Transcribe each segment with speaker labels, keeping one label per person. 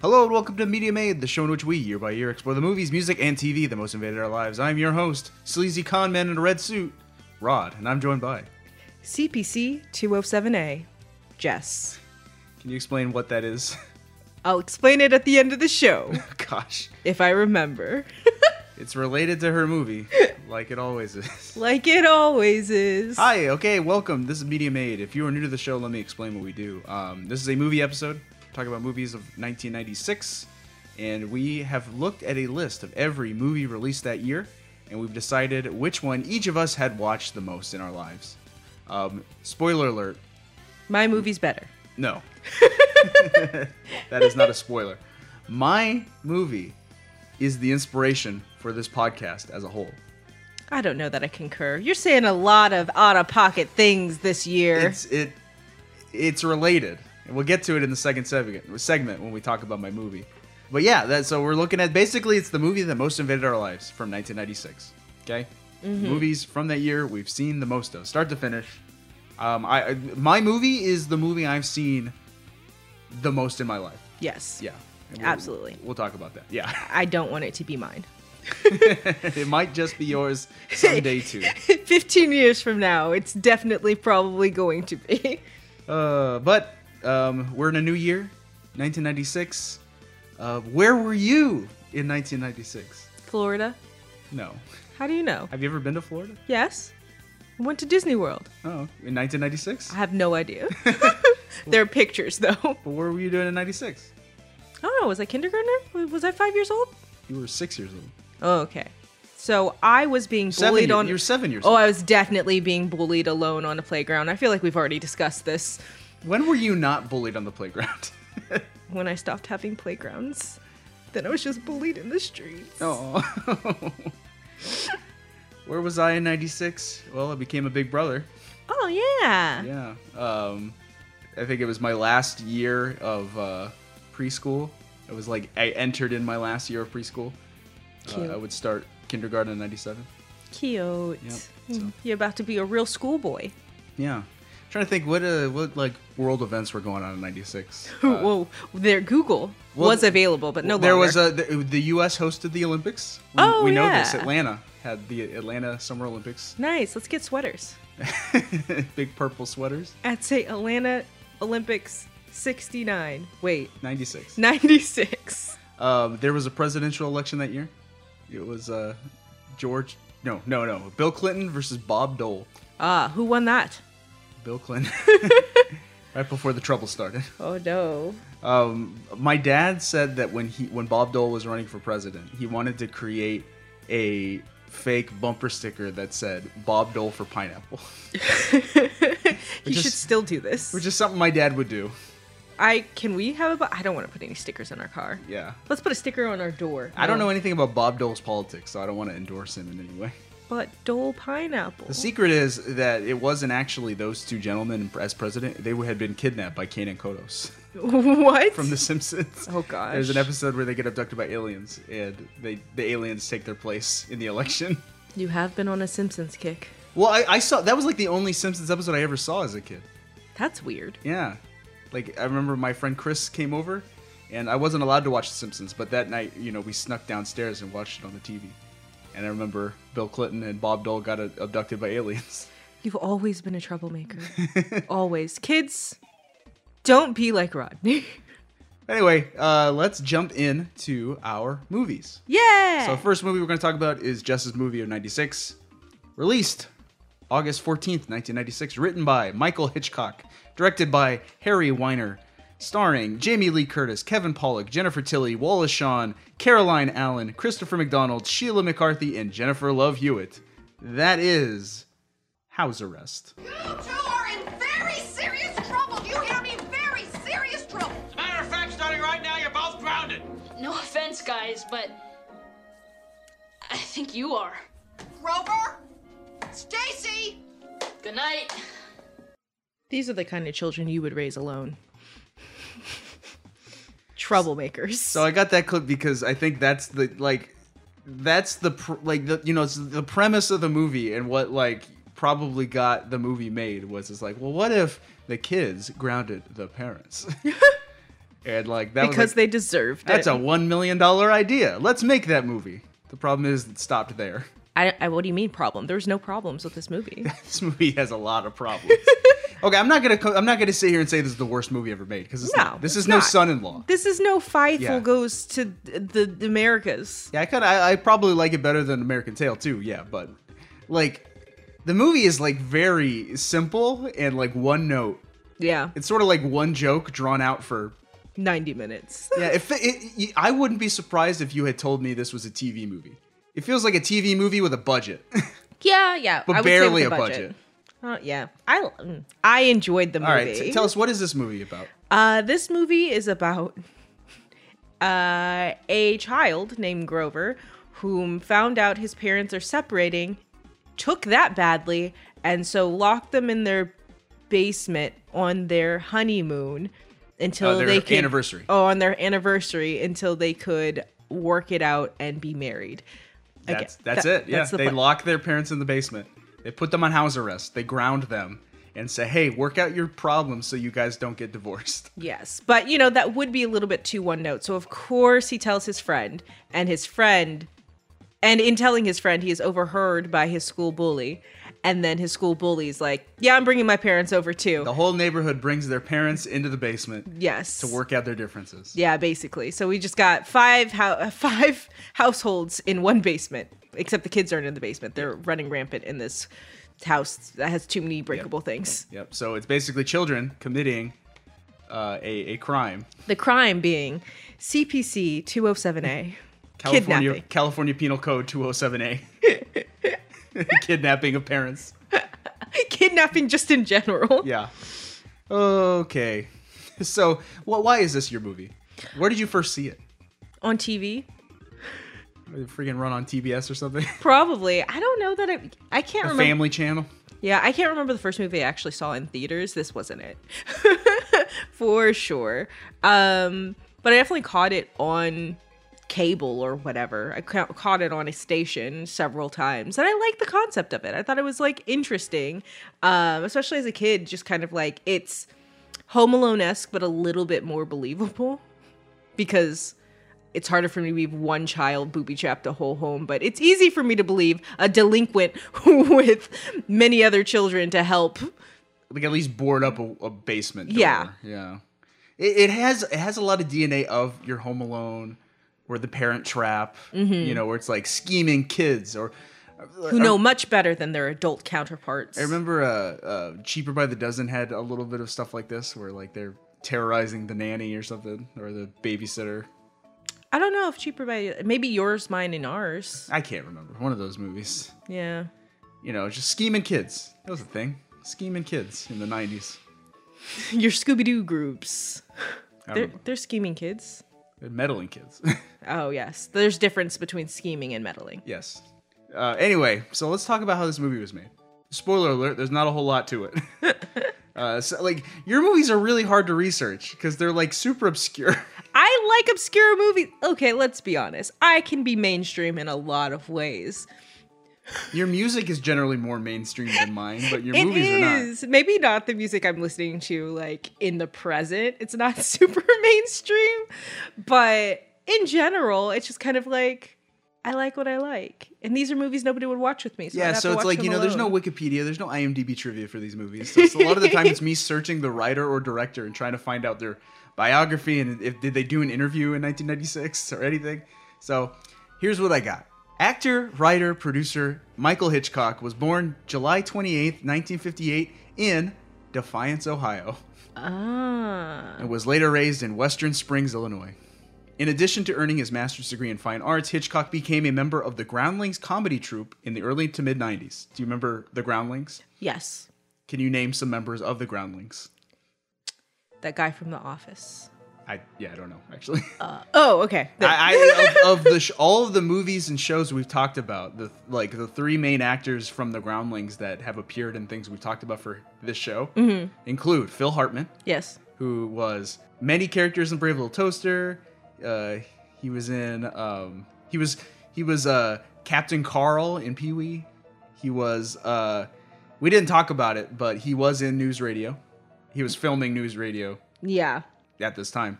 Speaker 1: Hello and welcome to Media Made, the show in which we, year by year, explore the movies, music, and TV that most invaded our lives. I'm your host, sleazy con man in a red suit, Rod, and I'm joined by.
Speaker 2: CPC 207A. Jess.
Speaker 1: Can you explain what that is?
Speaker 2: I'll explain it at the end of the show,
Speaker 1: Gosh,
Speaker 2: if I remember.
Speaker 1: it's related to her movie, like it always is.
Speaker 2: like it always is.
Speaker 1: Hi, okay, welcome. This is Media Made. If you are new to the show, let me explain what we do. Um, this is a movie episode, talking about movies of 1996, and we have looked at a list of every movie released that year, and we've decided which one each of us had watched the most in our lives. Um, spoiler alert,
Speaker 2: My movie's better.
Speaker 1: no. that is not a spoiler. My movie is the inspiration for this podcast as a whole.
Speaker 2: I don't know that I concur. You're saying a lot of out of pocket things this year.
Speaker 1: it's it it's related and we'll get to it in the second segment segment when we talk about my movie but yeah that so we're looking at basically it's the movie that most invaded our lives from 1996 okay
Speaker 2: Mm-hmm.
Speaker 1: movies from that year we've seen the most of start to finish um i I- my movie is the movie i've seen the most in my life
Speaker 2: yes.
Speaker 1: yeah And
Speaker 2: Absolutely.
Speaker 1: we'll talk about that yeah
Speaker 2: I don't want it to be mine.
Speaker 1: it might just be yours someday too
Speaker 2: 15 years from now, it's definitely probably going to be.
Speaker 1: Uh, but um, we're in a new year, 1996. Uh, where were you in 1996?
Speaker 2: Florida?
Speaker 1: No.
Speaker 2: How do you know?
Speaker 1: Have you ever been to Florida?
Speaker 2: Yes. I went to Disney World.
Speaker 1: Oh, in 1996.
Speaker 2: I have no idea. there are pictures, though.
Speaker 1: But where were you doing in 96?
Speaker 2: Oh, I don't know. Was I kindergartner? W- Was I five years old?
Speaker 1: You were six years old.
Speaker 2: Oh, okay. So I was being bullied
Speaker 1: Seven. year-
Speaker 2: on.
Speaker 1: you were seven years
Speaker 2: oh,
Speaker 1: old.
Speaker 2: I was definitely being bullied alone on a playground. I feel like we've already discussed this
Speaker 1: When were you not bullied on the playground?
Speaker 2: when I stopped having playgrounds. Then I was just bullied in the streets.
Speaker 1: oh. where was I in 96? Well, I became a big brother.
Speaker 2: Oh yeah.
Speaker 1: Yeah. Um, I think it was my last year of uh, preschool. It was like I entered in my last year of preschool. Uh,
Speaker 2: Cute.
Speaker 1: I would start kindergarten in '97.
Speaker 2: Cute.
Speaker 1: Yep,
Speaker 2: Mm,
Speaker 1: so-
Speaker 2: You're about to be a real schoolboy.
Speaker 1: Yeah. trying to think what uh, what like world events were going on in '96.
Speaker 2: Whoa, their Google
Speaker 1: Uh, well,
Speaker 2: was available, but no
Speaker 1: there
Speaker 2: longer.
Speaker 1: was a the, the U.S. hosted the Olympics. We,
Speaker 2: Oh,
Speaker 1: we know this.
Speaker 2: yeah.
Speaker 1: Atlanta had the Atlanta Summer Olympics.
Speaker 2: nice. Let's get sweaters.
Speaker 1: Big purple sweaters.
Speaker 2: I'd say Atlanta Olympics '69. Wait,
Speaker 1: '96.
Speaker 2: '96.
Speaker 1: Um, there was a presidential election that year. It was uh, George. No, no, no. Bill Clinton versus Bob Dole.
Speaker 2: Ah, who won that?
Speaker 1: Bill Clinton. right before the trouble started.
Speaker 2: Oh no.
Speaker 1: Um, my dad said that when he when Bob Dole was running for president, he wanted to create a fake bumper sticker that said Bob Dole for pineapple,
Speaker 2: You should
Speaker 1: just-
Speaker 2: still do this.
Speaker 1: which is something my dad would do.
Speaker 2: I can we have a bu- I don't want to put any stickers on our car.
Speaker 1: Yeah.
Speaker 2: Let's put a sticker on our door.
Speaker 1: I don't know anything about Bob Dole's politics, so I don't want to endorse him in any way.
Speaker 2: But Dole pineapple.
Speaker 1: The secret is that it wasn't actually those two gentlemen as president. They had been kidnapped by Kane and Kodos
Speaker 2: what?
Speaker 1: from The Simpsons.
Speaker 2: Oh, gosh.
Speaker 1: There's an episode where they get abducted by aliens, and they the aliens take their place in the election.
Speaker 2: you have been on a Simpsons kick.
Speaker 1: Well, I, I saw that was like the only Simpsons episode I ever saw as a kid.
Speaker 2: That's weird.
Speaker 1: Yeah, like I remember my friend Chris came over, and I wasn't allowed to watch The Simpsons, but that night, you know, we snuck downstairs and watched it on the TV. And I remember Bill Clinton and Bob Dole got uh, abducted by aliens.
Speaker 2: You've always been a troublemaker. always. Kids, don't be like Rodney.
Speaker 1: Anyway, uh, let's jump in to our movies.
Speaker 2: yeah.
Speaker 1: So, first movie we're going to talk about is Justice Movie of 96, released August 14th, 1996, written by Michael Hitchcock, directed by Harry Weiner, starring Jamie Lee Curtis, Kevin Pollak, Jennifer Tilly, Wallace Shawn, Caroline Allen, Christopher McDonald, Sheila McCarthy, and Jennifer Love Hewitt. That is House Arrest.
Speaker 3: You two are in very serious trouble. Do you hear me? Very serious trouble.
Speaker 4: Matter of fact, starting right now, you're both grounded.
Speaker 5: No offense, guys, but I think you are.
Speaker 3: Grover, Stacy,
Speaker 5: Good night.
Speaker 2: These are the kind of children you would raise alone. Troublemakers.
Speaker 1: So I got that clip because I think that's the like that's the pr- like the you know it's the premise of the movie and what like probably got the movie made was it's like well what if the kids grounded the parents and like that
Speaker 2: because
Speaker 1: was like,
Speaker 2: they deserved
Speaker 1: that's
Speaker 2: it.
Speaker 1: a one million dollar idea. Let's make that movie. The problem is it stopped there.
Speaker 2: I, I, what do you mean problem? There was no problems with this movie.
Speaker 1: This movie has a lot of problems. okay, I'm not gonna co- I'm not gonna sit here and say this is the worst movie ever made because it's
Speaker 2: No,
Speaker 1: not. This
Speaker 2: it's
Speaker 1: is no
Speaker 2: not.
Speaker 1: son-in-law.
Speaker 2: this is no Feifel
Speaker 1: Yeah.
Speaker 2: goes to the, the Americas.
Speaker 1: Yeah, I kind of I, I probably like it better than American Tail too. Yeah, but like the movie is like very simple and like one note.
Speaker 2: Yeah,
Speaker 1: It's sort of like one joke drawn out for.
Speaker 2: ninety minutes.
Speaker 1: Yeah, if it, it, y- I wouldn't be surprised if you had told me this was a TV movie. It feels like a TV movie with a budget,
Speaker 2: Yeah, yeah,
Speaker 1: but
Speaker 2: I would say
Speaker 1: barely
Speaker 2: with
Speaker 1: a
Speaker 2: the
Speaker 1: budget.
Speaker 2: Uh, yeah, I mm, I enjoyed the movie.
Speaker 1: All right, t- tell us what is this movie about?
Speaker 2: Uh, this movie is about uh, a child named Grover, whom found out his parents are separating, took that badly, and so locked them in their basement on their honeymoon until
Speaker 1: Uh, their
Speaker 2: they could,
Speaker 1: anniversary.
Speaker 2: Oh, on their anniversary until they could work it out and be married. Okay,
Speaker 1: That's that's
Speaker 2: that-
Speaker 1: it. Yeah,
Speaker 2: that's the
Speaker 1: they
Speaker 2: plot.
Speaker 1: lock their parents in the basement. They put them on house arrest. They ground them and say, "Hey, work out your problems so you guys don't get divorced."
Speaker 2: Yes, but you know that would be a little bit too one note. So of course he tells his friend, and his friend, and in telling his friend, he is overheard by his school bully, and then his school bully's like, "Yeah, I'm bringing my parents over too."
Speaker 1: The whole neighborhood brings their parents into the basement
Speaker 2: yes,
Speaker 1: to work out their differences.
Speaker 2: Yeah, basically. So we just got five ho- five households in one basement. Except the kids aren't in the basement; they're running rampant in this house that has too many breakable things.
Speaker 1: Yep. So it's basically children committing uh, a a crime.
Speaker 2: The crime being CPC 207A.
Speaker 1: California
Speaker 2: Kidnapping.
Speaker 1: California Penal Code 207A. Kidnapping of parents.
Speaker 2: kidnapping just in general.
Speaker 1: Yeah. Okay. So, wh- why is this your movie? Where did you first see it?
Speaker 2: On TV?
Speaker 1: Did it freaking run on TBS or something?
Speaker 2: Probably. I don't know that it, I can't
Speaker 1: The
Speaker 2: remember.
Speaker 1: Family Channel.
Speaker 2: Yeah, I can't remember the first movie I actually saw in theaters. This wasn't it. For sure. Um, but I definitely caught it on cable or whatever. I ca- caught it on a station several times. And I liked the concept of it. I thought it was like interesting. Um, especially as a kid, just kind of like it's Home Alone esque, but a little bit more believable because it's harder for me to believe one child booby trapped a whole home, but it's easy for me to believe a delinquent with many other children to help.
Speaker 1: like at least board up a, a basement. Door.
Speaker 2: Yeah.
Speaker 1: yeah. It, it has it has a lot of DNA of your Home Alone or the Parent Trap. You know, where it's like scheming kids or
Speaker 2: Mm-hmm. Who know much better than their adult counterparts.
Speaker 1: I remember uh, uh, Cheaper by the Dozen had a little bit of stuff like this, where like they're terrorizing the nanny or something or the babysitter.
Speaker 2: I don't know if cheaper by maybe yours, mine, and ours.
Speaker 1: I can't remember one of those movies.
Speaker 2: Yeah.
Speaker 1: You know, just scheming kids. That was a thing. Scheming kids in the nineties.
Speaker 2: Your Scooby Doo groups. They're, they're scheming kids.
Speaker 1: Meddling kids.
Speaker 2: Oh, yes. There's difference between scheming and meddling.
Speaker 1: Yes. Uh, anyway, so let's talk about how this movie was made. Spoiler alert: There's not a whole lot to it. uh, so, like your movies are really hard to research because they're like super obscure.
Speaker 2: I like obscure movies. Okay, let's be honest. I can be mainstream in a lot of ways.
Speaker 1: your music is generally more mainstream than mine, but your
Speaker 2: It
Speaker 1: movies are not.
Speaker 2: is. Maybe not the music I'm listening to like in the present. It's not super mainstream, but in general, it's just kind of like I like what I like. And these are movies nobody would watch with me. So I'd
Speaker 1: Yeah,
Speaker 2: have
Speaker 1: so
Speaker 2: to
Speaker 1: it's
Speaker 2: watch
Speaker 1: like
Speaker 2: them
Speaker 1: you know, there's no
Speaker 2: alone.
Speaker 1: Wikipedia, there's no IMDb trivia for these movies. So it's a lot of the time, it's me searching the writer or director and trying to find out their biography and if did they do an interview in 1996 or anything. So here's what I got. Actor, writer, producer Michael Hitchcock was born July 28, 1958, in Defiance, Ohio,
Speaker 2: Uh, Ah.
Speaker 1: and was later raised in Western Springs, Illinois. In addition to earning his master's degree in fine arts, Hitchcock became a member of the Groundlings comedy troupe in the early to mid 90s. Do you remember the Groundlings?
Speaker 2: Yes.
Speaker 1: Can you name some members of the Groundlings?
Speaker 2: That guy from the office.
Speaker 1: I yeah, I don't know actually.
Speaker 2: Oh, okay.
Speaker 1: I, I of, of the sh- all of the movies and shows we've talked about, the like the three main actors from the Groundlings that have appeared in things we've talked about for this show include Phil Hartman,
Speaker 2: Mm-hmm. yes.
Speaker 1: who was many characters in Brave Little Toaster. Uh, he was in um, he was he was uh, Captain Carl in Pee Wee. He was uh, we didn't talk about it, but he was in News Radio. He was filming News Radio
Speaker 2: Yeah.
Speaker 1: at this time.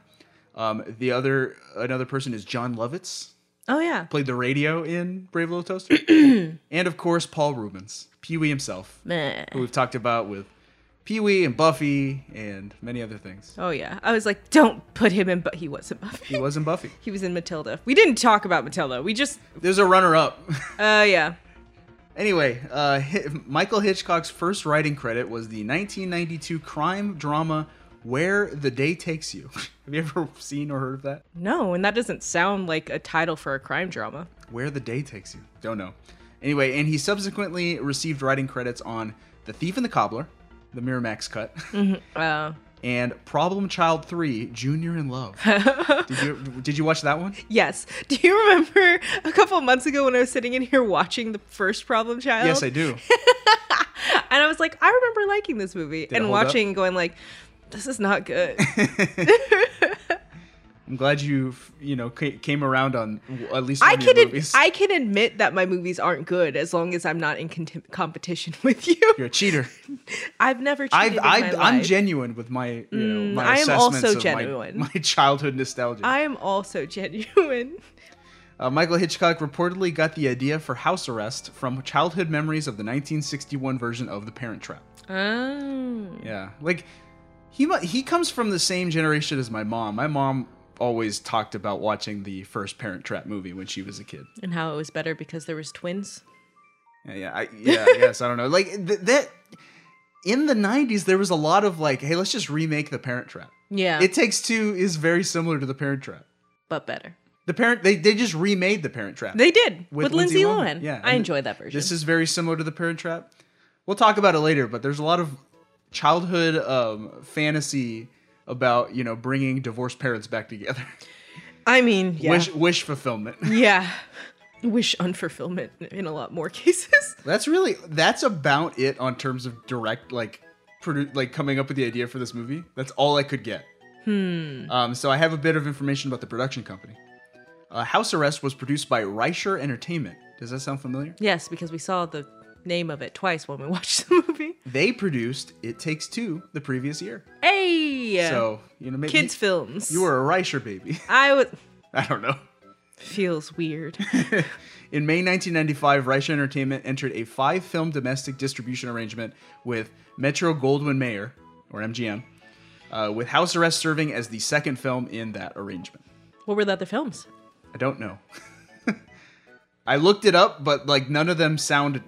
Speaker 1: Um, the other another person is John Lovitz,
Speaker 2: Oh yeah,
Speaker 1: played the radio in Brave Little Toaster, and of course Paul Rubens, Pee Wee himself,
Speaker 2: Meh.
Speaker 1: who we've talked about with Pee Wee and Buffy and many other things.
Speaker 2: Oh yeah. I was like, don't put him in. But he wasn't Buffy.
Speaker 1: He was in Buffy.
Speaker 2: He was in Matilda. We didn't talk about Matilda. We just.
Speaker 1: There's a runner-up.
Speaker 2: Uh yeah.
Speaker 1: anyway, uh, Hi- Michael Hitchcock's first writing credit was the 1992 crime drama Where the Day Takes You. Have you ever seen or heard of that?
Speaker 2: No, and that doesn't sound like a title for a crime drama.
Speaker 1: Where the Day Takes You. Don't know. Anyway, and he subsequently received writing credits on The Thief and the Cobbler, the Miramax cut,
Speaker 2: Uh,
Speaker 1: and Problem Child 3, Junior in Love. did, you, did you watch that one?
Speaker 2: yes. Do you remember a couple of months ago when I was sitting in here watching the first Problem Child?
Speaker 1: Yes, I do.
Speaker 2: And I was like, I remember liking this movie
Speaker 1: it
Speaker 2: and
Speaker 1: hold up?
Speaker 2: watching, and going like, this is not good.
Speaker 1: I'm glad you, you know, ca- came around on w- at least one
Speaker 2: I
Speaker 1: of your
Speaker 2: can ad-
Speaker 1: movies.
Speaker 2: I can admit that my movies aren't good as long as I'm not in cont- competition with you.
Speaker 1: You're a cheater.
Speaker 2: I've never cheated
Speaker 1: I've,
Speaker 2: in
Speaker 1: I've,
Speaker 2: my
Speaker 1: I'm
Speaker 2: life.
Speaker 1: genuine with my, you know, my
Speaker 2: I am also
Speaker 1: assessments of my-
Speaker 2: genuine.
Speaker 1: My, childhood nostalgia.
Speaker 2: I am also genuine.
Speaker 1: Uh, Michael Hitchcock reportedly got the idea for house arrest from childhood memories of the 1961 version of The Parent Trap.
Speaker 2: Oh.
Speaker 1: Yeah, like he mu- he comes from the same generation as my mom. My mom always talked about watching the first Parent Trap movie when she was a kid.
Speaker 2: And how it was better because there was twins.
Speaker 1: Yeah, yeah, I, yeah. I guess I don't know. Like th- that in the 90s, there was a lot of like, hey, let's just remake The Parent Trap.
Speaker 2: Yeah.
Speaker 1: It Takes Two is very similar to The Parent Trap.
Speaker 2: but better.
Speaker 1: The parent they they just remade The Parent Trap.
Speaker 2: They did
Speaker 1: with
Speaker 2: with,
Speaker 1: Lindsay
Speaker 2: Lindsay,
Speaker 1: Lohan.
Speaker 2: Lohan.
Speaker 1: Yeah,
Speaker 2: I
Speaker 1: and
Speaker 2: enjoyed that version.
Speaker 1: This is very similar to the Parent Trap. We'll talk about it later, but there's a lot of childhood um, fantasy about you know bringing divorced parents back together.
Speaker 2: I mean, yeah.
Speaker 1: wish wish fulfillment.
Speaker 2: yeah. Wish unfulfillment in a lot more cases.
Speaker 1: That's really that's about it on terms of direct like produ- like coming up with the idea for this movie. That's all I could get. Hmm. Um, so I have a bit of information about the production company. Uh, House Arrest was produced by Reicher Entertainment. Does that sound familiar?
Speaker 2: yes, because we saw the name of it twice when we watched the movie.
Speaker 1: They produced It Takes Two the previous year.
Speaker 2: Hey,
Speaker 1: So you know, maybe
Speaker 2: kids films.
Speaker 1: You were a Reicher baby.
Speaker 2: I would
Speaker 1: I don't know.
Speaker 2: feels weird.
Speaker 1: In May 1995, Reicher Entertainment entered a five film domestic distribution arrangement with Metro Goldwyn Mayer, or MGM, uh, with House Arrest serving as the second film in that arrangement.
Speaker 2: what were the other films?
Speaker 1: I don't know. I looked it up, but like none of them sounded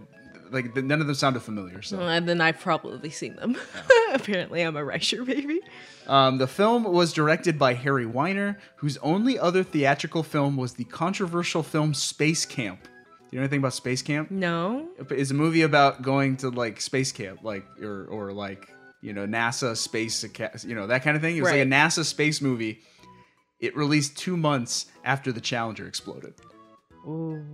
Speaker 1: like none of them sounded familiar. So
Speaker 2: Uh, then I've probably seen them. Apparently, I'm a Reicher baby.
Speaker 1: Um, the film was directed by Harry Weiner, whose only other theatrical film was the controversial film Space Camp. Do you know anything about Space Camp?
Speaker 2: No.
Speaker 1: It's a movie about going to like space camp, like or or like you know NASA space, aca- you know that kind of thing. It was like a
Speaker 2: Right.
Speaker 1: NASA space movie. It released two months after the Challenger exploded,
Speaker 2: Ooh.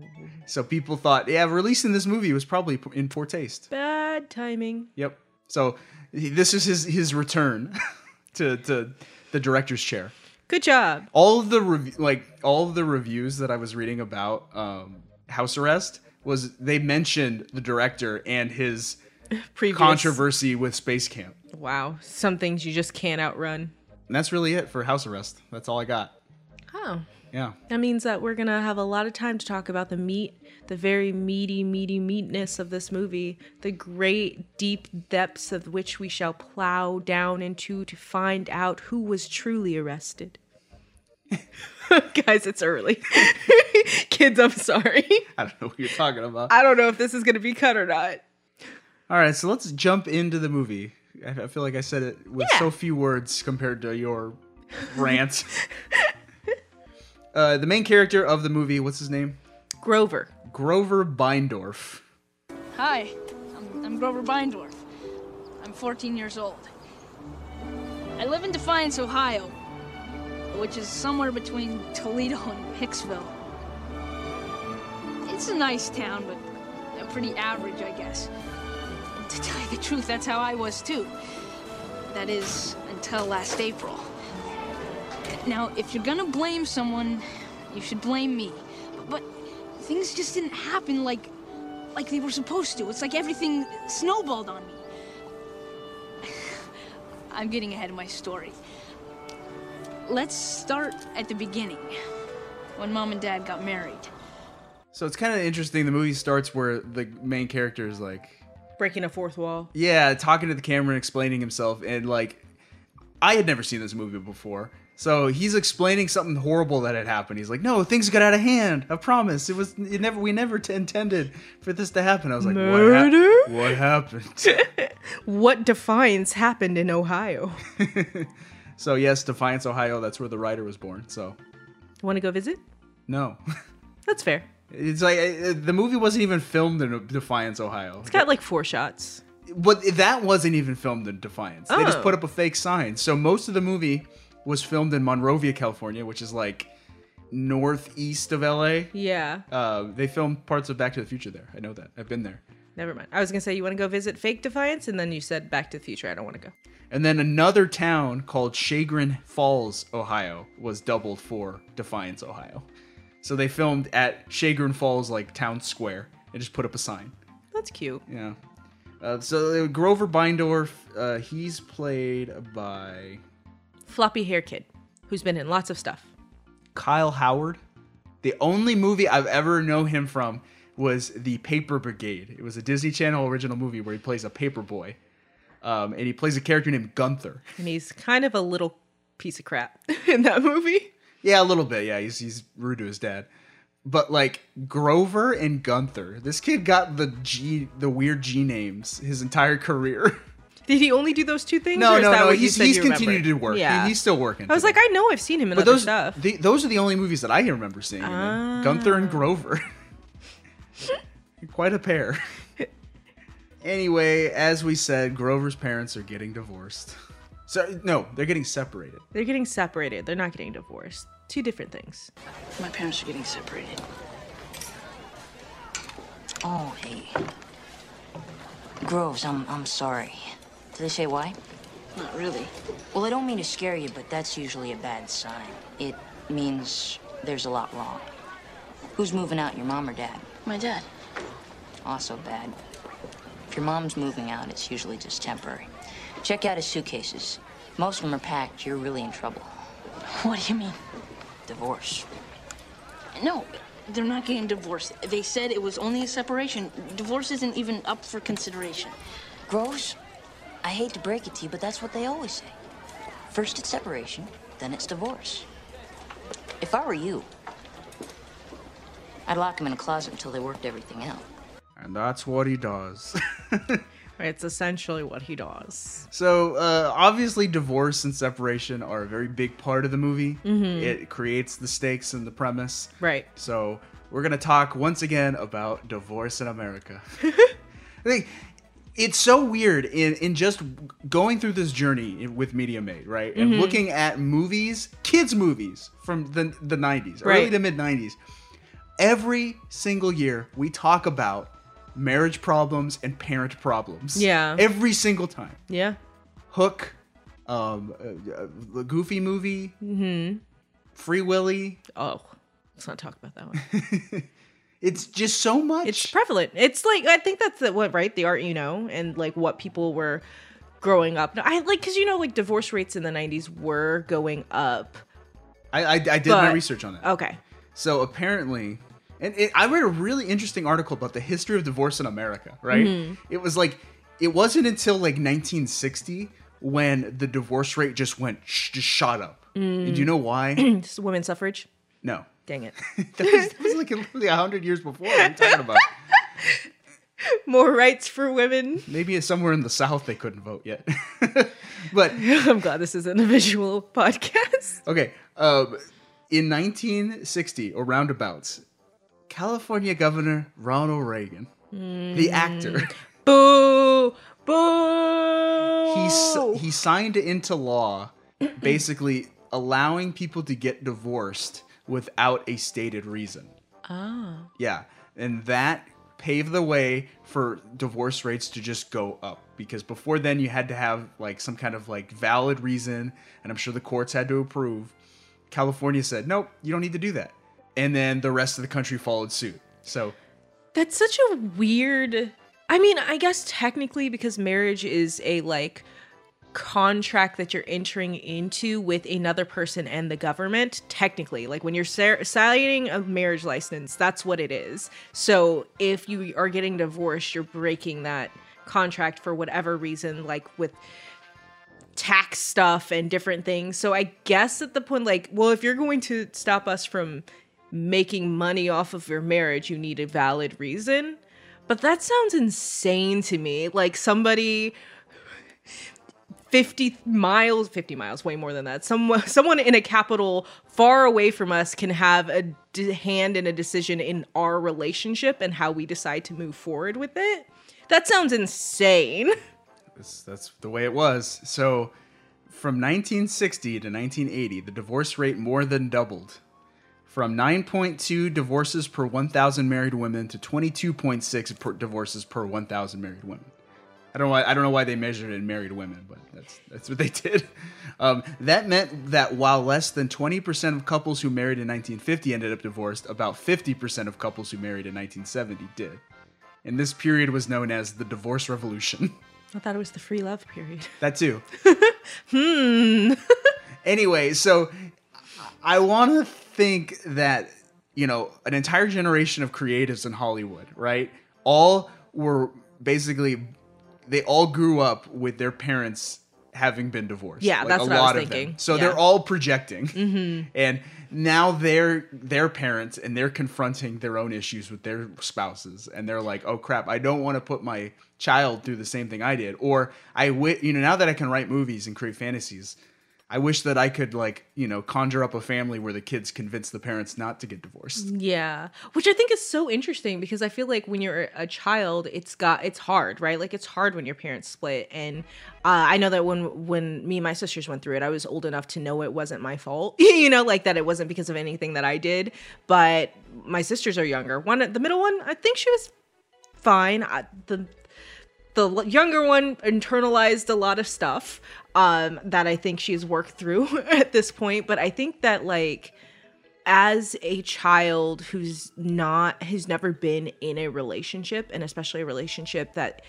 Speaker 1: so people thought, yeah, releasing this movie was probably p- in poor taste.
Speaker 2: Bad timing.
Speaker 1: Yep. So he- this is his his return to to the director's chair.
Speaker 2: Good job.
Speaker 1: all of the rev- like all of the reviews that I was reading about um, House Arrest was they mentioned the director and his
Speaker 2: Previous.
Speaker 1: controversy with Space Camp.
Speaker 2: Wow. Some things you just can't outrun.
Speaker 1: And that's really it for House Arrest. That's all I got.
Speaker 2: Oh.
Speaker 1: Yeah.
Speaker 2: That means that we're gonna have a lot of time to talk about the meat, the very meaty, meaty meatness of this movie, the great deep depths of which we shall plow down into to find out who was truly arrested. Guys, it's early. Kids, I'm sorry.
Speaker 1: I don't know what you're talking about.
Speaker 2: I don't know if this is gonna be cut or not.
Speaker 1: all right, so let's jump into the movie. I, I feel like I said it with
Speaker 2: Yeah.
Speaker 1: so few words compared to your rant. uh, the main character of the movie, what's his name?
Speaker 2: Grover.
Speaker 1: Grover Beindorf.
Speaker 6: Hi, I'm, I'm Grover Beindorf. I'm 14 years old. I live in Defiance, Ohio, which is somewhere between Toledo and Hicksville. It's a nice town, but uh, pretty average, I guess. To tell you the truth, that's how I was too. That is, until last April. Now, if you're gonna blame someone, you should blame me. But things just didn't happen like like they were supposed to. It's like everything snowballed on me. I'm getting ahead of my story. Let's start at the beginning when mom and dad got married.
Speaker 1: So it's kind of interesting. The movie starts where the main character is like,
Speaker 2: Breaking a fourth wall.
Speaker 1: yeah, talking to the camera and explaining himself. And like, I had never seen this movie before. So he's explaining something horrible that had happened. He's like, "No, things got out of hand. I promise. It was it never. We never t- intended for this to happen." I was like,
Speaker 2: Murder?
Speaker 1: "What, hap- what happened?"
Speaker 2: What defines happened in Ohio?
Speaker 1: so yes, Defiance, Ohio. That's where the writer was born. So
Speaker 2: Want to go visit?
Speaker 1: no,
Speaker 2: That's fair.
Speaker 1: it's like uh, the movie wasn't even filmed in Defiance, Ohio.
Speaker 2: It's got like four shots.
Speaker 1: But that wasn't even filmed in Defiance. They just
Speaker 2: Oh.
Speaker 1: put up a fake sign. So most of the movie was filmed in Monrovia, California, which is like northeast of LA.
Speaker 2: Yeah.
Speaker 1: Uh, they filmed parts of Back to the Future there. I know that. I've been there.
Speaker 2: Never mind. I was gonna say you want to go visit Fake Defiance, and then you said Back to the Future. I don't want to go.
Speaker 1: And then another town called Chagrin Falls, Ohio, was doubled for Defiance, Ohio. So they filmed at Chagrin Falls, like town square, and just put up a sign.
Speaker 2: That's cute.
Speaker 1: Yeah. Uh, so Grover Beindorf, uh, he's played by
Speaker 2: Floppy hair kid, who's been in lots of stuff.
Speaker 1: Kyle Howard. The only movie I've ever known him from was The Paper Brigade. It was a Disney Channel original movie where he plays a paper boy. Um, and he plays a character named Gunther.
Speaker 2: and he's kind of a little piece of crap in that movie.
Speaker 1: Yeah, a little bit. Yeah, he's, he's rude to his dad. But like Grover and Gunther, this kid got the G, the weird G names his entire career.
Speaker 2: Did he only do those two things? or
Speaker 1: no,
Speaker 2: is
Speaker 1: no,
Speaker 2: that
Speaker 1: no.
Speaker 2: what you
Speaker 1: He's
Speaker 2: said
Speaker 1: he's
Speaker 2: you remembered?
Speaker 1: continued to work. He-
Speaker 2: Yeah,
Speaker 1: he's still working.
Speaker 2: I was
Speaker 1: today.
Speaker 2: like, I know I've seen him in
Speaker 1: But
Speaker 2: other
Speaker 1: those
Speaker 2: stuff.
Speaker 1: the- those are the only movies that I remember seeing. him
Speaker 2: Ah.
Speaker 1: in. Gunther and Grover. Quite a pair. anyway, as we said, Grover's parents are getting divorced. So no, they're getting separated.
Speaker 2: They're getting separated. They're not getting divorced. Two different things.
Speaker 7: My parents are getting separated.
Speaker 8: Oh, hey. Groves, I'm, I'm sorry. Did they say why?
Speaker 7: Not really.
Speaker 8: Well, I don't mean to scare you, but that's usually a bad sign. It means there's a lot wrong. Who's moving out, your mom or dad?
Speaker 7: My dad.
Speaker 8: Also bad. If your mom's moving out, it's usually just temporary. Check out his suitcases. Most of them are packed. You're really in trouble.
Speaker 7: What do you mean?
Speaker 8: Divorce.
Speaker 7: No, they're not getting divorced. They said it was only a separation. Divorce isn't even up for consideration.
Speaker 8: Groves, I hate to break it to you, but that's what they always say. First it's separation, then it's divorce. If I were you, I'd lock them in a closet until they worked everything out.
Speaker 1: And that's what he does.
Speaker 2: It's essentially what he does.
Speaker 1: So uh, obviously, divorce and separation are a very big part of the movie. It creates the stakes and the premise.
Speaker 2: Mm-hmm. Right.
Speaker 1: So we're gonna talk once again about divorce in America. I think it's so weird in in just going through this journey in- with Media Made, right? And
Speaker 2: Mm-hmm.
Speaker 1: looking at movies, kids' movies from the the '90s, early
Speaker 2: Right.
Speaker 1: to mid '90s. Every single year, we talk about marriage problems and parent problems.
Speaker 2: Yeah.
Speaker 1: Every single time.
Speaker 2: Yeah.
Speaker 1: Hook, um, uh, uh, the Goofy movie, mm-hmm. Free Willy.
Speaker 2: Oh, let's not talk about that one.
Speaker 1: It's just so much.
Speaker 2: It's prevalent. It's like I think that's the what right the art you know and like what people were growing up. No, I like because you know like divorce rates in the '90s were going up.
Speaker 1: I, I, I did my
Speaker 2: But-
Speaker 1: research on that.
Speaker 2: Okay.
Speaker 1: So apparently, and it, I read a really interesting article about the history of divorce in America. Right?
Speaker 2: Mm-hmm.
Speaker 1: It was like it wasn't until like 1960 when the divorce rate just went sh- just shot up.
Speaker 2: Mm.
Speaker 1: And do you know why?
Speaker 2: Just women's suffrage.
Speaker 1: no,
Speaker 2: Dang it.
Speaker 1: that was, that was like literally hundred years before. What are you talking about?
Speaker 2: More rights for women.
Speaker 1: Maybe it's somewhere in the South they couldn't vote yet. but
Speaker 2: I'm glad this isn't a visual podcast.
Speaker 1: Okay. Um, in 1960 or roundabouts, California Governor Ronald Reagan, the
Speaker 2: Hmm.
Speaker 1: actor,
Speaker 2: Mm. Boo! Boo!
Speaker 1: he s- he signed into law basically allowing people to get divorced without a stated reason. Oh. Yeah, and that paved the way for divorce rates to just go up because before then you had to have like some kind of like valid reason and I'm sure the courts had to approve. California said, "Nope, you don't need to do that." And then the rest of the country followed suit. So,
Speaker 2: That's such a weird. I mean, I guess technically because marriage is a like contract that you're entering into with another person and the government technically like when you're sa- signing a marriage license that's what it is so if you are getting divorced you're breaking that contract for whatever reason like with tax stuff and different things. So I guess at the point, like, well, if you're going to stop us from making money off of your marriage, you need a valid reason. But that sounds insane to me. Like somebody 50 miles, 50 miles, way more than that. Someone, someone in a capital far away from us can have a d- hand in a decision in our relationship and how we decide to move forward with it. That sounds insane.
Speaker 1: That's, that's the way it was. So, from 1960 to 1980, the divorce rate more than doubled. From 9.2 divorces per 1,000 married women to 22.6 per divorces per 1,000 married women. I don't know why I don't know why they measured it in married women, but that's that's what they did. Um, that meant that while less than 20% of couples who married in 1950 ended up divorced, about 50% of couples who married in 1970 did. And this period was known as the divorce revolution.
Speaker 2: I thought it was the free love period.
Speaker 1: That too. hmm.
Speaker 2: Hmm.
Speaker 1: anyway, so I want to think that, you know, an entire generation of creatives in Hollywood, right? All were basically, they all grew up with their parents having been divorced.
Speaker 2: Yeah, that's what I was
Speaker 1: them.
Speaker 2: thinking.
Speaker 1: So
Speaker 2: Yeah.
Speaker 1: they're all projecting. And now they're their parents and they're confronting their own issues with their spouses and they're like, "Oh crap, I don't want to put my child through the same thing I did." Or I wi- you know, now that I can write movies and create fantasies, I wish that I could like, you know, conjure up a family where the kids convince the parents not to get divorced.
Speaker 2: Yeah, which I think is so interesting because I feel like when you're a child, it's got it's hard, right? Like it's hard when your parents split, and uh, I know that when when me and my sisters went through it, I was old enough to know it wasn't my fault, you know, like that it wasn't because of anything that I did. But my sisters are younger. One, the middle one, I think she was fine. I, the the l- younger one internalized a lot of stuff um, that I think she's worked through at this point. But I think that like as a child who's not who's never been in a relationship and especially a relationship that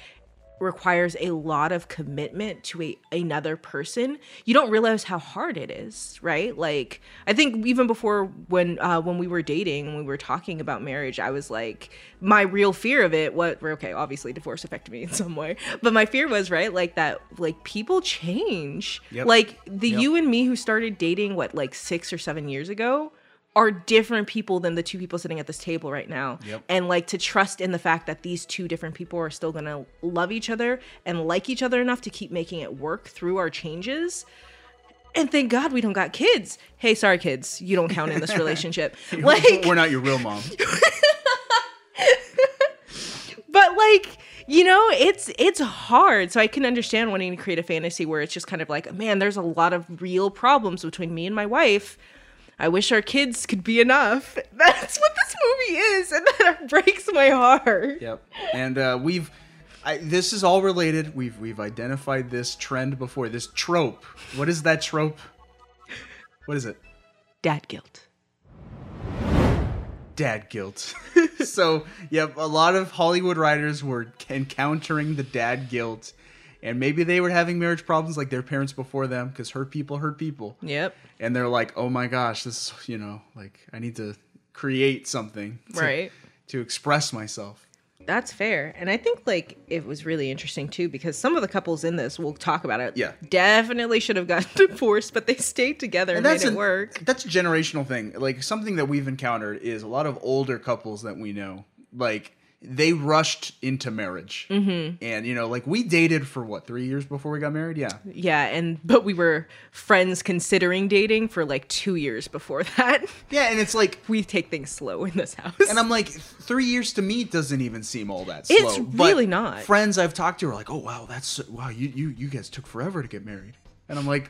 Speaker 2: requires a lot of commitment to a, another person you don't realize how hard it is right like i think even before when uh, when we were dating when we were talking about marriage i was like my real fear of it what okay obviously divorce affected me in some way but my fear was right like that like people change
Speaker 1: Yep.
Speaker 2: like the
Speaker 1: Yep.
Speaker 2: you and me who started dating what like six or seven years ago are different people than the two people sitting at this table right now
Speaker 1: Yep.
Speaker 2: and like to trust in the fact that these two different people are still gonna love each other and like each other enough to keep making it work through our changes and thank god we don't got kids hey sorry kids you don't count in this relationship like
Speaker 1: we're not your real mom.
Speaker 2: but like you know it's it's hard so i can understand wanting to create a fantasy where it's just kind of like man there's a lot of real problems between me and my wife i wish our kids could be enough that's what this movie is and that breaks my heart
Speaker 1: Yep. And uh, we've I, this is all related. We've we've identified this trend before. This trope. What is that trope? What is it?
Speaker 2: dad guilt
Speaker 1: Dad guilt. so yep, a lot of Hollywood writers were encountering the dad guilt, and maybe they were having marriage problems like their parents before them because hurt people hurt people.
Speaker 2: yep
Speaker 1: And they're like, oh my gosh, this you know like I need to create something to-
Speaker 2: right
Speaker 1: to express myself.
Speaker 2: That's fair. And I think like it was really interesting too because some of the couples in this we'll talk about it.
Speaker 1: Yeah.
Speaker 2: Definitely should have gotten divorced, but they stayed together and, made it
Speaker 1: a-
Speaker 2: work.
Speaker 1: That's a generational thing. Like something that we've encountered is a lot of older couples that we know, like they rushed into marriage, mm-hmm. and you know, like we dated for what three years before we got married. Yeah,
Speaker 2: Yeah, and but we were friends considering dating for like 2 years before that.
Speaker 1: yeah, and it's like,
Speaker 2: we take things slow in this house.
Speaker 1: and I'm like, three years to me doesn't even seem all that slow.
Speaker 2: It's
Speaker 1: but
Speaker 2: really not.
Speaker 1: Friends I've talked to are like, oh wow, that's so- wow, you you you guys took forever to get married, and I'm like,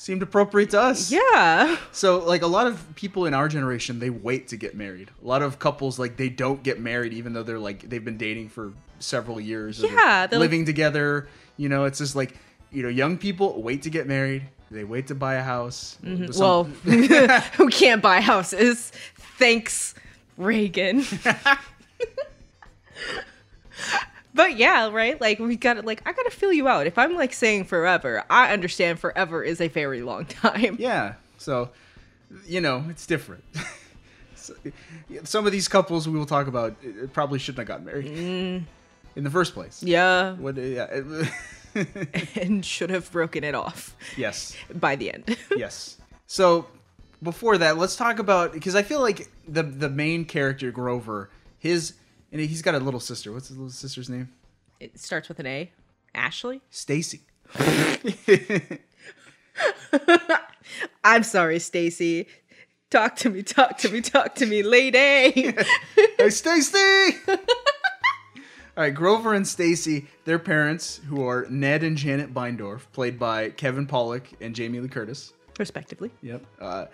Speaker 1: seemed appropriate to us.
Speaker 2: yeah.
Speaker 1: So like a lot of people in our generation, they wait to get married. A lot of couples like they don't get married even though they're like they've been dating for several years. or they're
Speaker 2: Yeah, they're, like-
Speaker 1: living together. You know, it's just like you know, young people wait to get married. They wait to buy a house. Some-
Speaker 2: Mm, Mm-hmm. Well, who can't buy houses? Thanks, Reagan. But yeah, right? Like we got to like I got to fill you out. If I'm like saying forever, I understand forever is a very long time.
Speaker 1: Yeah. So, you know, it's different. So- yeah, Some of these couples we will talk about uh, probably shouldn't have gotten married in the first place.
Speaker 2: Mm. Yeah.
Speaker 1: What, yeah.
Speaker 2: And should have broken it off
Speaker 1: yes.
Speaker 2: by the end.
Speaker 1: Yes. So, before that, let's talk about because I feel like the the main character Grover, his and he's got a little sister. What's his little sister's name?
Speaker 2: it starts with an A. Ashley?
Speaker 1: Stacy.
Speaker 2: I'm sorry, Stacy. Talk to me, talk to me, talk to me, lady.
Speaker 1: Hey, Stacy! All right, Grover and Stacy, their parents, who are Ned and Janet Beindorf, played by Kevin Pollock and Jamie Lee Curtis.
Speaker 2: Respectively.
Speaker 1: Yep. Uh,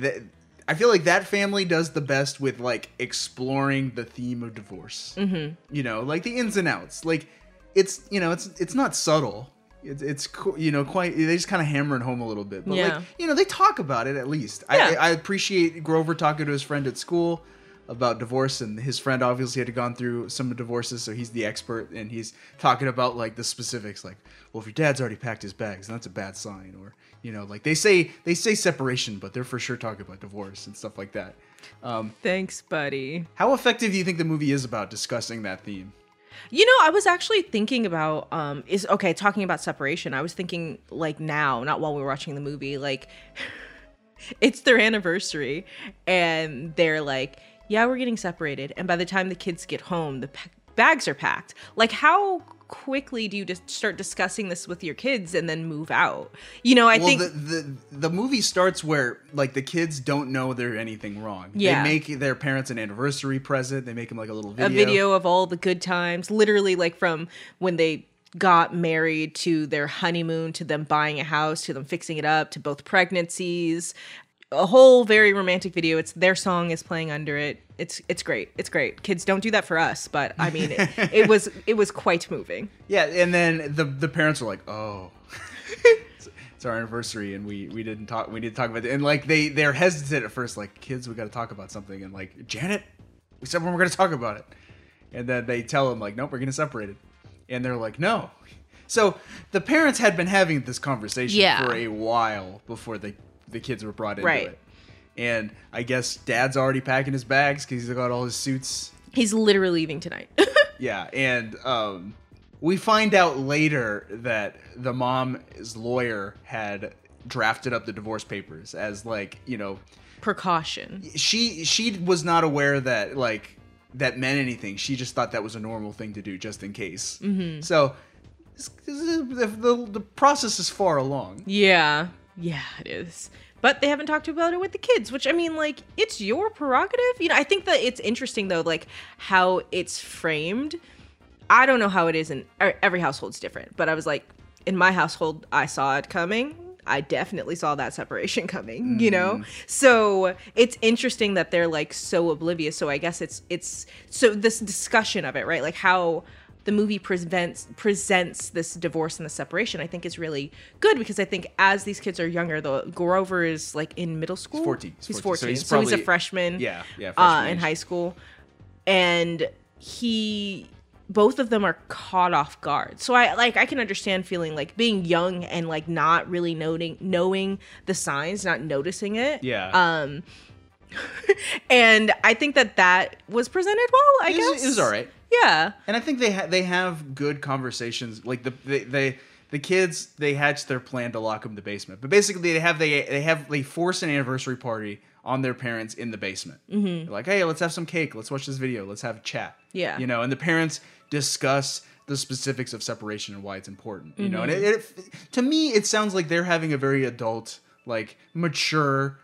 Speaker 1: th- I feel like that family does the best with like exploring the theme of divorce. Mm-hmm. You know, like the ins and outs. Like it's you know it's it's not subtle. It's it's co- you know quite they just kind of hammer it home a little bit. But
Speaker 2: Yeah.
Speaker 1: like you know they talk about it at least.
Speaker 2: Yeah.
Speaker 1: I, I appreciate Grover talking to his friend at school about divorce and his friend obviously had gone through some divorces so he's the expert and he's talking about like the specifics like well if your dad's already packed his bags then that's a bad sign or you know like they say they say separation but they're for sure talking about divorce and stuff like that
Speaker 2: Thanks, buddy.
Speaker 1: Um, how effective do you think the movie is about discussing that theme
Speaker 2: You know, I was actually thinking about um is okay, talking about separation. I was thinking like now, not while we were watching the movie, like it's their anniversary and they're like, "Yeah, we're getting separated." And by the time the kids get home, the pa- bags are packed. Like how quickly do you just start discussing this with your kids and then move out? You know, I
Speaker 1: well
Speaker 2: think
Speaker 1: the, the the movie starts where like the kids don't know they're anything wrong
Speaker 2: Yeah.
Speaker 1: they make their parents an anniversary present they make them like a little
Speaker 2: a video of all the good times, literally like from when they got married to their honeymoon to them buying a house to them fixing it up to both pregnancies. A whole very romantic video. It's their song is playing under it. It's it's great. It's great. Kids don't do that for us, but I mean it, it was it was quite moving.
Speaker 1: Yeah, and then the the parents were like, "Oh, It's- it's our anniversary, and we we didn't talk. We didn't talk about it." And like they they're hesitant at first, like, "Kids, we got to talk about something." And like Janet, we said when we're gonna talk about it, and then they tell them like, "Nope, we're gonna separate it," and they're like, "No." So the parents had been having this conversation
Speaker 2: Yeah.
Speaker 1: for a while before the the kids were brought into
Speaker 2: Right.
Speaker 1: it. And I guess dad's already packing his bags because he's got all his suits
Speaker 2: He's literally leaving tonight.
Speaker 1: yeah, and um, we find out later that the mom's lawyer had drafted up the divorce papers as like you know
Speaker 2: Precaution.
Speaker 1: she she was not aware that like that meant anything. She just thought that was a normal thing to do just in case. Mm-hmm. So this- this is- the, the, the process is far along.
Speaker 2: Yeah. Yeah, it is. But they haven't talked about it with the kids, which I mean, like, it's your prerogative. You know, I think that it's interesting, though, like, how it's framed. I don't know how it is in er, every household's different, but I was like, in my household, I saw it coming. I definitely saw that separation coming, you know? So it's interesting that they're like so oblivious. So I guess it's, it's, so this discussion of it, right? Like, how, the movie presents presents this divorce and the separation i think is really good because i think as these kids are younger though grover is like in middle school
Speaker 1: 14, he's
Speaker 2: he's
Speaker 1: 14,
Speaker 2: 14
Speaker 1: so
Speaker 2: so
Speaker 1: he's
Speaker 2: he's,
Speaker 1: probably-
Speaker 2: a freshman
Speaker 1: Yeah, yeah,
Speaker 2: uh,
Speaker 1: freshman
Speaker 2: in
Speaker 1: age.
Speaker 2: high school and he both of them are caught off guard so i like i can understand feeling like being young and like not really noting knowing the signs not noticing it Um,
Speaker 1: Yeah,
Speaker 2: and i think that that was presented well i
Speaker 1: it, was,
Speaker 2: guess
Speaker 1: it was all right.
Speaker 2: yeah
Speaker 1: And I think they ha- they have good conversations. Like the they, they the kids they hatch their plan to lock them in the basement. But basically they have they they have they force an anniversary party on their parents in the basement. Mm-hmm. Like hey, let's have some cake. Let's watch this video. Let's have a chat.
Speaker 2: Yeah.
Speaker 1: you know. And the parents discuss the specifics of separation and why it's important. You know, and it,
Speaker 2: Mm-hmm.
Speaker 1: it to me it sounds like they're having a very adult like mature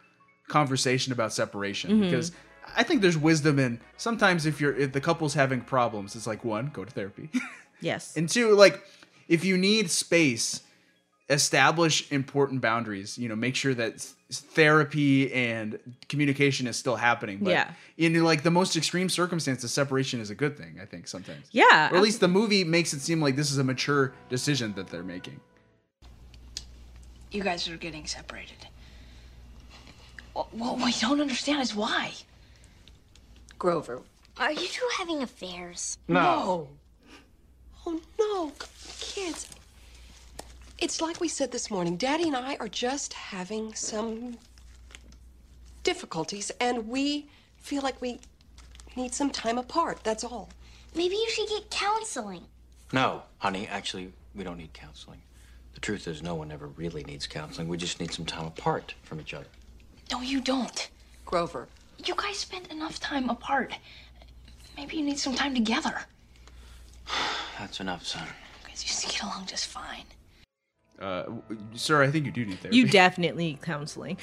Speaker 1: conversation about separation
Speaker 2: Mm-hmm.
Speaker 1: because I think there's wisdom in sometimes if you're if the couple's having problems, it's like one, go to therapy,
Speaker 2: yes
Speaker 1: and two, like if you need space, establish important boundaries. You know, make sure that s- therapy and communication is still happening. But
Speaker 2: Yeah.
Speaker 1: in like the most extreme circumstances, separation is a good thing. I think sometimes.
Speaker 2: yeah
Speaker 1: Or at least the movie makes it seem like this is a mature decision that they're making.
Speaker 7: You guys are getting separated. What, what I don't understand is why.
Speaker 8: Grover,
Speaker 9: Are you two having affairs?
Speaker 7: No.
Speaker 9: Oh no, kids. It's like we said this morning. Daddy and I are just having some difficulties, and we feel like we need some time apart. That's all.
Speaker 3: Maybe you should get counseling.
Speaker 10: No, honey, actually, we don't need counseling. The truth is, no one ever really needs counseling. We just need some time apart from each other.
Speaker 7: No, you don't.
Speaker 8: Grover,
Speaker 7: You guys spend enough time apart. Maybe you need some time together.
Speaker 10: That's enough, son.
Speaker 7: You guys used to get along just fine.
Speaker 1: Uh, w- sir, I think you do need therapy.
Speaker 2: You definitely need counseling.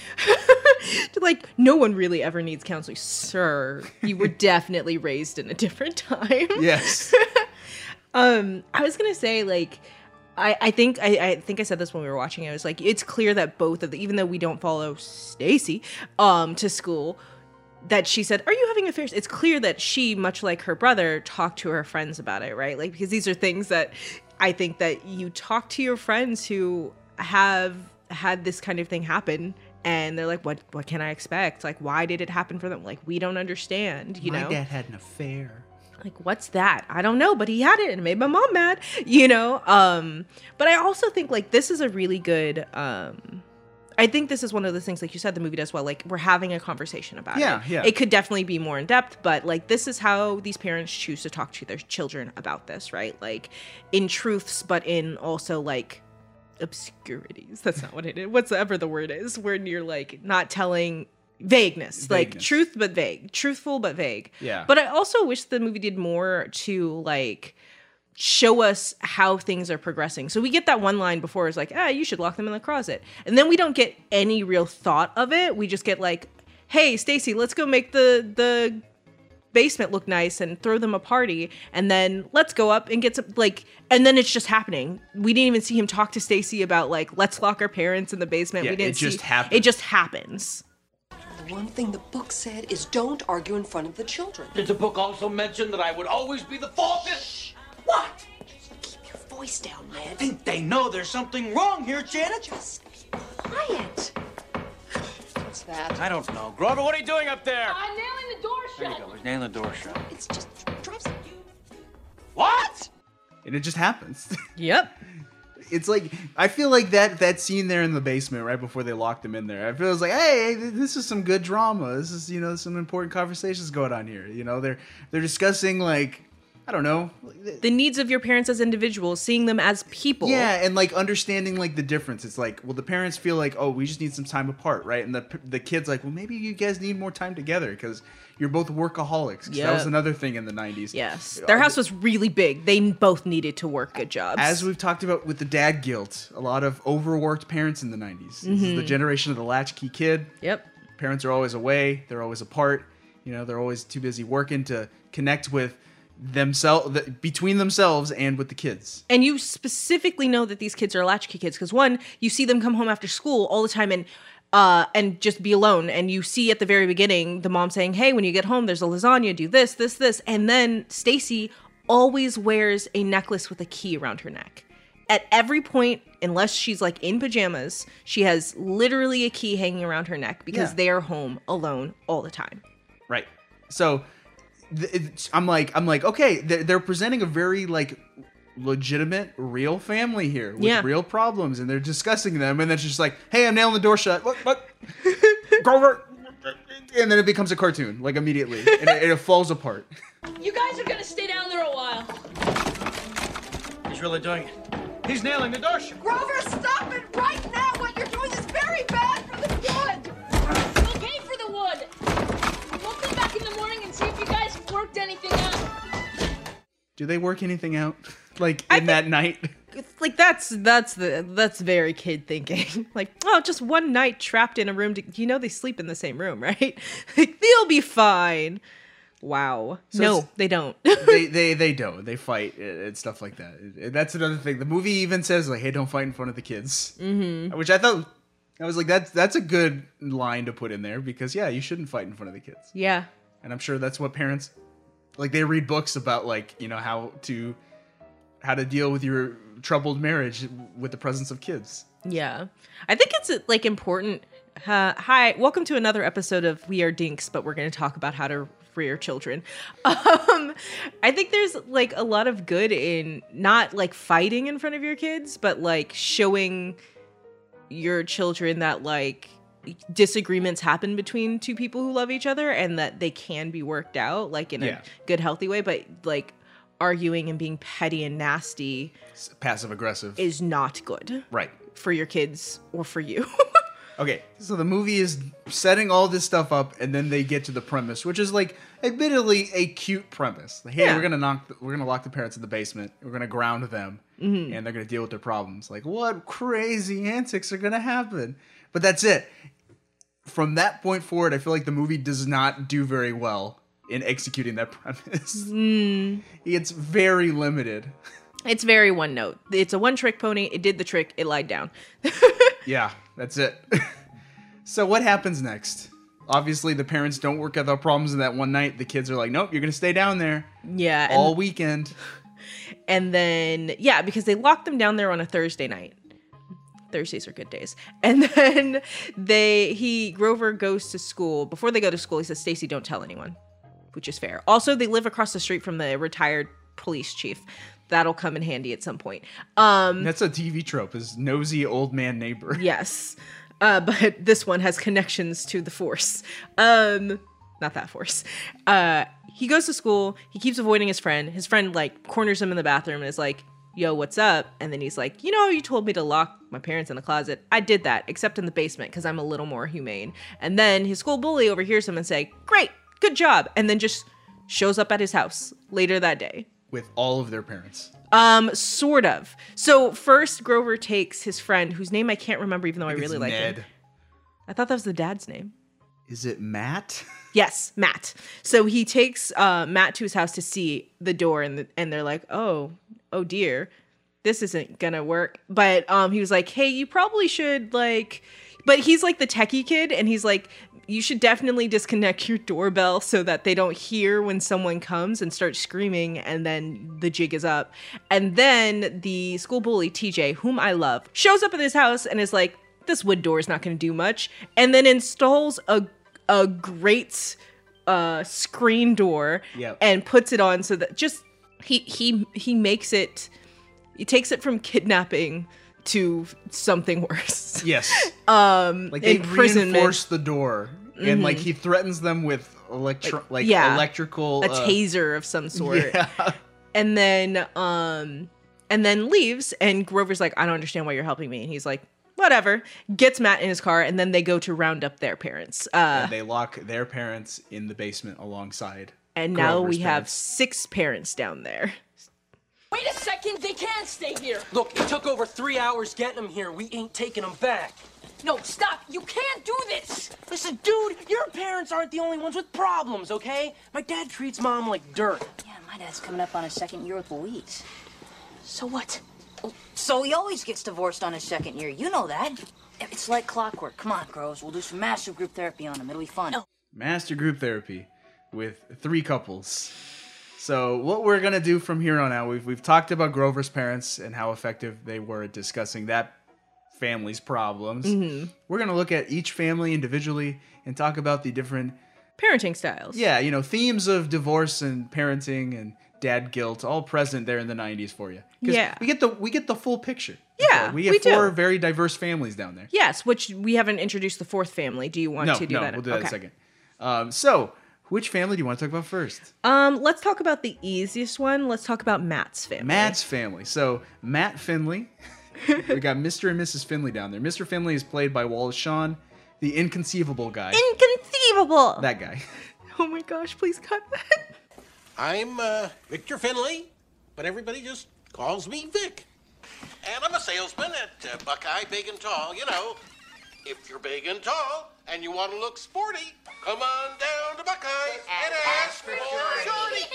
Speaker 2: like no one really ever needs counseling, sir. You were definitely raised in a different time.
Speaker 1: Yes.
Speaker 2: Um, I was gonna say like. I, I think I, I think I said this when we were watching it. I was like, it's clear that both of the, even though we don't follow Stacy um, to school, that she said, "Are you having affairs?" It's clear that she, much like her brother, talked to her friends about it, right? Like because these are things that I think that you talk to your friends who have had this kind of thing happen, and they're like, "What what can I expect? Like, why did it happen for them? Like, we don't understand, you know."
Speaker 1: had an affair.
Speaker 2: like what's that i don't know but he had it and it made my mom mad you know um but i also think like this is a really good um i think this is one of those things like you said the movie does well like we're having a conversation about
Speaker 1: Yeah,
Speaker 2: it
Speaker 1: yeah.
Speaker 2: it could definitely be more in depth but like this is how these parents choose to talk to their children about this right like in truths but in also like obscurities that's not what it is whatsoever the word is when you're like not telling vagueness, like
Speaker 1: Vagueness.
Speaker 2: truth but vague truthful but vague
Speaker 1: Yeah.
Speaker 2: but I also wish the movie did more to like show us how things are progressing. So we get that one line before it's like, ah, you should lock them in the closet. And then we don't get any real thought of it. We just get like, hey, Stacy, let's go make the the basement look nice and throw them a party and then let's go up and get some like and then it's just happening. We didn't even see him talk to Stacy about like let's lock our parents in the basement.
Speaker 1: Yeah,
Speaker 2: we didn't
Speaker 1: it just
Speaker 2: see-
Speaker 1: happened.
Speaker 2: It just happens.
Speaker 9: The one thing the book said is don't argue in front of the children.
Speaker 4: Did the book also mention that I would always be the fall? Shh. What?
Speaker 9: Keep your voice down,
Speaker 4: I
Speaker 9: Ned.
Speaker 4: think they know there's something wrong here, Janet.
Speaker 9: Just be quiet.
Speaker 7: What's that?
Speaker 10: I don't know. Grover, what are you doing up there?
Speaker 5: I'm nailing the door
Speaker 10: There you
Speaker 5: shut.
Speaker 10: go. We're nailing the door shut.
Speaker 9: It's just drops.
Speaker 4: What?
Speaker 1: And it just happens.
Speaker 2: Yep.
Speaker 1: it's like I feel like that that scene there in the basement right before they locked him in there. I feel it's like, hey, th- this is some good drama. This is you know some important conversations going on here. You know they're they're discussing like I don't know, like, th-
Speaker 2: The needs of your parents as individuals, seeing them as people.
Speaker 1: yeah, and like understanding like the difference. It's like well the parents feel like oh we just need some time apart, right? And the p- the kids like well maybe you guys need more time together because you're both workaholics. 'Cause That
Speaker 2: Yep.
Speaker 1: was another thing in the '90s.
Speaker 2: Yes. Their house was really big. They both needed to work good jobs.
Speaker 1: as we've talked about with the dad guilt, a lot of overworked parents in the 90s. This is the generation of the latchkey kid.
Speaker 2: Mm-hmm. Yep.
Speaker 1: Parents are always away, they're always apart. You know, they're always too busy working to connect with themselves between themselves and with the kids.
Speaker 2: And you specifically know that these kids are latchkey kids because one, you see them come home after school all the time and uh and just be alone. And you see at the very beginning the mom saying, Hey, when you get home, there's a lasagna, do this, this, this. And then Stacy always wears a necklace with a key around her neck. At every point, unless she's like in pajamas, she has literally a key hanging around her neck because
Speaker 1: Yeah.
Speaker 2: they are home alone all the time.
Speaker 1: Right. So th- it's- I'm like I'm like okay, they're, they're presenting a very like legitimate real family here with
Speaker 2: Yeah.
Speaker 1: real problems and they're discussing them and then she's just like, "Hey, I'm nailing the door shut." What what? Grover and then it becomes a cartoon like immediately and it, it falls apart.
Speaker 5: You guys are gonna stay down there a while.
Speaker 10: He's really doing it.
Speaker 4: He's nailing the door shut.
Speaker 3: Grover, stop it right now! What you're doing is very bad for the wood!
Speaker 5: We'll pay for the wood. We'll come back in the morning and see if you guys have worked anything out.
Speaker 1: Do they work anything out like in
Speaker 2: think-
Speaker 1: that night?
Speaker 2: it's like that's that's the that's very kid thinking. like, oh, just one night trapped in a room. To, you know they sleep in the same room, right? like they'll be fine. Wow. no,
Speaker 1: it's-
Speaker 2: they don't.
Speaker 1: they they they don't. They fight uh, and stuff like that. And that's another thing. The movie even says like, "Hey, don't fight in front of the kids," mm-hmm. which I thought I was like, "That's that's a good line to put in there because yeah, you shouldn't fight in front of the kids."
Speaker 2: yeah.
Speaker 1: And I'm sure that's what parents like. They read books about like you know how to how to deal with your troubled marriage with the presence of kids.
Speaker 2: Yeah. I think it's uh, like important Uh, hi, welcome to another episode of We Are Dinks, but we're going to talk about how to rear children. Um, I think there's like a lot of good in not like fighting in front of your kids, but like showing your children that like disagreements happen between two people who love each other and that they can be worked out like in
Speaker 1: Yeah.
Speaker 2: a good healthy way but like arguing and being petty and nasty
Speaker 1: Passive aggressive.
Speaker 2: is not good
Speaker 1: right.
Speaker 2: for your kids or for you
Speaker 1: Okay, so the movie is setting all this stuff up, and then they get to the premise, which is like, admittedly, a cute premise. Like, hey,
Speaker 2: Yeah.
Speaker 1: we're gonna knock, the, we're gonna lock the parents in the basement, we're gonna ground them,
Speaker 2: Mhm.
Speaker 1: and they're gonna deal with their problems. Like, what crazy antics are gonna happen? But that's it. From that point forward, I feel like the movie does not do very well in executing that premise. It's very limited.
Speaker 2: it's very one note it's a one trick pony it did the trick it lied down
Speaker 1: Yeah, that's it. so what happens next? Obviously, the parents don't work out the problems in that one night. The kids are like, "Nope, you're gonna stay down there
Speaker 2: yeah and-
Speaker 1: all weekend."
Speaker 2: and then yeah because they locked them down there on a thursday night thursdays are good days and then they he grover goes to school before they go to school he says stacy don't tell anyone which is fair also they live across the street from the retired police chief that'll come in handy at some point um
Speaker 1: That's a TV trope: is nosy old man neighbor.
Speaker 2: yes uh, but this one has connections to the force um not that force uh he goes to school he keeps avoiding his friend his friend like corners him in the bathroom and is like yo what's up and then he's like you know you told me to lock my parents in the closet i did that except in the basement because i'm a little more humane and then his school bully overhears him and say great good job and then just shows up at his house later that day
Speaker 1: With all of their parents.
Speaker 2: um, sort of. So first, Grover takes his friend, whose name I can't remember, even though I,
Speaker 1: think it's
Speaker 2: really like
Speaker 1: Ned.
Speaker 2: him. I thought that was the dad's name.
Speaker 1: Is it Matt?
Speaker 2: Yes, Matt. So he takes uh, Matt to his house to see the door, and the, and they're like, "Oh, oh dear, this isn't gonna work." But um, he was like, "Hey, you probably should like," but he's like the techie kid, and he's like, "You should definitely disconnect your doorbell so that they don't hear when someone comes and starts screaming, and then the jig is up." And then the school bully TJ, whom I love, shows up at his house and is like, "This wood door is not gonna do much," and then installs a a great uh screen door
Speaker 1: Yep.
Speaker 2: and puts it on so that just he he he makes it he takes it from kidnapping to something worse
Speaker 1: yes.
Speaker 2: um
Speaker 1: Like they
Speaker 2: imprisonment.
Speaker 1: reinforce the door, and like
Speaker 2: Mhm.
Speaker 1: he threatens them with electro, like,
Speaker 2: yeah.
Speaker 1: electrical,
Speaker 2: a
Speaker 1: uh,
Speaker 2: taser of some sort
Speaker 1: Yeah.
Speaker 2: and then um and then leaves and grover's like i don't understand why you're helping me and he's like whatever gets matt in his car and then they go to round up their parents uh
Speaker 1: and they lock their parents in the basement alongside.
Speaker 2: and now
Speaker 1: Grover's
Speaker 2: we have
Speaker 1: parents.
Speaker 2: six parents down there
Speaker 5: Wait a second, they can't stay here.
Speaker 4: Look, it took over three hours getting them here. We ain't taking them back.
Speaker 5: No, stop. You can't do this.
Speaker 4: Listen, dude, your parents aren't the only ones with problems, okay? My dad treats mom like dirt.
Speaker 8: Yeah, my dad's coming up on his second year with Louise.
Speaker 5: So what?
Speaker 8: So he always gets divorced on his second year. You know that. It's like clockwork. Come on, Groves. We'll do some massive group therapy on him. It'll be fun.
Speaker 1: master group therapy with three couples. So what we're gonna do from here on out, we've we've talked about Grover's parents and how effective they were at discussing that family's problems.
Speaker 2: Mhm.
Speaker 1: We're gonna look at each family individually and talk about the different
Speaker 2: parenting styles
Speaker 1: yeah, you know, themes of divorce and parenting and dad guilt all present there in the nineties for you. 'Cause
Speaker 2: Yeah.
Speaker 1: We get the we get the full picture.
Speaker 2: Yeah,
Speaker 1: We get
Speaker 2: we do.
Speaker 1: four very diverse families down there.
Speaker 2: Yes, which we haven't introduced the fourth family. Do you want
Speaker 1: no,
Speaker 2: to do
Speaker 1: no,
Speaker 2: that?
Speaker 1: we'll do that in a second. Um, so which family do you want to talk about first?
Speaker 2: Um, let's talk about the easiest one. Let's talk about Matt's family.
Speaker 1: Matt's family. So Matt Finley, we got Mr. and Mrs. Finley down there. Mr. Finley is played by Wallace Shawn, the inconceivable guy.
Speaker 2: Inconceivable.
Speaker 1: that guy.
Speaker 2: oh my gosh, please cut that.
Speaker 11: I'm uh, Victor Finley, but everybody just calls me Vic. And I'm a salesman at uh, Buckeye Big and Tall. You know, if you're big and tall and you want to look sporty, come on down to Buckeye and ask for Shorty.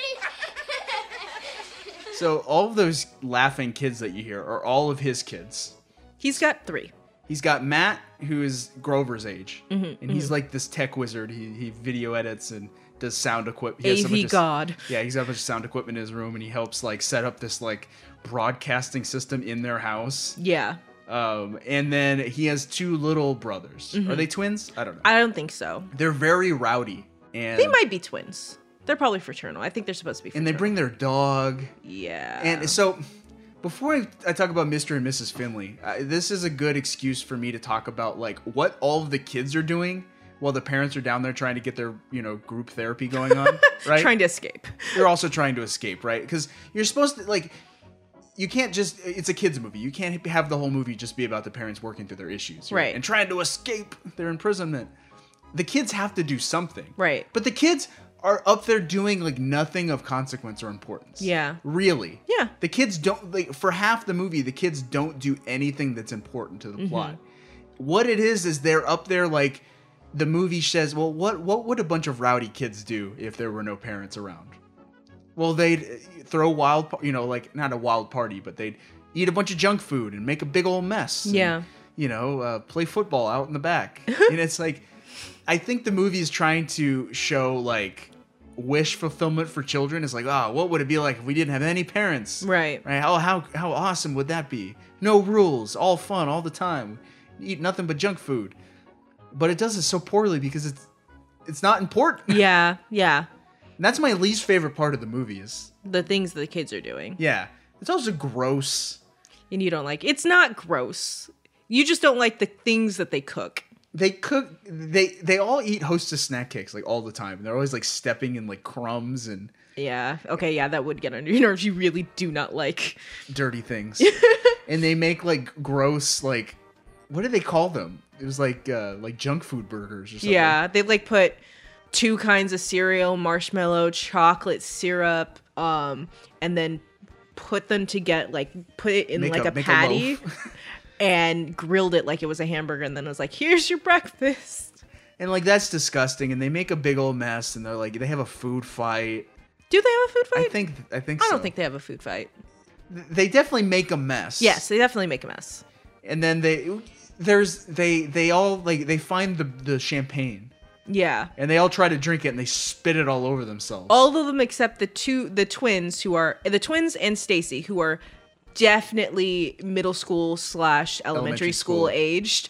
Speaker 1: So all of those laughing kids that you hear are all of his kids.
Speaker 2: He's got three.
Speaker 1: He's got Matt, who is Grover's age,
Speaker 2: Mhm,
Speaker 1: and he's
Speaker 2: mhm.
Speaker 1: like this tech wizard. He, he video edits and does sound equipment. He has so
Speaker 2: AV
Speaker 1: much of-
Speaker 2: God.
Speaker 1: Yeah, he's got a bunch of sound equipment in his room, and he helps like set up this like broadcasting system in their house.
Speaker 2: Yeah.
Speaker 1: Uh, Um, and then he has two little brothers.
Speaker 2: Mhm.
Speaker 1: Are they twins? I don't know.
Speaker 2: I don't think so.
Speaker 1: They're very rowdy, and
Speaker 2: They might be twins. They're probably fraternal. I think they're supposed to be
Speaker 1: and
Speaker 2: fraternal.
Speaker 1: they bring their dog.
Speaker 2: Yeah.
Speaker 1: And so, before I, I talk about Mr. and Mrs. Finley, I, this is a good excuse for me to talk about like what all of the kids are doing while the parents are down there trying to get their you know group therapy going on, right?
Speaker 2: Trying to escape.
Speaker 1: They're also trying to escape, right? Because you're supposed to like. You can't just, it's a kid's movie. You can't have the whole movie just be about the parents working through their issues.
Speaker 2: Right.
Speaker 1: And trying to escape their imprisonment. The kids have to do something.
Speaker 2: Right.
Speaker 1: But the kids are up there doing like nothing of consequence or importance.
Speaker 2: Yeah.
Speaker 1: Really?
Speaker 2: Yeah.
Speaker 1: The kids don't like for half the movie. The kids don't do anything that's important to the
Speaker 2: Mhm.
Speaker 1: plot. What it is is they're up there like the movie says. Well, what what would a bunch of rowdy kids do if there were no parents around? Well, they'd uh, throw wild, pa- you know, like not a wild party, but they'd eat a bunch of junk food and make a big old mess. and,
Speaker 2: Yeah.
Speaker 1: you know, uh, play football out in the back, and it's like, I think the movie is trying to show like wish fulfillment for children is like, ah, what would it be like if we didn't have any parents?
Speaker 2: Right.
Speaker 1: Right. Oh, how how awesome would that be? No rules, all fun, all the time. Eat nothing but junk food. But it does it so poorly because it's it's not important.
Speaker 2: Yeah. Yeah.
Speaker 1: that's my least favorite part of the movie is
Speaker 2: The things that the kids are doing.
Speaker 1: yeah. It's also gross.
Speaker 2: And you don't like it's not gross. You just don't like the things that they cook.
Speaker 1: They cook they they all eat hostess snack cakes like all the time. And they're always like stepping in like crumbs and
Speaker 2: Yeah. Okay, yeah, that would get under your nerves. You really do not like
Speaker 1: dirty things. and they make like gross like what do they call them? It was like uh like junk food burgers or something.
Speaker 2: Yeah, they like put two kinds of cereal, marshmallow, chocolate syrup, um, and then put them to get like put it in
Speaker 1: Make
Speaker 2: like
Speaker 1: a-
Speaker 2: a,
Speaker 1: make a
Speaker 2: patty and grilled it like it was a hamburger and then it was like, here's your breakfast.
Speaker 1: And like that's disgusting. And they make a big old mess. And they're like they have a food fight.
Speaker 2: Do they have a food fight?
Speaker 1: I think I think
Speaker 2: I don't
Speaker 1: so.
Speaker 2: think they have a food fight.
Speaker 1: they definitely make a mess.
Speaker 2: Yes, they definitely make a mess.
Speaker 1: And then they there's they they all like they find the the champagne
Speaker 2: Yeah.
Speaker 1: and they all try to drink it and they spit it all over themselves.
Speaker 2: all of them except the two the twins who are the twins and stacy who are definitely middle school slash elementary,
Speaker 1: Elementary
Speaker 2: school,
Speaker 1: school.
Speaker 2: aged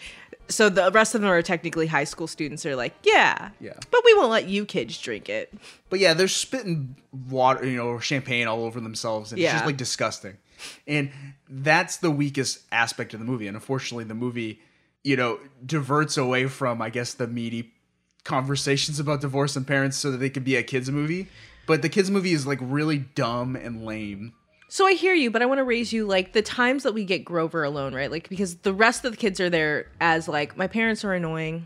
Speaker 2: so the rest of them are technically high school students they're like yeah
Speaker 1: Yeah.
Speaker 2: but we won't let you kids drink it
Speaker 1: But yeah, they're spitting water, you know, champagne all over themselves, and it's
Speaker 2: Yeah.
Speaker 1: just like disgusting. And that's the weakest aspect of the movie. And unfortunately, the movie, you know, diverts away from, I guess, the meaty conversations about divorce and parents so that they could be a kids' movie. But the kids' movie is like really dumb and lame.
Speaker 2: so i hear you but i want to raise you like the times that we get grover alone right like because the rest of the kids are there as like my parents are annoying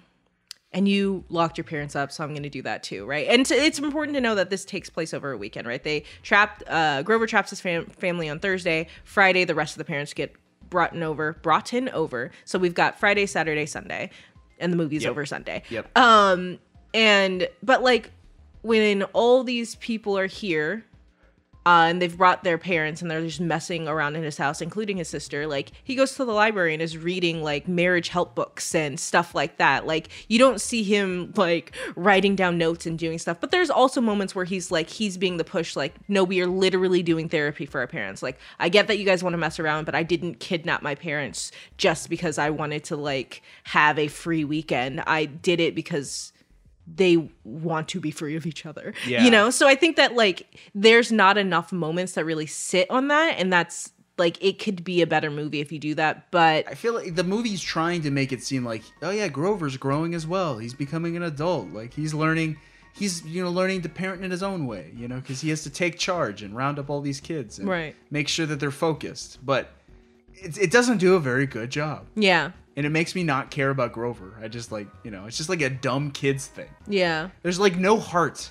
Speaker 2: and you locked your parents up so i'm going to do that too right and t- it's important to know that this takes place over a weekend right they trapped uh, grover traps his fam- family on thursday friday the rest of the parents get brought in over brought in over so we've got friday saturday sunday and the movie's
Speaker 1: Yep.
Speaker 2: over sunday
Speaker 1: Yep.
Speaker 2: um and but like when all these people are here uh, and they've brought their parents and they're just messing around in his house, including his sister. Like, he goes to the library and is reading like marriage help books and stuff like that. Like, you don't see him like writing down notes and doing stuff. But there's also moments where he's like, he's being the push, like, no, we are literally doing therapy for our parents. Like, I get that you guys want to mess around, but I didn't kidnap my parents just because I wanted to like have a free weekend. I did it because they want to be free of each other.
Speaker 12: Yeah.
Speaker 2: You know? So I think that like there's not enough moments that really sit on that and that's like it could be a better movie if you do that, but
Speaker 1: I feel like the movie's trying to make it seem like, oh yeah, Grover's growing as well. He's becoming an adult. Like he's learning, he's you know learning to parent in his own way. You know, because he has to take charge and round up all these kids and
Speaker 2: Right.
Speaker 1: make sure that they're focused. But it, it doesn't do a very good job,
Speaker 2: yeah.
Speaker 1: and it makes me not care about Grover. I just like you know, it's just like a dumb kids thing.
Speaker 2: Yeah.
Speaker 1: There's like no heart.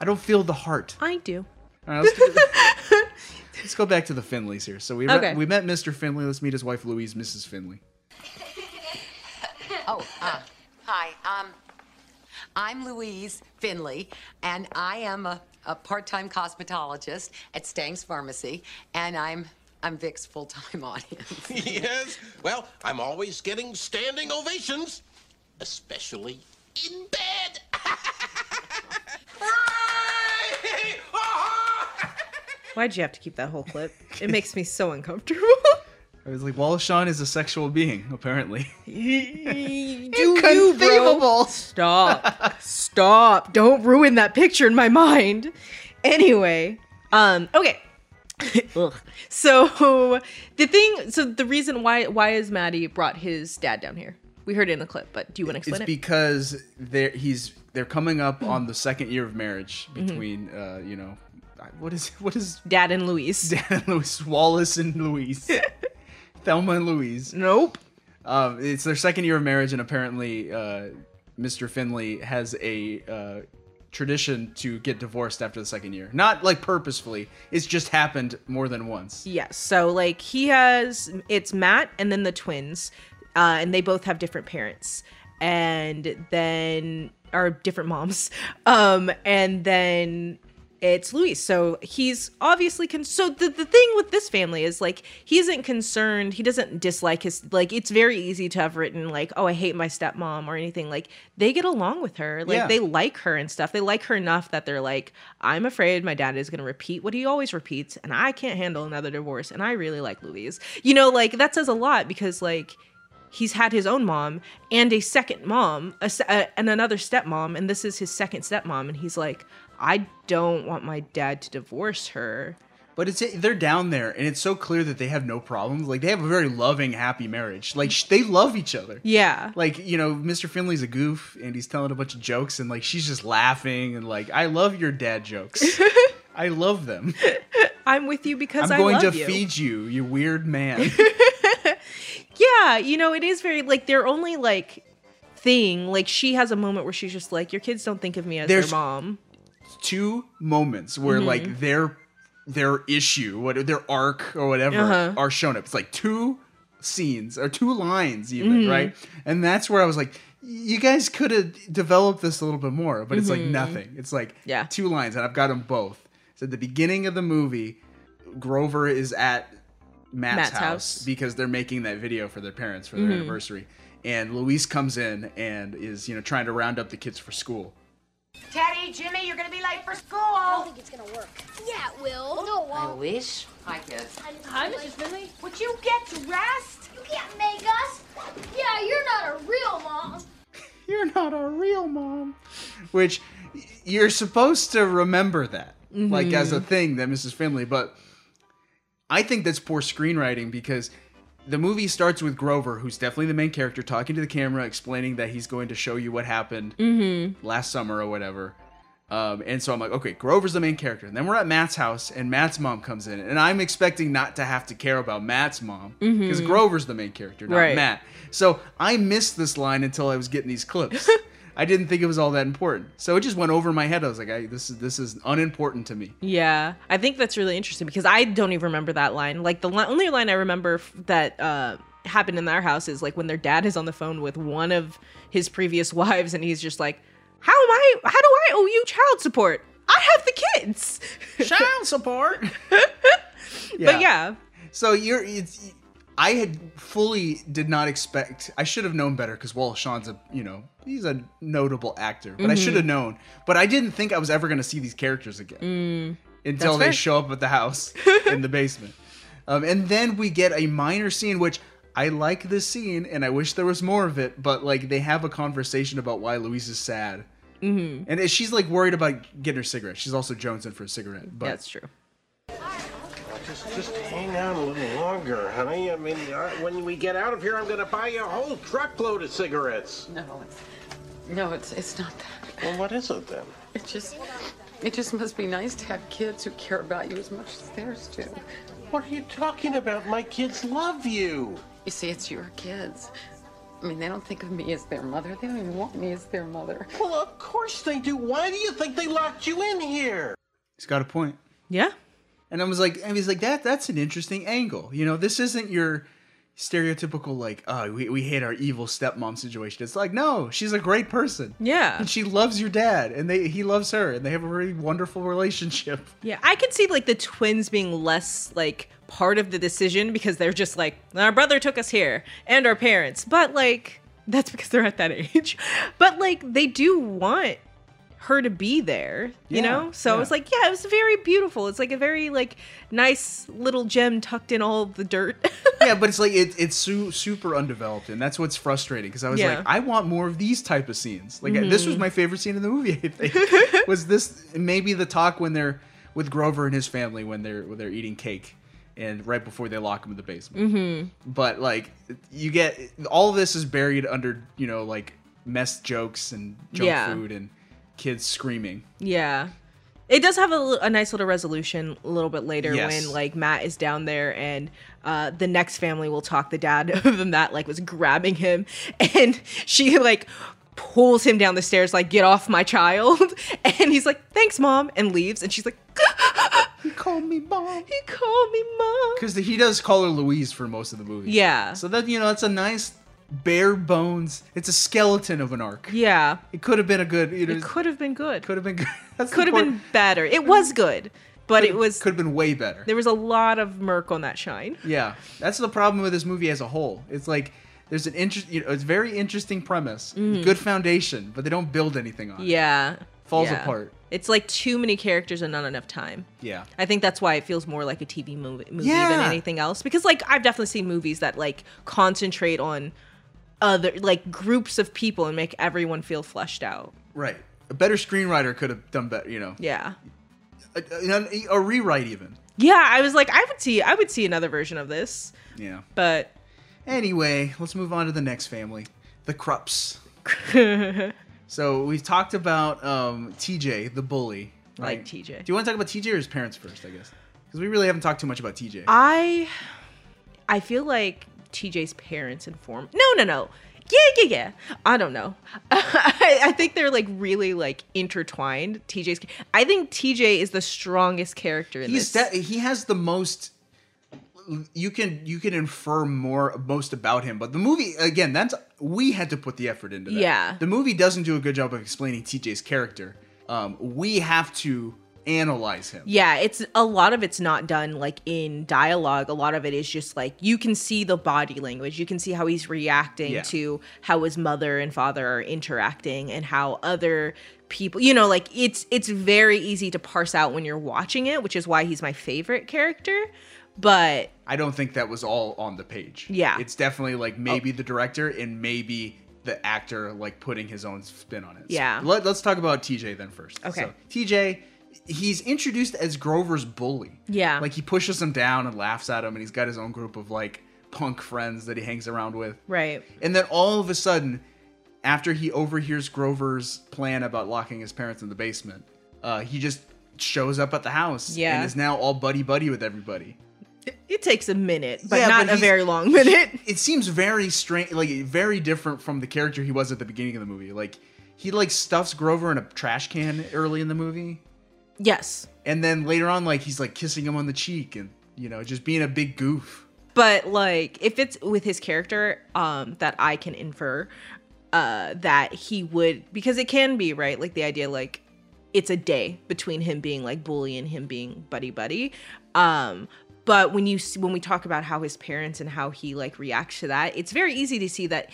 Speaker 1: I don't feel the heart.
Speaker 2: I do.
Speaker 1: All right, let's, go- let's go back to the Finleys here. So we
Speaker 8: Okay.
Speaker 1: met, we met Mr. Finley. Let's meet his wife Louise, Mrs. Finley.
Speaker 12: Oh, uh, hi. Um, I'm Louise Finley, and I am a, a part-time cosmetologist at Stang's Pharmacy, and I'm I'm Vic's full-time audience.
Speaker 11: yes. Well, I'm always getting standing ovations, especially in bed. Hooray!
Speaker 2: Why'd you have to keep that whole clip? It makes me so uncomfortable.
Speaker 1: I was like, Wallace Shawn is a sexual being, apparently.
Speaker 2: Inconceivable. Stop. Stop. Don't ruin that picture in my mind. Anyway, um, okay. Ugh. So the thing, so the reason why why is Maddie brought his dad down here? We heard it in the clip, but do you want to
Speaker 1: it's
Speaker 2: explain it?
Speaker 1: because they're he's they're coming up
Speaker 2: Mhm.
Speaker 1: on the second year of marriage
Speaker 2: Mhm.
Speaker 1: between uh, you know I- what is what is
Speaker 2: dad and Louise
Speaker 1: dad and Louise Wallace and Louise Thelma and Louise
Speaker 2: nope
Speaker 1: um, it's their second year of marriage and apparently uh, Mr Finley has a uh, tradition to get divorced after the second year not like purposefully it's just happened more than once
Speaker 2: Yes. So like he has it's Matt and then the twins, uh, and they both have different parents, and then or different moms, um, and then it's Luis. So he's obviously con- so the the thing with this family is like he isn't concerned. He doesn't dislike his like. It's very easy to have written like oh I hate my stepmom or anything like they get along with her like
Speaker 13: Yeah.
Speaker 2: they like her and stuff. They like her enough that they're like, I'm afraid my dad is going to repeat what he always repeats, and I can't handle another divorce. And I really like Louise. You know, like that says a lot because, like, he's had his own mom and a second mom a, se- uh, and another stepmom, and this is his second stepmom. And he's like, I don't want my dad to divorce her.
Speaker 1: But it's they're down there, and it's so clear that they have no problems. Like they have a very loving, happy marriage. Like sh- they love each other.
Speaker 2: Yeah.
Speaker 1: Like you know, Mr. Finley's a goof, and he's telling a bunch of jokes, and like she's just laughing, and like I love your dad jokes. I love them.
Speaker 2: I'm with you because
Speaker 1: I'm
Speaker 2: I
Speaker 1: going
Speaker 2: love
Speaker 1: to
Speaker 2: you.
Speaker 1: feed you, you weird man.
Speaker 2: Yeah, you know, it is very like their only like thing. Like she has a moment where she's just like, your kids don't think of me as
Speaker 1: There's-
Speaker 2: their mom.
Speaker 1: Two moments where
Speaker 2: Mhm.
Speaker 1: like their their issue, what their arc or whatever,
Speaker 2: Uh-huh.
Speaker 1: are shown up. It's like two scenes or two lines even,
Speaker 2: Mhm.
Speaker 1: right? And that's where I was like, you guys could have developed this a little bit more, but it's like
Speaker 2: Mhm.
Speaker 1: nothing. It's like
Speaker 2: Yeah.
Speaker 1: two lines, and I've got them both. So at the beginning of the movie, Grover is at Matt's,
Speaker 2: Matt's
Speaker 1: house,
Speaker 2: house.
Speaker 1: because they're making that video for their parents for their
Speaker 2: Mhm.
Speaker 1: anniversary. And Luis comes in and is, you know, trying to round up the kids for school.
Speaker 3: Teddy, Jimmy, you're gonna be late for school. I don't think it's gonna work. Yeah, it will. No, it won't.
Speaker 8: Luis?
Speaker 3: Hi, kids.
Speaker 5: Hi, Mrs. Finley.
Speaker 3: Would you get to rest? You can't make us.
Speaker 5: Yeah, you're not a real mom.
Speaker 1: You're not a real mom. Which y- you're supposed to remember that, like as a
Speaker 2: Mhm.
Speaker 1: thing that Mrs. Finley, but I think that's poor screenwriting because the movie starts with Grover, who's definitely the main character, talking to the camera, explaining that he's going to show you what happened
Speaker 2: Mm-hmm.
Speaker 1: last summer or whatever. Um, and so I'm like, okay, Grover's the main character. And then we're at Matt's house, and Matt's mom comes in, and I'm expecting not to have to care about Matt's mom
Speaker 2: Mhm.
Speaker 1: because Grover's the main character, not
Speaker 2: Right.
Speaker 1: Matt. So I missed this line until I was getting these clips. I didn't think it was all that important, so it just went over my head. I was like, I, this is this is unimportant to me.
Speaker 2: Yeah, I think that's really interesting because I don't even remember that line. Like the li- only line I remember f- that uh, happened in our house is like when their dad is on the phone with one of his previous wives, and he's just like, "How am I? How do I owe you child support? I have the kids."
Speaker 1: Child support.
Speaker 2: But yeah,
Speaker 1: So you're it's I had fully did not expect I should have known better because Wallace Shawn's a you know, he's a notable actor, but I
Speaker 2: Mhm.
Speaker 1: should have known. But I didn't think I was ever gonna see these characters again
Speaker 2: Mm,
Speaker 1: until
Speaker 2: that's
Speaker 1: they
Speaker 2: fair.
Speaker 1: show up at the house in the basement. Um, and then we get a minor scene, which I like this scene and I wish there was more of it, but like they have a conversation about why Louise is sad.
Speaker 2: Mhm.
Speaker 1: And it- she's like worried about getting her cigarette. She's also jonesing for a cigarette. But
Speaker 2: That's true.
Speaker 11: Just, just hang on a little longer, honey. I mean, uh, when we get out of here, I'm going to buy you a whole truckload of cigarettes.
Speaker 13: No, it's, no, it's it's not that.
Speaker 11: Well, what is it then?
Speaker 13: It just it just must be nice to have kids who care about you as much as theirs do.
Speaker 11: What are you talking about? My kids love you.
Speaker 13: You see, it's your kids. I mean, they don't think of me as their mother. They don't even want me as their mother.
Speaker 11: Well, of course they do. Why do you think they locked you in here?
Speaker 1: He's got a point.
Speaker 2: Yeah.
Speaker 1: And I was like, and he's like, that that's an interesting angle. You know, this isn't your stereotypical like, oh, we, we hate our evil stepmom situation. It's like, no, she's a great person.
Speaker 2: Yeah.
Speaker 1: And she loves your dad and they he loves her and they have a really wonderful relationship.
Speaker 2: Yeah, I could see like the twins being less like part of the decision because they're just like our brother took us here and our parents, but like that's because they're at that age. But like they do want her to be there, you
Speaker 14: Yeah,
Speaker 2: know? So
Speaker 14: yeah.
Speaker 2: it's like, yeah, it was very beautiful. It's like a very like nice little gem tucked in all the dirt.
Speaker 1: yeah, but it's like it, it's su- super undeveloped, and that's what's frustrating. Because I was
Speaker 2: Yeah.
Speaker 1: like, I want more of these type of scenes. Like I- this was
Speaker 2: Mhm.
Speaker 1: my favorite scene in the movie. I think was this maybe the talk when they're with Grover and his family when they're when they're eating cake, and right before they lock him in the basement.
Speaker 2: mm-hmm.
Speaker 1: But like you get all of this is buried under you know like mess jokes and junk
Speaker 2: Yeah.
Speaker 1: food and kids screaming.
Speaker 2: Yeah. It does have a, li- a nice little resolution a little bit later
Speaker 1: Yes.
Speaker 2: when like Matt is down there and uh, the next family will talk. The dad of Matt like was grabbing him and she like pulls him down the stairs like get off my child and he's like thanks mom and leaves and she's like
Speaker 1: he called me mom
Speaker 2: he called me mom
Speaker 1: Because he does call her Louise for most of the movie.
Speaker 2: Yeah.
Speaker 1: So that you know, it's a nice bare bones. It's a skeleton of an arc.
Speaker 2: yeah
Speaker 1: It could have been a good. You know,
Speaker 2: it could have been good could
Speaker 1: have been good
Speaker 2: could have been better it was good but it was
Speaker 1: could have been way better.
Speaker 2: there was a lot of murk on that shine
Speaker 1: Yeah, that's the problem with this movie as a whole. It's like there's an interest. You know, it's very interesting premise,
Speaker 2: Mm.
Speaker 1: good foundation, but they don't build anything on it.
Speaker 2: yeah
Speaker 1: Falls
Speaker 2: yeah.
Speaker 1: apart.
Speaker 2: it's like too many characters and not enough time
Speaker 1: Yeah.
Speaker 2: I think that's why it feels more like a TV movie, movie than
Speaker 1: Yeah.
Speaker 2: anything else. Because like I've definitely seen movies that like concentrate on other like groups of people and make everyone feel fleshed out.
Speaker 1: Right. A better screenwriter could have done better. You know.
Speaker 2: Yeah.
Speaker 1: A, a- a rewrite even.
Speaker 2: Yeah, I was like, I would see I would see another version of this.
Speaker 1: Yeah.
Speaker 2: But
Speaker 1: Anyway, let's move on to the next family, the Krups. so we've talked about um, TJ, the bully.
Speaker 2: Like
Speaker 1: right?
Speaker 2: TJ.
Speaker 1: Do you want to talk about TJ or his parents first? I guess because we really haven't talked too much about TJ.
Speaker 2: Ah, I I feel like TJ's parents inform No, no, no. Yeah, yeah, yeah. I don't know. I, I think they're like really like intertwined. TJ's I think TJ is the strongest character in
Speaker 1: He's
Speaker 2: this.
Speaker 1: de- he has the most. You can you can infer more most about him, but the movie again that's we had to put the effort into that.
Speaker 2: Yeah.
Speaker 1: the movie doesn't do a good job of explaining TJ's character. Um, we have to analyze him.
Speaker 2: Yeah, it's a lot of it's not done like in dialogue. A lot of it is just like you can see the body language. You can see how he's reacting
Speaker 14: Yeah.
Speaker 2: to how his mother and father are interacting and how other people, you know, like it's it's very easy to parse out when you're watching it, which is why he's my favorite character. But
Speaker 1: I don't think that was all on the page.
Speaker 2: Yeah. Oh.
Speaker 1: It's definitely like maybe the director and maybe the actor like putting his own spin on it. So
Speaker 2: Yeah.
Speaker 1: let, us talk about TJ then first.
Speaker 2: Okay.
Speaker 1: So, TJ, he's introduced as Grover's bully.
Speaker 2: yeah.
Speaker 1: Like he pushes him down and laughs at him and he's got his own group of like punk friends that he hangs around with.
Speaker 2: right.
Speaker 1: And then all of a sudden, after he overhears Grover's plan about locking his parents in the basement, uh, he just shows up at the house
Speaker 2: Yeah.
Speaker 1: and is now all buddy buddy with everybody
Speaker 2: It takes a minute, but
Speaker 1: Yeah,
Speaker 2: not a
Speaker 1: he's-
Speaker 2: very long minute.
Speaker 1: It seems very strange, like very different from the character he was at the beginning of the movie. Like he like stuffs Grover in a trash can early in the movie,
Speaker 2: Yes.
Speaker 1: and then later on, like he's like kissing him on the cheek and you know just being a big goof.
Speaker 2: but like if it's with his character um that i can infer uh that he would because it can be right like the idea like it's a day between him being like bully and him being buddy buddy um but when you s- when we talk about how his parents and how he like reacts to that it's very easy to see that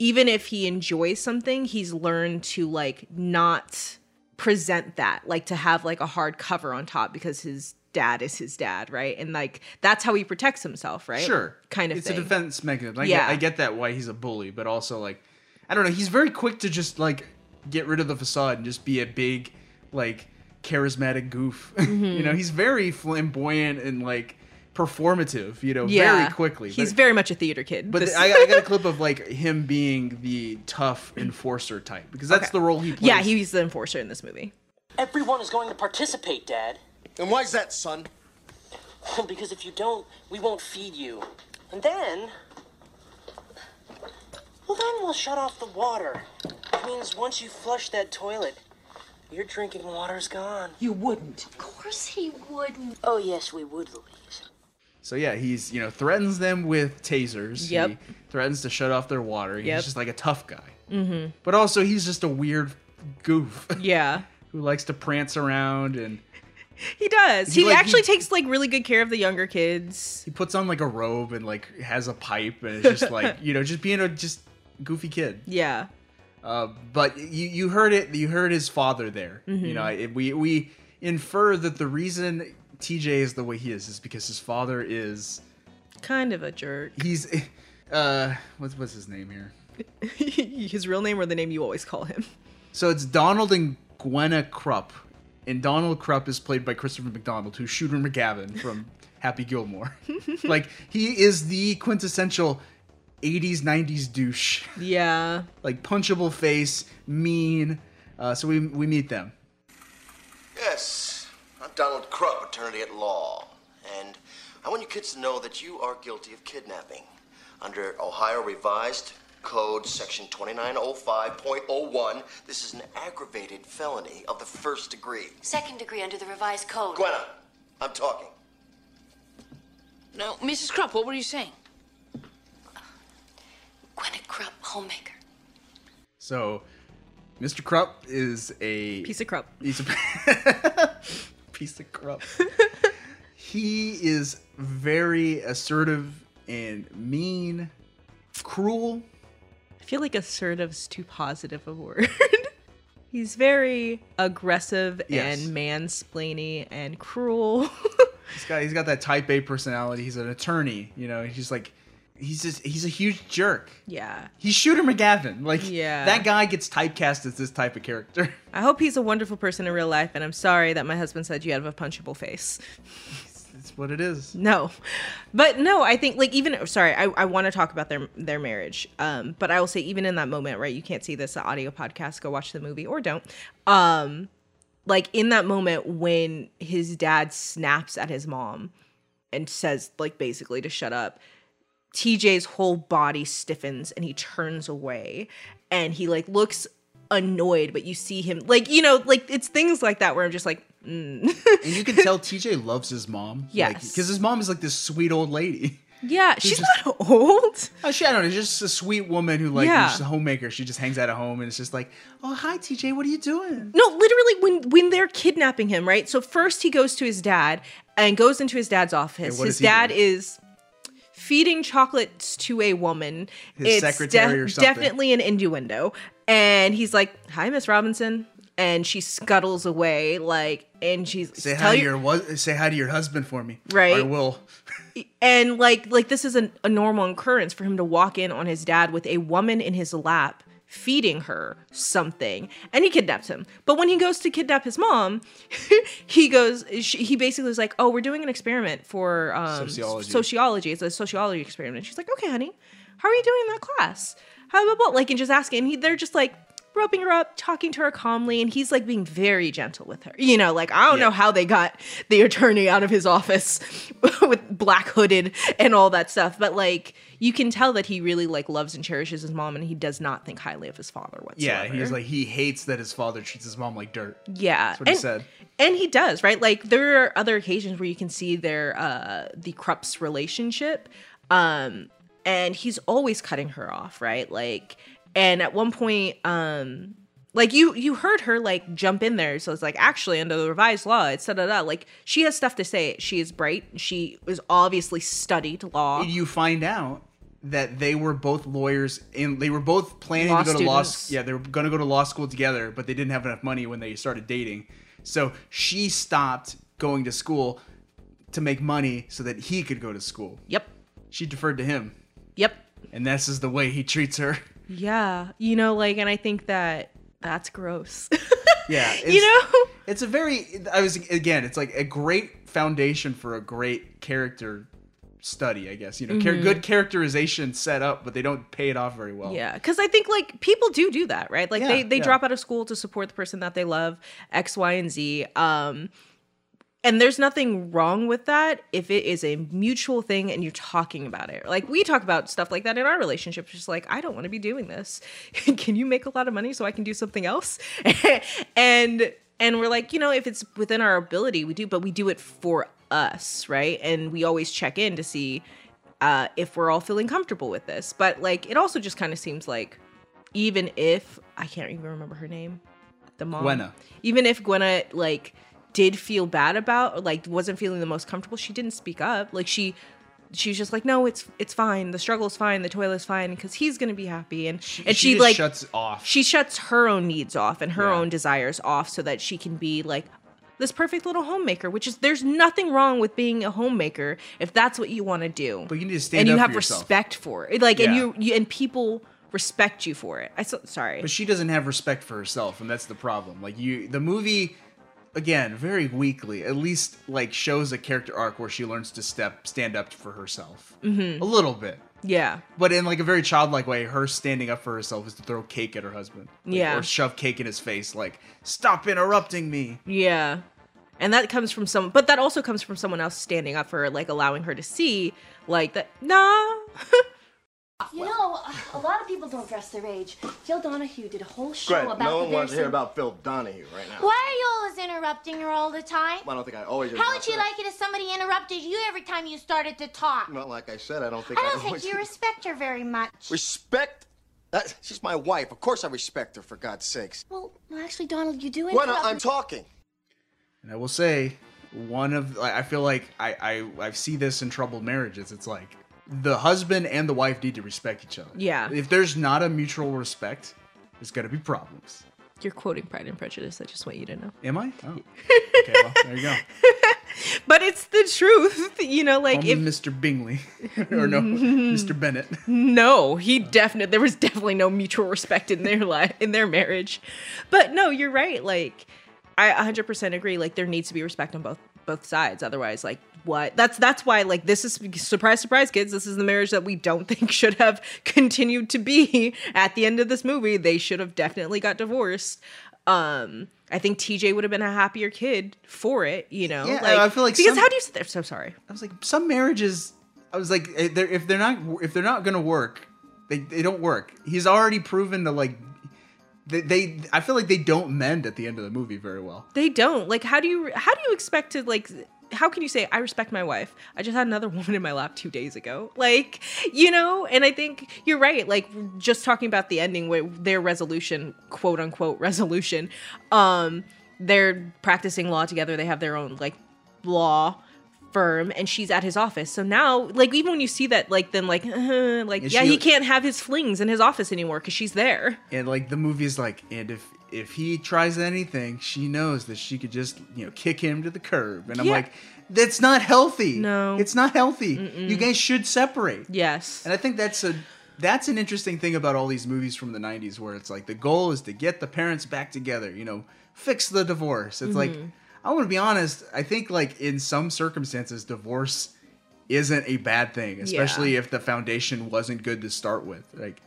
Speaker 2: even if he enjoys something he's learned to like not present that like to have like a hard cover on top because his dad is his dad right and like that's how he protects himself right
Speaker 1: Sure,
Speaker 2: kind of
Speaker 1: it's
Speaker 2: thing
Speaker 1: a defense mechanism. I,
Speaker 2: Yeah.
Speaker 1: get, I get that why he's a bully, but also like I don't know, he's very quick to just like get rid of the facade and just be a big like charismatic goof. you
Speaker 2: Mhm.
Speaker 1: know, he's very flamboyant and like performative. You know,
Speaker 2: yeah
Speaker 1: very quickly.
Speaker 2: he's
Speaker 1: But-
Speaker 2: very much a theater kid
Speaker 1: But
Speaker 2: This-
Speaker 1: I, I got a clip of like him being the tough enforcer type because that's the role he plays.
Speaker 2: yeah he's the enforcer in this movie
Speaker 4: Everyone is going to participate, Dad.
Speaker 15: And why's that, son?
Speaker 4: because if you don't, we won't feed you. And then. Well, then we'll shut off the water. It means once you flush that toilet, your drinking water's gone. You wouldn't. Of course he wouldn't. Oh, yes, we would, Louise.
Speaker 1: So yeah, he's you know threatens them with tasers. He
Speaker 2: Yep.
Speaker 1: threatens to shut off their water. He's
Speaker 2: Yep.
Speaker 1: just like a tough guy,
Speaker 2: mm-hmm
Speaker 1: but also he's just a weird goof
Speaker 2: yeah
Speaker 1: who likes to prance around and
Speaker 2: he does he,
Speaker 1: He, like,
Speaker 2: actually
Speaker 1: he-
Speaker 2: takes like really good care of the younger kids
Speaker 1: he puts on like a robe and like has a pipe and it's just like you know just being a just goofy kid.
Speaker 2: yeah
Speaker 1: Uh, but you, you heard it. You heard his father there. You
Speaker 14: Mhm.
Speaker 1: know, it, we we infer that the reason TJ is the way he is is because his father is
Speaker 2: kind of a jerk.
Speaker 1: He's uh, what's what's his name here?
Speaker 2: His real name or the name you always call him?
Speaker 1: So it's Donald and Gwenna Krupp, and Donald Krupp is played by Christopher McDonald, who's Shooter McGavin from Happy Gilmore. like he is the quintessential 80s 90s douche
Speaker 2: yeah
Speaker 1: like punchable face mean uh, so we we meet them
Speaker 15: Yes, I'm Donald Krupp, attorney at law. And I want you kids to know that you are guilty of kidnapping under Ohio Revised Code Section 2905.01. This is an aggravated felony of the first degree.
Speaker 3: Second degree under the revised code.
Speaker 15: Gwenna, I'm talking.
Speaker 7: No, Mrs. Krupp, what were you saying?
Speaker 3: Gwenna Krupp, homemaker.
Speaker 1: so mr krupp is a
Speaker 2: Piece of Krupp.
Speaker 1: He's a piece of Krupp. he is very assertive and mean cruel
Speaker 2: I feel like assertive is too positive a word. He's very aggressive
Speaker 1: Yes.
Speaker 2: and mansplaining and cruel.
Speaker 1: He's got he's got that type A personality. He's an attorney, you know. He's like he's just he's a huge jerk.
Speaker 2: yeah.
Speaker 1: He's Shooter McGavin. Like
Speaker 2: Yeah.
Speaker 1: that guy gets typecast as this type of character.
Speaker 2: I hope he's a wonderful person in real life, and I'm sorry that my husband said you have a punchable face.
Speaker 1: That's what it is.
Speaker 2: No, but no, I think like even sorry, I, I want to talk about their their marriage. Um, but I will say even in that moment, right? You can't see this the audio podcast. Go watch the movie or don't. Um, like in that moment when his dad snaps at his mom and says like basically to shut up. TJ's whole body stiffens and he turns away and he like looks annoyed, but you see him like you know like it's things like that where I'm just like. Mm.
Speaker 1: And you can tell TJ loves his mom.
Speaker 2: Yes.
Speaker 1: Because his mom is like this sweet old lady.
Speaker 2: Yeah, she's not old.
Speaker 1: Oh, she, I don't know. Just a sweet woman who like
Speaker 2: Yeah.
Speaker 1: she's a homemaker. She just hangs out at home and it's just like, oh hi TJ, what are you doing?
Speaker 2: No, literally when when they're kidnapping him, right? So first he goes to his dad and goes into his dad's office.
Speaker 1: And what
Speaker 2: His
Speaker 1: is he
Speaker 2: dad is feeding chocolates to a woman.
Speaker 1: His secretary or something.
Speaker 2: Definitely an innuendo. And he's like, "Hi, Miss Robinson," and she scuttles away. Like, and she's
Speaker 1: Say
Speaker 2: "Tell
Speaker 1: hi to
Speaker 2: your-
Speaker 1: your wa- say hi to your husband for me.
Speaker 2: Right.
Speaker 1: I will.
Speaker 2: and like like this is an, a normal occurrence for him to walk in on his dad with a woman in his lap feeding her something and he kidnaps him but when he goes to kidnap his mom he goes she, he basically was like oh we're doing an experiment for um,
Speaker 1: Sociology.
Speaker 2: sociology it's a sociology experiment and she's like okay honey how are you doing in that class how about what like and just asking and he, they're just like roping her up talking to her calmly and he's like being very gentle with her you know like i don't know how they got the attorney out of his office with black hooded and all that stuff but like you can tell that he really like loves and cherishes his mom and he does not think highly of his father whatsoever
Speaker 1: Yeah, he's like he hates that his father treats his mom like dirt.
Speaker 2: yeah
Speaker 1: That's what
Speaker 2: and,
Speaker 1: he said.
Speaker 2: and he does right like there are other occasions where you can see their uh the Krupp's relationship um and he's always cutting her off right like and at one point um like you you heard her like jump in there so it's like actually under the revised law it's da da da like she has stuff to say she is bright she was obviously studied law
Speaker 1: you find out that they were both lawyers and they were both planning
Speaker 2: Law
Speaker 1: to go to law
Speaker 2: students.
Speaker 1: school. Yeah, they were going to go to law school together, but they didn't have enough money when they started dating. So she stopped going to school to make money so that he could go to school.
Speaker 2: Yep.
Speaker 1: She deferred to him.
Speaker 2: Yep.
Speaker 1: And this is the way he treats her.
Speaker 2: yeah you know like and i think that that's gross
Speaker 1: Yeah.
Speaker 2: You know?
Speaker 1: It's a very I was again, it's like a great foundation for a great character study, I guess. You know, char-
Speaker 2: Mhm.
Speaker 1: good characterization set up, but they don't pay it off very well.
Speaker 2: Yeah, because I think like people do do that, right? Like
Speaker 1: Yeah,
Speaker 2: they they
Speaker 1: yeah.
Speaker 2: drop out of school to support the person that they love, X, Y, and Z. Um, and there's nothing wrong with that if it is a mutual thing and you're talking about it. Like we talk about stuff like that in our relationship, just like I don't want to be doing this. can you make a lot of money so I can do something else? and and we're like, you know, if it's within our ability, we do, but we do it for us, right? And we always check in to see uh, if we're all feeling comfortable with this. But like, it also just kind of seems like even if I can't even remember her name, the mom,
Speaker 1: Gwenna.
Speaker 2: even if Gwenna like did feel bad about or like wasn't feeling the most comfortable, she didn't speak up. Like she she's just like, no, it's it's fine. The struggle's fine. The toilet's fine because he's gonna be happy. And and she,
Speaker 1: just
Speaker 2: like
Speaker 1: shuts off.
Speaker 2: she shuts her own needs off and her own desires off so that she can be like this perfect little homemaker. Which is there's nothing wrong with being a homemaker if that's what you want to do. But
Speaker 1: you need to stand
Speaker 2: and you
Speaker 1: up for
Speaker 2: have
Speaker 1: yourself.
Speaker 2: respect for it. Like and
Speaker 1: Yeah.
Speaker 2: you, you and people respect you for it. I so, sorry.
Speaker 1: But she doesn't have respect for herself, and that's the problem. Like you, the movie, again, very weakly, at least like shows a character arc where she learns to step, stand up for herself
Speaker 2: Mhm.
Speaker 1: a little bit,
Speaker 2: yeah.
Speaker 1: but in like a very childlike way. Her standing up for herself is to throw cake at her husband, like,
Speaker 2: Yeah.
Speaker 1: or shove cake in his face, like stop interrupting me.
Speaker 2: Yeah. And that comes from some but that also comes from someone else standing up for her, like allowing her to see like that nah.
Speaker 3: You know, uh, a lot of people don't dress their age. Phil Donahue did a whole show
Speaker 14: Great.
Speaker 3: about
Speaker 14: No
Speaker 3: the
Speaker 14: one wants to hear
Speaker 3: Bears.
Speaker 14: about Phil Donahue right now.
Speaker 3: Why are you always interrupting her all the time?
Speaker 14: I don't think I always.
Speaker 3: How would you
Speaker 14: interrupt
Speaker 3: like it if somebody interrupted you every time you started to talk?
Speaker 14: her. Well, like I said, I don't
Speaker 3: I
Speaker 14: think I,
Speaker 3: don't think
Speaker 14: always-
Speaker 3: you respect her very much.
Speaker 14: respect. That, she's my wife. Of course, I respect her. For God's sakes.
Speaker 3: Well, actually, Donald, you do
Speaker 14: When
Speaker 3: interrupt
Speaker 14: I'm
Speaker 3: me.
Speaker 14: talking.
Speaker 1: And I will say, one of like, I feel like I I I see this in troubled marriages. It's like the husband and the wife need to respect each other.
Speaker 2: Yeah.
Speaker 1: If there's not a mutual respect, there's gonna be problems.
Speaker 2: You're quoting Pride and Prejudice, I just want you to know.
Speaker 1: Am I? Oh. Okay, well, there you go.
Speaker 2: But it's the truth, you know, like
Speaker 1: Call
Speaker 2: if
Speaker 1: me Mr. Bingley. or no, Mr. Bennett.
Speaker 2: No, he definitely there was definitely no mutual respect in their life in their marriage. But no, you're right. Like I 100% agree like there needs to be respect on both both sides otherwise like what that's that's why like this is surprise surprise kids this is the marriage that we don't think should have continued to be at the end of this movie they should have definitely got divorced um i think tj would have been a happier kid for it you know
Speaker 1: Yeah, I feel like
Speaker 2: because
Speaker 1: some-
Speaker 2: how do you sit there so sorry
Speaker 1: I was like, some marriages. I was like, eh, they're, if they're not if they're not gonna work, they they don't work. He's already proven to like. They, they I feel like they don't mend at the end of the movie very well.
Speaker 2: They don't. Like how do you how do you expect to like how can you say I respect my wife? I just had another woman in my lap 2 days ago. Like, you know, and I think you're right. Like just talking about the ending where their resolution, quote unquote resolution, um they're practicing law together. They have their own like law firm and she's at his office. So now like even when you see that like then like like
Speaker 1: And
Speaker 2: yeah,
Speaker 1: she-
Speaker 2: he can't have his flings in his office anymore cuz she's there.
Speaker 1: And like the movie is like, and if if he tries anything, she knows that she could just you know kick him to the curb. And I'm
Speaker 2: Yeah.
Speaker 1: like, that's not healthy. No, it's not healthy. You guys should separate.
Speaker 2: Yes.
Speaker 1: And I think that's a that's an interesting thing about all these movies from the 90s where it's like the goal is to get the parents back together, you know, fix the divorce. It's like
Speaker 2: Mm-hmm.
Speaker 16: Mhm.
Speaker 1: I want to be honest, I think like in some circumstances divorce isn't a bad thing, especially
Speaker 2: Yeah.
Speaker 1: if the foundation wasn't good to start with. Like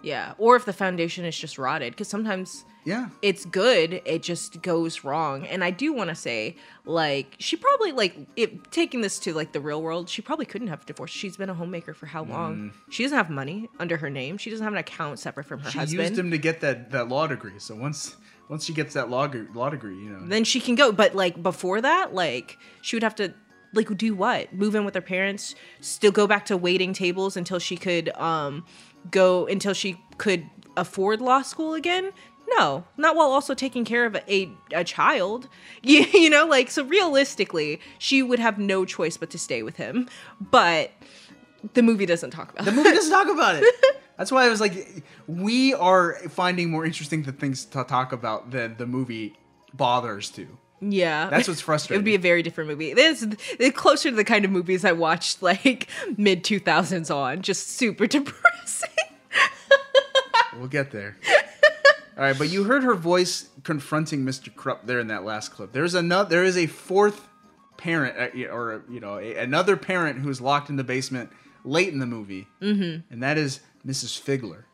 Speaker 2: Yeah, or if the foundation is just rotted, because sometimes
Speaker 1: yeah,
Speaker 2: it's good, it just goes wrong. And I do want to say, like, she probably like it, taking this to like the real world, she probably couldn't have divorced. She's been a homemaker for how long?
Speaker 1: Mm.
Speaker 2: She doesn't have money under her name. She doesn't have an account separate from her
Speaker 1: she
Speaker 2: husband.
Speaker 1: used him to get that that law degree. So once once she gets that law gr- law degree, you know,
Speaker 2: then she can go. But like before that, like she would have to like do what? Move in with her parents, still go back to waiting tables until she could um go until she could afford law school again? No, not while also taking care of a a, a child. You, you know, like so realistically, she would have no choice but to stay with him. But the movie doesn't talk about
Speaker 1: The movie doesn't talk about it. That's why I was like, we are finding more interesting the things to talk about than the movie bothers to.
Speaker 2: Yeah.
Speaker 1: That's what's
Speaker 2: It would
Speaker 1: frustrating.
Speaker 2: be a very different movie. This it's closer to the kind of movies I watched like mid 2000s on, just super depressing.
Speaker 1: we'll get there. All right, but you heard her voice confronting Mr. Krupp there in that last clip. There's another. There is a fourth parent, uh, or you know, a, another parent who's locked in the basement late in the movie,
Speaker 2: Mhm.
Speaker 1: and that is Mrs. Figler.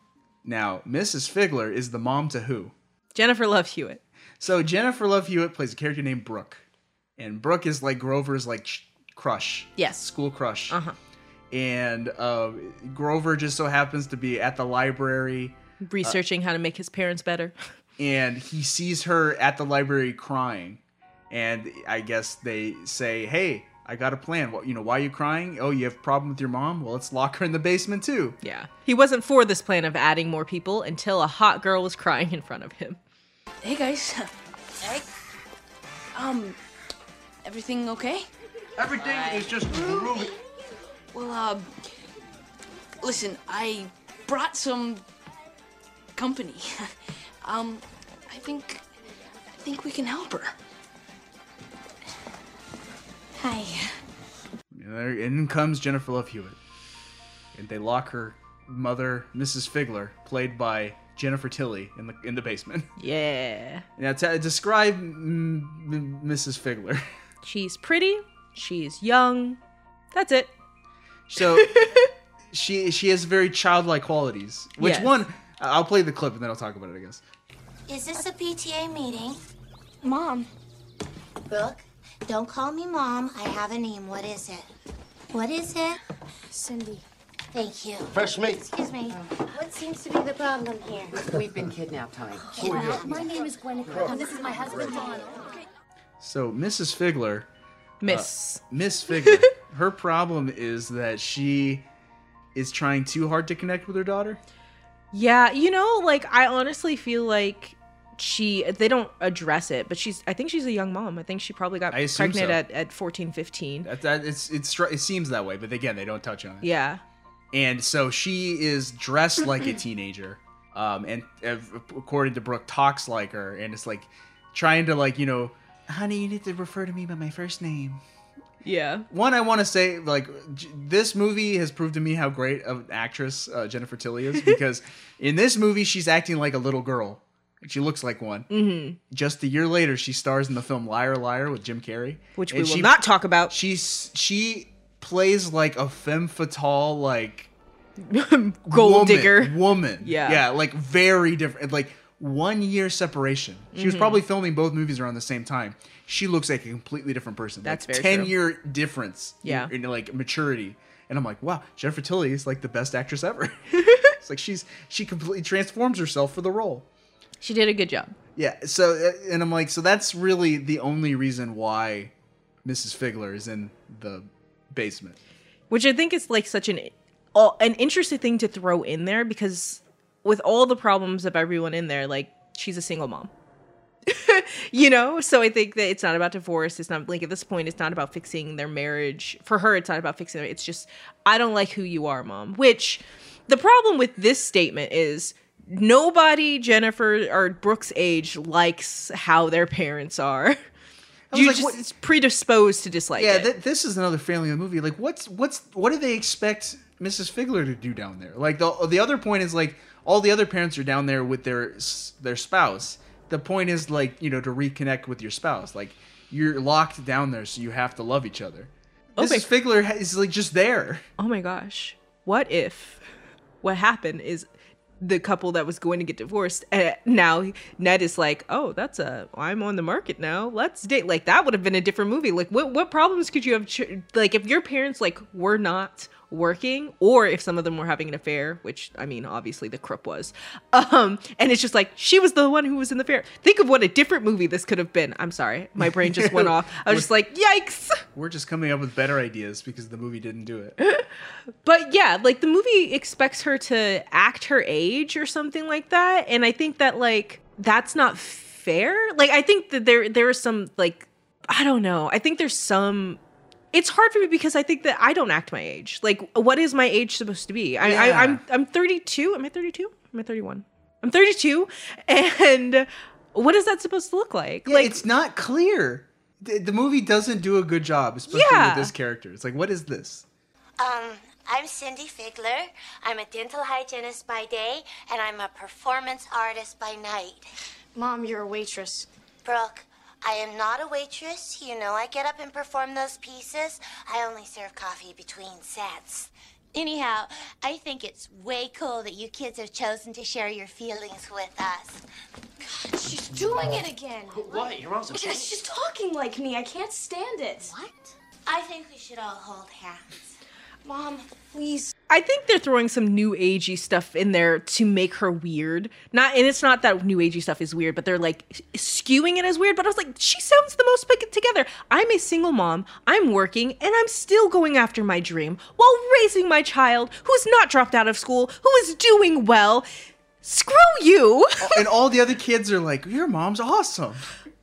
Speaker 1: Now, Mrs. Figler is the mom to who?
Speaker 2: Jennifer Love Hewitt.
Speaker 1: So Jennifer Love Hewitt plays a character named Brooke, and Brooke is like Grover's like sh- crush.
Speaker 2: Yes.
Speaker 1: School crush.
Speaker 2: Uh-huh.
Speaker 1: And uh, Grover just so happens to be at the library uh,
Speaker 2: Researching how to make his parents better.
Speaker 1: and he sees her at the library crying and i guess they say hey i got a plan what you know why are you crying oh you have a problem with your mom well let's lock her in the basement too
Speaker 2: yeah He wasn't for this plan of adding more people until a hot girl was crying in front of him.
Speaker 7: Hey guys. Hey. Um, everything okay?
Speaker 11: Everything is just groovy.
Speaker 7: Well, uh, listen, I brought some company. um, I think, I think we can help her. Hi.
Speaker 1: There- In comes Jennifer Love Hewitt. And they lock her mother, Mrs. Figler, played by Jennifer Tilly, in the in the basement.
Speaker 2: Yeah.
Speaker 1: Now, t- describe mm, m- Mrs. Figler.
Speaker 2: She's pretty. She's young. That's it.
Speaker 1: So she she has very childlike qualities. Which
Speaker 2: Yes.
Speaker 1: one? I'll play the clip and then I'll talk about it. I guess.
Speaker 16: Is this a PTA meeting? Mom. Brooke, don't call me mom. I have a name. What is it? What is it? Cindy. Thank you.
Speaker 17: Fresh meat.
Speaker 16: Excuse me. What seems to be the problem here?
Speaker 17: We've been kidnapped, honey.
Speaker 16: my name is Gwen, and this is my husband, Don.
Speaker 1: So Mrs. Figler,
Speaker 2: Miss
Speaker 1: uh, Miss Figler, her problem is that she is trying too hard to connect with her daughter.
Speaker 2: Yeah, you know, like I honestly feel like she they don't address it, but she's I think she's a young mom. I think she probably got
Speaker 1: I
Speaker 2: pregnant
Speaker 1: assume so.
Speaker 2: at at 14, 15.
Speaker 1: That, that it's it's str- it seems that way, but again, they don't touch on it.
Speaker 2: Yeah.
Speaker 1: and so she is dressed like a teenager um and uh, according to brooke talks like her and it's like trying to like you know Honey, you need to refer to me by my first name.
Speaker 2: Yeah.
Speaker 1: one i want to say like j- this movie has proved to me how great of an actress uh, jennifer tilly is because in this movie she's acting like a little girl she looks like one
Speaker 2: Mhm.
Speaker 1: just a year later she stars in the film liar liar with jim carrey
Speaker 2: Which we will not talk about
Speaker 1: she's she plays like a femme fatale like
Speaker 2: Gold
Speaker 1: woman-
Speaker 2: digger.
Speaker 1: woman
Speaker 2: Yeah.
Speaker 1: yeah like very different like one year separation she was
Speaker 2: Mhm.
Speaker 1: probably filming both movies around the same time she looks like a completely different person
Speaker 2: That's
Speaker 1: like
Speaker 2: very
Speaker 1: 10
Speaker 2: true.
Speaker 1: year difference in-
Speaker 2: Yeah.
Speaker 1: in, like maturity and i'm like wow jennifer tilly is like the best actress ever it's like she's she completely transforms herself for the role
Speaker 2: She did a good job.
Speaker 1: yeah. So, uh, and I'm like, so that's really the only reason why Mrs. Figler is in the basement.
Speaker 2: which I think is like such an uh, an interesting thing to throw in there because with all the problems of everyone in there, like she's a single mom. you know, so I think that it's not about divorce. It's not like at this point, it's not about fixing their marriage. For her, it's not about fixing it. It's just I don't like who you are, mom. Which the problem with this statement is nobody Jennifer or Brooke's age likes how their parents are.
Speaker 1: was
Speaker 2: You
Speaker 1: like,
Speaker 2: just
Speaker 1: what-
Speaker 2: it's predisposed to dislike
Speaker 1: yeah.
Speaker 2: it.
Speaker 1: Th- this is another failing of the movie. Like, what's what's what do they expect Mrs. Figler to do down there? Like the the other point is like all the other parents are down there with their s- their spouse. The point is like you know to reconnect with your spouse. Like you're locked down there, so you have to love each other. Mrs. Figler ha- is like just there.
Speaker 2: Oh my gosh. What if what happened is the couple that was going to get divorced and now Ned is like, "Oh, that's a I'm on the market now. Let's date." Like that would have been a different movie. Like what what problems could you have ch- like if your parents like were not working or if some of them were having an affair, which I mean, obviously the crook was. Um and it's just like she was the one who was in the affair. Think of what a different movie this could have been. I'm sorry. My brain just went off. I was just like, "Yikes."
Speaker 1: We're just coming up with better ideas because the movie didn't do it.
Speaker 2: But yeah, like the movie expects her to act her age or something like that, and I think that like that's not fair. Like I think that there there is some like I don't know. I think there's some it's hard for me because I think that I don't act my age. Like what is my age supposed to be? I,
Speaker 1: Yeah.
Speaker 2: I I'm I'm 32. Am I 32? Am I 31? I'm 32 and what is that supposed to look like?
Speaker 1: like it's not clear. The, the movie doesn't do a good job, especially
Speaker 16: Yeah.
Speaker 1: with this character. It's like, what is this?
Speaker 16: Um, I'm Cindy Figler. I'm a dental hygienist by day, and I'm a performance artist by night. Mom, you're a waitress. Brooke, I am not a waitress. You know I get up and perform those pieces. I only serve coffee between sets. Anyhow, I think it's way cool that you kids have chosen to share your feelings with us. God, she's
Speaker 3: doing it again.
Speaker 16: What? You're
Speaker 3: Because she's talking like me. I can't stand it. What?
Speaker 16: I think we should all hold hands. Mom, please.
Speaker 2: I think they're throwing some new agey stuff in there to make her weird. Not and it's not that new agey stuff is weird, but they're like skewing it as weird. But I was like, she sounds the most put together. I'm a single mom. I'm working, and I'm still going after my dream while raising my child who's not dropped out of school, who is doing well. Screw you.
Speaker 1: and all the other kids are like, your mom's awesome.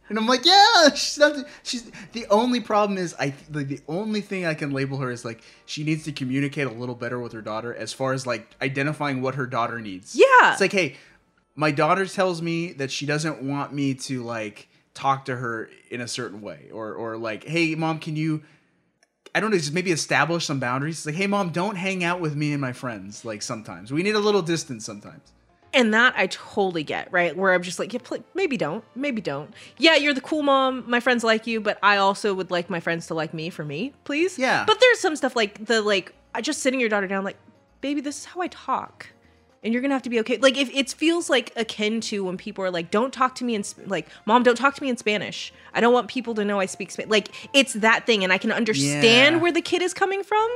Speaker 1: And I'm like, yeah, she's not. She's the only problem is I like the only thing I can label her is like she needs to communicate a little better with her daughter as far as like identifying what her daughter needs.
Speaker 2: Yeah.
Speaker 1: it's like, hey, my daughter tells me that she doesn't want me to like talk to her in a certain way, or or like, hey, mom, can you? I don't know, just maybe establish some boundaries. It's like, hey, mom, don't hang out with me and my friends. Like sometimes we need a little distance. Sometimes.
Speaker 2: And that I totally get, right? Where I'm just like, yeah, pl- maybe don't, maybe don't. Yeah, you're the cool mom. My friends like you, but I also would like my friends to like me for me, please.
Speaker 1: Yeah.
Speaker 2: But there's some stuff like the like I just sitting your daughter down, like, baby, this is how I talk, and you're gonna have to be okay. Like, if it feels like akin to when people are like, don't talk to me in Sp- like, mom, don't talk to me in Spanish. I don't want people to know I speak Spanish. Like, it's that thing, and I can understand
Speaker 1: Yeah.
Speaker 2: where the kid is coming from,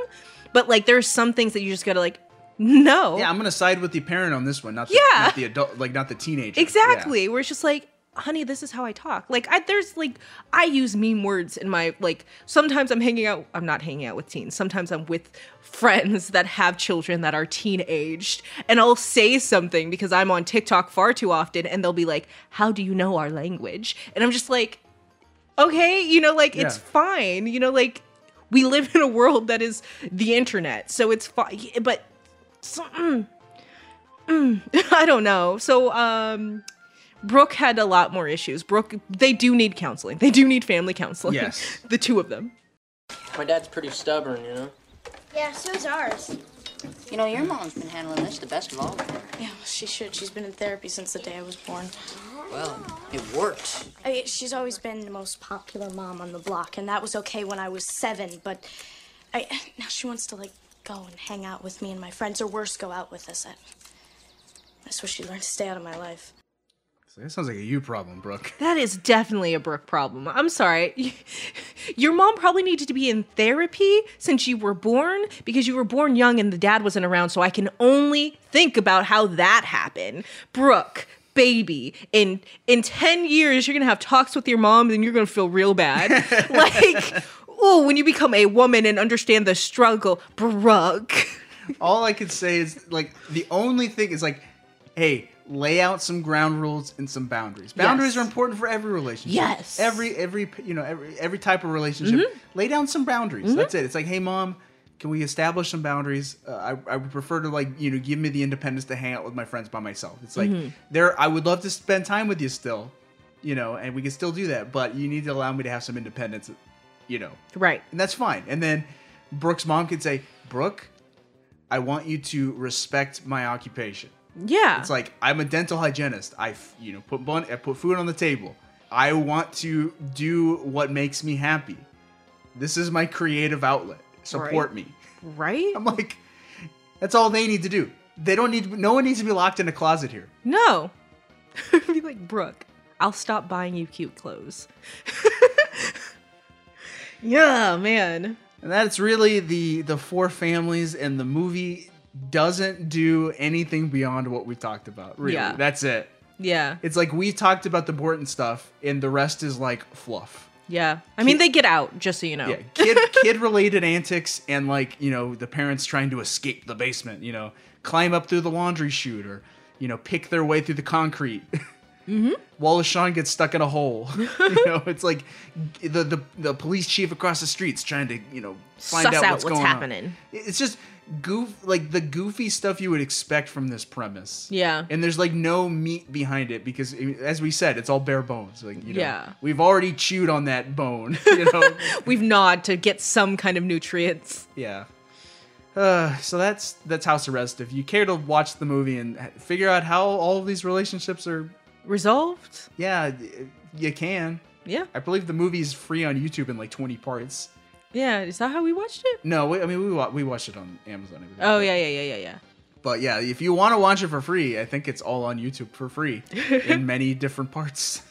Speaker 2: but like, there's some things that you just gotta like, no.
Speaker 1: Yeah, I'm gonna side with the parent on this one, not the,
Speaker 2: Oh. Yeah.
Speaker 1: not the adult, like not the teenager.
Speaker 2: Exactly. Where it's just like, honey, this is how I talk. Like, I, there's like, I use meme words in my, like, sometimes I'm hanging out, I'm not hanging out with teens. Sometimes I'm with friends that have children that are teenaged. And I'll say something because I'm on TikTok far too often. And they'll be like, how do you know our language? And I'm just like, okay, you know, like, it's
Speaker 17: Yeah.
Speaker 2: fine. You know, like, we live in a world that is the internet. So it's fine. But, so, mm, Mm, I don't know. So, um, Brooke had a lot more issues. Brooke, they do need counseling. They do need family counseling.
Speaker 18: Yes.
Speaker 2: the two of them.
Speaker 18: My dad's pretty stubborn, you know?
Speaker 7: Yeah, so's ours.
Speaker 8: You know, your mom's been handling this the best of all.
Speaker 18: Yeah,
Speaker 7: she should. She's been in therapy since the day I was born.
Speaker 8: Well, it worked.
Speaker 18: I mean, she's always been the most popular mom on the block, and that was okay when I was seven, but I now she wants to like go and hang out with me and my friends, or worse, go out with us. I, that's where she learned to stay out of my life.
Speaker 1: So that sounds like a you problem, Brooke.
Speaker 2: That is definitely a Brooke problem. I'm sorry. Your mom probably needed to be in therapy since you were born because you were born young and the dad wasn't around. So I can only think about how that happened. Brooke, baby, in in 10 years, you're going to have talks with your mom and you're going to feel real bad. like, oh, when you become a woman and understand the struggle, Brooke.
Speaker 1: All I could say is like the only thing is like, hey, lay out some ground rules and some boundaries. Boundaries
Speaker 2: Yes.
Speaker 1: are important for every relationship.
Speaker 2: Yes. Mm-hmm.
Speaker 1: Every every you know every every type of relationship. Lay down some boundaries. That's it. It's like, hey, mom. Can we establish some boundaries? Uh, I, I would prefer to like you know give me the independence to hang out with my friends by myself. It's like
Speaker 2: Mhm.
Speaker 1: there I would love to spend time with you still, you know, and we can still do that, but you need to allow me to have some independence, you know.
Speaker 2: Right.
Speaker 1: And that's fine. And then Brooke's mom could say, "Brooke, I want you to respect my occupation.
Speaker 2: Yeah.
Speaker 1: It's like I'm a dental hygienist. I, f- you know, put bun- I put food on the table. I want to do what makes me happy. This is my creative outlet. Support
Speaker 2: Right.
Speaker 1: me.
Speaker 2: Right?
Speaker 1: I'm like that's all they need to do. They don't need no one needs to be locked in a closet here.
Speaker 2: No. Be like, Brooke, I'll stop buying you cute clothes. yeah, man.
Speaker 1: And that's really the the four families and the movie doesn't do anything beyond what we talked about. Really.
Speaker 2: Yeah.
Speaker 1: That's it.
Speaker 2: Yeah.
Speaker 1: It's like we talked about the Borton stuff and the rest is like fluff.
Speaker 2: Yeah. I mean, they get out, just so you know.
Speaker 1: Yeah, kid kid related antics and like you know the parents trying to escape the basement. You know, climb up through the laundry chute or you know pick their way through the concrete. Mm-hmm. Wallace Shawn gets stuck in a hole. you know, it's like the, the the police chief across the street's trying to you know find
Speaker 2: Suss
Speaker 1: out
Speaker 2: out
Speaker 1: what's,
Speaker 2: what's
Speaker 1: going on.
Speaker 2: happening.
Speaker 1: It's just goof like the goofy stuff you would expect from this premise.
Speaker 2: Yeah.
Speaker 1: And there's like no meat behind it because, as we said, it's all bare bones. Like, you know,
Speaker 2: Yeah.
Speaker 1: we've already chewed on that bone. You know,
Speaker 2: We've gnawed to get some kind of nutrients.
Speaker 1: Yeah. Uh, so that's that's House Arrest. If you care to watch the movie and h- figure out how all of these relationships are
Speaker 2: resolved,
Speaker 1: yeah, y- you can.
Speaker 2: Yeah.
Speaker 1: I believe the movie's free on YouTube in like 20 parts.
Speaker 2: Yeah. Is that how we watched it?
Speaker 1: No, we, I mean we wa- we watched it on Amazon. and everything.
Speaker 2: Oh, yeah, yeah, yeah, yeah, yeah.
Speaker 1: But yeah, if you want to watch it for free, I think it's all on YouTube for free in many different parts.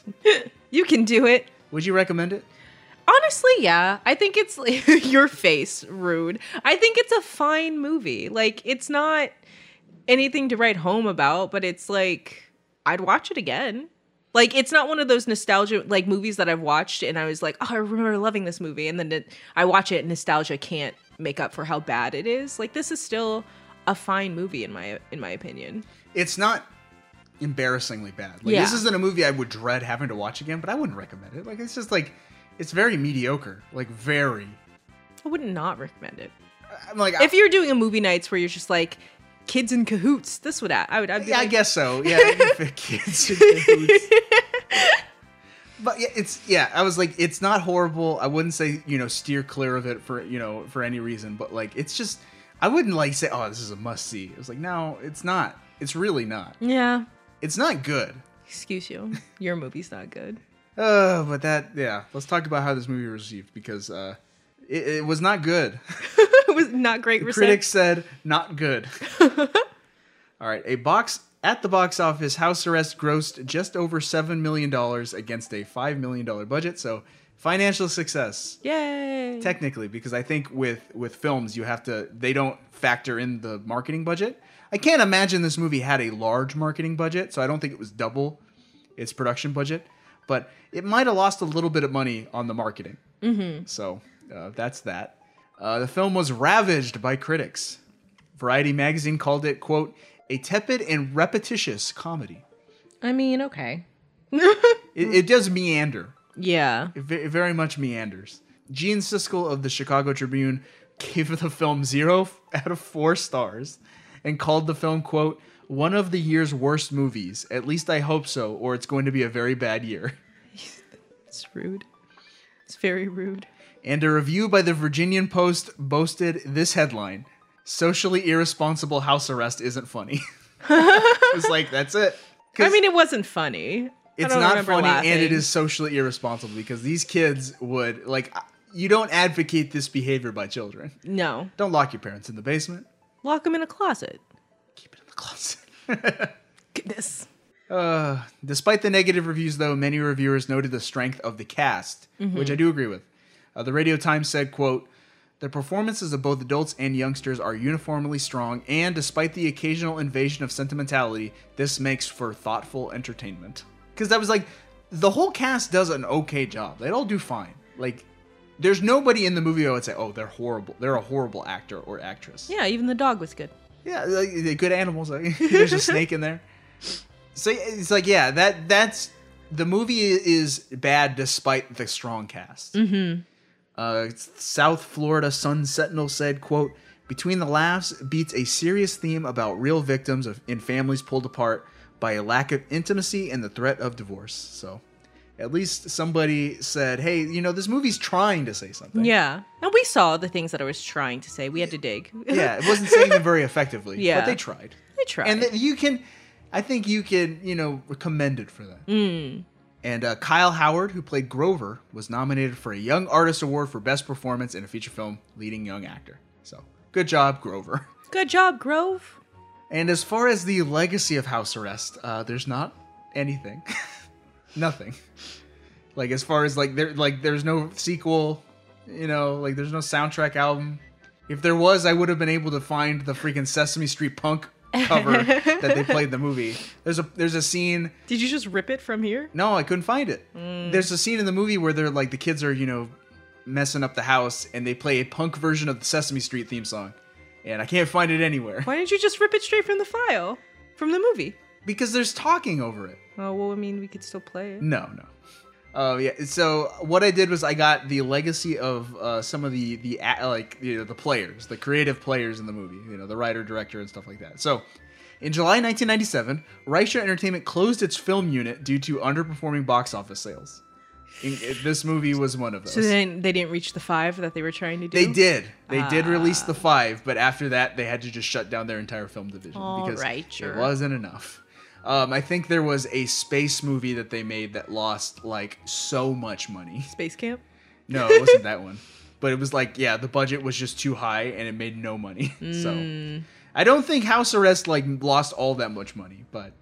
Speaker 2: You can do it.
Speaker 1: Would you recommend it?
Speaker 2: Honestly, yeah. I think it's your face, rude. I think it's a fine movie. Like, it's not anything to write home about, but it's like, I'd watch it again. Like, it's not one of those nostalgia, like, movies that I've watched and I was like, oh, I remember loving this movie. And then it, I watch it and nostalgia can't make up for how bad it is. Like, this is still a fine movie in my in my opinion.
Speaker 1: It's not embarrassingly bad. Like this
Speaker 2: Yeah.
Speaker 1: isn't a movie I would dread having to watch again, but I wouldn't recommend it. Like it's just like it's very mediocre. Like very.
Speaker 2: I would not recommend it.
Speaker 1: Uh, I'm like,
Speaker 2: if you're doing a movie nights where you're just like kids in cahoots, this would add. I would. I'd be
Speaker 1: Yeah, I
Speaker 2: like,
Speaker 1: guess so. Yeah, if it kids. in cahoots. But yeah, it's yeah. I was like, it's not horrible. I wouldn't say you know steer clear of it for you know for any reason. But like, it's just I wouldn't like say oh this is a must see. It was like no, it's not. It's really not.
Speaker 2: Yeah.
Speaker 1: It's not good.
Speaker 2: Excuse you. Your movie's not good.
Speaker 1: Uh, but that yeah. Let's talk about how this movie was received because uh, it, it was not good.
Speaker 2: it was not great.
Speaker 1: The
Speaker 2: recep-
Speaker 1: critics said not good. All right, a box at the box office house arrest grossed just over seven million dollars against a five million dollar budget, so financial success
Speaker 2: Yay.
Speaker 1: technically because I think with with films you have to they don't factor in the marketing budget. I can't imagine this movie had a large marketing budget, so I don't think it was double its production budget, but it might have lost a little bit of money on the marketing.
Speaker 2: Mm-hmm.
Speaker 1: So uh, that's that. Uh, the film was ravaged by critics. Variety magazine called it, quote, a tepid and repetitious comedy.
Speaker 2: I mean, okay.
Speaker 1: It, it does meander.
Speaker 2: Yeah.
Speaker 1: It, ve- it very much meanders. Gene Siskel of the Chicago Tribune gave the film zero f- out of four stars and called the film, quote, one of the year's worst movies. At least I hope so, or it's going to be a very bad year.
Speaker 2: it's rude. It's very rude.
Speaker 1: And a review by the Virginian Post boasted this headline Socially irresponsible house arrest isn't funny. it was like, that's it.
Speaker 2: I mean, it wasn't funny. I
Speaker 1: It's
Speaker 2: don't
Speaker 1: not
Speaker 2: remember
Speaker 1: funny and it
Speaker 2: laughing.
Speaker 1: is socially irresponsible because these kids would, like, you don't advocate this behavior by children.
Speaker 2: No.
Speaker 1: Don't lock your parents in the basement.
Speaker 2: Lock them in a closet.
Speaker 1: The closet.
Speaker 2: Goodness.
Speaker 1: Uh, despite the negative reviews, though, many reviewers noted the strength of the cast,
Speaker 2: Mhm.
Speaker 1: which I do agree with. Uh, the Radio Times said, "quote The performances of both adults and youngsters are uniformly strong, and despite the occasional invasion of sentimentality, this makes for thoughtful entertainment." Because that was like, the whole cast does an okay job. They all do fine. Like, there's nobody in the movie I would say, "Oh, they're horrible. They're a horrible actor or actress."
Speaker 2: Yeah, even the dog was good.
Speaker 1: Yeah, like, they're good animals. Like, there's a snake in there. So it's like, yeah, that that's the movie is bad despite the strong cast.
Speaker 2: Mm-hmm.
Speaker 1: Uh, South Florida Sun Sentinel said, "quote Between the laughs beats a serious theme about real victims of in families pulled apart by a lack of intimacy and the threat of divorce." So, at least somebody said, "Hey, you know, this movie's trying to say something."
Speaker 2: Yeah. And we saw the things that I was trying to say. We had to dig.
Speaker 1: yeah, it wasn't saying them very effectively.
Speaker 2: Yeah.
Speaker 1: but they tried.
Speaker 2: They tried.
Speaker 1: And that you can, I think you can, you know, commend it for that.
Speaker 2: Mm.
Speaker 1: And uh, Kyle Howard, who played Grover, was nominated for a Young Artist Award for Best Performance in a Feature Film Leading Young Actor. So good job, Grover.
Speaker 2: Good job, Grove.
Speaker 1: And as far as the legacy of House Arrest, uh, there's not anything, nothing. Like as far as like there, like there's no sequel, you know, like there's no soundtrack album. If there was, I would have been able to find the freaking Sesame Street punk cover that they played in the movie. There's a there's a scene.
Speaker 2: Did you just rip it from here?
Speaker 1: No, I couldn't find it.
Speaker 2: Mm.
Speaker 1: There's a scene in the movie where they're like the kids are you know messing up the house and they play a punk version of the Sesame Street theme song, and I can't find it anywhere.
Speaker 2: Why didn't you just rip it straight from the file? From the movie?
Speaker 1: Because there's talking over it.
Speaker 2: Oh, well, I mean, we could still play it.
Speaker 1: No, no. Oh yeah. So what I did was I got the legacy of uh, some of the the a- like you know the players, the creative players in the movie, you know the writer, director, and stuff like that. So in July 1997, Reicher Entertainment closed its film unit due to underperforming box office sales. In- this movie was one of those.
Speaker 2: So then they didn't reach the five that they were trying to do?
Speaker 1: They did. They did
Speaker 2: Ah.
Speaker 1: release the five, but after that, they had to just shut down their entire film division
Speaker 2: All
Speaker 1: because
Speaker 2: right,
Speaker 1: it
Speaker 2: sure.
Speaker 1: wasn't enough. Um, I think there was a space movie that they made that lost like so much money.
Speaker 2: Space Camp?
Speaker 1: No, it wasn't that one, but it was like yeah, the budget was just too high and it made no money.
Speaker 2: Mm.
Speaker 1: So I don't think House Arrest like lost all that much money, but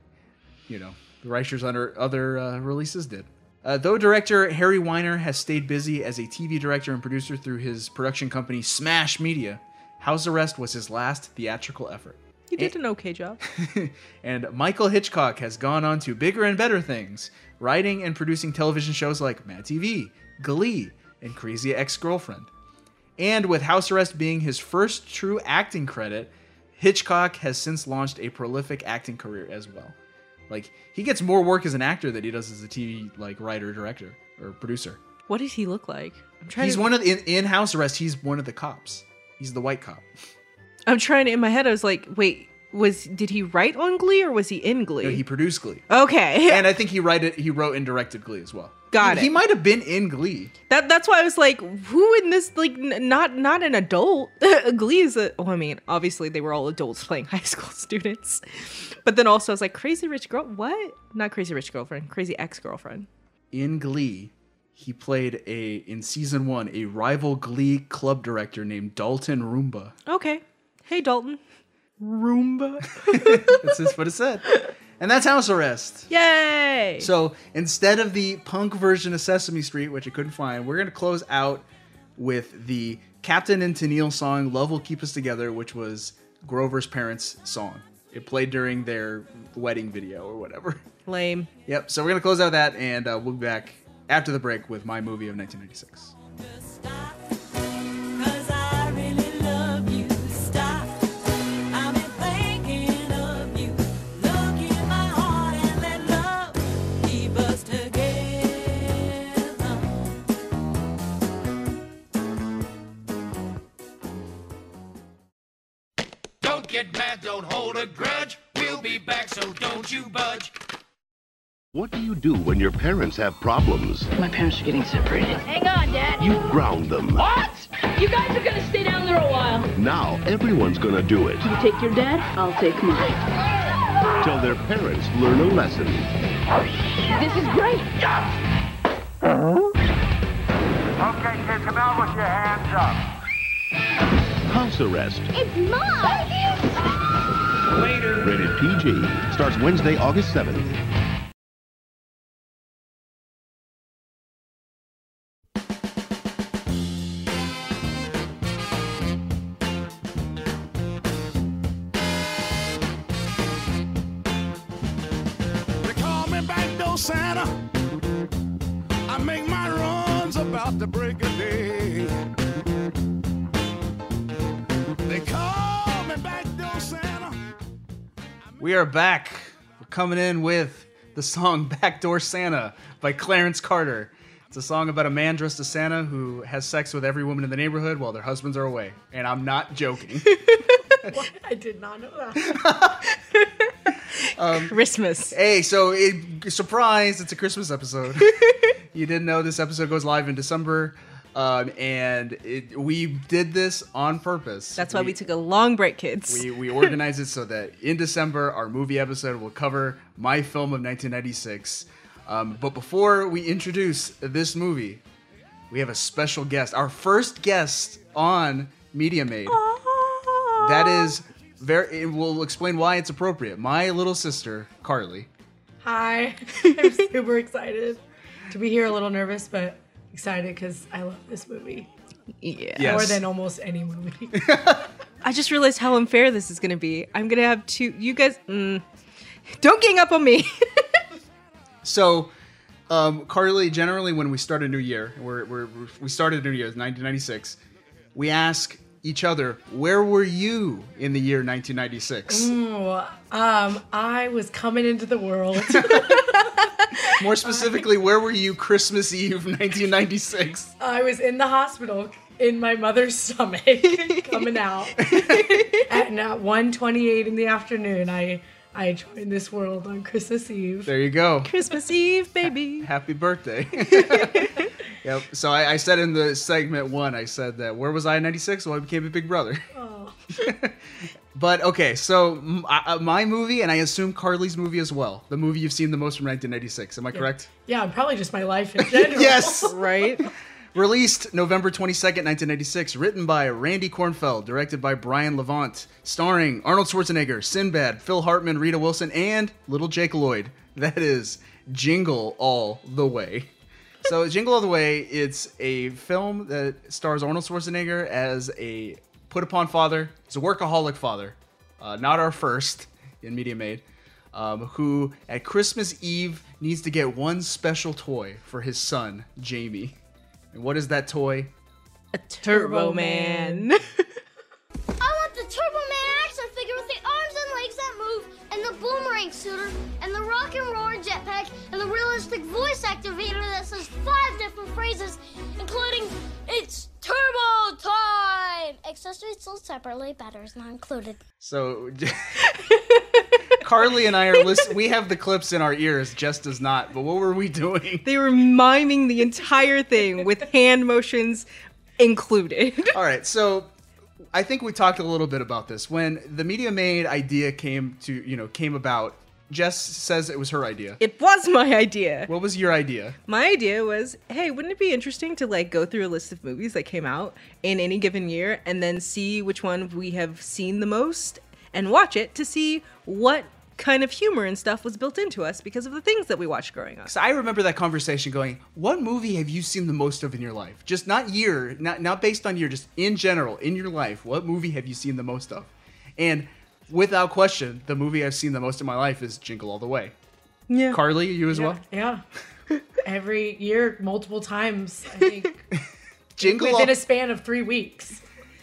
Speaker 1: you know, the Reicher's under other uh, releases did. Uh, though director Harry Weiner has stayed busy as a TV director and producer through his production company Smash Media, House Arrest was his last theatrical effort.
Speaker 2: You did an okay job.
Speaker 1: And Michael Hitchcock has gone on to bigger and better things, writing and producing television shows like Mad TV, Glee, and Crazy Ex Girlfriend. And with House Arrest being his first true acting credit, Hitchcock has since launched a prolific acting career as well. Like he gets more work as an actor than he does as a TV like writer, director, or producer.
Speaker 2: What did he look like? I'm trying.
Speaker 1: He's
Speaker 2: to,
Speaker 1: one of the in, in-house arrest. He's one of the cops. He's the white cop.
Speaker 2: I'm trying to. In my head, I was like, wait, was did he write on Glee or was he in Glee?
Speaker 1: No, he produced Glee.
Speaker 2: okay,
Speaker 1: and I think he write it. He wrote and directed Glee as well.
Speaker 2: Got
Speaker 1: he,
Speaker 2: it.
Speaker 1: He might have been in Glee.
Speaker 2: that that's why I was like, who in this like n- not not an adult? Glee is a. Oh, I mean, obviously they were all adults playing high school students, but then also I was like, Crazy Rich Girl, what? Not Crazy Rich Girlfriend, Crazy Ex Girlfriend.
Speaker 1: in Glee, he played a in season one a rival Glee club director named Dalton Roomba.
Speaker 2: Okay, hey Dalton, Roomba.
Speaker 1: That's just what it said, and that's house arrest.
Speaker 2: Yay!
Speaker 1: So instead of the punk version of Sesame Street, which I couldn't find, we're gonna close out with the Captain and Tennille song "Love Will Keep Us Together," which was Grover's parents' song. It played during their wedding video or whatever.
Speaker 2: Lame.
Speaker 1: Yep. So we're gonna close out that, and uh, we'll be back after the break with my movie of 1996.
Speaker 17: Cause I really love you. Stop. I've been thinking of you. Look in my heart and let love keep us together.
Speaker 19: Don't get mad, don't hold a grudge. We'll be back, so don't you budge.
Speaker 20: What do you do when your parents have problems? My parents are getting separated.
Speaker 5: Hang on, Dad.
Speaker 20: You ground them.
Speaker 5: What? You guys are gonna stay down there a while.
Speaker 20: Now everyone's gonna do it.
Speaker 5: You take your dad, I'll take mine.
Speaker 20: Till their parents learn a lesson.
Speaker 5: This is great.
Speaker 19: Okay, kids, come out with your hands up.
Speaker 20: House arrest.
Speaker 5: It's mine. Later.
Speaker 20: Rated PG. Starts Wednesday, August 7th.
Speaker 21: They call me back door Santa. I make my runs about the break of day. They call me back door Santa.
Speaker 1: We are back. We're coming in with the song Backdoor Santa by Clarence Carter. It's a song about a man dressed as Santa who has sex with every woman in the neighborhood while their husbands are away. And I'm not joking.
Speaker 17: I did not know that.
Speaker 1: Um,
Speaker 2: Christmas.
Speaker 1: Hey, so it, surprise, it's a Christmas episode. you didn't know this episode goes live in December. Um, and it, we did this on purpose.
Speaker 2: That's why we took a long break, kids.
Speaker 1: we, we organized it so that in December, our movie episode will cover my film of 1996. Um, but before we introduce this movie, we have a special guest, our first guest on Media Maid. That is very, it will explain why it's appropriate. My little sister, Carly.
Speaker 17: Hi. I'm super excited to be here. A little nervous, but excited because I love this movie.
Speaker 2: Yeah.
Speaker 17: More than almost any movie.
Speaker 2: I just realized how unfair this is going to be. I'm going to have two. You guys, mm, don't gang up on me.
Speaker 1: So, um, Carly, generally when we start a new year, we're, we're, we started a new year, it's 1996, we ask each other, where were you in the year 1996?
Speaker 17: Ooh, um, I was coming into the world.
Speaker 1: More specifically, where were you Christmas Eve 1996?
Speaker 17: I was in the hospital in my mother's stomach, coming out. and at 1:28 in the afternoon, I I joined this world on Christmas Eve.
Speaker 1: There you go.
Speaker 2: Christmas Eve, baby.
Speaker 1: Happy birthday. yep. So I, I said in the segment one, I said that where was I in 96? Well, I became a big brother.
Speaker 17: Oh.
Speaker 1: But okay, so m- I- I- my movie, and I assume Carly's movie as well, the movie you've seen the most from 1996. Am I correct?
Speaker 17: Yeah, probably just my life in general.
Speaker 1: yes. Right? Released November 22nd, 1996. Written by Randy Kornfeld. Directed by Brian Levant. Starring Arnold Schwarzenegger, Sinbad, Phil Hartman, Rita Wilson, and little Jake Lloyd. That is Jingle All the Way. So, Jingle All the Way, it's a film that stars Arnold Schwarzenegger as a put upon father. He's a workaholic father. Uh, not our first in Media Maid um, who at Christmas Eve needs to get one special toy for his son, Jamie. And what is that toy?
Speaker 2: A Turbo Man.
Speaker 3: I want the Turbo Man action figure with the arms and legs that move, and the boomerang suitor, and the rocket
Speaker 6: the realistic voice activator that says five different phrases, including it's turbo time. Accessories sold separately, batteries not included.
Speaker 1: So Carly and I are listening. We have the clips in our ears. Jess does not. But what were we doing?
Speaker 2: They were miming the entire thing with hand motions included.
Speaker 1: All right. So I think we talked a little bit about this when the media made idea came to you know came about. Jess says it was her idea.
Speaker 2: It was my idea.
Speaker 1: What was your idea?
Speaker 2: My idea was, hey, wouldn't it be interesting to like go through a list of movies that came out in any given year and then see which one we have seen the most and watch it to see what kind of humor and stuff was built into us because of the things that we watched growing up.
Speaker 1: So I remember that conversation going, "What movie have you seen the most of in your life? Just not year, not not based on year, just in general in your life. What movie have you seen the most of?" And without question, the movie I've seen the most in my life is Jingle All the Way.
Speaker 17: Yeah.
Speaker 1: Carly, you as
Speaker 17: yeah,
Speaker 1: well.
Speaker 17: Yeah. Every year, multiple times, I think.
Speaker 1: Jingle
Speaker 17: Within
Speaker 1: All-
Speaker 17: a span of three weeks.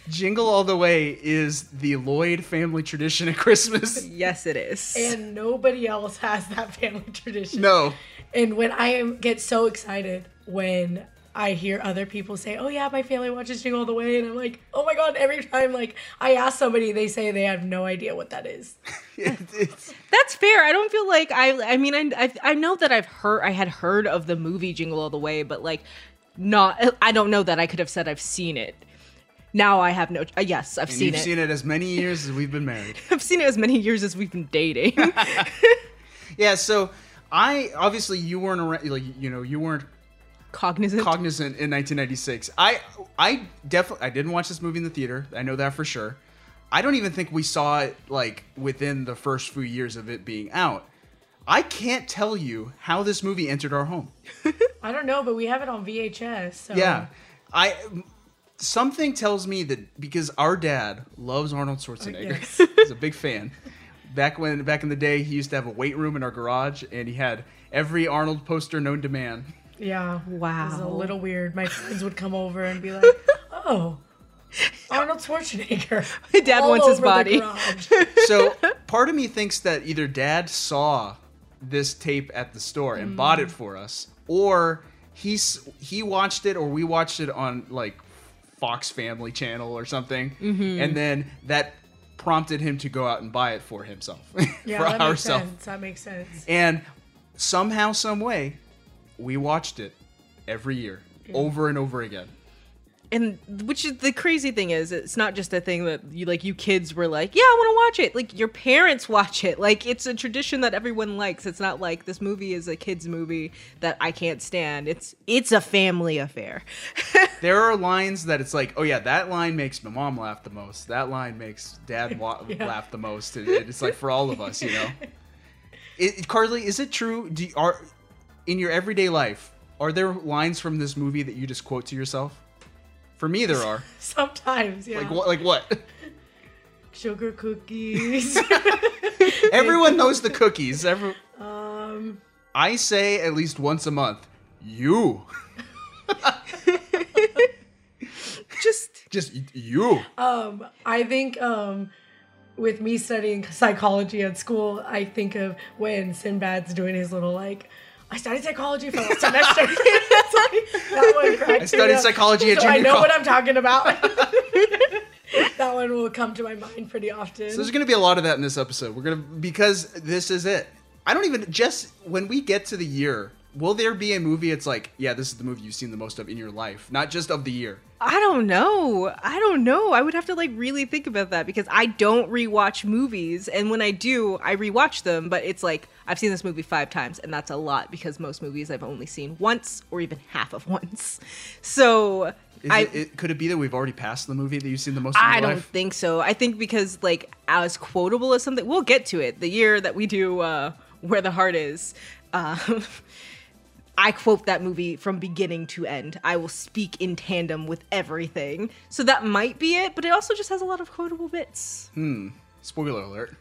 Speaker 1: Jingle All the Way is the Lloyd family tradition at Christmas.
Speaker 2: yes, it is.
Speaker 17: And nobody else has that family tradition.
Speaker 1: No.
Speaker 17: And when I am- get so excited when I hear other people say, "Oh yeah, my family watches Jingle All the Way," and I'm like, "Oh my god!" Every time, like I ask somebody, they say they have no idea what that is.
Speaker 2: That's fair. I don't feel like I. I mean, I, I I know that I've heard I had heard of the movie Jingle All the Way, but like, not. I don't know that I could have said I've seen it. Now I have no. Uh, yes, I've
Speaker 1: And
Speaker 2: seen
Speaker 1: you've
Speaker 2: it.
Speaker 1: seen it as many years as we've been married.
Speaker 2: I've seen it as many years as we've been dating.
Speaker 1: yeah. So I obviously you weren't around, like you know you weren't
Speaker 2: cognizant
Speaker 1: cognizant in 1996. I I definitely I didn't watch this movie in the theater. I know that for sure. I don't even think we saw it like within the first few years of it being out. I can't tell you how this movie entered our home.
Speaker 17: I don't know, but we have it on VHS. So.
Speaker 1: Yeah. I something tells me that because our dad loves Arnold Schwarzenegger. He's a big fan. Back when back in the day he used to have a weight room in our garage and he had every Arnold poster known to man.
Speaker 17: Yeah.
Speaker 2: Wow.
Speaker 17: It was a little weird. My friends would come over and be like, oh, Arnold Schwarzenegger.
Speaker 2: My dad
Speaker 17: all
Speaker 2: wants his
Speaker 17: over the
Speaker 2: body.
Speaker 17: garage."
Speaker 1: so part of me thinks that either dad saw this tape at the store and
Speaker 17: Mm.
Speaker 1: bought it for us or he's he watched it or we watched it on like fox family channel or something
Speaker 17: Mhm.
Speaker 1: and then that prompted him to go out and buy it for himself
Speaker 17: Yeah,
Speaker 1: for
Speaker 17: that makes
Speaker 1: ourselves
Speaker 17: sense. That makes sense.
Speaker 1: and somehow some way we watched it every year
Speaker 2: Yeah.
Speaker 1: over and over again
Speaker 2: and which is the crazy thing is it's not just a thing that you like you kids were like yeah i want to watch it like your parents watch it like it's a tradition that everyone likes it's not like this movie is a kids movie that i can't stand it's it's a family affair
Speaker 1: there are lines that it's like, oh yeah, that line makes my mom laugh the most. That line makes dad wa-
Speaker 2: Yeah.
Speaker 1: laugh the most. And it- it's like for all of us, you know. It, Carly, is it true? Do you, are in your everyday life are there lines from this movie that you just quote to yourself? For me, there are.
Speaker 17: Sometimes, yeah.
Speaker 1: Like what? Like what?
Speaker 17: Sugar cookies.
Speaker 1: Everyone knows the cookies. Every
Speaker 17: um,
Speaker 1: I say at least once a month. You.
Speaker 2: just.
Speaker 1: Just you.
Speaker 17: um, I think um, with me studying psychology at school, I think of when Sinbad's doing his little like, I studied psychology for the semester. It's like, that one cracked
Speaker 1: I
Speaker 17: me
Speaker 1: studied
Speaker 17: up.
Speaker 1: psychology at
Speaker 17: so I
Speaker 1: junior
Speaker 17: know what
Speaker 1: college.
Speaker 17: I'm talking about. that one will come to my mind pretty often.
Speaker 1: So there's going to be a lot of that in this episode. We're going to because this is it. I don't even just when we get to the year, will there be a movie it's like, yeah, this is the movie you've seen the most of in your life, not just of the year.
Speaker 2: I don't know. I don't know. I would have to like really think about that because I don't rewatch movies. And when I do, I rewatch them, but it's like I've seen this movie five times, and that's a lot because most movies I've only seen once or even half of once. So
Speaker 1: Is
Speaker 2: I.
Speaker 1: it, it- could it be that we've already passed the movie that you've seen the most of your
Speaker 2: I don't
Speaker 1: life?
Speaker 2: think so. I think because like as quotable as something, we'll get to it. The year that we do uh, where the heart is, uh, I quote that movie from beginning to end. I will speak in tandem with everything. So that might be it, but it also just has a lot of quotable bits.
Speaker 1: Hmm. Spoiler alert.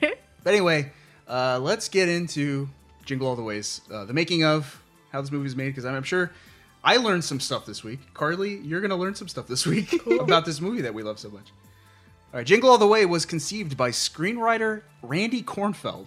Speaker 1: but anyway, uh, let's get into Jingle All the Ways, uh, the making of how this movie was made, because I'm, I'm sure I learned some stuff this week. Carly, you're going to learn some stuff this week about this movie that we love so much. All right, Jingle All the Way was conceived by screenwriter Randy Kornfeld,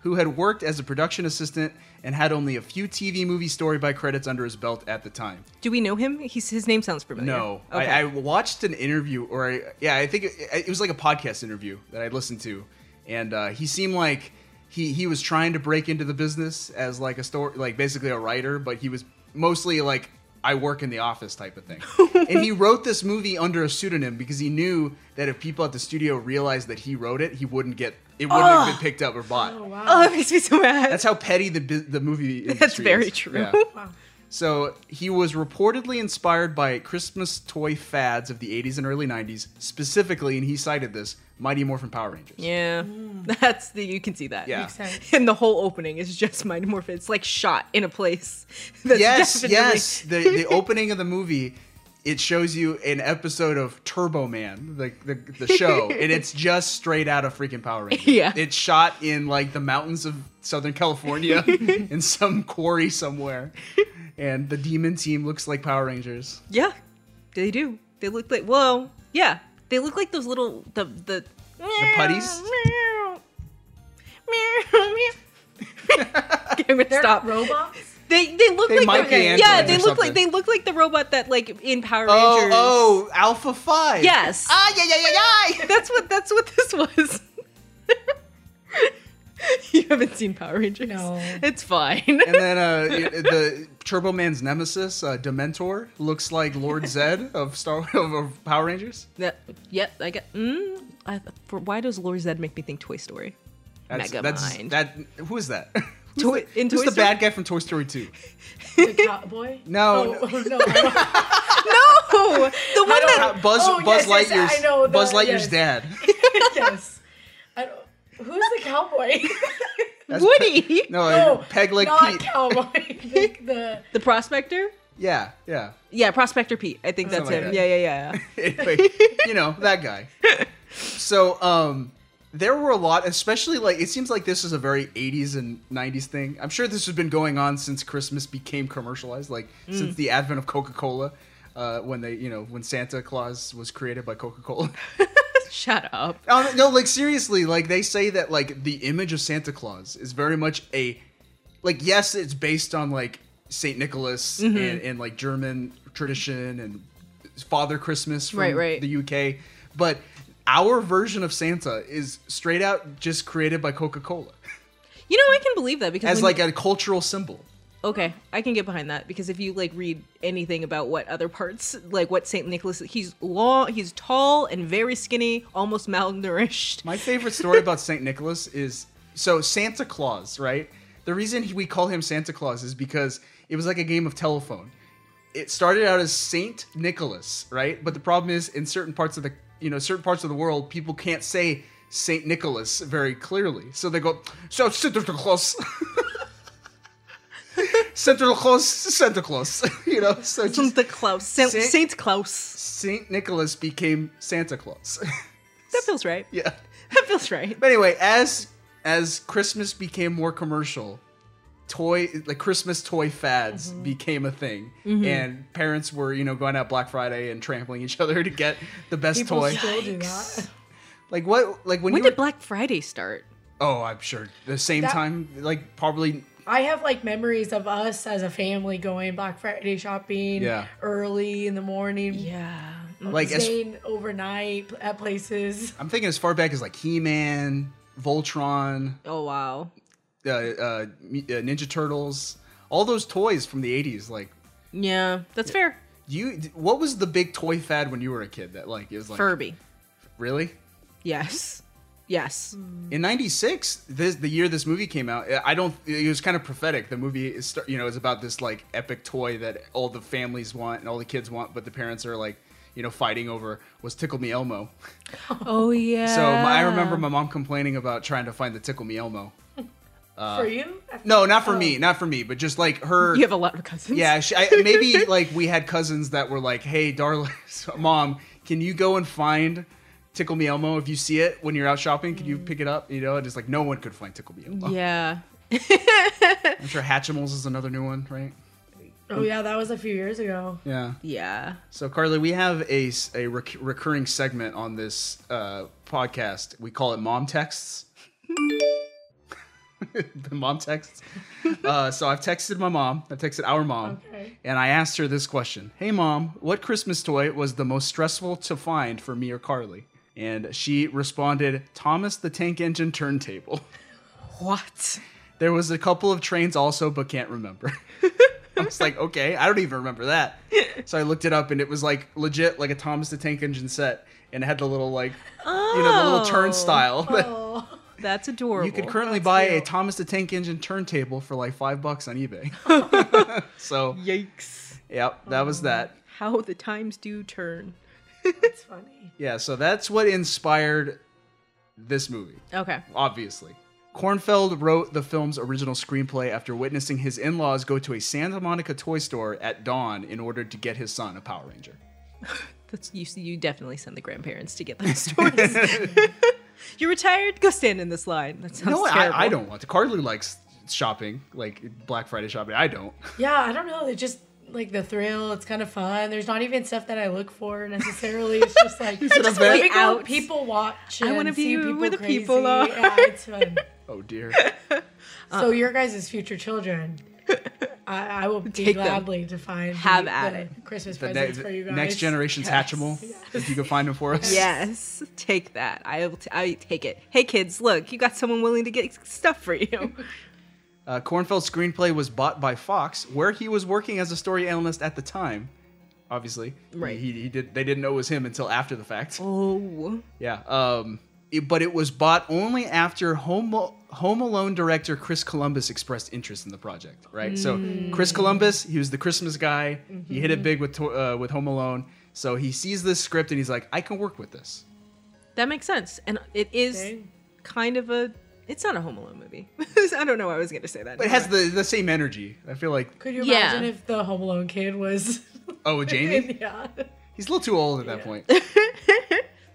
Speaker 1: who had worked as a production assistant and had only a few TV movie story by credits under his belt at the time.
Speaker 2: Do we know him? He's, his name sounds familiar.
Speaker 1: No,
Speaker 2: Okay.
Speaker 1: I, I watched an interview, or I, yeah, I think it, it was like a podcast interview that I listened to, and uh, he seemed like he he was trying to break into the business as like a story, like basically a writer, but he was mostly like I work in the office type of thing. and he wrote this movie under a pseudonym because he knew that if people at the studio realized that he wrote it, he wouldn't get it wouldn't have been
Speaker 2: Ugh.
Speaker 1: picked up or bought.
Speaker 2: Ah. Oh, that makes me so mad.
Speaker 1: That's how petty the bu- the movie. Industry
Speaker 2: That's very
Speaker 1: is.
Speaker 2: true.
Speaker 1: Yeah. So he was reportedly inspired by Christmas toy fads of the 80s and early 90s, specifically, and he cited this Mighty Morphin Power Rangers.
Speaker 2: Yeah, that's the you can see that.
Speaker 1: Yeah. Makes sense.
Speaker 2: and the whole opening is just Mighty Morphin. It's like shot in a place. That's
Speaker 1: yes,
Speaker 2: definitely-
Speaker 1: yes. The the opening of the movie, it shows you an episode of Turbo Man, the the, the show, and it's just straight out of freaking Power Rangers.
Speaker 2: Yeah.
Speaker 1: it's shot in like the mountains of Southern California, in some quarry somewhere, and the demon team looks like Power Rangers.
Speaker 2: Yeah, they do. They look like well, yeah, they look like those little the the
Speaker 1: The putties.
Speaker 2: I'm gonna stop.
Speaker 17: Robots.
Speaker 2: They they look
Speaker 1: They
Speaker 2: like
Speaker 1: might
Speaker 2: the,
Speaker 1: be
Speaker 2: yeah
Speaker 1: androids
Speaker 2: they
Speaker 1: or
Speaker 2: look like
Speaker 1: something.
Speaker 2: they look like the robot that like in Power
Speaker 1: Oh,
Speaker 2: Rangers.
Speaker 1: oh, Alpha Five.
Speaker 2: Yes.
Speaker 1: Ah, yeah, yeah,
Speaker 2: yeah, yeah. That's what that's what this was. you haven't seen Power Rangers. No. It's fine.
Speaker 1: and then uh, it- the Turbo Man's nemesis, uh, Dementor, looks like Lord Zed of Star of, of Power Rangers.
Speaker 2: That, yep, I get. Mm, I, for, why does Lord Zed make me think Toy Story?
Speaker 1: That's,
Speaker 2: Mega
Speaker 1: that's
Speaker 2: Mind.
Speaker 1: that. Who is that? Who's
Speaker 2: Toy-
Speaker 1: the,
Speaker 2: in
Speaker 1: who's
Speaker 2: Toy
Speaker 1: the
Speaker 2: Story?
Speaker 1: bad guy from Toy Story Two?
Speaker 17: The cowboy?
Speaker 1: No,
Speaker 17: Oh, no.
Speaker 2: no. The one
Speaker 1: that Buzz
Speaker 17: Oh,
Speaker 1: Buzz
Speaker 17: yes, yes,
Speaker 1: Lightyear's
Speaker 17: I know the-
Speaker 1: Buzz Lightyear's
Speaker 17: yes.
Speaker 1: dad.
Speaker 17: yes. I don't, who's the cowboy?
Speaker 1: Woody. no, uh, Peg Leg
Speaker 17: not
Speaker 1: Pete.
Speaker 17: cowboy. The, the
Speaker 2: The prospector?
Speaker 1: Yeah, yeah.
Speaker 2: Yeah, Prospector Pete. I think that's
Speaker 1: Something
Speaker 2: him.
Speaker 1: like
Speaker 2: yeah,
Speaker 1: that.
Speaker 2: yeah, yeah.
Speaker 1: anyway, you know that guy. So um, there were a lot, especially like it seems like this is a very '80s and '90s thing. I'm sure this has been going on since Christmas became commercialized, like
Speaker 2: Mm.
Speaker 1: since the advent of Coca-Cola, uh, when they you know when Santa Claus was created by Coca-Cola.
Speaker 2: Shut up.
Speaker 1: Um, no, like seriously, like they say that like the image of Santa Claus is very much a like yes, it's based on like Saint Nicholas
Speaker 2: Mhm.
Speaker 1: and, and like German tradition and Father Christmas from
Speaker 2: Right, right.
Speaker 1: the UK, but our version of Santa is straight out just created by Coca Cola
Speaker 2: You know, I can believe that because
Speaker 1: as
Speaker 2: when
Speaker 1: like
Speaker 2: you-
Speaker 1: a cultural symbol.
Speaker 2: okay, I can get behind that because if you like read anything about what other parts, like what Saint Nicholas, he's long, he's tall and very skinny, almost malnourished.
Speaker 1: My favorite story about St. Nicholas is so Santa Claus, right? The reason he- we call him Santa Claus is because it was like a game of telephone. It started out as Saint Nicholas, right? But the problem is in certain parts of the you know certain parts of the world, people can't say Saint Nicholas very clearly, so they go so Santa Claus. Santa Claus, Santa Claus, you know. So Santa
Speaker 2: Claus, Saint, Saint Claus,
Speaker 1: Saint Nicholas became Santa Claus.
Speaker 2: That feels right.
Speaker 1: Yeah.
Speaker 2: That feels right.
Speaker 1: But anyway, as as Christmas became more commercial, toy like Christmas toy fads
Speaker 2: Mm-hmm.
Speaker 1: became a thing,
Speaker 2: Mhm.
Speaker 1: and parents were you know going out Black Friday and trampling each other to get the best
Speaker 17: people
Speaker 1: toy.
Speaker 17: still do that.
Speaker 1: Like what? Like when,
Speaker 2: When
Speaker 1: you
Speaker 2: did Black Friday start?
Speaker 1: Oh, I'm sure the same
Speaker 17: That-
Speaker 1: time. Like probably
Speaker 17: I have like memories of us as a family going Black Friday shopping
Speaker 1: Yeah.
Speaker 17: early in the morning. Yeah.
Speaker 1: Like,
Speaker 17: Like
Speaker 1: as-
Speaker 17: staying overnight at places.
Speaker 1: I'm thinking as far back as like He-Man, Voltron.
Speaker 2: Oh wow.
Speaker 1: Uh, uh, Mi- uh, Ninja Turtles, all those toys from the 80s. Like
Speaker 2: Yeah, that's fair.
Speaker 1: do you, d- what was the big toy fad when you were a kid that like is like
Speaker 2: Furby.
Speaker 1: Really?
Speaker 2: Yes. Yes.
Speaker 1: In '96, this the year this movie came out. I don't. It was kind of prophetic. The movie is, start- you know, is about this like epic toy that all the families want and all the kids want, but the parents are like, you know, fighting over. Was Tickle Me Elmo?
Speaker 2: Oh yeah.
Speaker 1: So my, I remember my mom complaining about trying to find the Tickle Me Elmo. Uh,
Speaker 17: for you?
Speaker 1: No, not for
Speaker 17: Oh.
Speaker 1: me, not for me, but just like her.
Speaker 2: You have a lot of cousins.
Speaker 1: Yeah, she, I, maybe like we had cousins that were like, "Hey, Darla, so- mom, can you go and find Tickle Me Elmo if you see it when you're out shopping? Can you pick it up?" You know, and it's like no one could find Tickle Me Elmo.
Speaker 2: Yeah.
Speaker 1: I'm sure Hatchimals is another new one, right?
Speaker 17: Oh yeah, that was a few years ago.
Speaker 1: Yeah.
Speaker 2: Yeah.
Speaker 1: So Carly, we have a s- a rec- recurring segment on this uh, podcast. We call it Mom Texts. the mom texts. Uh, so I've texted my mom. I texted our mom,
Speaker 17: Okay.
Speaker 1: and I asked her this question: Hey, mom, what Christmas toy was the most stressful to find for me or Carly? And she responded, Thomas the Tank Engine turntable.
Speaker 2: What?
Speaker 1: There was a couple of trains also, but can't remember. I was like, okay, I don't even remember that. So I looked it up, and it was like legit, like a Thomas the Tank Engine set, and it had the little like, you know, the little turnstile. that-
Speaker 2: Oh, that's adorable.
Speaker 1: you could currently buy a Thomas the Tank Engine turntable for like five bucks on eBay. so
Speaker 2: yikes.
Speaker 1: Yep, that was that.
Speaker 2: How the times do turn.
Speaker 17: That's funny.
Speaker 1: Yeah, so that's what inspired this movie.
Speaker 2: Okay.
Speaker 1: Obviously. Kornfeld wrote the film's original screenplay after witnessing his in laws go to a Santa Monica toy store at dawn in order to get his son a Power Ranger.
Speaker 2: That's you. You definitely send the grandparents to get those stories. You're retired. Go stand in this line. That sounds
Speaker 1: no,
Speaker 2: terrible.
Speaker 1: I, I don't want to. Carly likes shopping, like Black Friday shopping. I don't.
Speaker 17: Yeah, I don't know. It's just like the thrill. It's kind of fun. There's not even stuff that I look for necessarily. It's just like
Speaker 1: It's an
Speaker 17: just
Speaker 1: event.
Speaker 17: let me go
Speaker 1: Out.
Speaker 17: people watch.
Speaker 2: I
Speaker 17: And
Speaker 2: wanna
Speaker 17: see
Speaker 2: be
Speaker 17: people
Speaker 2: where the
Speaker 17: crazy.
Speaker 2: people are.
Speaker 17: Yeah, it's fun.
Speaker 1: Oh dear.
Speaker 17: so your guys' future children. I, I will be
Speaker 2: Take them.
Speaker 17: gladly to find
Speaker 2: Have
Speaker 17: the,
Speaker 2: at
Speaker 17: the
Speaker 2: it.
Speaker 17: Christmas
Speaker 1: The
Speaker 17: presents
Speaker 1: ne-
Speaker 17: for you guys.
Speaker 1: next generation's Hatchimal, if you can find them for us.
Speaker 2: Yes, take that. I will. T- I take it. Hey kids, look, you got someone willing to get stuff for you.
Speaker 1: Uh, Kornfeld's screenplay was bought by Fox, where he was working as a story analyst at the time. Obviously,
Speaker 2: Right.
Speaker 1: He, he did. They didn't know it was him until after the fact.
Speaker 2: Oh.
Speaker 1: Yeah. Um. it- but it was bought only after Home Al- Home Alone director Chris Columbus expressed interest in the project. Right. So
Speaker 2: Mm.
Speaker 1: Chris Columbus, he was the Christmas guy. He hit
Speaker 2: Mhm.
Speaker 1: it big with to- uh, with Home Alone. So he sees this script and he's like, I can work with this.
Speaker 2: That makes sense, and it is kind of a. It's not a Home Alone movie. I don't know. why I was going to say that.
Speaker 1: But it has the the same energy. I feel like.
Speaker 17: Could you
Speaker 2: Yeah.
Speaker 17: imagine if the Home Alone kid was?
Speaker 1: Oh, Jamie.
Speaker 17: yeah.
Speaker 1: He's a little too old at that point.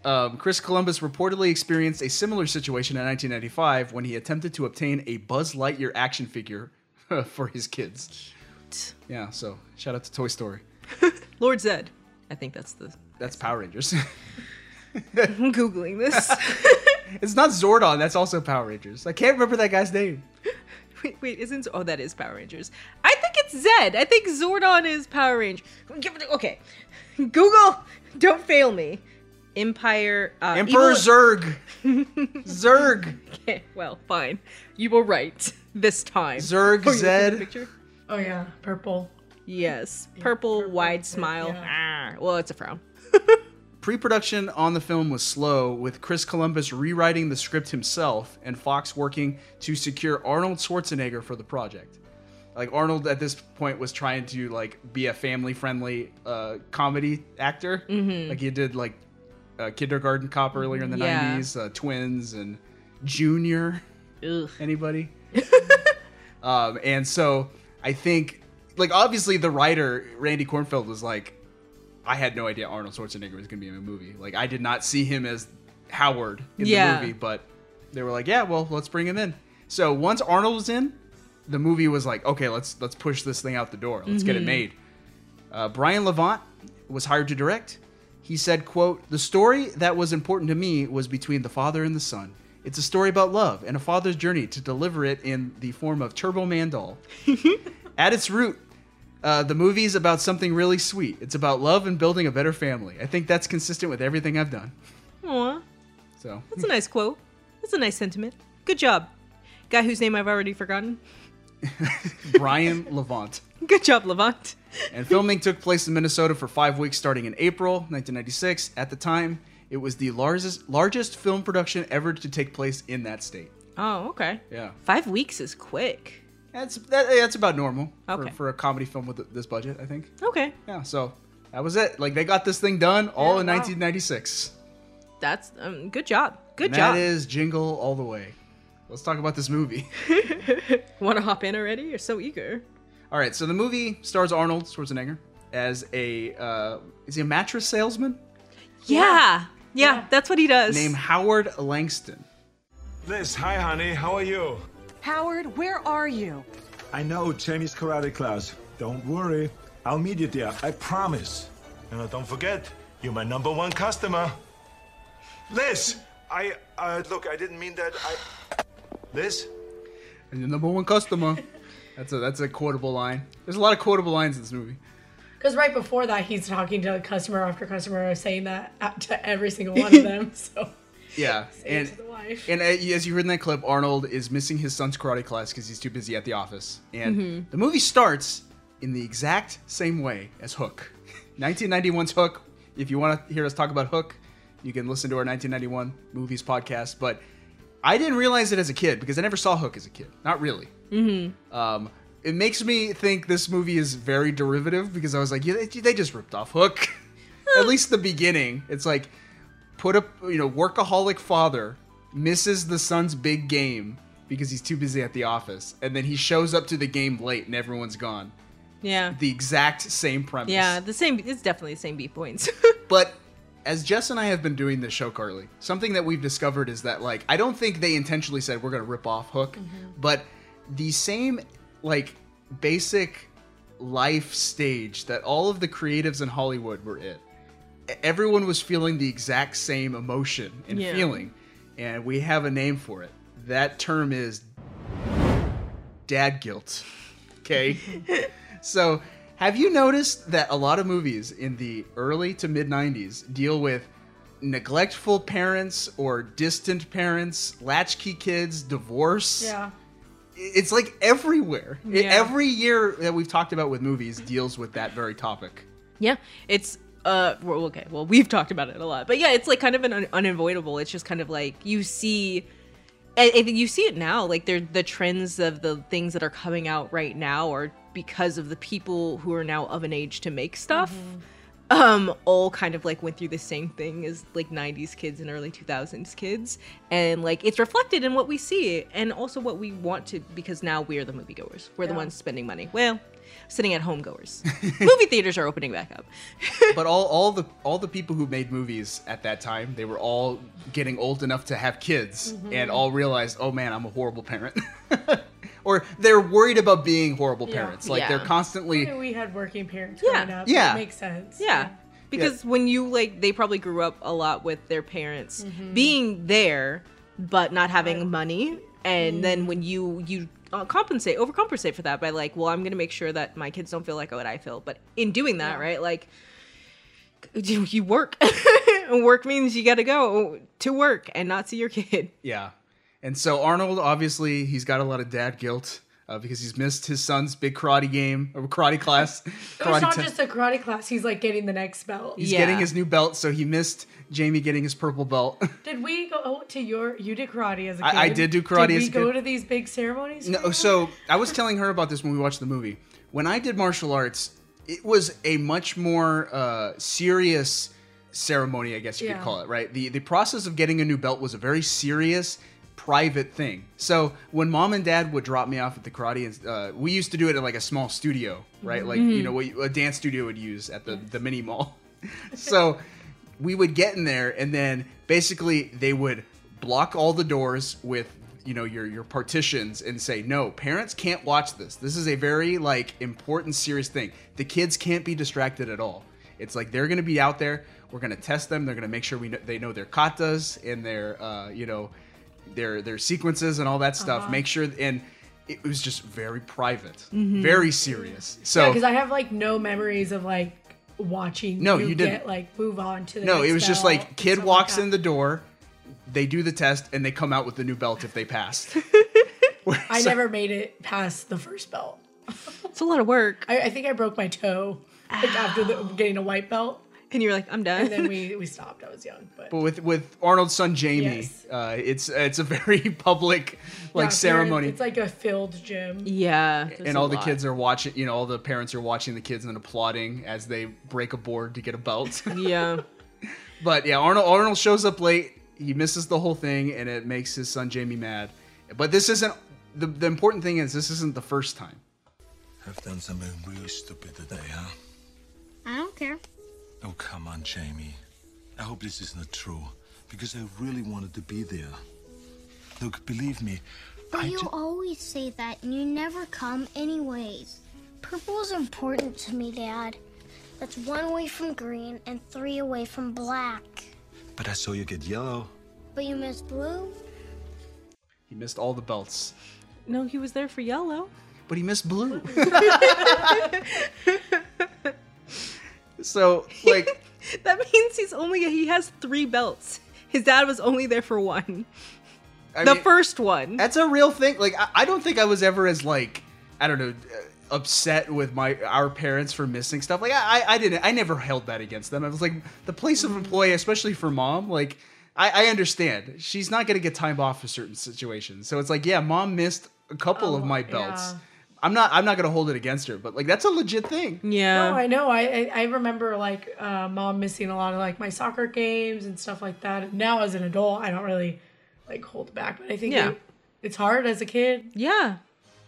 Speaker 1: um, Chris Columbus reportedly experienced a similar situation in 1995 when he attempted to obtain a Buzz Lightyear action figure for his kids.
Speaker 2: Cute.
Speaker 1: Yeah, so shout out to Toy Story.
Speaker 2: Lord Zed. I think that's the.
Speaker 1: That's Power Rangers.
Speaker 2: I'm googling this.
Speaker 1: it's not Zordon, that's also Power Rangers. I can't remember that guy's name.
Speaker 2: Wait, wait, isn't oh that is Power Rangers? I think it's Zed. I think Zordon is Power Ranger. Give it- Okay, Google, don't fail me. Empire uh,
Speaker 1: Emperor
Speaker 2: evil-
Speaker 1: Zurg. Zurg.
Speaker 2: Okay, well, fine. You were right this time.
Speaker 1: Zurg
Speaker 2: Oh, you look at the
Speaker 1: Zed.
Speaker 2: picture?
Speaker 17: Oh yeah, purple.
Speaker 2: Yes, purple, wide smile. Ah, well, it's a frown.
Speaker 1: Pre production on the film was slow, with Chris Columbus rewriting the script himself and Fox working to secure Arnold Schwarzenegger for the project. Like, Arnold at this point was trying to, like, be a family friendly uh, comedy actor.
Speaker 2: Mhm.
Speaker 1: Like, he did, like, uh, Kindergarten Cop earlier in the
Speaker 2: Yeah.
Speaker 1: 90s, uh, Twins, and Junior. Anybody? um, and so I think, like, obviously the writer, Randy Kornfeld, was like, I had no idea Arnold Schwarzenegger was going to be in a movie. Like, I did not see him as Howard in
Speaker 2: Yeah.
Speaker 1: the movie, but they were like, yeah, well, let's bring him in. So once Arnold was in, the movie was like, okay, let's let's push this thing out the door. Let's get it
Speaker 2: Mhm.
Speaker 1: made. Uh, Brian Levant was hired to direct. He said, quote, The story that was important to me was between the father and the son. It's a story about love and a father's journey to deliver it in the form of Turbo Man doll. At its root, uh, the movie's about something really sweet. It's about love and building a better family. I think that's consistent with everything I've done.
Speaker 2: Aw,
Speaker 1: So
Speaker 2: that's a nice quote. That's a nice sentiment. Good job, guy whose name I've already forgotten.
Speaker 1: Brian Levant.
Speaker 2: Good job, Levant.
Speaker 1: And filming took place in Minnesota for five weeks starting in April 1996. At the time, it was the largest, largest film production ever to take place in that state.
Speaker 2: Oh, okay.
Speaker 1: Yeah.
Speaker 2: Five weeks is quick.
Speaker 1: That's that, that's about normal
Speaker 2: Okay.
Speaker 1: for, for a comedy film with th- this budget, I think.
Speaker 2: Okay,
Speaker 1: Yeah, so that was it. Like they got this thing done all in
Speaker 2: wow.
Speaker 1: 1996.
Speaker 2: that's um, good job. Good
Speaker 1: And
Speaker 2: job.
Speaker 1: That is Jingle All the Way. Let's talk about this movie.
Speaker 2: Want to hop in already? You're so eager.
Speaker 1: All right, so the movie stars Arnold Schwarzenegger as a uh, is he a mattress salesman
Speaker 2: Yeah. Yeah, that's what he does.
Speaker 1: named Howard Langston.
Speaker 9: Liz, hi, honey. How are you?
Speaker 22: Howard, where are you?
Speaker 9: I know Jamie's karate class. Don't worry. I'll meet you there. I promise. And uh, don't forget, you're my number one customer. Liz, I uh, look. I didn't mean that. I. Liz.
Speaker 1: and your number one customer. That's a that's a quotable line. There's a lot of quotable lines in this movie.
Speaker 17: Because right before that, he's talking to customer after customer, saying that out to every single one of them. So
Speaker 1: Yeah, and and uh, as you heard in that clip, Arnold is missing his son's karate class because he's too busy at the office. And
Speaker 17: Mhm.
Speaker 1: the movie starts in the exact same way as Hook, 1991's Hook. If you want to hear us talk about Hook, you can listen to our 1991 movies podcast. But I didn't realize it as a kid because I never saw Hook as a kid. Not really.
Speaker 2: Mm-hmm.
Speaker 1: Um, it makes me think this movie is very derivative because I was like, yeah, they, they just ripped off Hook. At least the beginning. It's like, put a you know workaholic father misses the son's big game because he's too busy at the office, and then he shows up to the game late and everyone's gone.
Speaker 2: Yeah.
Speaker 1: The exact same premise.
Speaker 2: Yeah, the same. It's definitely the same B points.
Speaker 1: But as Jess and I have been doing this show, Carly, something that we've discovered is that like I don't think they intentionally said we're gonna rip off Hook, but the same like basic life stage that all of the creatives in Hollywood were in. E- Everyone was feeling the exact same emotion and
Speaker 10: Yeah.
Speaker 1: feeling, and we have a name for it. That term is dad guilt. Okay. so, have you noticed that a lot of movies in the early to mid 90s deal with neglectful parents or distant parents, latchkey kids, divorce?
Speaker 17: yeah,
Speaker 1: It's like everywhere.
Speaker 2: Yeah.
Speaker 1: Every year that we've talked about with movies deals with that very topic.
Speaker 2: yeah, it's uh well, okay. Well, we've talked about it a lot, but yeah, it's like kind of an un- unavoidable. It's just kind of like you see. I I think you see it now. Like they're the trends of the things that are coming out right now are because of the people who are now of an age to make stuff. um all kind of like went through the same thing as like 90s kids and early 2000s kids and like it's reflected in what we see and also what we want to because now we are the moviegoers we're the
Speaker 1: Yeah.
Speaker 2: ones spending money well sitting at home goers movie theaters are opening back up
Speaker 1: but all, all the all the people who made movies at that time, they were all getting old enough to have kids
Speaker 17: Mm-hmm.
Speaker 2: Mhm.
Speaker 1: and all realized, oh man, I'm a horrible parent. or they're worried about being horrible
Speaker 17: Yeah.
Speaker 1: parents. Like
Speaker 2: Yeah.
Speaker 1: they're constantly
Speaker 17: Okay, we had working parents
Speaker 2: Yeah.
Speaker 17: growing up.
Speaker 1: Yeah.
Speaker 17: it makes sense.
Speaker 2: Yeah. Because when you like they probably grew up a lot with their parents
Speaker 17: Mhm.
Speaker 2: being there but not having money and then when you you uh, compensate overcompensate for that by like well I'm going to make sure that my kids don't feel like what I feel but in doing that right like you you work and work means you got to go to work and not see your kid.
Speaker 1: Yeah. And so Arnold, obviously, he's got a lot of dad guilt uh, because he's missed his son's big karate game or karate class.
Speaker 17: So it's not
Speaker 1: ten-
Speaker 17: just a karate class. He's like getting the next belt.
Speaker 1: he's getting his new belt, so he missed Jamie getting his purple belt.
Speaker 17: Did we go to your? You did karate as a kid.
Speaker 1: I- I did do karate
Speaker 17: Did
Speaker 1: as
Speaker 17: we
Speaker 1: a
Speaker 17: go
Speaker 1: kid.
Speaker 17: to these big ceremonies?
Speaker 1: No, so I was telling her about this when we watched the movie. When I did martial arts, it was a much more uh, serious ceremony, I guess you
Speaker 2: Yeah.
Speaker 1: could call it, right? The the process of getting a new belt was a very serious, private thing. So when mom and dad would drop me off at the karate, and uh, we used to do it at like a small studio, right? Like you
Speaker 10: Mhm.
Speaker 1: know what you- a dance studio would use at the the mini mall. so we would get in there and then basically they would block all the doors with you know your your partitions and say no parents can't watch this this is a very like important serious thing the kids can't be distracted at all it's like they're gonna be out there we're gonna test them they're gonna make sure we know, they know their katas and their uh, you know their their sequences and all that stuff
Speaker 17: Uh-huh.
Speaker 1: make sure and it was just very private
Speaker 17: Mhm.
Speaker 1: very serious so
Speaker 17: because I have like no memories of like watching.
Speaker 1: No,
Speaker 17: you
Speaker 1: you didn't.
Speaker 17: Get, like move on to the.
Speaker 1: no,
Speaker 17: next
Speaker 1: it was just
Speaker 17: belt.
Speaker 1: like kid walks in the door, they do the test, and they come out with the new belt if they passed.
Speaker 17: I never made it past the first belt.
Speaker 2: It's a lot of work.
Speaker 17: I, I think I broke my toe like, after the, getting a white belt.
Speaker 2: And you were like, I'm done.
Speaker 17: And then we, we stopped. I was young, but
Speaker 1: But with with Arnold's son Jamie, uh, it's it's a very public like
Speaker 17: Yeah,
Speaker 1: ceremony,
Speaker 17: It's like a filled gym.
Speaker 2: Yeah.
Speaker 1: and all the kids are watching. You know, all the parents are watching the kids and applauding as they break a board to get a belt.
Speaker 2: yeah.
Speaker 1: But yeah, Arnold Arnold shows up late. He misses the whole thing, and it makes his son Jamie mad. But this isn't the the important thing is this isn't the first time.
Speaker 9: I've done something real stupid today, huh?
Speaker 6: I don't care.
Speaker 9: Oh, come on, Jamie. I hope this isn't true, because I really wanted to be there. Look, believe me,
Speaker 6: But
Speaker 9: I
Speaker 6: you
Speaker 9: ju-
Speaker 6: always say that, and you never come anyways. Purple is important to me, Dad. That's one away from green and three away from black.
Speaker 9: but I saw you get yellow.
Speaker 6: But you missed blue?
Speaker 1: He missed all the belts.
Speaker 2: No, he was there for yellow.
Speaker 1: but he missed blue. so like
Speaker 2: That means he's only he has three belts. His dad was only there for one.
Speaker 1: I
Speaker 2: the
Speaker 1: mean-
Speaker 2: first one.
Speaker 1: that's a real thing. Like I, I don't think I was ever as like I don't know uh, upset with my our parents for missing stuff. Like I I- I didn't I never held that against them. I was like the place of employee, especially for mom. Like I, I understand she's not gonna get time off for certain situations. So it's like yeah, mom missed a couple of my belts.
Speaker 17: Oh, yeah.
Speaker 1: I'm not I'm not gonna hold it against her, but like that's a legit thing.
Speaker 17: No, I know. I I, I remember like uh, mom missing a lot of like my soccer games and stuff like that. And now as an adult, I don't really like hold back, but I think
Speaker 2: Yeah.
Speaker 17: it- it's hard as a kid.
Speaker 2: Yeah.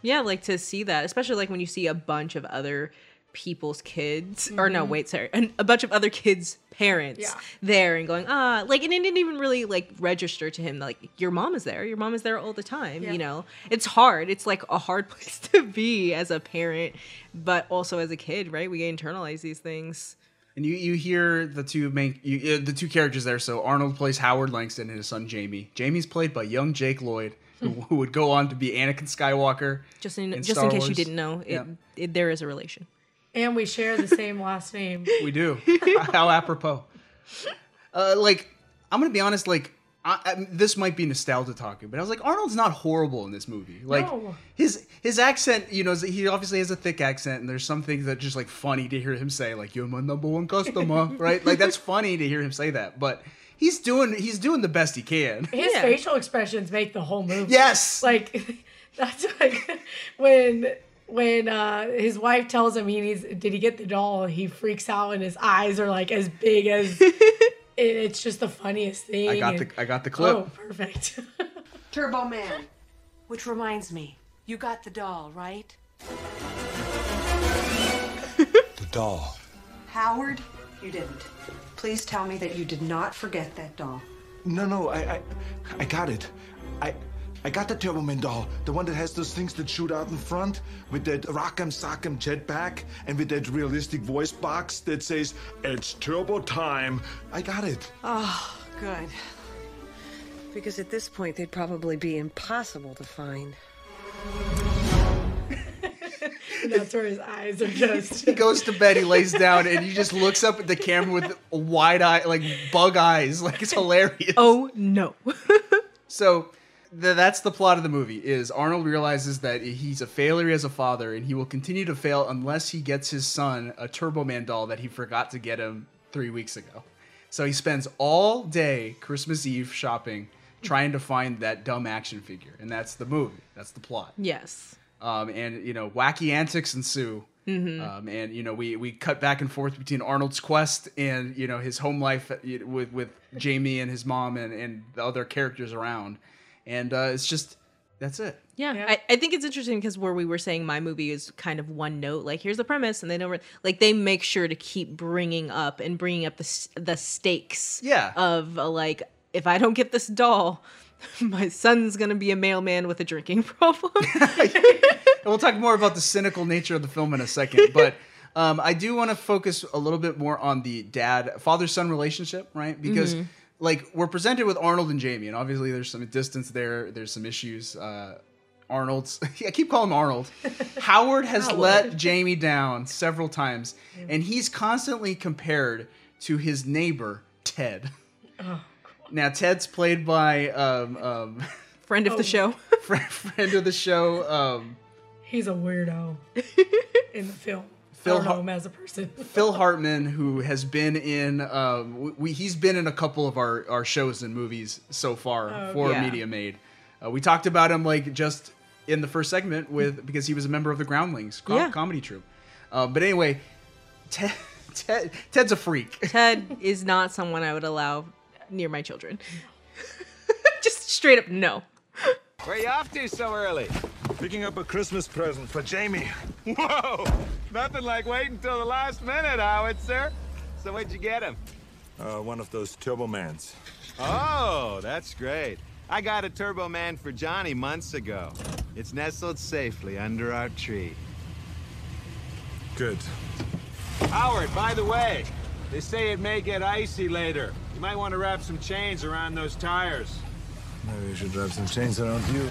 Speaker 2: Yeah, like to see that, especially like when you see a bunch of other people's kids or no,
Speaker 17: Mhm.
Speaker 2: wait, sorry, an, a bunch of other kids' parents
Speaker 17: Yeah.
Speaker 2: there and going, "Ah, like and it didn't even really like register to him like your mom is there. Your mom is there all the time,
Speaker 17: Yeah.
Speaker 2: you know. It's hard. It's like a hard place to be as a parent, but also as a kid, right? We internalize these things.
Speaker 1: And you, you hear the two main you, uh, the two characters there. So Arnold plays Howard Langston and his son Jamie. Jamie's played by young Jake Lloyd, who, who would go on to be Anakin Skywalker.
Speaker 2: Hmm. Just in,
Speaker 1: In
Speaker 2: just
Speaker 1: Star
Speaker 2: in case you
Speaker 1: Wars.
Speaker 2: didn't know, it,
Speaker 1: Yeah.
Speaker 2: it, there is a relation.
Speaker 17: And we share the same last name.
Speaker 1: We do. How apropos. Uh, like I'm gonna be honest. Like I, I, this might be nostalgia talking, but I was like Arnold's not horrible in this movie. Like
Speaker 17: No.
Speaker 1: his his accent, you know, he obviously has a thick accent, and there's some things that just like funny to hear him say, like "You're my number one customer," right? Like that's funny to hear him say that, but. He's doing he's doing the best he can.
Speaker 17: His facial expressions make the whole movie.
Speaker 1: Yes.
Speaker 17: Like that's like when when uh his wife tells him he needs did he get the doll, he freaks out and his eyes are like as big as and it's just the funniest thing.
Speaker 1: I got the
Speaker 17: and-
Speaker 1: I got the clip.
Speaker 17: Oh, perfect.
Speaker 22: Turbo Man. Which reminds me, you got the doll, right?
Speaker 9: The doll.
Speaker 22: Howard, you didn't. Please tell me that you did not forget that doll.
Speaker 9: No, no, I, I, I got it. I, I got the Turbo Man doll, the one that has those things that shoot out in front, with that Rock'em Sock'em jetpack, and with that realistic voice box that says "It's Turbo Time." I got it.
Speaker 22: Oh, good. Because at this point, they'd probably be impossible to find.
Speaker 17: that's where his eyes are just
Speaker 1: he goes to bed, he lays down, and he just looks up at the camera with wide eye, like bug eyes, like it's hilarious.
Speaker 2: Oh no!
Speaker 1: so th- that's the plot of the movie: is Arnold realizes that he's a failure as a father, and he will continue to fail unless he gets his son a Turbo Man doll that he forgot to get him three weeks ago. So he spends all day Christmas Eve shopping, trying to find that dumb action figure, and that's the movie. That's the plot.
Speaker 2: Yes.
Speaker 1: Um, and you know, wacky antics ensue.
Speaker 2: Mhm.
Speaker 1: Um, and you know, we we cut back and forth between Arnold's quest and you know his home life uh, you- with with Jamie and his mom and and the other characters around, and uh, it's just that's it.
Speaker 2: Yeah, I, I think it's interesting because where we were saying my movie is kind of one note, like here's the premise, and they don't re- like they make sure to keep bringing up and bringing up the s- the stakes.
Speaker 1: Yeah.
Speaker 2: of uh, like if I don't get this doll, my son's gonna be a mailman with a drinking problem.
Speaker 1: And we'll talk more about the cynical nature of the film in a second, but. Um, I do want to focus a little bit more on the dad father son relationship, right? Because
Speaker 17: Mm-hmm.
Speaker 10: Mhm.
Speaker 1: like we're presented with Arnold and Jamie, and obviously there's some distance there. There's some issues. Uh, Arnold's I keep calling him Arnold. Howard has
Speaker 10: Howard.
Speaker 1: let Jamie down several times, and he's constantly compared to his neighbor Ted.
Speaker 17: Oh.
Speaker 1: Now Ted's played by um, um,
Speaker 2: friend
Speaker 17: of the Oh. show.
Speaker 1: friend, of the show. Um,
Speaker 17: He's a weirdo in the film.
Speaker 1: Phil
Speaker 17: I don't
Speaker 1: Har-
Speaker 17: know him as a person.
Speaker 1: Phil Hartman, who has been in, um, we, he's been in a couple of our, our shows and movies so far
Speaker 10: Oh,
Speaker 1: for
Speaker 10: yeah.
Speaker 1: Media Made. Uh, we talked about him like just in the first segment
Speaker 17: Hmm.
Speaker 1: with because he was a member of the Groundlings co-
Speaker 2: Yeah.
Speaker 1: comedy troupe. Uh, but anyway, Ted, Ted Ted's a freak.
Speaker 2: Ted is not someone I would allow near my children. Just straight up no.
Speaker 21: Where you off to so early?
Speaker 9: Picking up a Christmas present for Jamie.
Speaker 21: Whoa! Nothing like waiting till the last minute, Howard, sir. So where'd you get him?
Speaker 9: Uh, one of those Turbo Mans.
Speaker 10: Oh, that's great. I got a Turbo Man for Johnny months ago. It's nestled safely under our tree.
Speaker 9: Good.
Speaker 21: Howard, by the way, they say it may get icy later. You might want to wrap some chains around those tires.
Speaker 9: Maybe you should wrap some chains around you.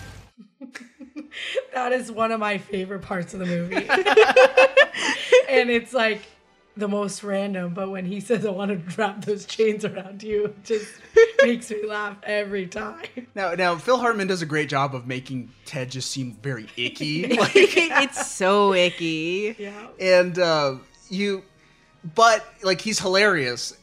Speaker 17: that is one of my favorite parts of the movie. and it's like the most random, but when he says, I want to wrap those chains around you, it just makes me laugh every time.
Speaker 1: Now, now Phil Hartman does a great job of making Ted just seem very icky.
Speaker 2: it's so icky.
Speaker 17: Yeah.
Speaker 1: And uh, you, but like he's hilarious,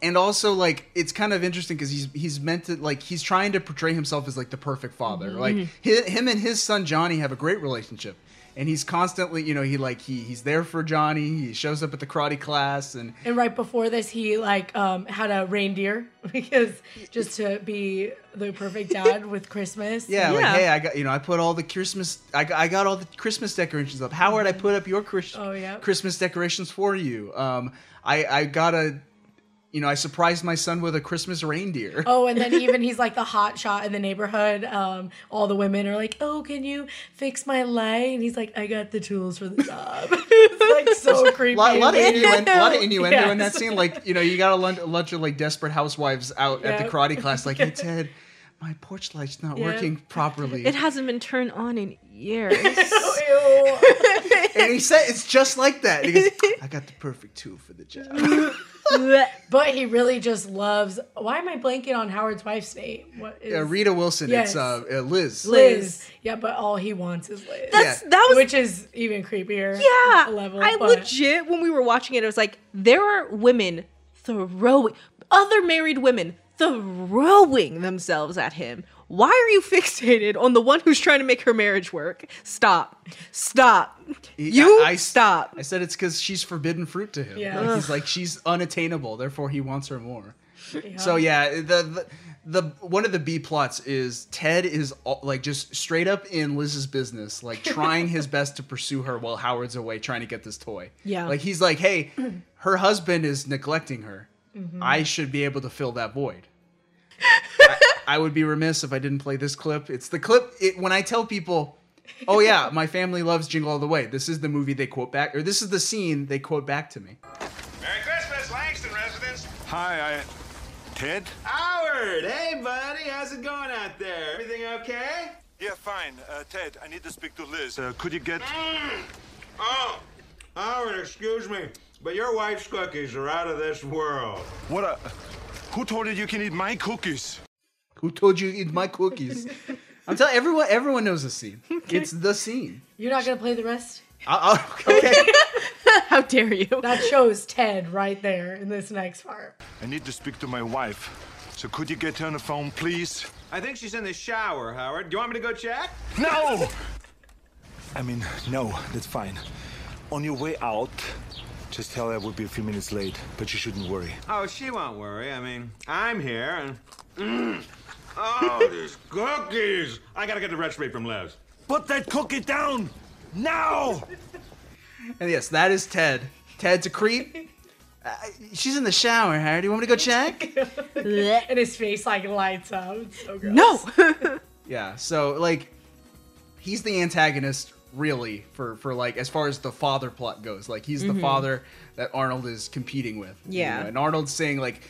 Speaker 1: and also like it's kind of interesting because he's he's meant to like he's trying to portray himself as like the perfect father.
Speaker 2: Mm-hmm.
Speaker 1: Like
Speaker 12: Mhm.
Speaker 1: hi- him and his son Johnny have a great relationship. And he's constantly, you know, he like he he's there for Johnny. He shows up at the karate class, and
Speaker 17: And right before this, he like um, had a reindeer because just to be the perfect dad with Christmas.
Speaker 1: Yeah, like hey, I got you know, I put all the Christmas, I got, I got all the Christmas decorations up. Howard, I put up your Chris,
Speaker 17: Mm-hmm. Oh, yeah.
Speaker 1: Christmas decorations for you. Um, I I got a, you know, I surprised my son with a Christmas reindeer.
Speaker 17: Oh, and then even he's like the hot shot in the neighborhood. Um, all the women are like, "Oh, can you fix my light?" And he's like, "I got the tools for the job." it's like so creepy.
Speaker 1: A lot, lot of innuendo, lot of innuendo in that
Speaker 17: Yes.
Speaker 1: scene. Like you know, you got a lunch, a bunch of like desperate housewives out at the
Speaker 2: Yeah.
Speaker 1: karate class. Like, hey Ted, my porch light's not
Speaker 2: Yeah.
Speaker 1: working properly.
Speaker 2: It hasn't been turned on in years.
Speaker 1: and he said it's just like that. And he goes, I got the perfect tool for the job.
Speaker 17: but he really just loves. Why am I blanking on Howard's wife's name? What is
Speaker 1: Uh, Rita Wilson,
Speaker 17: Yes.
Speaker 1: it's uh, uh, Liz.
Speaker 17: Liz. Yeah, but all he wants is Liz.
Speaker 1: That's-
Speaker 2: that was-
Speaker 17: which is even creepier.
Speaker 2: Yeah,
Speaker 17: level.
Speaker 2: I
Speaker 17: but-
Speaker 2: legit when we were watching it, I was like, there are women throwing other married women throwing themselves at him. Why are you fixated on the one who's trying to make her marriage work? Stop. Stop.
Speaker 1: You I, stop. I said it's because she's forbidden fruit to him.
Speaker 2: Yeah.
Speaker 1: Like, he's
Speaker 2: Ugh.
Speaker 1: like she's unattainable, therefore he wants her more.
Speaker 17: Yeah.
Speaker 1: So yeah, the, the the one of the B plots is Ted is all, like just straight up in Liz's business, like trying his best to pursue her while Howard's away trying to get this toy.
Speaker 2: Yeah.
Speaker 1: like he's like, hey, her husband is neglecting her.
Speaker 5: Mm-hmm.
Speaker 1: I
Speaker 4: Mm-hmm.
Speaker 1: should be able to fill that void. I, I would be remiss if I didn't play this clip. It's the clip it, when I tell people, "Oh yeah, my family loves Jingle All the Way." This is the movie they quote back, or this is the scene they quote back to me.
Speaker 21: Merry Christmas, Langston residents.
Speaker 9: Hi, I. Ted?
Speaker 10: Howard, hey buddy, how's it going out there? Everything okay?
Speaker 9: Yeah, fine. Uh, Ted, I need to speak to Liz. Mm. Uh, could you get.
Speaker 10: Oh, Howard, excuse me, but your wife's cookies are out of this world.
Speaker 9: What a. Who told you you can eat my cookies?
Speaker 1: Who told you eat my cookies? I'm telling everyone. Everyone knows the scene.
Speaker 17: Okay.
Speaker 1: It's the scene.
Speaker 17: You're not gonna play the rest.
Speaker 1: I'll, I'll, okay.
Speaker 17: How
Speaker 2: dare you?
Speaker 17: That shows Ted right there in this next part.
Speaker 9: I need to speak to my wife. So could you get her on the phone, please?
Speaker 10: I think she's in the shower, Howard. Do you want me to go check?
Speaker 9: No! I mean, no, that's fine. On your way out, just tell her we'll be a few minutes late, but you shouldn't worry.
Speaker 10: Oh, she won't worry. I mean, I'm here and. Mm. Oh, these cookies! I gotta get the recipe from Liz.
Speaker 9: Put that cookie down! Now!
Speaker 1: And yes, that is Ted. Ted's a creep. Uh, she's in the shower, Harry. Do you want me to go check?
Speaker 17: and his face like lights up. It's so gross.
Speaker 1: No. yeah. So like, he's the antagonist really for for like as far as the father plot goes. Like he's
Speaker 2: Mhm.
Speaker 1: the father that Arnold is competing with. you
Speaker 2: Yeah.
Speaker 1: know, And Arnold's saying like,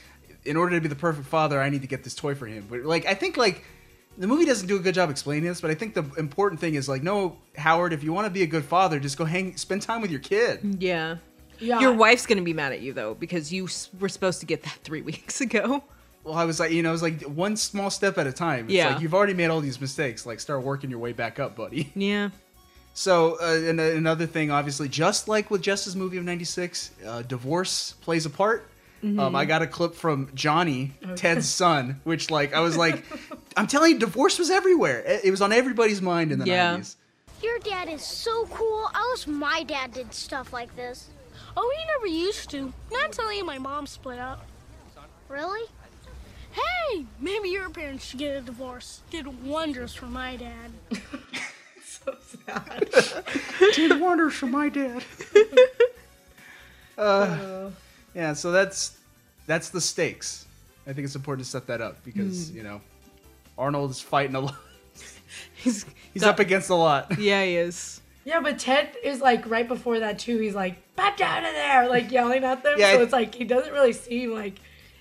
Speaker 1: in order to be the perfect father, I need to get this toy for him. But like, I think like. The movie doesn't do a good job explaining this, but I think the important thing is like, no, Howard, if you want to be a good father, just go hang, spend time with your kid.
Speaker 2: Yeah.
Speaker 17: Yeah.
Speaker 2: Your wife's gonna be mad at you though because you s- were supposed to get that three weeks ago.
Speaker 1: Well, I was like, you know, I was like one small step at a time. It's
Speaker 2: Yeah.
Speaker 1: like you've already made all these mistakes. Like, start working your way back up, buddy.
Speaker 2: Yeah.
Speaker 1: So, uh, and uh, another thing, obviously, just like with Jess's movie of '96, uh, divorce plays a part.
Speaker 2: Mhm.
Speaker 1: Um, I got a clip from Johnny, Ted's son, which, like, I was like, I'm telling you, divorce was everywhere. It, it was on everybody's mind in the
Speaker 6: Yeah.
Speaker 1: 90s.
Speaker 6: Your dad is so cool. I wish my dad did stuff like this. Oh, he never used to. Not until he and my mom split up. Really? Hey, maybe your parents should get a divorce. Did wonders for my dad.
Speaker 1: Did wonders for my dad. Uh, yeah, so that's that's the stakes. I think it's important to set that up because
Speaker 2: Mm.
Speaker 1: you know Arnold is fighting a lot.
Speaker 2: he's
Speaker 1: he's up against a lot.
Speaker 2: Yeah, he is.
Speaker 17: Yeah, but Ted is like right before that too. He's like, "Back out of there!" Like yelling at them.
Speaker 1: Yeah,
Speaker 17: so
Speaker 1: I-
Speaker 17: it's like he doesn't really seem like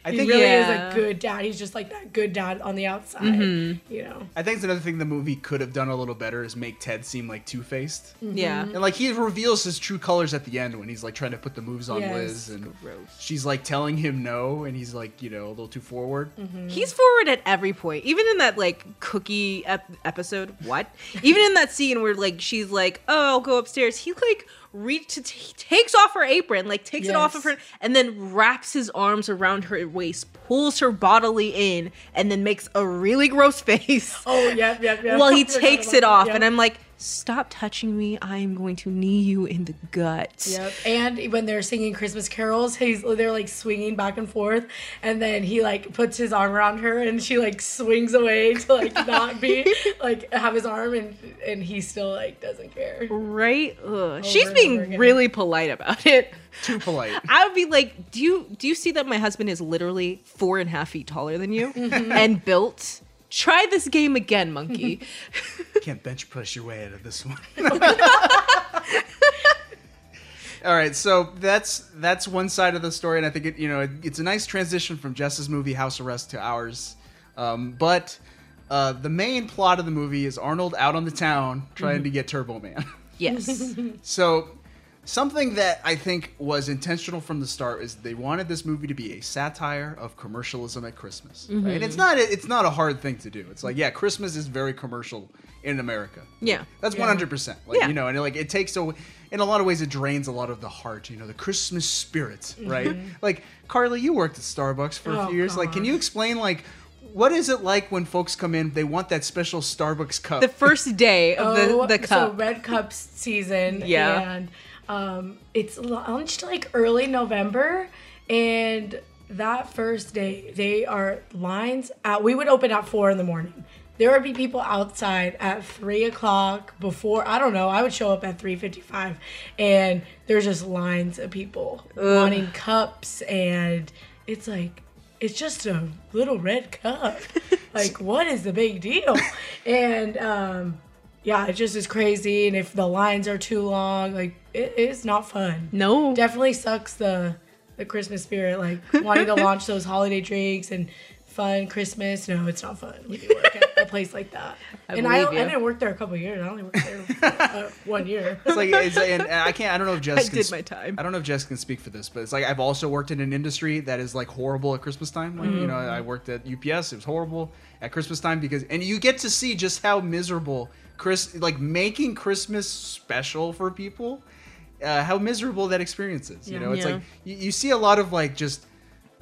Speaker 1: I
Speaker 17: he
Speaker 1: think-
Speaker 17: really
Speaker 1: Yeah.
Speaker 17: is a good dad. He's just like that good dad on the outside.
Speaker 1: Mhm.
Speaker 17: You know.
Speaker 1: I think it's another thing the movie could have done a little better is make Ted seem like two faced.
Speaker 2: Mm-hmm.
Speaker 17: Yeah.
Speaker 1: And like he reveals his true colors at the end when he's like trying to put the moves on
Speaker 2: Yes.
Speaker 1: Liz and she's like telling him no and he's like, you know, a little too forward.
Speaker 2: Mm-hmm. He's forward at every point, even in that like cookie ep- episode. What? even in that scene where like she's like, "Oh, I'll go upstairs." He like reach to t- takes off her apron, like takes it off of her, and then wraps his arms around her waist, pulls her bodily in, and then makes a really gross face.
Speaker 17: Oh yeah, yeah, yeah.
Speaker 2: While he
Speaker 17: Forgot
Speaker 2: takes
Speaker 17: about
Speaker 2: it
Speaker 17: that,
Speaker 2: off,
Speaker 17: yeah.
Speaker 2: and I'm like, "Stop touching me! I am going to knee you in the gut."
Speaker 17: Yep. And when they're singing Christmas carols, he's they're like swinging back and forth, and then he like puts his arm around her, and she like swings away to like not be like have his arm, and and he still like doesn't care.
Speaker 2: Right? Ugh. She's
Speaker 17: and over
Speaker 2: being
Speaker 17: again.
Speaker 2: really polite about it.
Speaker 1: Too polite.
Speaker 2: I would be like, do you do you see that my husband is literally four and a half feet taller than you
Speaker 17: Mm-hmm.
Speaker 2: and built? Try this game again, monkey.
Speaker 1: Can't bench press your way out of this one. All right, so that's that's one side of the story, and I think it you know it, it's a nice transition from Jess's movie House Arrest to ours. Um, but uh, the main plot of the movie is Arnold out on the town trying to
Speaker 2: Mhm.
Speaker 1: get Turbo Man.
Speaker 2: yes.
Speaker 1: So, something that I think was intentional from the start is they wanted this movie to be a satire of commercialism at Christmas. right?
Speaker 2: Mhm.
Speaker 1: And it's not it's not a hard thing to do. It's like yeah, Christmas is very commercial in America.
Speaker 2: Yeah.
Speaker 1: That's one hundred percent. Like
Speaker 2: Yeah.
Speaker 1: you know, and it, like it takes a. In a lot of ways, it drains a lot of the heart. You know, the Christmas spirit, right?
Speaker 2: Mhm.
Speaker 1: Like Carly, you worked at Starbucks for a
Speaker 2: Oh,
Speaker 1: few years. Like, can you explain like? What is it like when folks come in? They want that special Starbucks cup.
Speaker 2: The first day of
Speaker 17: Oh,
Speaker 2: the, the
Speaker 17: So
Speaker 2: cup.
Speaker 17: red cups season.
Speaker 1: Yeah.
Speaker 17: And um, it's launched like early November, and that first day they are lines out. We would open at four in the morning. There would be people outside at three o'clock before I don't know. I would show up at three fifty-five, and there's just lines of people
Speaker 2: Ugh.
Speaker 17: wanting cups, and it's like it's just a little red cup. like, what is the big deal? And um, yeah, it just is crazy. And if the lines are too long, like it is not fun.
Speaker 2: No,
Speaker 17: definitely sucks the the Christmas spirit. Like wanting to launch those holiday drinks and fun Christmas. No, it's not fun. We work at a place like that.
Speaker 1: I
Speaker 17: and I,
Speaker 1: believe
Speaker 17: I
Speaker 1: you.
Speaker 17: didn't work there a couple years. I only worked there for, uh, one year.
Speaker 1: It's like it's, and I can't. I don't know if Jess.
Speaker 17: I
Speaker 1: can
Speaker 17: did
Speaker 1: my time. I don't know if Jess can speak for this, but it's like I've also worked in an industry that is like horrible at Christmas time. Like you
Speaker 17: Mhm.
Speaker 1: know, I worked at UPS. It was horrible at Christmas time because, and you get to see just how miserable Chris, like making Christmas special for people, uh, how miserable that experience is. You
Speaker 2: Yeah.
Speaker 1: know, it's
Speaker 2: Yeah.
Speaker 1: like you, you see a lot of like just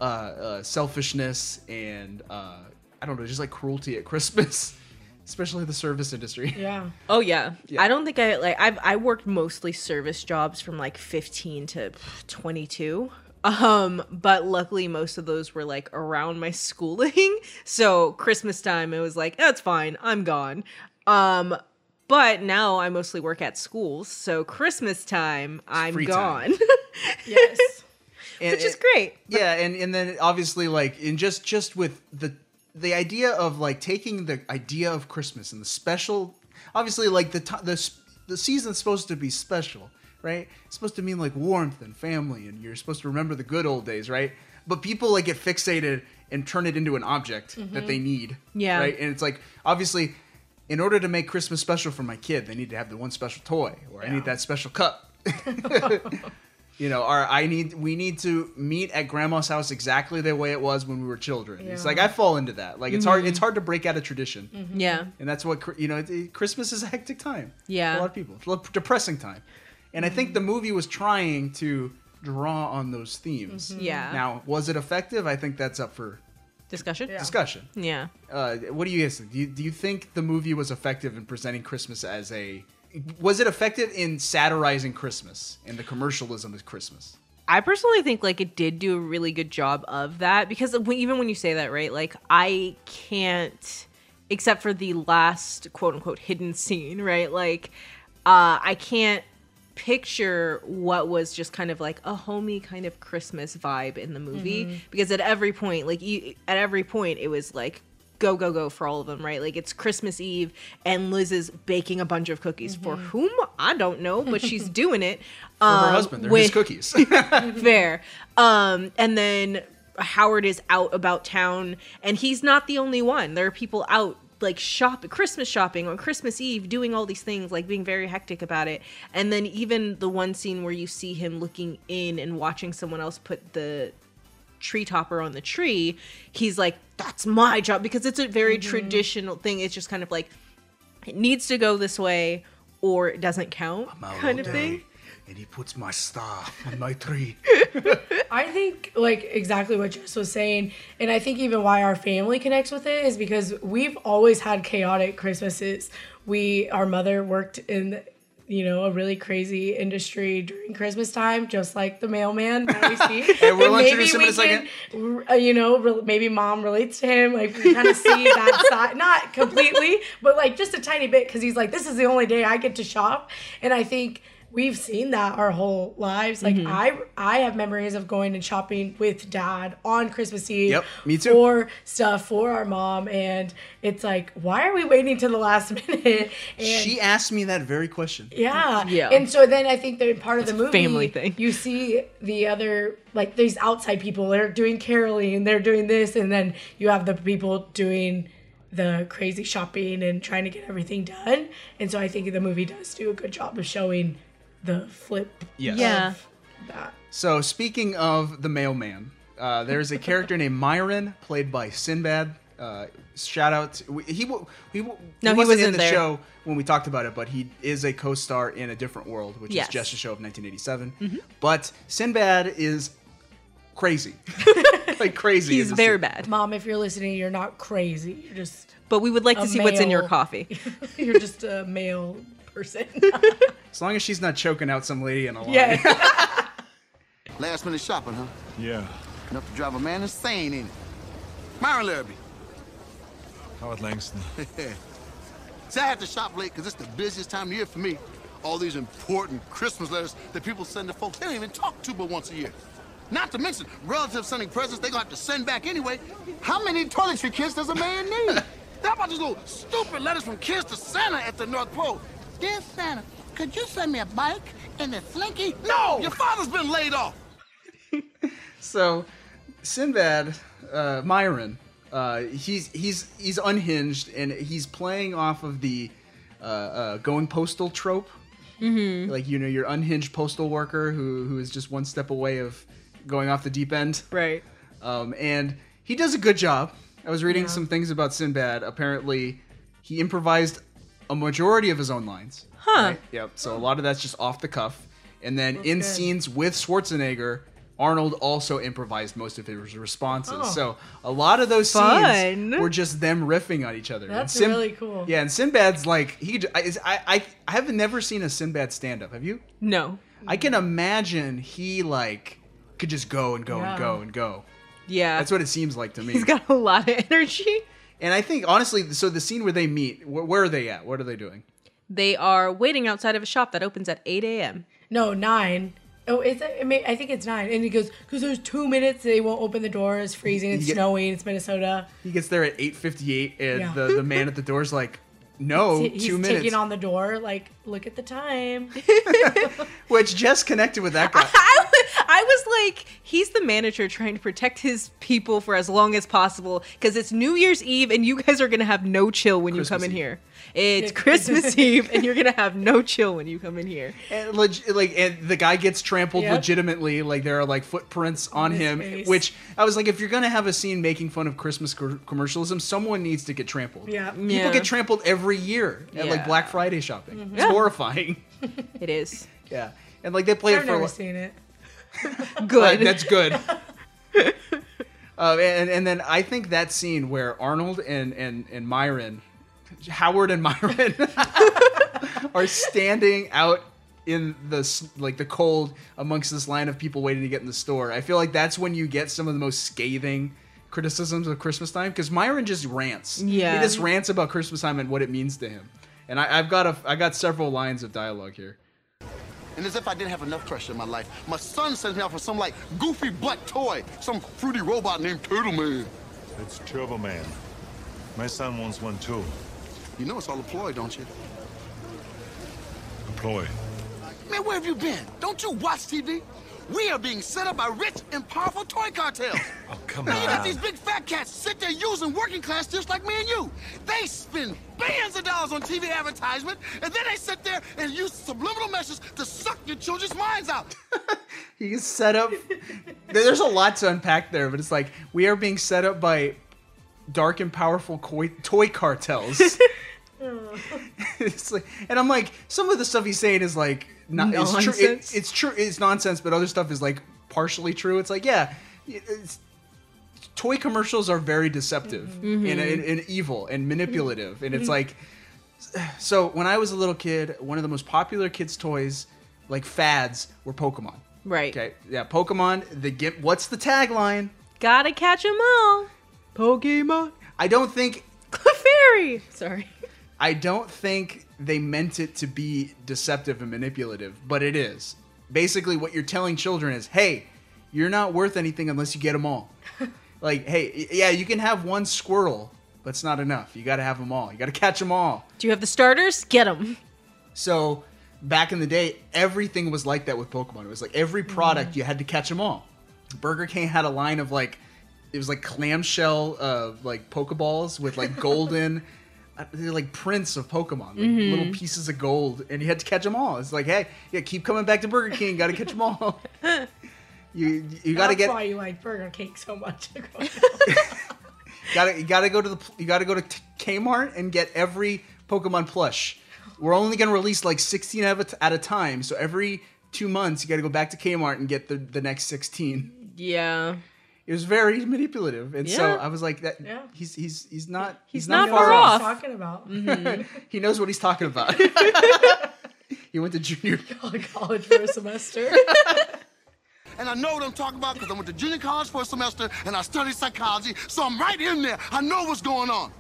Speaker 1: uh, uh, selfishness and uh, I don't know, just like cruelty at Christmas, especially the service industry.
Speaker 17: Yeah.
Speaker 2: Oh yeah. I don't think I like I've I worked mostly service jobs from like 15 to 22. Um but luckily most of those were like around my schooling. So Christmas time it was like that's fine. I'm gone. Um but now I mostly work at schools. So Christmas time I'm
Speaker 1: free
Speaker 2: gone.
Speaker 1: time.
Speaker 17: yes.
Speaker 1: And-
Speaker 2: Which is
Speaker 1: and-
Speaker 2: great.
Speaker 1: yeah and and then obviously like in just just with the the idea of like taking the idea of christmas and the special obviously like the ti- the s- the season's supposed to be special right it's supposed to mean like warmth and family and you're supposed to remember the good old days right but people like get fixated and turn it into an object that
Speaker 2: Mhm.
Speaker 1: they need
Speaker 2: Yeah.
Speaker 1: right and it's like obviously in order to make christmas special for my kid they need to have the one special toy or i need that special cup you know, our I need we need to meet at grandma's house exactly the way it was when we were children. It's
Speaker 2: Yeah.
Speaker 1: like I fall into that. Like it's hard
Speaker 2: Mhm.
Speaker 1: it's hard to break out of tradition.
Speaker 17: Mm-hmm.
Speaker 2: Yeah.
Speaker 1: And that's what cr- you know, it, it- Christmas is a hectic time. for
Speaker 2: Yeah.
Speaker 1: a lot of people. It's a lot- depressing time. And I think the movie was trying to draw on those themes.
Speaker 2: Mhm. Yeah.
Speaker 1: Now, was it effective? I think that's up for
Speaker 2: Discussion?
Speaker 1: discussion.
Speaker 2: Yeah.
Speaker 1: Uh, what do you guys think? Do you, do you think the movie was effective in presenting Christmas as a was it effective in satirizing Christmas and the commercialism of Christmas?
Speaker 2: I personally think like it did do a really good job of that because when, even when you say that, right? Like I can't, except for the last quote unquote hidden scene, right? Like uh, I can't picture what was just kind of like a homey kind of Christmas vibe in the movie
Speaker 7: Mhm.
Speaker 2: because at every point, like you, at every point, it was like go go go for all of them, right? Like it's Christmas Eve and Liz is baking a bunch of cookies for whom I don't know, but she's doing it
Speaker 1: For her
Speaker 2: um,
Speaker 1: husband, they're his
Speaker 2: with-
Speaker 1: cookies.
Speaker 2: Fair. Um, and then Howard is out about town, and he's not the only one. There are people out like shop Christmas shopping on Christmas Eve, doing all these things, like being very hectic about it. And then even the one scene where you see him looking in and watching someone else put the tree topper on the tree, he's like, "That's my job," because it's a very
Speaker 17: Mhm.
Speaker 2: traditional thing. It's just kind of like it needs to go this way or it doesn't count, kind of thing.
Speaker 1: And he puts my star on my tree.
Speaker 17: I think like exactly what Jess was saying, and I think even why our family connects with it is because we've always had chaotic Christmases. We our mother worked in you know a really crazy industry during Christmas time, just like the mailman. that we see.
Speaker 1: And we'll
Speaker 17: maybe
Speaker 1: introduce him in
Speaker 17: we
Speaker 1: a second.
Speaker 17: can, uh, You know, re- maybe mom relates to him. Like we kind of see that side, not completely, but like just a tiny bit, because he's like, this is the only day I get to shop, and I think we've seen that our whole lives. Like
Speaker 1: Mhm.
Speaker 17: I I have memories of going and shopping with dad on Christmas Eve.
Speaker 1: Yep, me too.
Speaker 17: For stuff for our mom, and it's like, why are we waiting till the last minute? And
Speaker 1: she asked me that very question.
Speaker 17: yeah. And so then I think that part of the
Speaker 1: It's a
Speaker 17: movie
Speaker 1: family thing.
Speaker 17: You see the other like these outside people, they're doing caroling and they're doing this, and then you have the people doing the crazy shopping and trying to get everything done. And so I think the movie does do a good job of showing the flip
Speaker 1: Yes.
Speaker 17: Yeah. that.
Speaker 1: So speaking of the mailman, uh, there's a character named Myron, played by Sinbad. Uh, shout out! To, we- he wa- he, wa-
Speaker 2: No, he
Speaker 1: wasn't, in
Speaker 2: wasn't
Speaker 1: the
Speaker 2: there.
Speaker 1: show when we talked about it, but he is a co-star in a different world, which
Speaker 2: Yes.
Speaker 1: is just a show of 1987.
Speaker 2: Mhm.
Speaker 1: But Sinbad is crazy, like crazy. in this scene.
Speaker 2: bad.
Speaker 17: Mom, if you're listening, you're not crazy. You're just
Speaker 2: But we would like
Speaker 17: a
Speaker 2: to see what's in your
Speaker 17: male-
Speaker 2: coffee.
Speaker 17: you're just a male person.
Speaker 1: As long as she's not choking out some lady in a line.
Speaker 17: Yeah.
Speaker 12: Last minute shopping, huh? Yeah. Enough to drive a man insane, ain't it? Myron Larrabee.
Speaker 21: Howard Langston.
Speaker 12: See, I had to shop late because it's the busiest time of year for me. All these important Christmas letters that people send to folks they don't even talk to but once a year. Not to mention, relatives sending presents they're going to have to send back anyway. How many toiletry kits does a man need? How about these little stupid letters from kids to Santa at the North Pole?
Speaker 13: Dear Santa, could you send me a bike and a slinky?
Speaker 12: No! Your father's been laid off!
Speaker 1: So, Sinbad, uh, Myron, uh, he's he's he's unhinged and he's playing off of the uh, uh, going postal trope.
Speaker 2: Mm-hmm.
Speaker 1: Like you know, your unhinged postal worker who who is just one step away of going off the deep end.
Speaker 2: Right.
Speaker 1: Um, and he does a good job. I was reading
Speaker 2: Yeah.
Speaker 1: some things about Sinbad. Apparently, he improvised a majority of his own lines.
Speaker 2: Huh.
Speaker 1: Yep. So a lot of that's just off the cuff. And then
Speaker 2: That's
Speaker 1: in
Speaker 2: good.
Speaker 1: scenes with Schwarzenegger, Arnold also improvised most of his responses.
Speaker 17: Oh.
Speaker 1: So a lot of those
Speaker 2: Fun.
Speaker 1: scenes were just them riffing on each other. And
Speaker 17: That's
Speaker 1: Sin-
Speaker 17: really cool.
Speaker 1: Yeah, and Sinbad's like he. j- I I I, I have never seen a Sinbad stand up. Have you?
Speaker 2: No.
Speaker 1: I can imagine he like could just go and go
Speaker 2: Yeah.
Speaker 1: and go and go.
Speaker 2: Yeah.
Speaker 1: That's what it seems like to me.
Speaker 2: He's got a lot of energy.
Speaker 1: And I think honestly, so the scene where they meet, wh- where are they at? What are they doing?
Speaker 2: They are waiting outside of a shop that opens at 8 a.m.
Speaker 17: No, nine. Oh, it's I, mean, I think it's nine, and he goes because there's two minutes they won't open the door. It's freezing. It's
Speaker 1: Yeah.
Speaker 17: snowing. It's Minnesota.
Speaker 1: He gets there at eight fifty eight, and
Speaker 17: Yeah.
Speaker 1: the, the man at the door's like, "No,
Speaker 17: He's- he's
Speaker 1: two minutes."
Speaker 17: taking on the door. Like, look at the time.
Speaker 1: Which Jess connected with that guy.
Speaker 2: I was like, he's the manager trying to protect his people for as long as possible because it's New Year's Eve and you guys are going to have no chill when you come in here. It's Christmas Eve and you're going to have no chill when you come in here.
Speaker 1: And leg- like, and the guy gets trampled
Speaker 2: Yep.
Speaker 1: legitimately. Like there are like footprints on
Speaker 2: his
Speaker 1: him,
Speaker 2: face.
Speaker 1: which I was like, if you're gonna have a scene making fun of Christmas co- commercialism, someone needs to get trampled.
Speaker 2: Yeah.
Speaker 1: people
Speaker 2: Yeah.
Speaker 1: get trampled every year at
Speaker 2: Yeah.
Speaker 1: like Black Friday shopping.
Speaker 2: Mhm.
Speaker 1: It's
Speaker 2: Yeah.
Speaker 1: horrifying.
Speaker 2: It is.
Speaker 1: Yeah, and like they play it
Speaker 17: I've
Speaker 1: for. a
Speaker 17: never
Speaker 1: while.
Speaker 17: seen it.
Speaker 1: Right, that's good. Uh, and and then I think that scene where Arnold and and and Myron, Howard and Myron, are standing out in the s- like the cold amongst this line of people waiting to get in the store. I feel like that's when you get some of the most scathing criticisms of Christmas time because Myron just rants.
Speaker 2: Yeah.
Speaker 1: he just rants about Christmas time and what it means to him. And I, I've got a I got several lines of dialogue here.
Speaker 12: And as if I didn't have enough pressure in my life, my son sends me out for some like goofy black toy, some fruity robot named Turtle Man.
Speaker 21: It's Turbo Man. My son wants one too.
Speaker 12: You know it's all a ploy, don't you?
Speaker 21: A ploy.
Speaker 12: Man, where have you been? Don't you watch TV? We are being set up by rich and powerful toy cartels. oh,
Speaker 21: come
Speaker 12: now you got
Speaker 21: on.
Speaker 12: these big fat cats sit there using working class tips like me and you. They spend billions of dollars on TV advertisement, and then they sit there and use subliminal messages to suck your children's minds out.
Speaker 1: He is set up. There's a lot to unpack there, but it's like we are being set up by dark and powerful koi- toy cartels. it's like, and I'm like, some of the stuff he's saying is like not it's true. It,
Speaker 2: Nonsense.
Speaker 1: it's true. It's nonsense, but other stuff is like partially true. It's like, yeah, it's, toy commercials are very deceptive
Speaker 2: Mhm.
Speaker 1: and, and, and evil and manipulative, and it's
Speaker 2: Mm-hmm.
Speaker 1: like, so when I was a little kid, one of the most popular kids' toys, like fads, were Pokemon.
Speaker 2: Right.
Speaker 1: Okay. Yeah, Pokemon. The gimp. What's the tagline?
Speaker 2: Gotta catch 'em all.
Speaker 1: Pokemon. I don't think
Speaker 2: Clefairy. Sorry.
Speaker 1: I don't think they meant it to be deceptive and manipulative, but it is. Basically, what you're telling children is, hey, you're not worth anything unless you get them all. like, hey, y- yeah, you can have one squirrel, but it's not enough. You got to have them all. You got to catch them all.
Speaker 2: Do you have the starters? Get them.
Speaker 1: So, back in the day, everything was like that with Pokemon. It was like every
Speaker 2: Mm.
Speaker 1: product you had to catch them all. Burger King had a line of like, it was like clamshell uh, like Pokeballs with like golden, uh, they're like prints of Pokemon, like
Speaker 2: Mhm.
Speaker 1: little pieces of gold, and you had to catch them all. It's like, hey, yeah, keep coming back to Burger King. Got to catch them all. you you got to
Speaker 17: That's
Speaker 1: get
Speaker 17: why you like Burger King so much.
Speaker 1: Got to you got to go to the pl- you got to go to T- Kmart and get every Pokemon plush. We're only going to release like 16 of it at a time, so every 2 months you got to go back to Kmart and get the the next 16.
Speaker 2: Yeah.
Speaker 1: It was very manipulative. And so
Speaker 2: Yeah.
Speaker 1: I was like that
Speaker 17: Yeah.
Speaker 1: he's he's he's not
Speaker 2: He's not
Speaker 17: Knows what
Speaker 1: far
Speaker 17: I'm
Speaker 1: off. Mm-hmm.
Speaker 17: Talking about
Speaker 1: he knows what he's talking about. he went to junior
Speaker 17: college for a semester.
Speaker 12: And I know what I'm talking about because I went to junior college for a semester and I studied psychology, so I'm right in there. I know what's going on.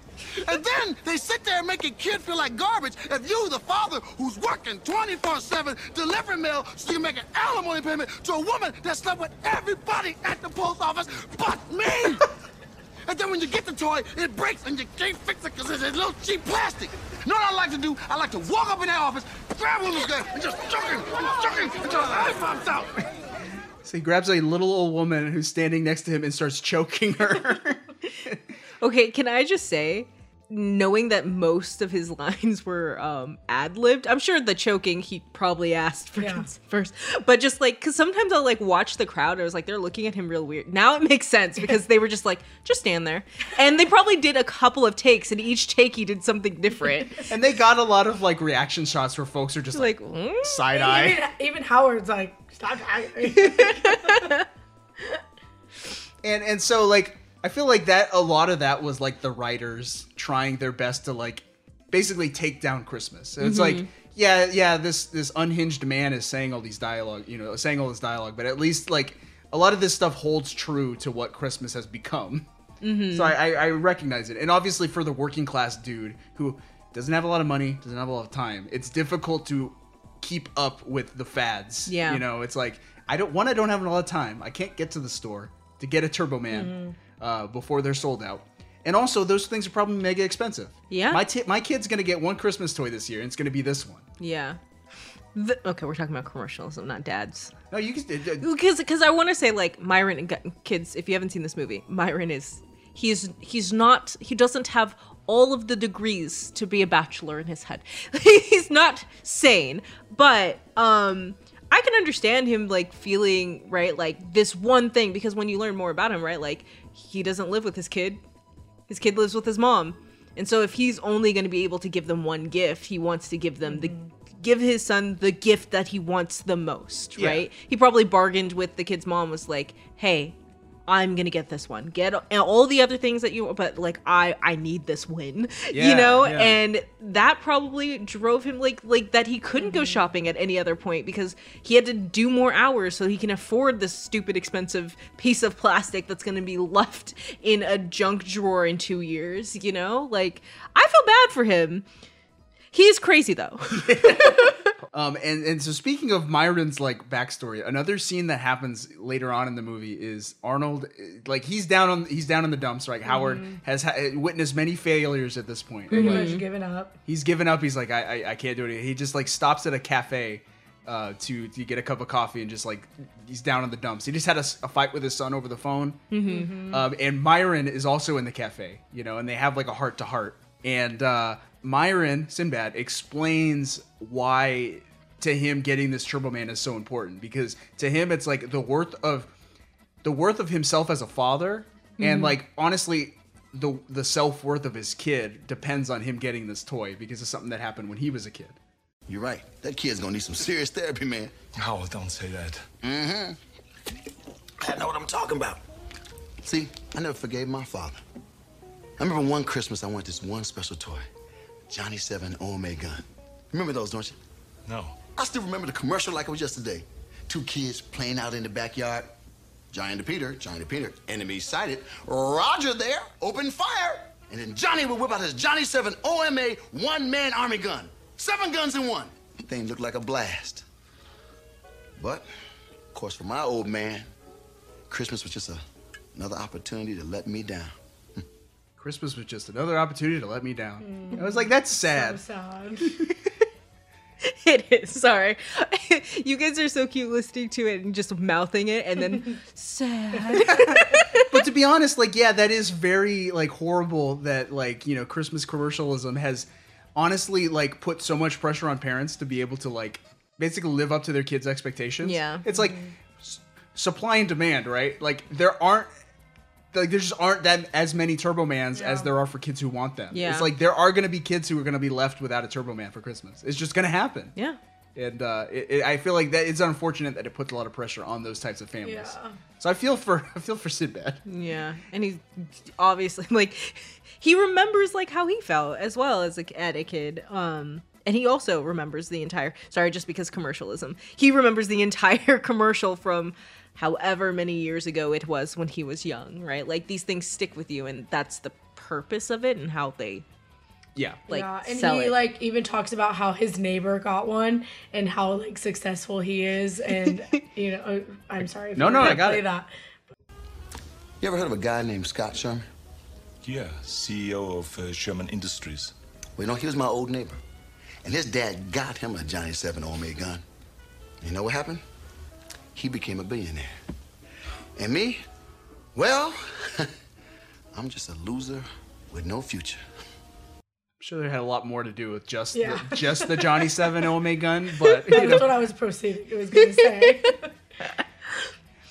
Speaker 12: And then they sit there and make a kid feel like garbage if you, the father who's working 24 7, delivering mail so you can make an alimony payment to a woman that slept with everybody at the post office but me. and then when you get the toy, it breaks and you can't fix it because it's a little cheap plastic. You know what I like to do? I like to walk up in that office, grab one of those guys, and just chuck him, chuck him until his eye pops out.
Speaker 1: So he grabs a little old woman who's standing next to him and starts choking her.
Speaker 2: Okay, can I just say, knowing that most of his lines were um, ad libbed, I'm sure the choking he probably asked for cons- first, but just like because sometimes I'll like watch the crowd, I was like they're looking at him real weird. Now it makes sense because they were just like just stand there, and they probably did a couple of takes, and each take he did something different.
Speaker 1: and they got a lot of like reaction shots where folks are just like, side eye.
Speaker 17: even, even Howard's like, stop. talking."
Speaker 1: and and so like I feel like that a lot of that was like the writers trying their best to like basically take down Christmas. So it's
Speaker 2: Mhm.
Speaker 1: like yeah, yeah, this this unhinged man is saying all these dialogue, you know, saying all this dialogue, but at least like a lot of this stuff holds true to what Christmas has become.
Speaker 2: Mhm.
Speaker 1: So I, I, I recognize it, and obviously for the working class dude who doesn't have a lot of money, doesn't have a lot of time, it's difficult to keep up with the fads.
Speaker 2: Yeah.
Speaker 1: you know, it's like I don't one, I don't have a lot of time. I can't get to the store to get a Turbo Man uh, before they're sold out. And also, those things are probably mega expensive.
Speaker 2: Yeah.
Speaker 1: my ti my kid's gonna get one Christmas toy this year, and it's gonna be this one.
Speaker 2: Yeah. The- okay, we're talking about commercials, not dads.
Speaker 1: No, you can. uh,
Speaker 2: Because because I want to say like Myron and Gu- kids, if you haven't seen this movie, Myron is he's he's not he doesn't have all of the degrees to be a bachelor in his head. he's not sane, but um I can understand him like feeling right like this one thing because when you learn more about him, right? Like he doesn't live with his kid. His kid lives with his mom. And so if he's only going to be able to give them one gift, he wants to give them the give his son the gift that he wants the most,
Speaker 4: Yeah.
Speaker 2: right? He probably bargained with the kid's mom was like, "Hey, I'm going to get this one. Get and all the other things that you but like I I need this win."
Speaker 4: Yeah,
Speaker 2: you know,
Speaker 4: yeah.
Speaker 2: and that probably drove him like like that he couldn't
Speaker 4: Mm-hmm.
Speaker 2: go shopping at any other point because he had to do more hours so he can afford this stupid expensive piece of plastic that's going to be left in a junk drawer in 2 years, you know? Like I feel bad for him. He's crazy though.
Speaker 1: Um, and and so speaking of Myron's like backstory, another scene that happens later on in the movie is Arnold, uh, like he's down on he's down in the dumps. Right, Howard
Speaker 17: Mhm.
Speaker 1: has ha- eh, witnessed many failures at this point.
Speaker 17: Pretty
Speaker 1: Like,
Speaker 17: much giving up.
Speaker 1: He's given up. He's like, I, I, I can't do it. He just like stops at a cafe uh, to to get a cup of coffee and just like he's down in the dumps. He just had a, s- a fight with his son over the phone,
Speaker 4: Mhm.
Speaker 1: um, and Myron is also in the cafe, you know, and they have like a heart to heart. And uh, Myron Sinbad explains why to him getting this Turbo Man is so important because to him it's like the worth of the worth of himself as a father and
Speaker 4: Mhm.
Speaker 1: like honestly the the self-worth of his kid depends on him getting this toy because it's something that happened when he was a kid.
Speaker 12: You're right. That kid's gonna need some serious therapy, man.
Speaker 9: Oh, don't say that.
Speaker 12: Mm-hmm. I know what I'm talking about. See, I never forgave my father. I remember one Christmas I wanted this one special toy. Johnny 7 OMA gun. Remember those, don't you?
Speaker 9: No.
Speaker 12: I still remember the commercial like it was yesterday. Two kids playing out in the backyard. Johnny to Peter, Johnny to Peter, enemy sighted. Roger there, open fire. And then Johnny would whip out his Johnny 7 OMA one man army gun. Seven guns in one. That thing looked like a blast. But, of course, for my old man, Christmas was just a, another opportunity to let me down.
Speaker 1: Christmas was just another opportunity to let me down.
Speaker 2: Mm.
Speaker 1: I was like, that's sad.
Speaker 17: sad.
Speaker 2: it is. Sorry. you guys are so cute listening to it and just mouthing it and then sad.
Speaker 1: but to be honest, like, yeah, that is very like horrible that like, you know, Christmas commercialism has honestly like put so much pressure on parents to be able to like basically live up to their kids' expectations.
Speaker 2: Yeah.
Speaker 1: It's like s- supply and demand, right? Like there aren't like there just aren't that as many Turbomans as there are for kids who want them.
Speaker 2: Yeah.
Speaker 1: It's like there are going to be kids who are going to be left without a Turbo Man for Christmas. It's just going to happen.
Speaker 2: Yeah.
Speaker 1: And uh, it, it, I feel like that it's unfortunate that it puts a lot of pressure on those types of families.
Speaker 2: Yeah.
Speaker 1: So I feel for I feel for Sinbad.
Speaker 2: Yeah, and he's obviously like he remembers like how he felt as well as like at a kid. Um, and he also remembers the entire sorry, just because commercialism. He remembers the entire commercial from however many years ago it was when he was young, right? Like these things stick with you, and that's the purpose of it and how they
Speaker 1: Yeah.
Speaker 2: like
Speaker 17: yeah, and
Speaker 2: sell
Speaker 17: he
Speaker 2: it.
Speaker 17: like even talks about how his neighbor got one and how like successful he is, and you know, oh, I'm sorry. If
Speaker 12: No,
Speaker 17: you
Speaker 12: no, I
Speaker 17: wanna
Speaker 12: got
Speaker 17: play
Speaker 12: it.
Speaker 17: That.
Speaker 12: You ever heard of a guy named Scott Sherman?
Speaker 9: Yeah, CEO of uh, Sherman Industries.
Speaker 12: Well, you know, he was my old neighbor. And his dad got him a Johnny 7 homemade gun. You know what happened? He became a billionaire. And me? Well, I'm just a loser with no future.
Speaker 1: I'm sure they had a lot more to do with just
Speaker 17: Yeah.
Speaker 1: the, just the Johnny Seven Ome gun, but you
Speaker 17: That's
Speaker 1: know,
Speaker 17: what I was proceeding. It was gonna say.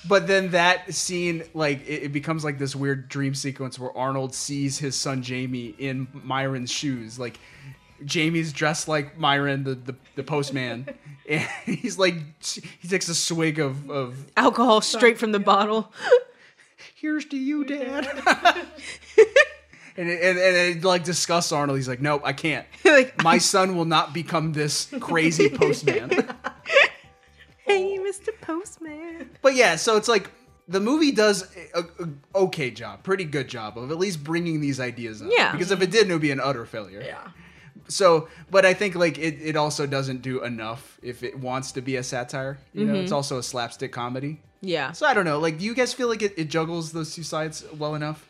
Speaker 1: but then that scene like it, it becomes like this weird dream sequence where Arnold sees his son Jamie in Myron's shoes, like. Jamie's dressed like Myron, the, the, the postman, and he's like, he takes a swig of, of
Speaker 2: alcohol straight from the bottle.
Speaker 1: Here's to you, Dad. and it, and, and it like disgusts Arnold. He's like, nope, I can't. my son will not become this crazy postman.
Speaker 2: Hey, Mr. Postman.
Speaker 1: but yeah, so it's like the movie does a, a okay job, pretty good job of at least bringing these ideas up.
Speaker 2: Yeah.
Speaker 1: because if it didn't, it would be an utter failure.
Speaker 17: Yeah.
Speaker 1: So, but I think like it, it also doesn't do enough if it wants to be a satire. You know,
Speaker 2: Mhm.
Speaker 1: it's also a slapstick comedy.
Speaker 2: Yeah.
Speaker 1: So I don't know. Like, do you guys feel like it, it juggles those two sides well enough?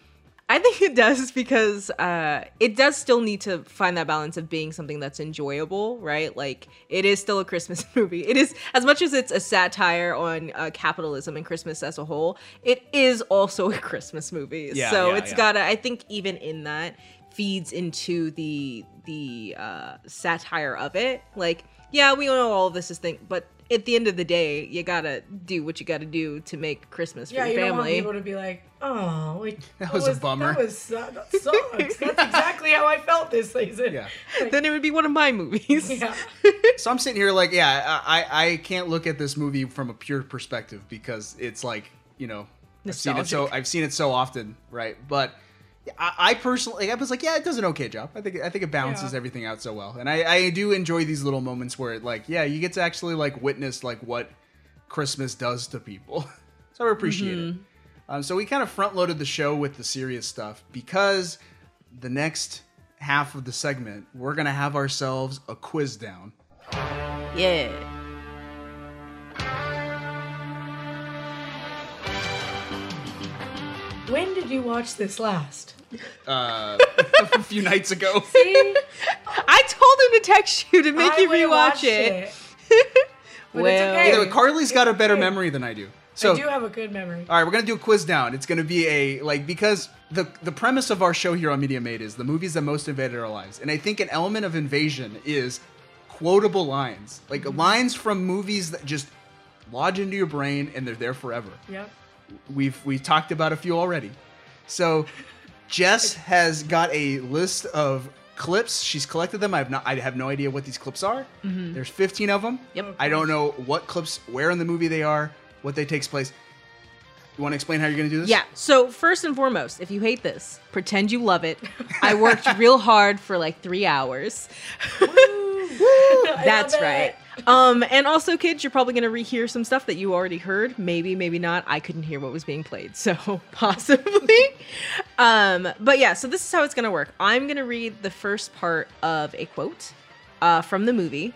Speaker 2: I think it does because uh, it does still need to find that balance of being something that's enjoyable, right? Like it is still a Christmas movie. It is as much as it's a satire on uh, capitalism and Christmas as a whole. It is also a Christmas movie,
Speaker 4: Yeah,
Speaker 2: so
Speaker 4: yeah,
Speaker 2: it's
Speaker 4: yeah.
Speaker 2: gotta. I think even in that feeds into the the uh, satire of it. Like yeah, we know all of this is thing, but at the end of the day, you gotta do what you gotta do to make Christmas for
Speaker 17: Yeah, you
Speaker 2: your
Speaker 17: don't want
Speaker 2: family.
Speaker 17: people to be like, oh, like
Speaker 2: That was a bummer."
Speaker 17: That was uh, that sucks. That's exactly how I felt this season.
Speaker 1: Yeah.
Speaker 2: then it would be one of my movies.
Speaker 17: Yeah.
Speaker 1: so I'm sitting here like, yeah, I, I I can't look at this movie from a pure perspective because it's like, you know, I've seen it so
Speaker 4: Nostalgic.
Speaker 1: I've seen it so often, right? But I, I personally, I was like, yeah, it does an okay job. I think I think it balances
Speaker 4: Yeah.
Speaker 1: everything out so well, and I, I do enjoy these little moments where, like, yeah, you get to actually like witness like what Christmas does to people. so I appreciate it.
Speaker 4: Mm-hmm.
Speaker 1: Um, so we kind of front loaded the show with the serious stuff because the next half of the segment, we're gonna have ourselves a quiz down.
Speaker 2: Yeah.
Speaker 17: When did you watch this last?
Speaker 1: uh, a few nights ago.
Speaker 17: See,
Speaker 2: I told him to text you to make
Speaker 17: I
Speaker 2: you
Speaker 17: would've
Speaker 2: rewatch
Speaker 17: watched
Speaker 2: it.
Speaker 17: But it's okay.
Speaker 1: Either way, Carly's got a better memory than I do. So
Speaker 17: I do have a good memory.
Speaker 1: All right, we're gonna do a quiz down. It's gonna be a like because the the premise of our show here on Media Made is the movies that most invaded our lives, and I think an element of invasion is quotable lines, like lines from movies that just lodge into your brain and they're there forever.
Speaker 17: Yep.
Speaker 1: We've we've talked about a few already, so Jess has got a list of clips. She's collected them. I have not. I have no idea what these clips are.
Speaker 2: Mhm.
Speaker 1: There's 15 of them.
Speaker 2: Yep.
Speaker 1: I don't know what clips, where in the movie they are, what they takes place. You want to explain how you're going to do this?
Speaker 2: Yeah. So first and foremost, if you hate this, pretend you love it. I worked real hard for like three hours. That's right. Um, and also, kids, you're probably going to rehear some stuff that you already heard. Maybe, maybe not. I couldn't hear what was being played, so possibly. um, but yeah, so this is how it's going to work. I'm going to read the first part of a quote uh, from the movie,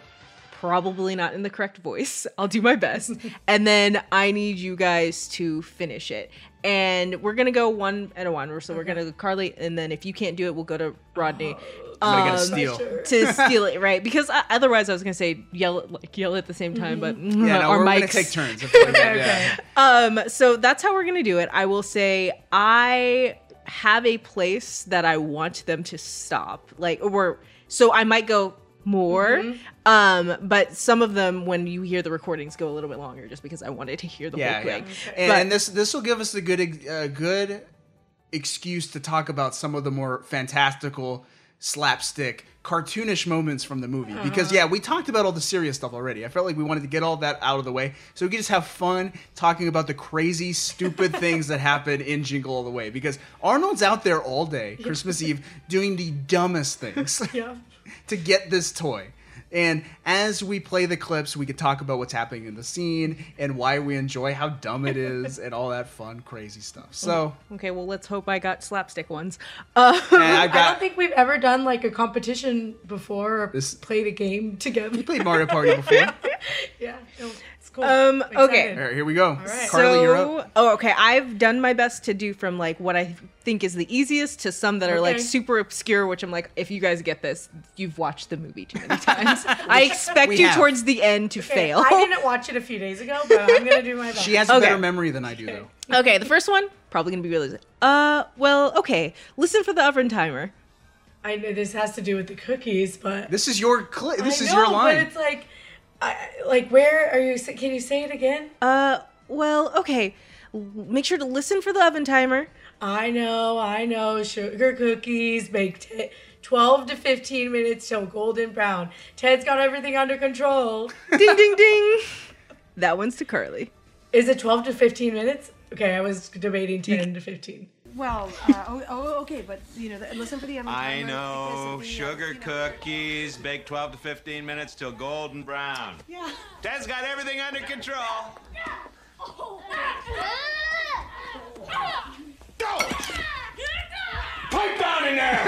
Speaker 2: probably not in the correct voice. I'll do my best. and then I need you guys to finish it. And we're going to go one at a one. So we're going to go Carly, and then if you can't do it, we'll go to Rodney.
Speaker 1: I'm gonna
Speaker 2: um,
Speaker 1: Uh, steal.
Speaker 2: to steal it, right? Because uh, otherwise, I was gonna say yell like yell at the same time, but
Speaker 1: Yeah, no,
Speaker 2: our
Speaker 1: we're gonna
Speaker 2: mics.
Speaker 1: take turns. I feel like, yeah.
Speaker 2: Um, so that's how we're gonna do it. I will say I have a place that I want them to stop, like or so I might go more.
Speaker 1: Mm-hmm.
Speaker 2: Um, but some of them when you hear the recordings go a little bit longer, just because I wanted to hear the
Speaker 1: yeah,
Speaker 2: whole
Speaker 1: yeah.
Speaker 2: thing.
Speaker 1: And,
Speaker 2: But-
Speaker 1: and this this will give us a good ex- uh, good excuse to talk about some of the more fantastical slapstick cartoonish moments from the
Speaker 2: Uh-huh.
Speaker 1: movie because yeah we talked about all the serious stuff already i felt like we wanted to get all that out of the way so we could just have fun talking about the crazy stupid things that happen in jingle all the way because arnold's out there all day christmas eve doing the dumbest things
Speaker 17: yeah.
Speaker 1: to get this toy. And as we play the clips, we could talk about what's happening in the scene and why we enjoy how dumb it is and all that fun, crazy stuff. So,
Speaker 2: okay, well let's hope I got slapstick ones. Uh,
Speaker 1: Yeah, I
Speaker 17: I
Speaker 1: got-
Speaker 17: don't think we've ever done like a competition before or
Speaker 1: This-
Speaker 17: played a game together. We
Speaker 1: played Mario Party before.
Speaker 17: yeah. no, It's cool.
Speaker 2: Um,
Speaker 17: I'm
Speaker 2: okay.
Speaker 1: all
Speaker 17: excited.
Speaker 1: right, here we go.
Speaker 2: So,
Speaker 1: Carly, you're up.
Speaker 2: oh, okay. I've done my best to do from like what I think is the easiest to some that are like
Speaker 17: Okay.
Speaker 2: super obscure, which I'm like, if you guys get this, you've watched the movie too many times. I expect
Speaker 1: We
Speaker 2: you
Speaker 1: have.
Speaker 2: towards the end to
Speaker 17: Okay,
Speaker 2: fail.
Speaker 17: I didn't watch it a few days ago, but I'm gonna do my best.
Speaker 1: She has a
Speaker 2: Okay.
Speaker 1: better memory than I do, though.
Speaker 2: okay, the first one probably gonna be really. Uh, well, okay. Listen for the oven timer.
Speaker 17: I know this has to do with the cookies, but
Speaker 1: This is your clip. This
Speaker 17: I
Speaker 1: is
Speaker 17: know,
Speaker 1: your line.
Speaker 17: But it's like, I, like, where are you? sa- Can you say it again?
Speaker 2: Uh, well, okay. L- Make sure to listen for the oven timer.
Speaker 17: I know, I know. Sugar cookies baked it. 12 to 15 minutes till golden brown. Ted's got everything under control.
Speaker 2: ding, ding, ding. That one's to Carly.
Speaker 17: Is it 12 to 15 minutes? Okay, I was debating 10 to 15.
Speaker 4: Well, uh, oh, oh, okay, but you know, the, listen for the oven
Speaker 10: I
Speaker 4: timer,
Speaker 10: know.
Speaker 4: because if we, uh,
Speaker 10: Sugar cookies, baked 12 to 15 minutes till golden brown.
Speaker 4: Yeah.
Speaker 10: Ted's got everything under control.
Speaker 19: Pipe down in there!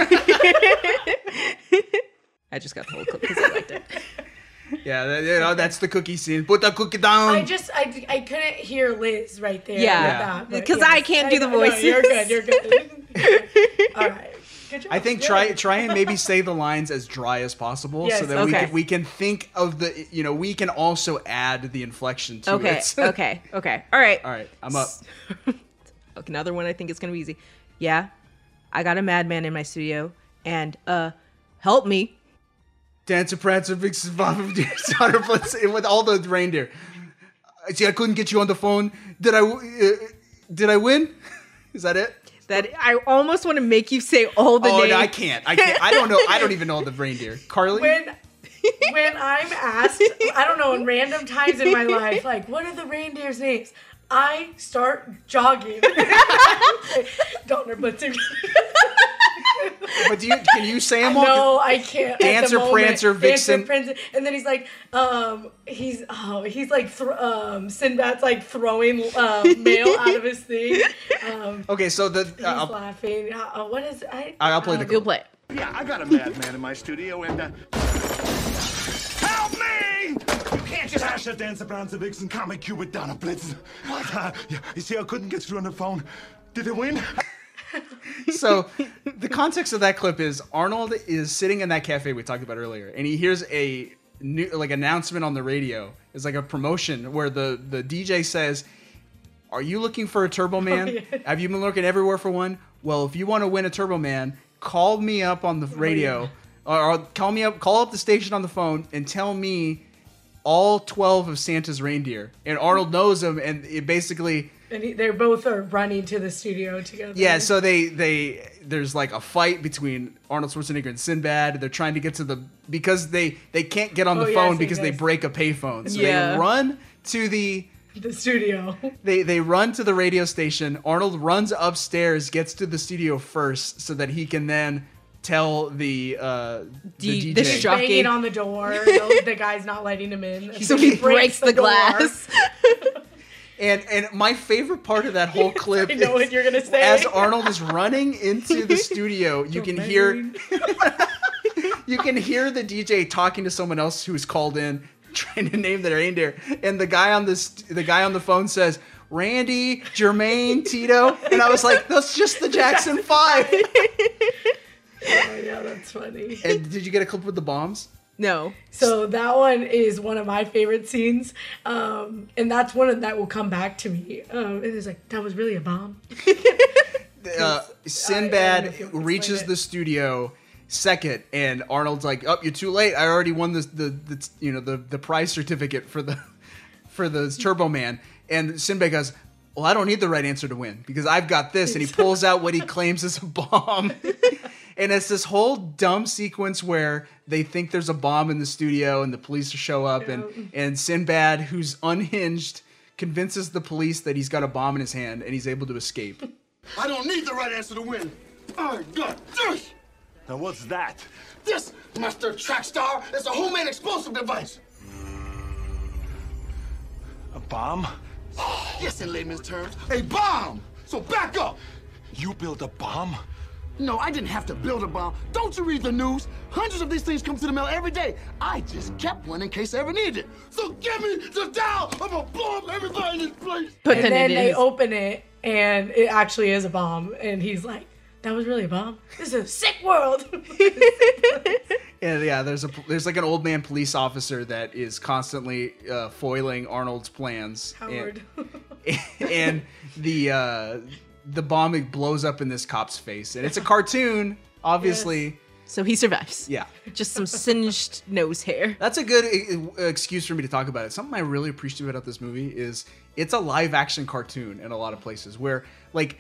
Speaker 2: I just got the whole clip because I liked it.
Speaker 1: Yeah, that, you know, that's the cookie scene. Put the cookie
Speaker 2: Um,
Speaker 1: down.
Speaker 17: I just, I, I couldn't hear Liz right there.
Speaker 1: Yeah.
Speaker 17: with
Speaker 1: Yeah.
Speaker 17: that, but
Speaker 2: Because I can't do the
Speaker 17: know, no, you're
Speaker 2: voices.
Speaker 17: good, you're good.
Speaker 1: I think try try and maybe say the lines as dry as possible so
Speaker 2: Yes,
Speaker 1: that we
Speaker 2: okay.
Speaker 1: can, we can think of the you know we can also add the inflection to
Speaker 2: Okay,
Speaker 1: it.
Speaker 2: okay, okay. All right.
Speaker 1: All right, I'm up.
Speaker 2: Another one I think is going to be easy. Yeah, I got a madman in my studio, and uh, help me.
Speaker 1: Dancer, prancer, vixen, bobbin, deer, otter, blitz, and with all the reindeer. I See, I couldn't get you on the phone. Did I? Uh, did I win? Is that it?
Speaker 2: That I almost want to make you say all the
Speaker 1: oh
Speaker 2: names.
Speaker 1: no, I can't. I can't. I don't know. I don't even know all the reindeer. Carly.
Speaker 17: When, when I'm asked, I don't know, in random times in my life, like, what are the reindeer's names? I start jogging. Donner Blitzer.
Speaker 1: But do you? Can you say them all?
Speaker 17: No, I can't. at the
Speaker 1: Dancer,
Speaker 17: moment.
Speaker 1: prancer,
Speaker 17: Dancer,
Speaker 1: vixen.
Speaker 17: Prancer- and then he's like, um, he's oh, he's like, thr um, Sinbad's like throwing uh, mail out of his thing. Um,
Speaker 1: Okay, so the
Speaker 17: he's
Speaker 1: uh, I'll-
Speaker 17: laughing. Uh, uh, what is? I,
Speaker 1: I'll, play the. You'll
Speaker 2: play.
Speaker 21: Yeah, I got a madman in my studio, and uh, help me!
Speaker 9: You can't just Sasha, Dancer, Prancer, Vixen, Comic Cupid, Donna Blitzen. What? Uh, yeah, you see, I couldn't get through on the phone. Did I win?
Speaker 1: so the context of that clip is Arnold is sitting in that cafe we talked about earlier, and he hears a new, like announcement on the radio. It's like a promotion where the the DJ says, "Are you looking for a Turbo Man?
Speaker 14: yeah.
Speaker 1: Have you been looking everywhere for one? Well, if you want to win a Turbo Man, call me up on the radio, or, or call me up, call up the station on the phone, and tell me." All twelve of Santa's reindeer, and Arnold knows them, and it basically
Speaker 17: And he, they both are running to the studio together.
Speaker 1: yeah, so they they there's like a fight between Arnold Schwarzenegger and Sinbad. They're trying to get to the because they they can't get on
Speaker 17: Oh,
Speaker 1: the
Speaker 17: yes,
Speaker 1: phone
Speaker 17: yes,
Speaker 1: because they
Speaker 17: yes.
Speaker 1: break a payphone. So
Speaker 17: Yeah.
Speaker 1: they run to the
Speaker 17: the studio.
Speaker 1: they they run to the radio station. Arnold runs upstairs, gets to the studio first so that he can then tell the uh the
Speaker 2: D- the
Speaker 1: DJ.
Speaker 2: jockey.
Speaker 17: banging on the door. the, the guy's not letting him in.
Speaker 2: So he breaks the
Speaker 17: door.
Speaker 2: glass.
Speaker 1: And and my favorite part of that whole clip
Speaker 17: I
Speaker 1: is
Speaker 17: know what you're gonna say.
Speaker 1: as Arnold is running into the studio, you can hear you can hear the DJ talking to someone else who's called in trying to name their reindeer and the guy on this the guy on the phone says Randy, Jermaine, Tito, and I was like, that's just the Jackson Five.
Speaker 17: Oh, yeah, that's funny.
Speaker 1: and did you get a clip with the bombs?
Speaker 2: No.
Speaker 17: So that one is one of my favorite scenes, um, and that's one of, that will come back to me. Um, and it's like that was really a bomb.
Speaker 1: uh, Sinbad reaches the studio second, and Arnold's like, "Oh, you're too late. I already won this, the the you know the the prize certificate for the for the Turbo Man." And Sinbad goes, "Well, I don't need the right answer to win because I've got this." And he pulls out what he claims is a bomb. And it's this whole dumb sequence where they think there's a bomb in the studio and the police show up and and Sinbad, who's unhinged, convinces the police that he's got a bomb in his hand and he's able to escape.
Speaker 12: I don't need the right answer to win. I got this.
Speaker 9: Now, what's that?
Speaker 12: This, Master Trackstar, is a homemade explosive device.
Speaker 9: A bomb?
Speaker 12: Yes, in layman's terms, a bomb. So back up.
Speaker 9: You built a bomb?
Speaker 12: No, I didn't have to build a bomb. Don't you read the news? Hundreds of these things come to the mail every day. I just kept one in case I ever needed it. So give me the dial. I'm gonna blow up everything in this place.
Speaker 17: and then they open it, and it actually is a bomb. And he's like, "That was really a bomb. This is a sick world."
Speaker 1: And yeah, there's a there's like an old man police officer that is constantly uh, foiling Arnold's plans. and-
Speaker 17: Howard.
Speaker 1: And, the uh, the bomb blows up in this cop's face, and it's a cartoon, obviously.
Speaker 2: So he survives.
Speaker 1: Yeah.
Speaker 2: Just some singed nose hair.
Speaker 1: That's a good e- e- excuse for me to talk about it. Something I really appreciate about this movie is it's a live action cartoon in a lot of places where like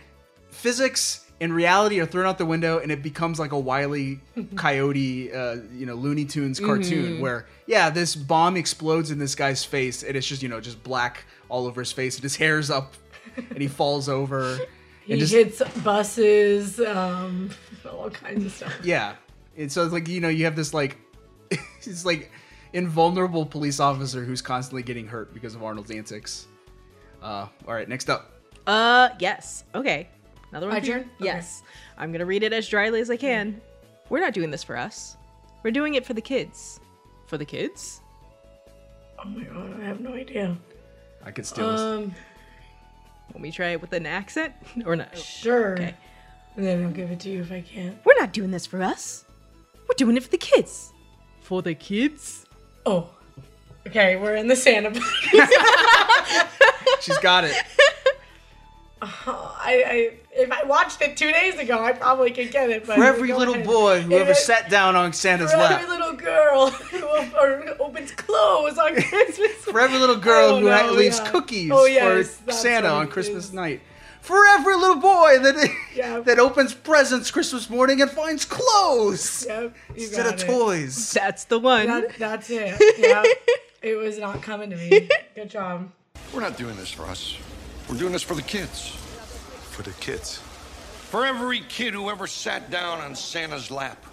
Speaker 1: physics and reality are thrown out the window and it becomes like a wily coyote uh, you know Looney Tunes cartoon
Speaker 2: Mm-hmm.
Speaker 14: Mhm.
Speaker 1: where yeah this bomb explodes in this guy's face and it's just you know just black all over his face and his hair's up and he falls over
Speaker 17: he
Speaker 1: and just
Speaker 17: hits buses, um, all kinds of stuff.
Speaker 1: yeah. And so it's like, you know, you have this like it's like invulnerable police officer who's constantly getting hurt because of Arnold's antics. Uh, all right, next up.
Speaker 2: Uh, yes. Okay. Another one.
Speaker 17: My
Speaker 2: for you?
Speaker 17: turn? Okay.
Speaker 2: Yes. I'm gonna read it as dryly as I can. We're not doing this for us. We're doing it for the kids. For the kids?
Speaker 17: Oh my god, I have no idea.
Speaker 1: I could
Speaker 2: steal this.
Speaker 17: Um,
Speaker 2: Let me try it with an accent or not.
Speaker 17: Sure. And then I'll give it to you if I can.
Speaker 2: We're not doing this for us. We're doing it for the kids. For the kids?
Speaker 17: Oh. Okay, we're in the Santa.
Speaker 1: She's got it.
Speaker 17: I, I if I watched it two days ago, I probably could get it. But
Speaker 1: For every
Speaker 17: go
Speaker 1: little
Speaker 17: ahead.
Speaker 1: boy who ever
Speaker 17: If-
Speaker 1: sat down on Santa's
Speaker 17: for every
Speaker 1: lap,
Speaker 17: little girl who op- or opens clothes on Christmas.
Speaker 1: for every little girl
Speaker 17: Oh,
Speaker 1: who
Speaker 17: no,
Speaker 1: leaves
Speaker 17: yeah.
Speaker 1: cookies
Speaker 17: Oh, yes,
Speaker 1: for
Speaker 17: that's
Speaker 1: Santa
Speaker 17: what
Speaker 1: on
Speaker 17: it
Speaker 1: Christmas night, for every little boy that that opens presents Christmas morning and finds clothes
Speaker 17: Yep, you
Speaker 1: instead
Speaker 17: got
Speaker 1: of
Speaker 17: it.
Speaker 1: toys.
Speaker 2: That's the one.
Speaker 17: That, that's it. Yeah, it was not coming to me. Good job.
Speaker 21: We're not doing this for us. We're doing this for the kids. For the kids.
Speaker 19: For every kid who ever sat down on Santa's lap.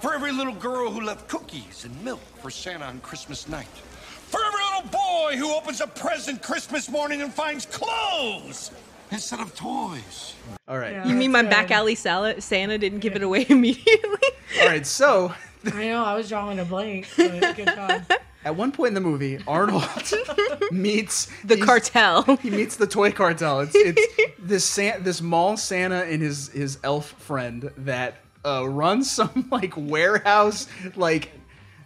Speaker 19: For every little girl who left cookies and milk for Santa on Christmas night. For every little boy who opens a present Christmas morning and finds clothes instead of toys.
Speaker 1: All right.
Speaker 2: you mean my back alley salad Santa didn't give it away immediately?
Speaker 1: All right, so
Speaker 17: I know I was drawing a blank. But good job.
Speaker 1: At one point in the movie, Arnold meets
Speaker 2: the cartel.
Speaker 1: He meets the toy cartel. It's, it's this San- this mall Santa and his his elf friend that uh, runs some like warehouse like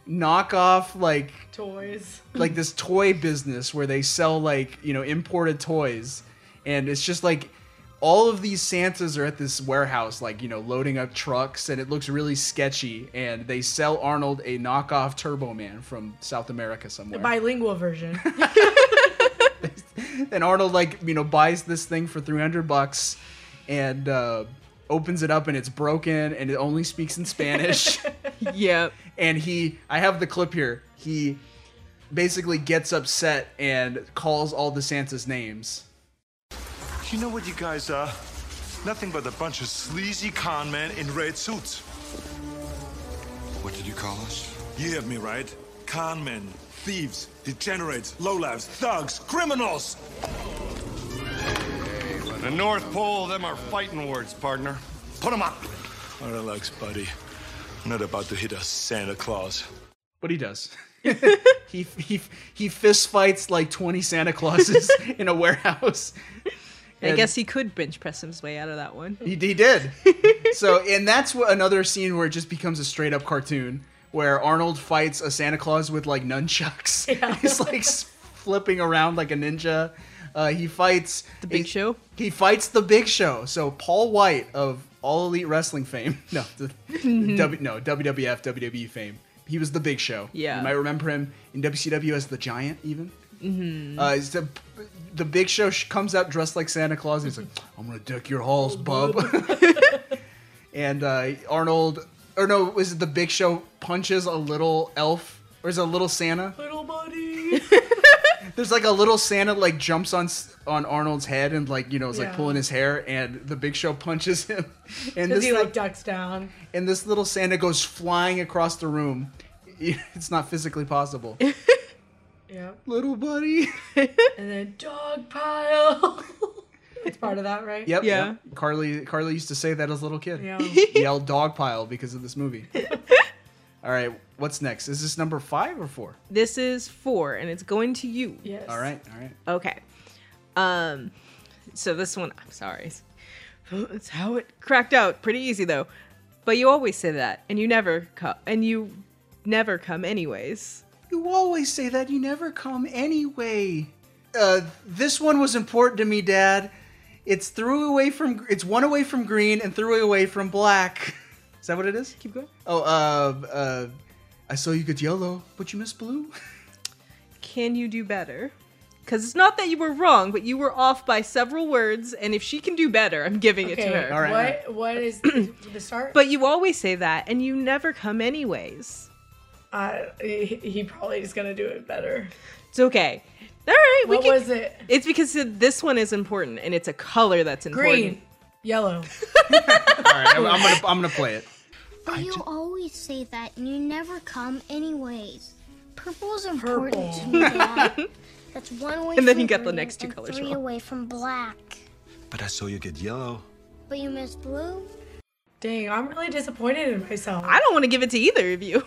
Speaker 1: knockoff like
Speaker 17: toys.
Speaker 1: like this toy business where they sell like you know imported toys and it's just like all of these santas are at this warehouse like you know loading up trucks and it looks really sketchy and they sell arnold a knockoff turbo man from south america
Speaker 17: the
Speaker 1: somewhere
Speaker 17: bilingual version.
Speaker 1: and arnold like you know buys this thing for 300 bucks and uh opens it up and it's broken and it only speaks in spanish
Speaker 2: yep
Speaker 1: and he i have the clip here he basically gets upset and calls all the santa's names
Speaker 9: You know what you guys are? Nothing but a bunch of sleazy con men in red suits.
Speaker 19: What did you call us?
Speaker 9: You heard me right? Con men, thieves, degenerates, lowlives, thugs, criminals!
Speaker 19: The North Pole, them are fighting words, partner. Put them up.
Speaker 9: Oh, relax, buddy. I'm not about to hit a Santa Claus.
Speaker 1: But he does. he he he fist fights like 20 santa clauses in a warehouse
Speaker 2: I guess he could bench press his way out of that one.
Speaker 1: He, he did. so, and that's what, another scene where it just becomes a straight up cartoon where Arnold fights a Santa Claus with like nunchucks. He's like s- flipping around like a ninja. Uh, he fights the Big
Speaker 2: Show.
Speaker 1: He fights the Big Show. So Paul White of All Elite Wrestling fame, no, the, w, no WWF WWE E fame. He was the Big Show.
Speaker 2: Yeah.
Speaker 1: you might remember him in WCW as the Giant, even.
Speaker 2: Mm-hmm.
Speaker 1: Uh, it's the, the Big Show sh- comes out dressed like Santa Claus. And he's like, "I'm gonna deck your
Speaker 17: Oh,
Speaker 1: halls, bub." and uh, Arnold, or no, was it the Big Show punches a little elf, or is it a little Santa?
Speaker 17: Little buddy.
Speaker 1: There's like a little Santa like jumps on s- on Arnold's head and like you know is like
Speaker 17: Yeah.
Speaker 1: pulling his hair, and the Big Show punches him, and
Speaker 17: Because
Speaker 1: this
Speaker 17: he
Speaker 1: li-
Speaker 17: like ducks down.
Speaker 1: and this little Santa goes flying across the room. It's not physically possible.
Speaker 17: Yeah.
Speaker 1: Little buddy.
Speaker 17: and then dog pile. it's part of that, right?
Speaker 1: Yep. yep. Carly Carly used to say that as a little kid.
Speaker 17: Yeah.
Speaker 1: Yelled dog pile because of this movie. All right, what's next? Is this number five or four?
Speaker 2: This is four, and it's going to you.
Speaker 17: Yes.
Speaker 1: All right, all right.
Speaker 2: Okay. Um, so this one, I'm sorry. That's how it cracked out. Pretty easy though. But you always say that, and you never come, and you never come anyways.
Speaker 1: You always say that you never come anyway. Uh, this one was important to me, Dad. It's threw away from it's one away from green and threw away from black. Is that what it is? Keep going. Oh, uh, uh, I saw you get yellow, but you missed blue.
Speaker 2: Can you do better? Because it's not that you were wrong, but you were off by several words, and if she can do better, I'm giving it to her.
Speaker 17: What what is the start?
Speaker 2: But you always say that, and you never come anyways.
Speaker 17: Uh, he, he probably is gonna do it better.
Speaker 2: It's okay. All right.
Speaker 17: What was it?
Speaker 2: It's because this one is important, and it's a color that's important.
Speaker 17: Green, yellow.
Speaker 1: All right, I'm, I'm gonna I'm gonna play it.
Speaker 6: But you always say that, and you never come anyways. Purple's important to me. Dad. That's one away
Speaker 2: And then
Speaker 6: from
Speaker 2: you get the
Speaker 6: green
Speaker 2: next two
Speaker 6: and
Speaker 2: colors
Speaker 6: Three
Speaker 2: wrong.
Speaker 6: away from black,
Speaker 9: But I saw you get yellow.
Speaker 6: but you missed blue.
Speaker 17: Dang, I'm really disappointed in myself.
Speaker 2: I don't want to give it to either of you.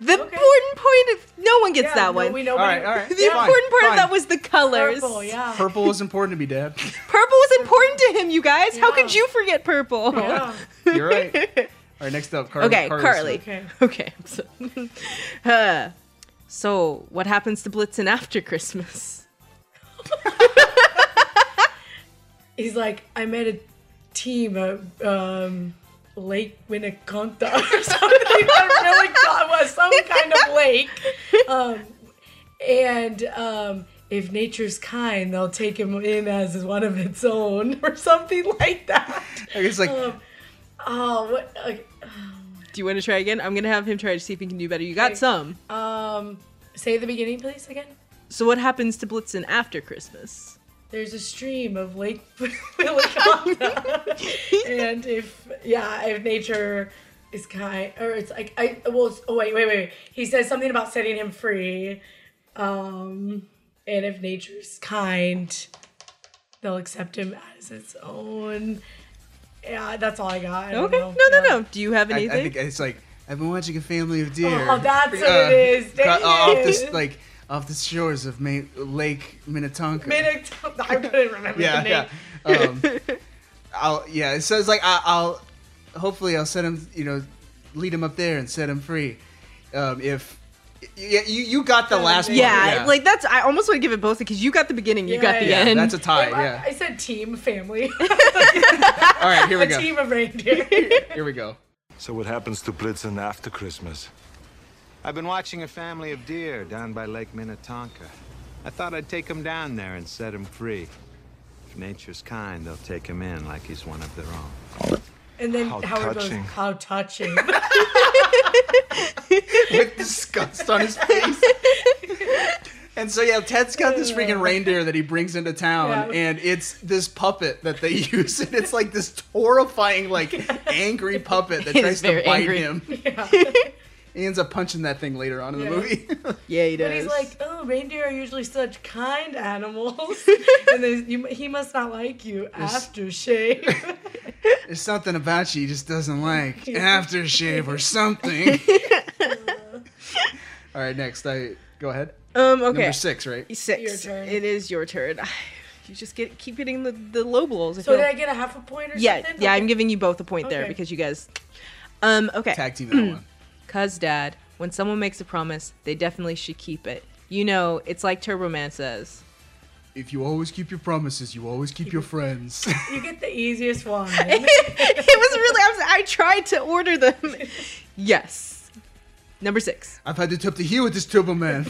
Speaker 2: The important point of no one gets
Speaker 17: Yeah,
Speaker 2: that
Speaker 17: no,
Speaker 2: one.
Speaker 17: we- nobody- All right, all right,
Speaker 2: The
Speaker 1: fine,
Speaker 2: important part
Speaker 1: fine.
Speaker 2: of that was the colors.
Speaker 17: Purple, yeah.
Speaker 1: Purple was important to me, Dad.
Speaker 2: Purple was important to him, you guys. How could you forget purple?
Speaker 1: You're right. All right, next up, Carly.
Speaker 2: okay,
Speaker 1: Carly's
Speaker 2: Carly.
Speaker 1: turn.
Speaker 2: Okay. Okay. So, Uh, so, what happens to Blitzen after Christmas?
Speaker 17: He's like, I met a team of um, Lake Winneconta or something. I really thought it was some kind of lake. Um, and um, if nature's kind, they'll take him in as one of its own or something like that.
Speaker 1: It's like-
Speaker 17: um, oh, what? Okay,
Speaker 2: Do you want to try again? I'm gonna have him try to see if he can do better. You got some.
Speaker 17: um, say the beginning, please, again.
Speaker 2: So, what happens to Blitzen after Christmas?
Speaker 17: There's a stream of Lake Winneconta, and if yeah, if nature is kind, or it's like I well, it's- oh wait, wait, wait. He says something about setting him free, um, and if nature's kind, they'll accept him as its own. Yeah, that's all I got. I don't
Speaker 2: Okay.
Speaker 17: know.
Speaker 2: No, no, no. Do you have
Speaker 1: I, I
Speaker 2: anything?
Speaker 1: think it's like I've been watching a family of deer.
Speaker 17: Oh, that's what it is.
Speaker 1: cro-
Speaker 17: Dang
Speaker 1: uh, off this
Speaker 17: it.
Speaker 1: like off the shores of Ma Lake Minnetonka.
Speaker 17: Minnetonka. I couldn't remember the name.
Speaker 1: yeah, yeah. Um, I'll yeah. It says like I, I'll hopefully I'll set him. You know, lead him up there and set him free. um, if yeah, you, you got the last one.
Speaker 2: yeah, like that's. I almost want to give it both because you got the beginning, you got the
Speaker 1: Yeah,
Speaker 2: end.
Speaker 1: That's a tie. Yeah.
Speaker 17: I said team family.
Speaker 1: All right, here we
Speaker 17: a
Speaker 1: go.
Speaker 17: team of reindeer.
Speaker 1: Here we go.
Speaker 9: So what happens to Blitzen after Christmas?
Speaker 10: I've been watching a family of deer down by Lake Minnetonka. I thought I'd take 'em down there and set 'em free. If nature's kind, they'll take him in like he's one of their own.
Speaker 17: And then
Speaker 10: How
Speaker 17: Howard
Speaker 10: touching.
Speaker 17: goes, how touching.
Speaker 1: With disgust on his face. And so yeah, Ted's got this freaking reindeer that he brings into town,
Speaker 17: Yeah.
Speaker 1: and it's this puppet that they use, and it's like this horrifying, like angry puppet that
Speaker 2: He's
Speaker 1: tries to
Speaker 2: very
Speaker 1: bite
Speaker 2: angry.
Speaker 1: him. he ends up punching that thing later on in
Speaker 17: Yeah.
Speaker 1: the movie.
Speaker 2: yeah, he
Speaker 17: But he's like, oh, reindeer are usually such kind animals. and they, you, he must not like you
Speaker 1: There's-
Speaker 17: after shave.
Speaker 1: There's something about you he just doesn't like aftershave or something. All right, next. I go ahead.
Speaker 2: Um, okay.
Speaker 1: Number six, right?
Speaker 2: Six.
Speaker 17: Your turn.
Speaker 2: It is your turn. You just get keep getting the the low blows.
Speaker 17: so
Speaker 2: feel-
Speaker 17: did I get a half a point or
Speaker 2: yeah,
Speaker 17: something?
Speaker 2: yeah. I'm giving you both a point there
Speaker 17: Okay.
Speaker 2: because you guys. Um. Okay.
Speaker 1: Tag team that one.
Speaker 2: Cause dad, when someone makes a promise, they definitely should keep it. You know, it's like Turbo Man says.
Speaker 1: If you always keep your promises, you always keep your friends.
Speaker 17: You get the easiest one.
Speaker 2: it was really. I, was, I tried to order them. Yes. Number six.
Speaker 1: I've had to tip the heel with this Turbo Man.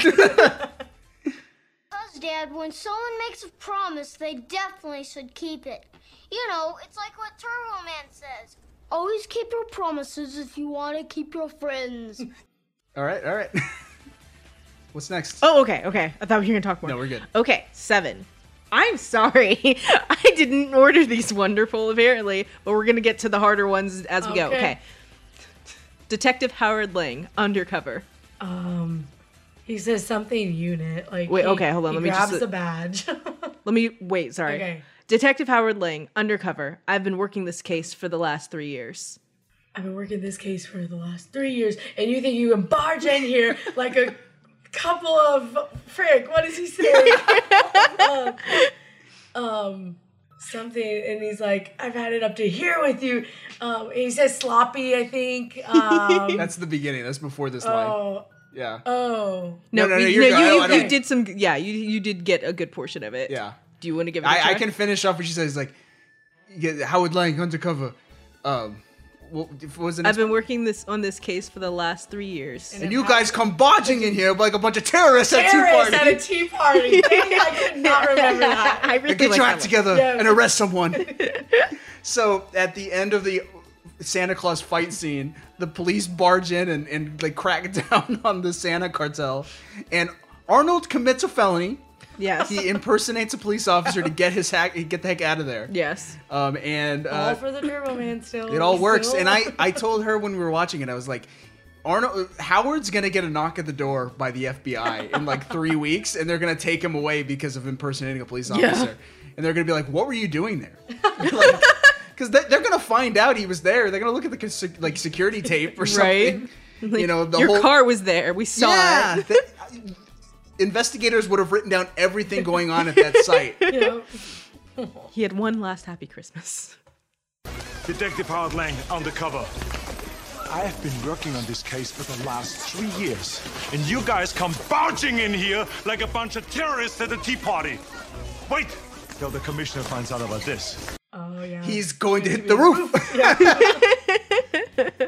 Speaker 6: Because, Dad, when someone makes a promise, they definitely should keep it. You know, it's like what Turbo Man says. Always keep your promises if you want to keep your friends.
Speaker 1: all right, all right. What's next?
Speaker 2: Oh, okay, okay. I thought we were gonna talk more.
Speaker 1: No, we're good.
Speaker 2: Okay, seven. I'm sorry. I didn't order these wonderful, apparently, but we're going to get to the harder ones as we go.
Speaker 17: Okay.
Speaker 2: Okay. Detective Howard Lang, undercover.
Speaker 17: Um, he says something unit. Like
Speaker 2: Wait,
Speaker 17: he-
Speaker 2: okay, hold on,
Speaker 17: he
Speaker 2: let me just
Speaker 17: grabs
Speaker 2: look-
Speaker 17: the badge.
Speaker 2: Let me wait, sorry.
Speaker 17: Okay.
Speaker 2: Detective Howard Lang, undercover. I've been working this case for the last three years.
Speaker 17: I've been working this case for the last three years, and you think you can barge in here like a couple of frick? What does he say? um, um, something, and he's like, "I've had it up to here with you." Um, he says sloppy, I think. Um,
Speaker 1: That's the beginning. That's before this line.
Speaker 17: oh,
Speaker 1: Yeah.
Speaker 17: oh,
Speaker 1: No, no, no,
Speaker 2: you,
Speaker 1: you're good. I don't- I
Speaker 2: you, you,
Speaker 1: don't-
Speaker 2: did some. Yeah, you you did get a good portion of it.
Speaker 1: Yeah.
Speaker 2: Do you want to give it? a
Speaker 1: I, I
Speaker 2: try?
Speaker 1: can finish off what she says. Like, yeah, Howard Lang undercover. Um, what, what was the
Speaker 2: I've
Speaker 1: next?
Speaker 2: been working this on this case for the last three years.
Speaker 1: and you guys come barging in here like a bunch of terrorists at Tea
Speaker 17: Terrorists
Speaker 1: Party.
Speaker 17: at a tea party. Dang, I could not remember that.
Speaker 2: I
Speaker 1: Now get your act together and arrest someone. so at the end of the Santa Claus fight scene, the police barge in and, and like crack down on the Santa cartel. And Arnold commits a felony.
Speaker 2: Yes.
Speaker 1: He impersonates a police officer to get his hack get the heck out of there.
Speaker 2: Yes.
Speaker 1: Um and uh,
Speaker 17: all for the Turbo Man still.
Speaker 1: it all works.
Speaker 17: still.
Speaker 1: And I, I told her when we were watching it, I was like, Arnold Howard's gonna get a knock at the door by the FBI in like three weeks, and they're gonna take him away because of impersonating a police
Speaker 2: Yeah.
Speaker 1: officer. And they're gonna be like, "What were you doing there?" Because they, are gonna find out he was there. They're gonna look at the cons- like security tape or something.
Speaker 2: Like,
Speaker 1: you know, the
Speaker 2: your
Speaker 1: whole
Speaker 2: car was there. We saw
Speaker 1: Yeah,
Speaker 2: it.
Speaker 1: the- uh, investigators would have written down everything going on at that site.
Speaker 2: He had one last happy Christmas.
Speaker 21: Detective Howard Lang, undercover.
Speaker 9: I have been working on this case for the last three years.
Speaker 21: And you guys come barging in here like a bunch of terrorists at a tea party. Wait till the commissioner finds out about this.
Speaker 17: Oh yeah.
Speaker 1: He's going to hit the roof.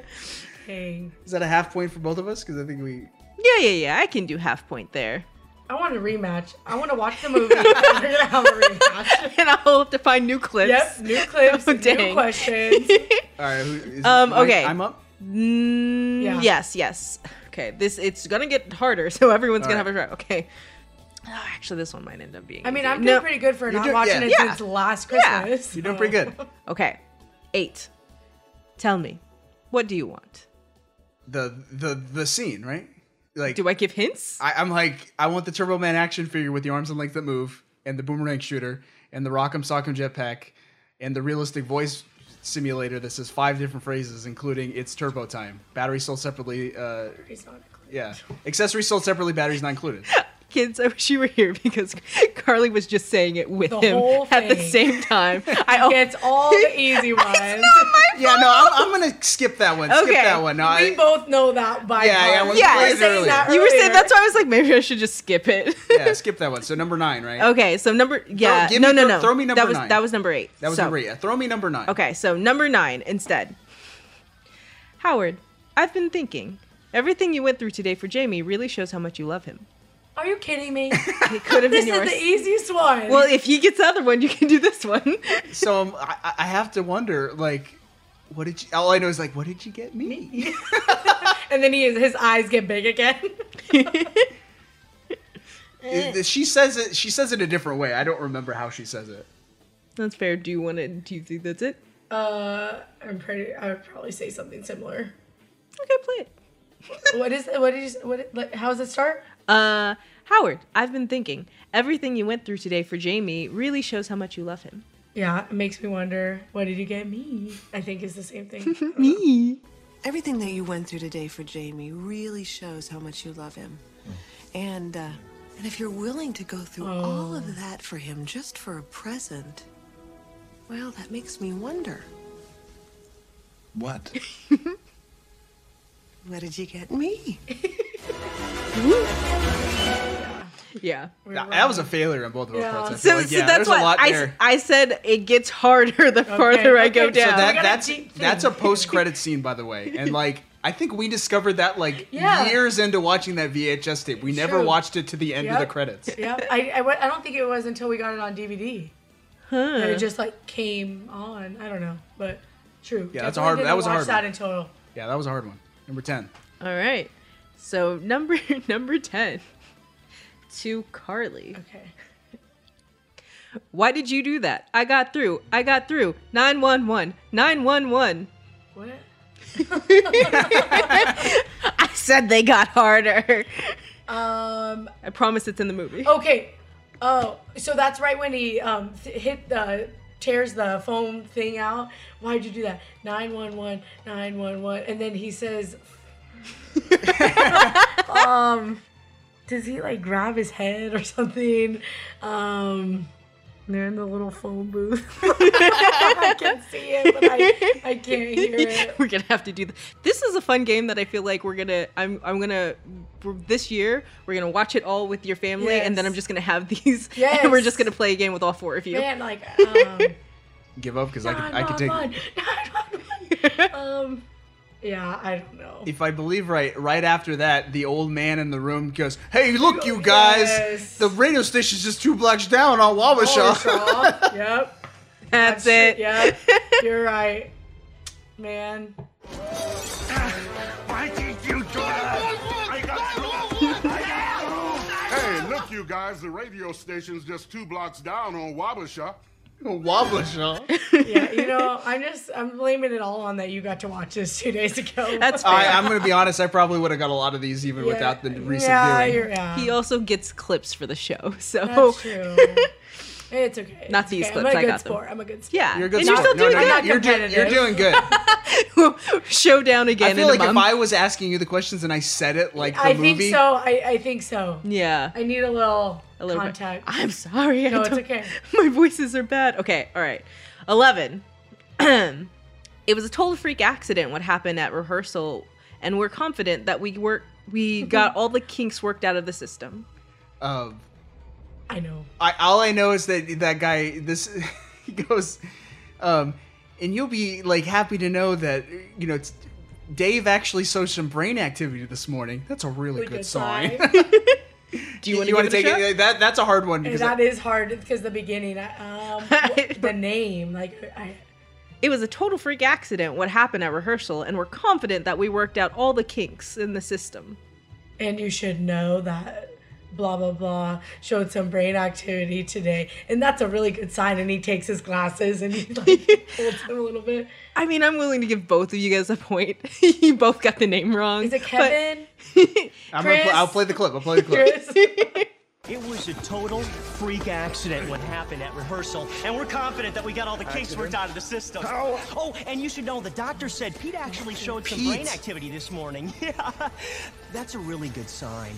Speaker 17: Dang.
Speaker 1: Is that a half point for both of us? Because I think we
Speaker 2: Yeah, yeah, yeah. I can do half point there.
Speaker 17: I want a rematch. I want to watch the movie. We're gonna have a rematch.
Speaker 2: And I'll have to find new clips.
Speaker 17: Yep, new clips,
Speaker 2: Oh,
Speaker 17: new
Speaker 2: dang.
Speaker 17: questions.
Speaker 1: All right. Who, is
Speaker 2: Um,
Speaker 1: Mike-
Speaker 2: okay.
Speaker 1: I'm up.
Speaker 2: Mm,
Speaker 17: Yeah.
Speaker 2: Yes, yes. Okay, this it's gonna get harder, so everyone's
Speaker 1: All
Speaker 2: gonna have a try. Okay. Oh, actually, this one might end up being.
Speaker 17: I mean,
Speaker 2: easy.
Speaker 17: I'm doing
Speaker 2: No.
Speaker 17: pretty good for
Speaker 2: You're
Speaker 17: not
Speaker 2: doing-
Speaker 17: watching
Speaker 2: yeah.
Speaker 17: it
Speaker 2: Yeah.
Speaker 17: since last
Speaker 2: Yeah.
Speaker 17: Christmas.
Speaker 1: You're doing pretty good.
Speaker 2: Okay, eight. Tell me, what do you want?
Speaker 1: The the the scene, right? Like,
Speaker 2: Do I give hints?
Speaker 1: I, I'm like, I want the Turbo Man action figure with the arms and legs that move, and the boomerang shooter, and the Rock'em Sock'em jetpack, and the realistic voice simulator that says five different phrases, including "It's Turbo Time." Battery sold separately. Uh, yeah, accessories sold separately. Batteries not included.
Speaker 2: Kids, I wish you were here because Carly was just saying it with
Speaker 17: The
Speaker 2: him
Speaker 17: whole
Speaker 2: at the
Speaker 17: thing.
Speaker 2: same time. I al-
Speaker 17: It's all the easy ones.
Speaker 2: It's not my
Speaker 1: Yeah, no, I'm, I'm gonna skip that one. Skip
Speaker 2: Okay.
Speaker 1: that one. No, I,
Speaker 17: we both know that by
Speaker 1: Yeah, yeah,
Speaker 17: heart.
Speaker 1: we Yeah, played it's earlier. not
Speaker 2: you were saying
Speaker 1: earlier.
Speaker 2: that's why I was like, maybe I should just skip it.
Speaker 1: yeah, skip that one. So number nine, right?
Speaker 2: okay, so number yeah,
Speaker 1: give
Speaker 2: no,
Speaker 1: me-
Speaker 2: no,
Speaker 1: throw-
Speaker 2: no.
Speaker 1: throw me number
Speaker 2: that was
Speaker 1: nine.
Speaker 2: that was number eight.
Speaker 1: That was
Speaker 2: So-
Speaker 1: number eight. Yeah, Throw me number nine.
Speaker 2: Okay, so number nine instead. Howard, I've been thinking. Everything you went through today for Jamie really shows how much you love him.
Speaker 17: Are you kidding me?
Speaker 2: It could have
Speaker 17: this
Speaker 2: been
Speaker 17: is
Speaker 2: yours.
Speaker 17: the easiest one.
Speaker 2: well, if he gets the other one, you can do this one.
Speaker 1: So um, I, I- I have to wonder, like, what did you? All I know is like, what did you get me?
Speaker 17: and then he his eyes get big again.
Speaker 1: It- it- she says it. She says it a different way. I don't remember how she says it.
Speaker 2: That's fair. Do you want to? Do you think that's it?
Speaker 17: Uh, I'm pretty. I would probably say something similar.
Speaker 2: Okay, play it.
Speaker 17: what is? What did you? What? Like, how does it start?
Speaker 2: Uh, Howard, I've been thinking. Everything you went through today for Jamie really shows how much you love him.
Speaker 17: Yeah, it makes me wonder. What did you get me? I think is the same thing.
Speaker 2: Me.
Speaker 22: Everything that you went through today for Jamie really shows how much you love him.
Speaker 21: Mm.
Speaker 22: And uh, and if you're willing to go through
Speaker 21: Oh.
Speaker 22: all of that for him just for a present, well, that makes me wonder.
Speaker 9: What?
Speaker 22: What did you get me?
Speaker 2: Yeah.
Speaker 1: That, that was a failure on both of our
Speaker 2: Yeah.
Speaker 1: parts. I feel
Speaker 2: So,
Speaker 1: like,
Speaker 2: so
Speaker 1: yeah,
Speaker 2: that's
Speaker 1: there's a
Speaker 2: what
Speaker 1: lot
Speaker 2: I, s-
Speaker 1: there.
Speaker 2: I said. It gets harder the
Speaker 1: Okay,
Speaker 2: farther I
Speaker 1: okay.
Speaker 2: go down.
Speaker 1: So that, that's that's a post credit scene, by the way, and like I think we discovered that like
Speaker 17: Yeah.
Speaker 1: years into watching that VHS tape. We never
Speaker 17: True.
Speaker 1: watched it to the end of the
Speaker 17: Yep.
Speaker 1: credits.
Speaker 17: yeah, I, I, wa- I don't think it was until we got it on DVD.
Speaker 2: Huh.
Speaker 17: That it just like came on. I don't know, but true.
Speaker 1: Yeah, that's a
Speaker 17: Definitely
Speaker 1: hard-
Speaker 17: didn't
Speaker 1: that was a
Speaker 17: watch
Speaker 1: hard
Speaker 17: that
Speaker 1: one.
Speaker 17: until
Speaker 1: Yeah, that was a hard one. Number ten.
Speaker 2: All right. So number number ten to Carly.
Speaker 17: Okay.
Speaker 2: Why did you do that? I got through. I got through. 911. 911.
Speaker 17: what?
Speaker 2: I said they got harder.
Speaker 17: Um.
Speaker 2: I promise it's in the movie.
Speaker 17: Okay. Oh, so that's right when he um th- hit the tears the phone thing out. Why'd you do that? 911, 911. And then he says um does he like grab his head or something? Um they're in the little phone booth. I can see it, but I, I can't hear it.
Speaker 2: we're gonna have to do th- this is a fun game that i feel like we're gonna i'm, I'm gonna for this year we're gonna watch it all with your family and then i'm
Speaker 17: Yes.
Speaker 2: just gonna have these
Speaker 17: Yes.
Speaker 2: and we're just gonna play a game with all four of you
Speaker 17: Man, like um,
Speaker 1: Give up because I could, I could take.
Speaker 17: 911. um yeah, I don't know.
Speaker 1: If I believe right, right after that, the old man in the room goes, "Hey, look, you guys!
Speaker 17: Yes.
Speaker 1: The radio station's just two blocks down on Waukesha."
Speaker 17: Shaw. yep.
Speaker 2: That's
Speaker 17: it. Yep. You're right. Man.
Speaker 21: Why did you do that? I got through. I
Speaker 14: Hey, look, you guys, the radio station's just two blocks down on Wabasha.
Speaker 1: Wabasha?
Speaker 17: Yeah, you know, I'm just I'm blaming it all on that you got to watch this two days ago.
Speaker 2: That's
Speaker 1: I, I'm gonna be honest. I probably would have got a lot of these even
Speaker 17: Yeah,
Speaker 1: without the recent
Speaker 17: yeah,
Speaker 1: viewing.
Speaker 17: you're- yeah.
Speaker 2: he also gets clips for the show so
Speaker 17: That's true. It's okay.
Speaker 2: Not
Speaker 17: It's
Speaker 2: these
Speaker 17: okay.
Speaker 2: clips,
Speaker 17: I'm
Speaker 2: I
Speaker 17: a good
Speaker 2: got them.
Speaker 17: sport. I'm a good sport.
Speaker 2: yeah
Speaker 1: You're a good
Speaker 2: and you're
Speaker 1: sport.
Speaker 2: still doing
Speaker 1: no, no,
Speaker 2: good
Speaker 1: you're, doing- you're doing good.
Speaker 2: showdown again
Speaker 1: I feel
Speaker 2: in
Speaker 1: like
Speaker 2: a
Speaker 1: if
Speaker 2: month.
Speaker 1: I was asking you the questions and I said it like the
Speaker 17: I
Speaker 1: movie,
Speaker 17: think so. I, I think so.
Speaker 2: yeah
Speaker 17: I need a little
Speaker 2: A little bit.
Speaker 17: contact.
Speaker 2: I'm sorry.
Speaker 17: No,
Speaker 2: I
Speaker 17: it's
Speaker 2: don't-
Speaker 17: okay.
Speaker 2: My voices are bad. Okay, all right. 11. it was a total freak accident what happened at rehearsal, and we're confident that we work we got all the kinks worked out of the system.
Speaker 1: Um,
Speaker 17: I know.
Speaker 1: I all I know is that that guy this he goes, um, and you'll be like happy to know that you know it's, Dave actually showed some brain activity this morning. That's a really good, sign. Do
Speaker 2: you wanna
Speaker 1: wanna
Speaker 2: give it a
Speaker 1: it? That that's a hard one
Speaker 17: And
Speaker 1: because
Speaker 17: that is hard because the beginning, I- um, wh- the name, like I,
Speaker 2: It was a total freak accident what happened at rehearsal, and we're confident that we worked out all the kinks in the system.
Speaker 17: and you should know that blah blah blah showed some brain activity today and that's a really good sign and he takes his glasses and he like holds them a little bit
Speaker 2: I mean, I'm willing to give both of you guys a point. you both got the name wrong.
Speaker 17: is it
Speaker 2: but-
Speaker 17: kevin
Speaker 1: I'm gonna pl-
Speaker 17: Chris.
Speaker 1: I'll play the clip. I'll play the clip.
Speaker 15: It was a total freak accident what happened at rehearsal, and we're confident that we got all the kinks worked out of the system. Oh, and you should know the doctor said Pete actually showed some brain
Speaker 1: Pete.
Speaker 15: activity this morning. Yeah, that's a really good sign.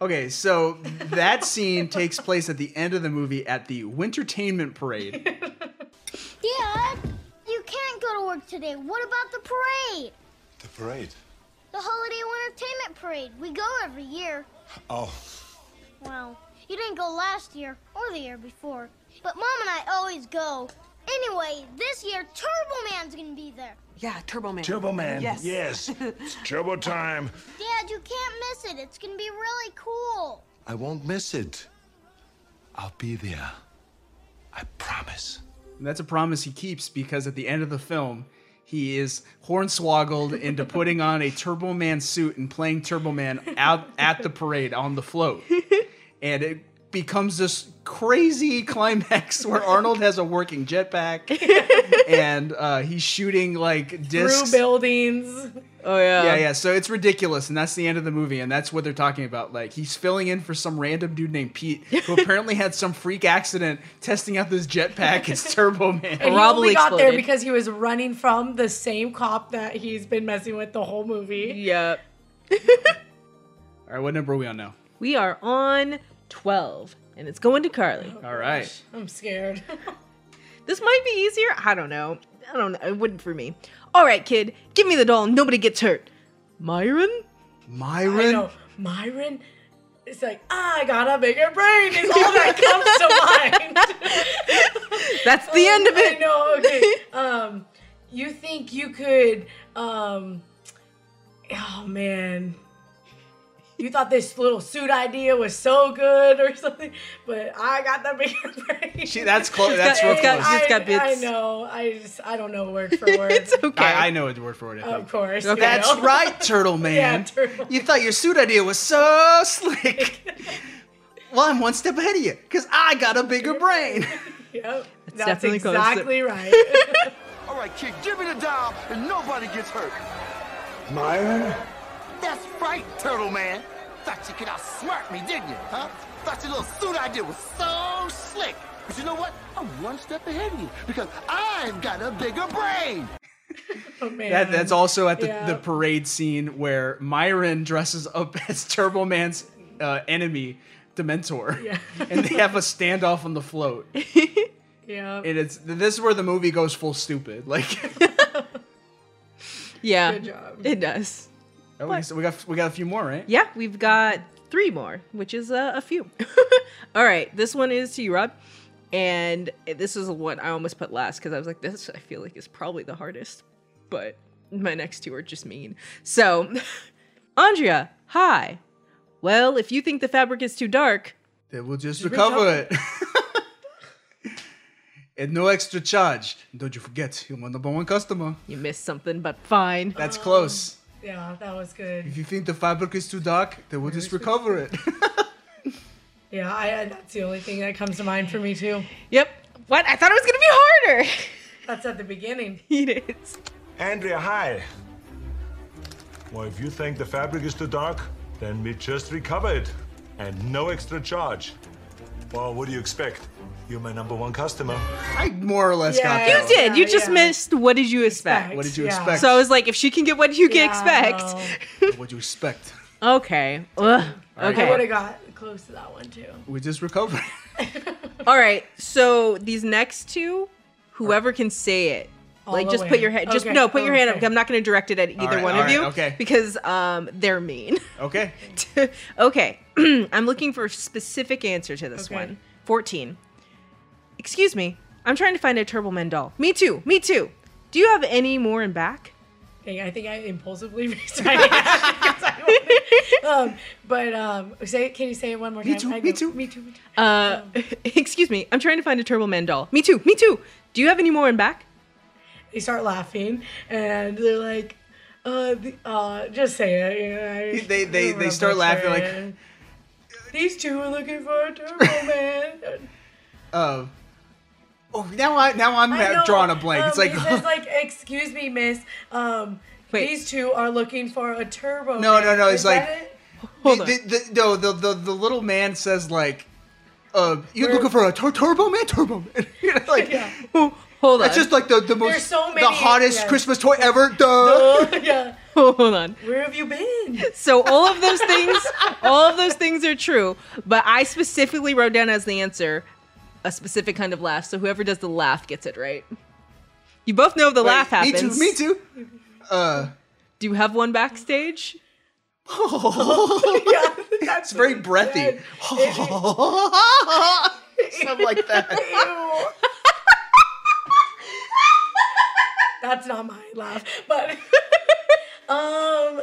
Speaker 1: Okay, so that scene takes place at the end of the movie at the Wintertainment Parade.
Speaker 6: Dad, you can't go work today. What about the parade?
Speaker 11: The parade.
Speaker 6: The Holiday Entertainment Parade. We go every year.
Speaker 11: Oh,
Speaker 6: Well, you didn't go last year or the year before. But Mom and I always go. Anyway, this year Turbo Man's gonna be there.
Speaker 22: Yeah, Turbo Man.
Speaker 21: Turbo Man.
Speaker 6: Yes.
Speaker 21: Yes. It's turbo time.
Speaker 6: Dad, you can't miss it. It's gonna be really cool.
Speaker 9: I won't miss it. I'll be there. I promise.
Speaker 1: And that's a promise he keeps because at the end of the film, he is hornswoggled into putting on a Turbo Man suit and playing Turbo Man out at the parade on the float. And it becomes this crazy climax where Arnold has a working jetpack and uh, he's shooting like discs.
Speaker 17: Through buildings.
Speaker 2: Oh
Speaker 1: Yeah, yeah. So it's ridiculous, and that's the end of the movie, and that's what they're talking about. Like he's filling in for some random dude named Pete, who apparently had some freak accident testing out this jetpack. It's Turbo Man.
Speaker 17: And he only got there because he was running from the same cop that he's been messing with the whole movie.
Speaker 2: Yep.
Speaker 1: All right, what number are we on now?
Speaker 2: We are on 12, and it's going to Carly.
Speaker 17: Oh,
Speaker 1: All right.
Speaker 17: I'm scared.
Speaker 2: This might be easier. I don't know. I don't know. It wouldn't for me. All right, kid, give me the doll. and Nobody gets hurt. Myron?
Speaker 1: Myron?
Speaker 17: I know. Myron is like, "Ah, I got a bigger brain is all that comes to mind.
Speaker 2: That's the end of it.
Speaker 17: I know, okay. Um, you think you could, um, oh man. You thought this little suit idea was so good or something, but I got the bigger brain.
Speaker 1: She- that's clo- that's real
Speaker 17: It's got-
Speaker 1: close. It's got
Speaker 17: I, I
Speaker 1: bits.
Speaker 17: know. I just I don't know word for word.
Speaker 1: I, I know it word for word. I
Speaker 17: Oh, Of
Speaker 1: think.
Speaker 17: course, you
Speaker 1: That's
Speaker 17: know.
Speaker 1: right, Turtle Man.
Speaker 17: Yeah, Turtle
Speaker 1: You thought your suit idea was so slick. well, I'm one step ahead of you because I got a bigger brain.
Speaker 17: Yep.
Speaker 1: That's
Speaker 17: That's
Speaker 1: definitely close.
Speaker 17: exactly right.
Speaker 12: All right, kid, give me the doll and nobody gets hurt.
Speaker 21: Myron?
Speaker 12: That's right, Turtle Man. Thought you could outsmart me, didn't you? Huh? Thought your little suit idea was so slick. But you know what? I'm one step ahead of you because I've got a bigger brain.
Speaker 17: oh, man.
Speaker 1: That, that's also at the,
Speaker 17: Yeah.
Speaker 1: the parade scene where Myron dresses up as Turbo Man's uh, enemy, Dementor, and they have a standoff on the float.
Speaker 17: yeah.
Speaker 1: And it's this is where the movie goes full stupid. Like,
Speaker 2: Yeah.
Speaker 1: Good
Speaker 2: job. It does.
Speaker 1: Oh, we- so we got we got a few more, right?
Speaker 2: Yeah, we've got three more, which is uh, a few. All right, this one is to you, Rob. And this is the one I almost put last because I was like, this I feel like is probably the hardest. But my next two are just mean. So, Andrea, hi. Well, if you think the fabric is too dark,
Speaker 1: Then we'll just,
Speaker 2: Just
Speaker 1: recover
Speaker 2: recover.
Speaker 1: it. At no extra charge. Don't you forget, you're my number one customer.
Speaker 2: You missed something, but fine.
Speaker 1: That's close.
Speaker 17: Yeah, that was good.
Speaker 1: If you think the fabric is too dark, then we'll just recover it.
Speaker 17: Yeah, I, I- that's the only thing that comes to mind for me too.
Speaker 2: Yep. What? I thought it was gonna be harder.
Speaker 17: That's at the beginning.
Speaker 2: it is.
Speaker 21: Andrea, hi. Well, if you think the fabric is too dark, then we just recover it. And no extra charge. Well, what do you expect? You're my number one customer.
Speaker 1: I more or less got
Speaker 2: You
Speaker 1: that.
Speaker 2: did. you just missed. What did you expect?
Speaker 1: What did you yeah. expect?
Speaker 2: So I was like, if she can get what you can
Speaker 17: Yeah,
Speaker 2: expect.
Speaker 1: What'd you expect?
Speaker 2: Okay. Ugh.
Speaker 1: right.
Speaker 17: I would
Speaker 2: Okay.
Speaker 17: have got close to that one too.
Speaker 1: We just recover it.
Speaker 2: All right. So these next two, whoever can say it,
Speaker 17: All
Speaker 2: like
Speaker 17: the
Speaker 2: just
Speaker 17: way.
Speaker 2: put your hand. Just
Speaker 17: Okay.
Speaker 2: no, put your hand up.
Speaker 17: Okay.
Speaker 2: I'm not going to direct it at either
Speaker 1: right,
Speaker 2: one
Speaker 1: all
Speaker 2: of
Speaker 1: right,
Speaker 2: you.
Speaker 1: okay.
Speaker 2: Because um, they're mean.
Speaker 1: Okay.
Speaker 2: okay. I'm looking for a specific answer to this
Speaker 17: Okay.
Speaker 2: one. Fourteen. Excuse me. I'm trying to find a Turbo Man doll. Me too. Me too. Do you have any more in back?
Speaker 17: Okay, I think I impulsively raised my hand. 'cause I wanted- um, but um, say it. Can you say it one more
Speaker 2: Me
Speaker 17: time?
Speaker 2: too,
Speaker 17: I
Speaker 2: me
Speaker 17: go, too. Me too. Me too.
Speaker 2: Uh, excuse me. I'm trying to find a Turbo Man doll. Me too. Me too. Do you have any more in back?
Speaker 17: They start laughing and they're like, uh, the, uh just say it. You know, I-
Speaker 1: They- they-
Speaker 17: I'm
Speaker 1: they
Speaker 17: a
Speaker 1: start laughing, like-
Speaker 17: butcher. These two are looking for a turbo man.
Speaker 1: Uh, oh, now I now I'm
Speaker 17: I know,
Speaker 1: drawing a blank.
Speaker 17: um,
Speaker 1: it's like
Speaker 17: he says, like, excuse me, miss. Um,
Speaker 1: Wait.
Speaker 17: these two are looking for a turbo.
Speaker 1: no no
Speaker 17: man."
Speaker 1: no.
Speaker 17: Is
Speaker 1: It's
Speaker 17: that
Speaker 1: like
Speaker 17: it?
Speaker 1: hold the, the- the- no the, the the little man says like, uh, you're
Speaker 17: We're-
Speaker 1: looking for a tur- turbo man, turbo man. you know, like.
Speaker 2: Hold
Speaker 1: That's
Speaker 2: on.
Speaker 1: just like the, the
Speaker 17: There's
Speaker 1: most
Speaker 17: so
Speaker 1: the
Speaker 17: many-
Speaker 1: hottest
Speaker 17: yeah.
Speaker 1: Christmas toy ever. Duh.
Speaker 17: yeah.
Speaker 2: Hold on.
Speaker 17: Where have you been?
Speaker 2: So all of those things, all of those things are true. But I specifically wrote down as the answer a specific kind of laugh. So whoever does the laugh gets it right. You both know the laugh
Speaker 1: me too,
Speaker 2: happens.
Speaker 1: me too. Uh,
Speaker 2: Do you have one backstage?
Speaker 1: Oh. it's very breathy. Oh. Something like that.
Speaker 17: That's not my laugh, but um,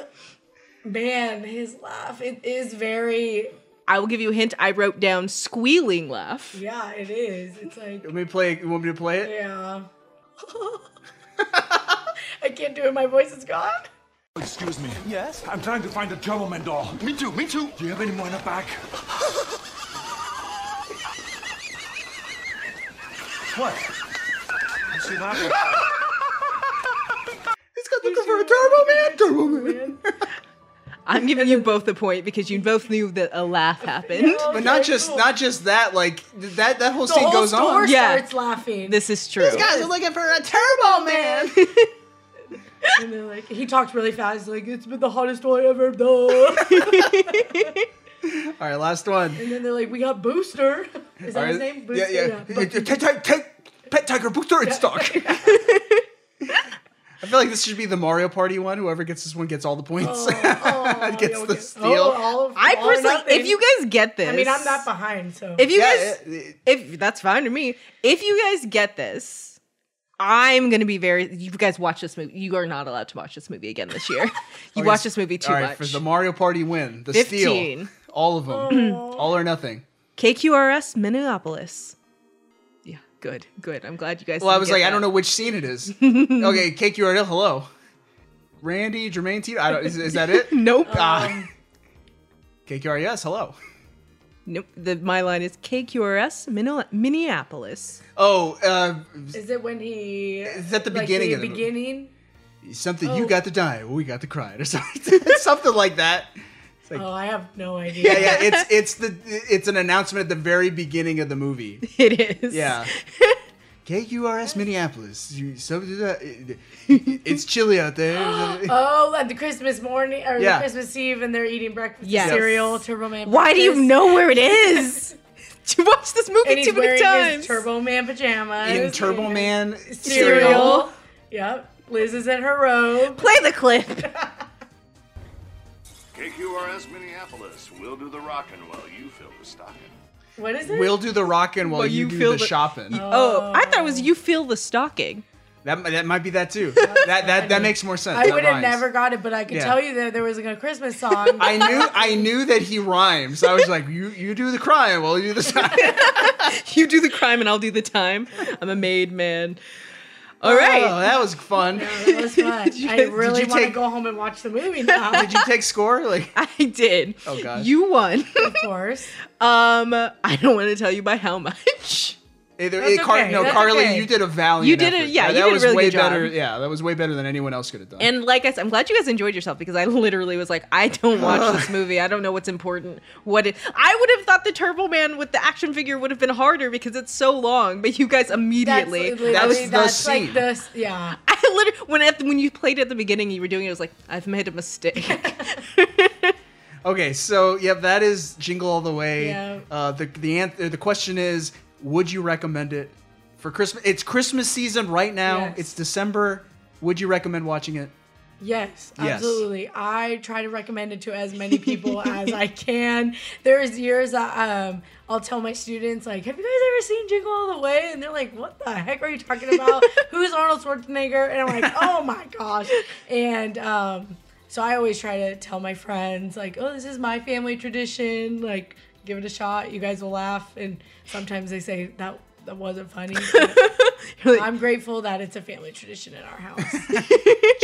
Speaker 17: man, his laugh it is very
Speaker 2: I will give you a hint. I wrote down squealing laugh.
Speaker 17: yeah, it is. It's like
Speaker 1: You want me to play? You want me to play it?
Speaker 17: yeah. I can't do it. My voice is gone.
Speaker 9: Oh, Excuse me. Yes? I'm trying to find the Turboman doll. Me too, me too. Do you have any more in the back?
Speaker 21: What? You see that?
Speaker 1: He's got looking for a Turbo Man. Turbo
Speaker 17: Man.
Speaker 2: I'm giving you both a point because you both knew that a laugh happened.
Speaker 1: but not just not just that. Like th- that that whole scene goes on.
Speaker 2: Yeah,
Speaker 17: laughing.
Speaker 2: this is true.
Speaker 1: guys are looking for a Turbo Man.
Speaker 17: and they're like, he talked really fast. Like it's been the hottest one ever done.
Speaker 1: All right, last one.
Speaker 17: and then they're like, we got Booster. Is that
Speaker 1: All right.
Speaker 17: his name?
Speaker 1: Yeah,
Speaker 17: Booster.
Speaker 1: yeah.
Speaker 17: yeah.
Speaker 1: Take- take- take Pet Tiger Booster in stock. I feel like this should be the Mario Party one. Whoever gets this one gets all the points. gets the steal.
Speaker 17: Oh, all of,
Speaker 2: I
Speaker 17: all or
Speaker 2: personally,
Speaker 17: nothing.
Speaker 2: if you guys get this,
Speaker 17: I mean, I'm not behind, so
Speaker 2: If you
Speaker 1: Yeah,
Speaker 2: guys, if that's fine to me, if you guys get this, I'm gonna be very. You guys watch this movie. You are not allowed to watch this movie again this year. you
Speaker 1: Okay,
Speaker 2: watch this movie too
Speaker 1: all right,
Speaker 2: much.
Speaker 1: For the Mario Party win, the steal,
Speaker 2: 15.
Speaker 1: all of them,
Speaker 17: Oh.
Speaker 1: all or nothing.
Speaker 2: KQRS Minneapolis. Yeah, good, good. I'm glad you guys.
Speaker 1: Well, I was like, I don't know which scene it is. okay, KQRL, hello. Randy, Jermaine Tito. I don't, is, is that it?
Speaker 2: nope.
Speaker 17: Oh.
Speaker 1: Ah. KQRS, hello.
Speaker 2: Nope. The, my line is KQRS Minne- Minneapolis.
Speaker 1: Oh, uh,
Speaker 17: is it when he is
Speaker 1: that the beginning
Speaker 17: The
Speaker 1: of the movie?
Speaker 17: beginning.
Speaker 1: something
Speaker 17: Oh.
Speaker 1: you got to die, we got to cry, or something, something like that. like-
Speaker 17: oh, I have no idea.
Speaker 1: Yeah, yeah. It's it's the it's an announcement at the very beginning of the movie.
Speaker 2: It is.
Speaker 1: Yeah. KQRS Minneapolis. You, so, it's chilly out there.
Speaker 17: oh, at the Christmas morning or
Speaker 1: Yeah.
Speaker 17: the Christmas Eve, and they're eating breakfast
Speaker 1: Yes.
Speaker 17: cereal. Turbo Man.
Speaker 2: Why do you
Speaker 17: breakfast.
Speaker 2: know where it is? you watched this movie
Speaker 17: and he's
Speaker 2: too many
Speaker 17: wearing
Speaker 2: times.
Speaker 17: His Turbo Man pajamas.
Speaker 1: in Turbo Man
Speaker 17: cereal. Yep. Liz is in her robe.
Speaker 2: Play the clip.
Speaker 11: KQRS Minneapolis. We'll do the rockin' while you fill the stocking.
Speaker 17: What is it?
Speaker 1: We'll do the rockin' while
Speaker 2: Well,
Speaker 1: you,
Speaker 2: you
Speaker 1: do
Speaker 2: feel
Speaker 1: the,
Speaker 2: the-
Speaker 1: shopping.
Speaker 2: Oh, I thought it was you feel the stocking.
Speaker 1: That that might be that too. that that that makes more sense.
Speaker 17: I
Speaker 1: That
Speaker 17: would have
Speaker 1: rhymes.
Speaker 17: never got it, but I could
Speaker 1: Yeah.
Speaker 17: tell you that there was a Christmas song.
Speaker 1: I knew I knew that he rhymes. I was like, you you do the crime, while you do the time.
Speaker 2: you do the crime and I'll do the time. I'm a made man. All right.
Speaker 1: Oh, that was fun.
Speaker 17: It was fun.
Speaker 2: Did you-
Speaker 17: I
Speaker 2: did
Speaker 17: really
Speaker 2: you
Speaker 17: want to
Speaker 2: take-
Speaker 17: go home and watch the movie now.
Speaker 1: Did you take score? Like
Speaker 2: I did.
Speaker 1: Oh god.
Speaker 2: You won.
Speaker 17: Of course.
Speaker 2: Um, I don't want to tell you by how much.
Speaker 1: Either
Speaker 2: That's
Speaker 1: eh, Car-
Speaker 2: okay,
Speaker 1: no,
Speaker 2: that's
Speaker 1: Carly,
Speaker 2: okay.
Speaker 1: you did a valiant.
Speaker 2: You did
Speaker 1: effort.
Speaker 2: a- yeah,
Speaker 1: that,
Speaker 2: you did a
Speaker 1: was
Speaker 2: really
Speaker 1: way
Speaker 2: good job.
Speaker 1: better. Yeah, that was way better than anyone else could have done.
Speaker 2: And like I said, I'm glad you guys enjoyed yourself because I literally was like, I don't watch this movie. I don't know what's important. What it, I would have thought the Turbo Man with the action figure would have been harder because it's so long. But you guys immediately,
Speaker 17: That's,
Speaker 2: I was-
Speaker 17: literally- that's like the yeah.
Speaker 2: I literally when at the, when you played it at the beginning, you were doing it. I was like, I've made a mistake.
Speaker 1: Okay, so yeah, that is jingle all the way.
Speaker 2: Yeah.
Speaker 1: Uh, the the answer, the question is, would you recommend it for Christmas? It's Christmas season right now.
Speaker 17: Yes.
Speaker 1: It's December. Would you recommend watching it?
Speaker 17: Yes,
Speaker 1: Yes.
Speaker 17: absolutely. I try to recommend it to as many people as I can. There's years that um, I'll tell my students, like, have you guys ever seen Jingle All the Way? And they're like, what the heck are you talking about? Who's Arnold Schwarzenegger? And I'm like, oh my gosh. And um, so I always try to tell my friends, like, oh, this is my family tradition. Like, give it a shot. You guys will laugh. And sometimes they say, that, that wasn't funny. but I'm grateful that it's a family tradition in our house.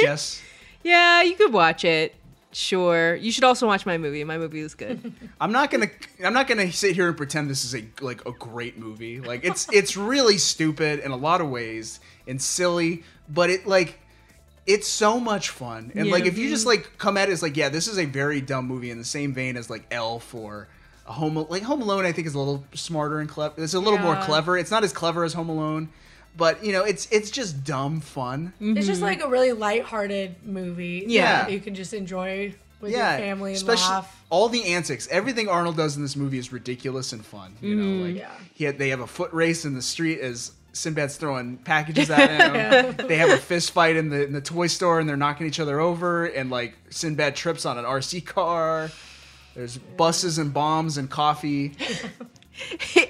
Speaker 1: Jess,
Speaker 2: yeah, you could watch it. Sure, you should also watch my movie. My movie was good.
Speaker 1: I'm not gonna I'm not gonna sit here and pretend this is a like a great movie. Like it's it's really stupid in a lot of ways and silly, but it like it's so much fun. And like if you just
Speaker 2: Yeah.
Speaker 1: like come at it as like yeah, this is a very dumb movie in the same vein as like Elf or a Home like Home Alone. I think is a little smarter and clever. It's a little more
Speaker 17: Yeah.
Speaker 1: clever. It's not as clever as Home Alone, but you know it's it's just dumb fun.
Speaker 17: It's
Speaker 2: Mm-hmm.
Speaker 17: just like a really lighthearted movie.
Speaker 1: Yeah.
Speaker 17: that you can just enjoy with your family and laugh.
Speaker 1: all the antics. Everything Arnold does in this movie is ridiculous and fun. You know, like
Speaker 17: Mm-hmm, Yeah.
Speaker 1: he had, they have a foot race in the street as Sinbad's throwing packages at him. They have a fist fight in the in the toy store, and they're knocking each other over. And like Sinbad trips on an RC car. There's buses and bombs and coffee.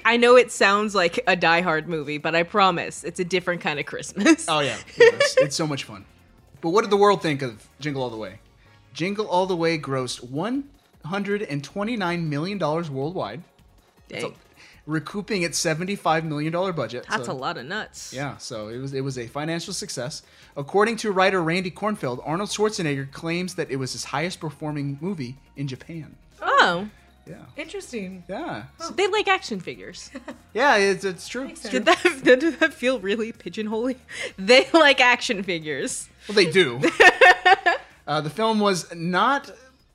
Speaker 2: I know it sounds like a Die Hard movie, but I promise it's a different kind of Christmas.
Speaker 1: Oh yeah, Yeah, it's, it's so much fun. But what did the world think of Jingle All the Way? Jingle All the Way grossed 129 million dollars worldwide. That's a-
Speaker 2: Dang.
Speaker 1: recouping its 75 million dollar budget.
Speaker 2: That's
Speaker 1: so-
Speaker 2: a lot of nuts.
Speaker 1: Yeah, so it was it was a financial success. According to writer Randy Kornfeld, Arnold Schwarzenegger claims that it was his highest performing movie in Japan.
Speaker 2: Oh.
Speaker 1: Yeah.
Speaker 17: Interesting.
Speaker 1: Yeah.
Speaker 2: So they like action figures.
Speaker 1: Yeah, it's, it's true.
Speaker 2: Did that, did that feel really pigeonholy? They like action figures.
Speaker 1: Well, they do. uh, the film was not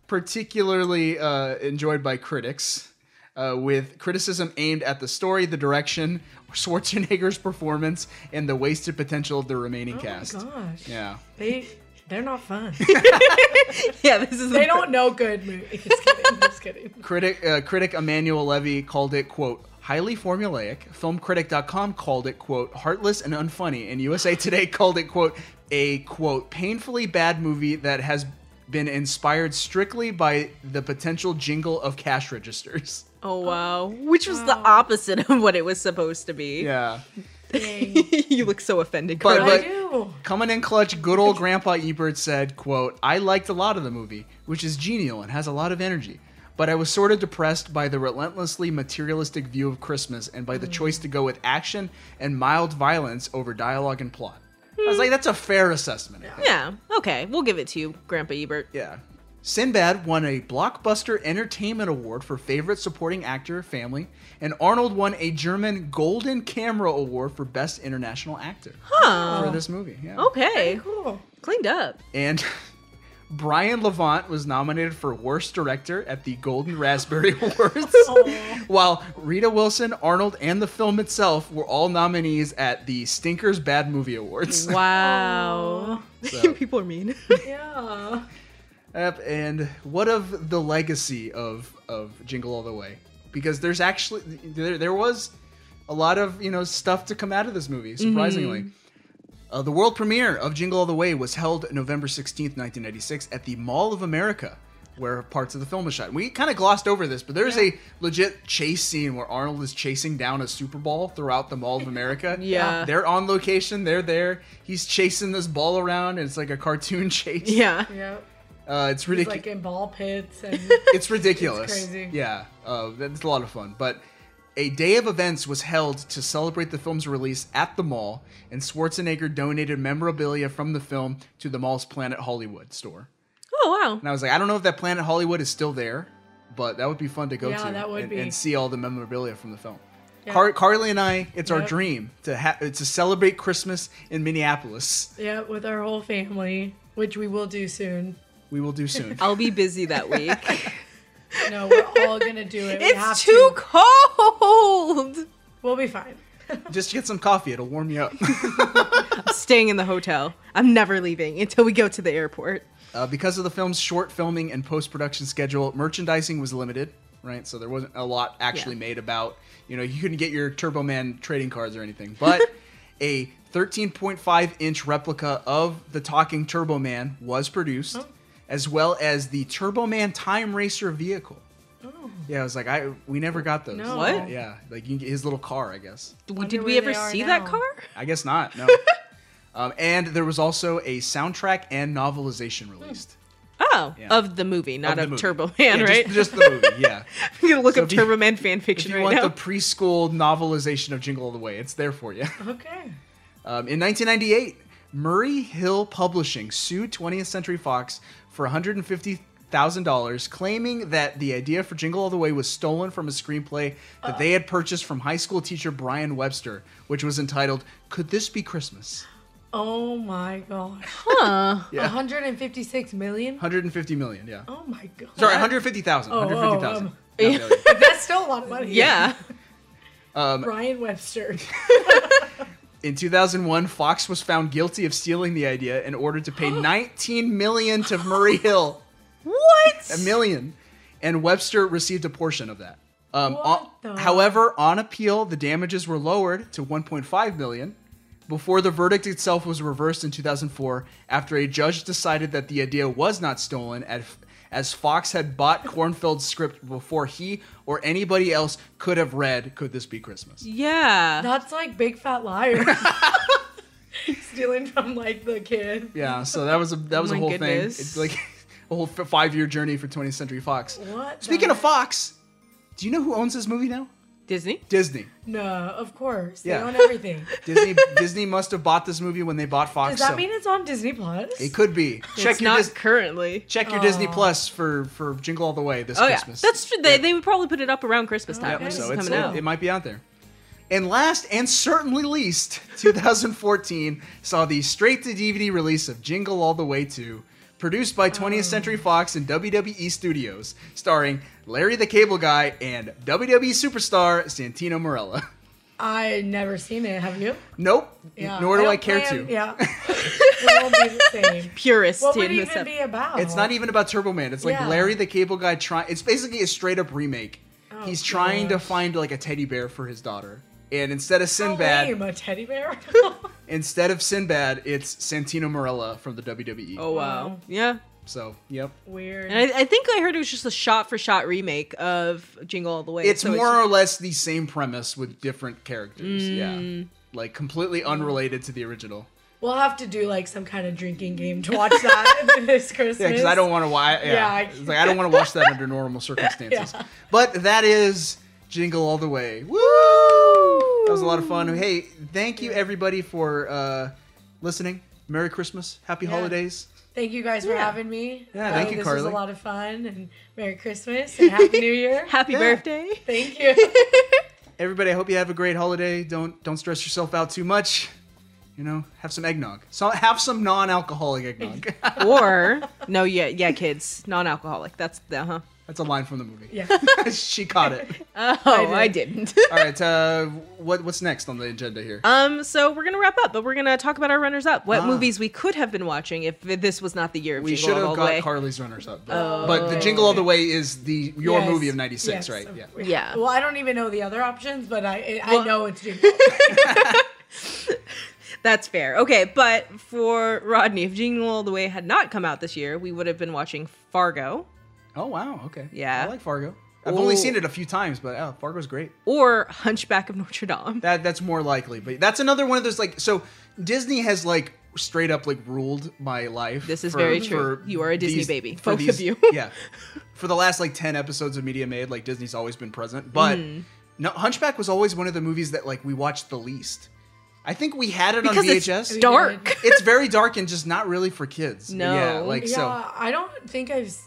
Speaker 1: particularly uh, enjoyed by critics, uh, with criticism aimed at the story, the direction, Schwarzenegger's performance, and the wasted potential of the
Speaker 2: Oh
Speaker 1: remaining cast.
Speaker 17: gosh.
Speaker 1: Yeah.
Speaker 17: They they're not fun.
Speaker 2: yeah, this is
Speaker 17: they don't know good movies. Just kidding. Just kidding.
Speaker 1: Critic uh, critic Emmanuel Levy called it quote highly formulaic. Filmcritic.com called it quote heartless and unfunny, and USA Today called it quote a quote painfully bad movie that has been inspired strictly by the potential jingle of cash registers.
Speaker 2: Oh wow, which was the opposite of what it was supposed to be.
Speaker 1: Yeah.
Speaker 2: you look so offended.
Speaker 1: But,
Speaker 2: Carly.
Speaker 1: but coming in clutch, good old Grandpa Ebert said, "quote I liked a lot of the movie, which is genial and has a lot of energy, but I was sort of depressed by the relentlessly materialistic view of Christmas and by the choice to go with action and mild violence over dialogue and plot." I was like, "That's a fair assessment."
Speaker 2: yeah, okay, we'll give it to you, Grandpa Ebert.
Speaker 1: Yeah. Sinbad won a Blockbuster Entertainment Award for Favorite Supporting Actor Family, and Arnold won a German Golden Camera Award for Best International Actor
Speaker 2: Huh.
Speaker 1: for this movie. Yeah.
Speaker 2: Okay. cool. Cleaned up.
Speaker 1: And Brian Levant was nominated for Worst Director at the Golden Raspberry Awards, while Rita Wilson, Arnold, and the film itself were all nominees at the Stinkers Bad Movie Awards.
Speaker 2: Wow.
Speaker 1: So-
Speaker 2: People are mean.
Speaker 17: Yeah.
Speaker 1: Yep, and what of the legacy of of Jingle All the Way? Because there's actually there there was a lot of you know stuff to come out of this movie. Surprisingly,
Speaker 8: Mhm.
Speaker 1: uh, the world premiere of Jingle All the Way was held November sixteenth, nineteen ninety six, at the Mall of America, where parts of the film was shot. We kind of glossed over this, but there's a legit chase scene where Arnold is chasing down a Super Ball throughout the Mall of America.
Speaker 2: Yeah.
Speaker 1: they're on location. They're there. He's chasing this ball around, and it's like a cartoon chase.
Speaker 17: Yeah.
Speaker 1: Uh, it's
Speaker 17: He's,
Speaker 1: ridiculous
Speaker 17: Like in ball pits and
Speaker 1: it's ridiculous.
Speaker 17: It's crazy.
Speaker 1: Yeah, uh, that's a lot of fun. But a day of events was held to celebrate the film's release at the mall, and Schwarzenegger donated memorabilia from the film to the mall's Planet Hollywood store.
Speaker 2: Oh wow.
Speaker 1: And I was like, I don't know if that Planet Hollywood is still there, but that would be fun to go
Speaker 2: Yeah,
Speaker 1: to
Speaker 2: that would
Speaker 1: and,
Speaker 2: be.
Speaker 1: and see all the memorabilia from the film.
Speaker 17: Yeah.
Speaker 1: Car- Carly and I, it's our
Speaker 17: Yep.
Speaker 1: dream to ha- to celebrate Christmas in Minneapolis.
Speaker 17: yeah, with our whole family, which we will do soon.
Speaker 1: We will do soon.
Speaker 2: I'll be busy that week.
Speaker 17: No, we're all gonna do it. we
Speaker 2: It's
Speaker 17: have
Speaker 2: too
Speaker 17: to.
Speaker 2: cold.
Speaker 17: We'll be fine.
Speaker 1: Just get some coffee; it'll warm you up.
Speaker 2: I'm staying in the hotel. I'm never leaving until we go to the airport.
Speaker 1: Uh, because of the film's short filming and post production schedule, merchandising was limited, right? So there wasn't a lot actually
Speaker 2: Yeah.
Speaker 1: made about, you know, you couldn't get your Turbo Man trading cards or anything. But a 13.5 inch replica of the talking Turbo Man was produced,
Speaker 2: Oh.
Speaker 1: as well as the Turbo Man Time Racer vehicle. Yeah, I was like, I we never got those.
Speaker 2: No. What?
Speaker 1: Yeah, like you can get his little car, I guess.
Speaker 2: W- Did we ever see that car?
Speaker 1: I guess not. No. um, and there was also a soundtrack and novelization released.
Speaker 2: Oh,
Speaker 1: Yeah.
Speaker 2: of the movie, not
Speaker 1: the
Speaker 2: of,
Speaker 1: movie.
Speaker 2: Turbo Man,
Speaker 1: Yeah, just-
Speaker 2: right?
Speaker 1: Just, the movie. Yeah.
Speaker 2: I'm gonna look
Speaker 1: So
Speaker 2: up
Speaker 1: if you-
Speaker 2: Turbo Man fan
Speaker 1: if
Speaker 2: fiction
Speaker 1: you
Speaker 2: right
Speaker 1: want
Speaker 2: now.
Speaker 1: the preschool novelization of Jingle All the Way, it's there for you.
Speaker 17: Okay.
Speaker 1: Um, in 1998, Murray Hill Publishing sued 20th Century Fox for 150. Thousand dollars, claiming that the idea for Jingle All the Way was stolen from a screenplay that they had purchased from high school teacher Brian Webster, which was entitled "Could This Be Christmas?"
Speaker 17: Oh my gosh.
Speaker 2: Huh.
Speaker 1: Yeah.
Speaker 17: 156 million?
Speaker 1: 150 million, yeah.
Speaker 17: Oh my god.
Speaker 1: Sorry, 150,000.
Speaker 17: Oh, oh,
Speaker 1: 150,000.
Speaker 17: um,
Speaker 1: not million.
Speaker 17: That's still a lot of money.
Speaker 1: Yeah. Um,
Speaker 17: Brian Webster.
Speaker 1: In 2001, Fox was found guilty of stealing the idea and ordered to pay 19 million to Murray Hill.
Speaker 2: What?
Speaker 1: A million. And Webster received a portion of that. Um, on-
Speaker 17: the-
Speaker 1: however, on appeal, the damages were lowered to 1.5 million before the verdict itself was reversed in 2004 after a judge decided that the idea was not stolen at as Fox had bought Cornfield's script before he or anybody else could have read Could This Be Christmas?
Speaker 2: Yeah.
Speaker 17: That's like big fat liar. Stealing from like the kid.
Speaker 1: Yeah, so that was a
Speaker 2: Oh
Speaker 1: that was a
Speaker 17: My
Speaker 1: whole
Speaker 17: goodness.
Speaker 1: thing. It's like a whole f- five-year journey for 20th Century Fox.
Speaker 17: What?
Speaker 1: Speaking of Fox, do you know who owns this movie now?
Speaker 2: Disney.
Speaker 1: Disney.
Speaker 17: No, of course. They
Speaker 1: Yeah.
Speaker 17: own everything.
Speaker 1: Disney Disney must have bought this movie when they bought Fox.
Speaker 17: Does that
Speaker 1: so-
Speaker 17: mean it's on Disney Plus?
Speaker 1: It could be.
Speaker 2: It's not currently.
Speaker 1: Check your Disney
Speaker 2: Aw.
Speaker 1: Plus for for Jingle All the Way this
Speaker 2: oh
Speaker 1: Christmas.
Speaker 2: yeah, that's true. They, they would probably put it up around
Speaker 17: Oh,
Speaker 2: Christmas time.
Speaker 1: Yep,
Speaker 2: when this
Speaker 1: so
Speaker 2: is
Speaker 1: it's,
Speaker 2: coming out.
Speaker 1: it, it might be out there. And last and certainly least, 2014 saw the straight to DVD release of Jingle All the Way 2, produced by 20th Century Fox and WWE Studios, starring Larry the Cable Guy and WWE superstar Santino Morella.
Speaker 17: I never seen it. Have you?
Speaker 1: Nope, nor do I,
Speaker 17: don't
Speaker 1: care
Speaker 17: plan-
Speaker 1: to.
Speaker 17: Yeah. it won't be the same.
Speaker 2: Purist
Speaker 17: What would
Speaker 2: in
Speaker 17: it
Speaker 2: this
Speaker 17: even
Speaker 2: ep-
Speaker 17: be about?
Speaker 1: It's not even about Turbo Man. It's like
Speaker 17: Yeah.
Speaker 1: Larry the Cable Guy trying. It's basically a straight up remake.
Speaker 17: Oh,
Speaker 1: He's trying to find like a teddy bear for his daughter, and instead of Sinbad,
Speaker 17: Lame, a teddy bear.
Speaker 1: instead of Sinbad, it's Santino Morella from the WWE.
Speaker 2: Oh wow. Yeah.
Speaker 1: So yep.
Speaker 17: Weird.
Speaker 2: And I, I think I heard it was just a shot for shot remake of Jingle All the Way.
Speaker 1: it's
Speaker 2: so
Speaker 1: more or less the same premise with different characters. Yeah.
Speaker 17: Mm.
Speaker 1: Like completely unrelated to the original.
Speaker 17: We'll have to do like some kind of drinking game to watch that this Christmas.
Speaker 1: Yeah, because I don't want to watch. Yeah,
Speaker 17: Yeah, I-
Speaker 1: It's like I don't want to watch that under normal circumstances.
Speaker 17: Yeah.
Speaker 1: But that is Jingle All the Way. Woo! That was a lot of fun. Hey, thank you everybody for uh, listening. Merry Christmas, Happy
Speaker 17: Yeah.
Speaker 1: Holidays.
Speaker 17: Thank you guys for having me.
Speaker 1: Yeah,
Speaker 17: Um,
Speaker 1: thank you,
Speaker 17: This was
Speaker 1: Carly.
Speaker 17: a lot of fun, and Merry Christmas and Happy New Year.
Speaker 2: Happy
Speaker 1: Yeah.
Speaker 2: birthday.
Speaker 17: Thank you.
Speaker 1: Everybody, I hope you have a great holiday. Don't don't stress yourself out too much. You know, have some eggnog. So have some non-alcoholic eggnog.
Speaker 2: or no, yeah, yeah, kids, non-alcoholic. That's the uh-huh. huh.
Speaker 1: That's a line from the movie.
Speaker 17: Yeah.
Speaker 1: she caught it.
Speaker 2: Oh, I,
Speaker 1: I
Speaker 2: did. not
Speaker 1: All right. Uh, what what's next on the agenda here?
Speaker 2: Um, so we're gonna wrap up, but we're gonna talk about our runners up. What
Speaker 1: Ah.
Speaker 2: movies we could have been watching if this was not the year of
Speaker 1: We
Speaker 2: Jingle
Speaker 1: should
Speaker 2: All
Speaker 1: have
Speaker 2: the
Speaker 1: got
Speaker 2: Way.
Speaker 1: Carly's runners up, but,
Speaker 2: Oh.
Speaker 1: but the jingle all the way is the your
Speaker 17: Yes,
Speaker 1: movie of '96,
Speaker 17: yes,
Speaker 1: right?
Speaker 17: of-
Speaker 1: Yeah.
Speaker 17: Well, I don't even know the other options, but I I- I know it's Jingle.
Speaker 2: That's fair. Okay, but for Rodney, if Jingle All the Way had not come out this year, we would have been watching Fargo.
Speaker 1: Oh wow. Okay.
Speaker 2: Yeah.
Speaker 1: I like Fargo. I've only
Speaker 2: Ooh.
Speaker 1: seen it a few times, but oh, Fargo's great.
Speaker 2: Or Hunchback of Notre Dame.
Speaker 1: That that's more likely, but that's another one of those like so Disney has like straight up like ruled my life. This
Speaker 2: is very true. You are a Disney baby, both of you.
Speaker 1: yeah. For the last like ten episodes of Media Made, like Disney's always been present, but
Speaker 2: Mm.
Speaker 1: no, Hunchback was always one of the movies that like we watched the least. I think we had it on
Speaker 2: Because it's
Speaker 1: VHS.
Speaker 2: dark.
Speaker 1: it's very dark and just not really for kids.
Speaker 2: No.
Speaker 1: Yeah, like
Speaker 17: yeah,
Speaker 1: so.
Speaker 17: I don't think I've. s-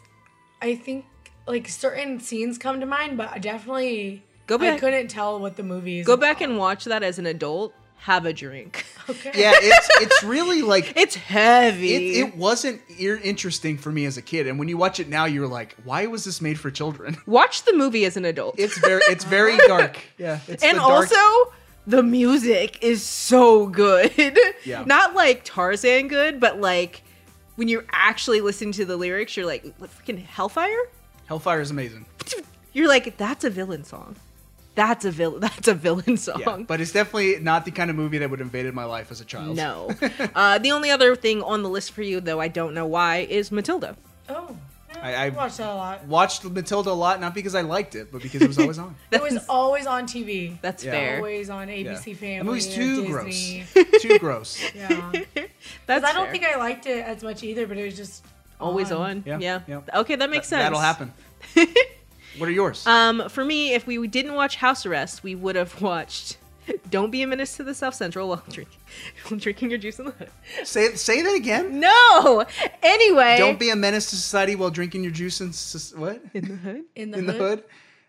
Speaker 17: I think like certain scenes come to mind, but I definitely
Speaker 2: Go
Speaker 17: I
Speaker 2: back-
Speaker 17: couldn't tell what the movie is.
Speaker 2: Go back and watch that as an adult. Have a drink.
Speaker 1: Yeah, it's it's really like
Speaker 2: it's heavy.
Speaker 1: It, it wasn't ear interesting for me as a kid, and when you watch it now, you're like, why was this made for children?
Speaker 2: Watch the movie as an adult.
Speaker 1: It's very it's very dark. Yeah, it's
Speaker 2: and
Speaker 1: the dark-
Speaker 2: also the music is so good.
Speaker 1: Yeah.
Speaker 2: Not like Tarzan good, but like when you're actually listening to the lyrics, you're like, what freaking Hellfire?
Speaker 1: Hellfire is amazing.
Speaker 2: You're like, that's a villain song. That's a villain. That's a villain song.
Speaker 1: Yeah, but it's definitely not the kind of movie that would have invaded my life as a child.
Speaker 2: No. uh, the only other thing on the list for you, though, I don't know why, is Matilda.
Speaker 17: Oh,
Speaker 1: I, I
Speaker 17: watch that a lot.
Speaker 1: watched Matilda a lot, not because I liked it, but because it was always on.
Speaker 17: It was always on TV.
Speaker 2: That's Yeah. fair.
Speaker 17: Always on
Speaker 1: Yeah.
Speaker 17: ABC Family.
Speaker 1: That movie's
Speaker 17: or
Speaker 1: too
Speaker 17: Disney.
Speaker 1: gross. Too gross.
Speaker 17: Yeah. Because
Speaker 2: That's
Speaker 17: I don't
Speaker 2: fair.
Speaker 17: think I liked it as much either, but it was just
Speaker 2: Always on. Yeah. Okay, that makes
Speaker 1: That-
Speaker 2: sense.
Speaker 1: That'll happen. what are yours?
Speaker 2: Um, for me, if we didn't watch House Arrest, we would have watched Don't Be a Menace to the South Central while drinking, while drinking your juice in the hood.
Speaker 1: Say say that again.
Speaker 2: No. Anyway,
Speaker 1: Don't be a menace to society while drinking your juice in soc- what?
Speaker 2: In the hood.
Speaker 17: In
Speaker 1: the hood.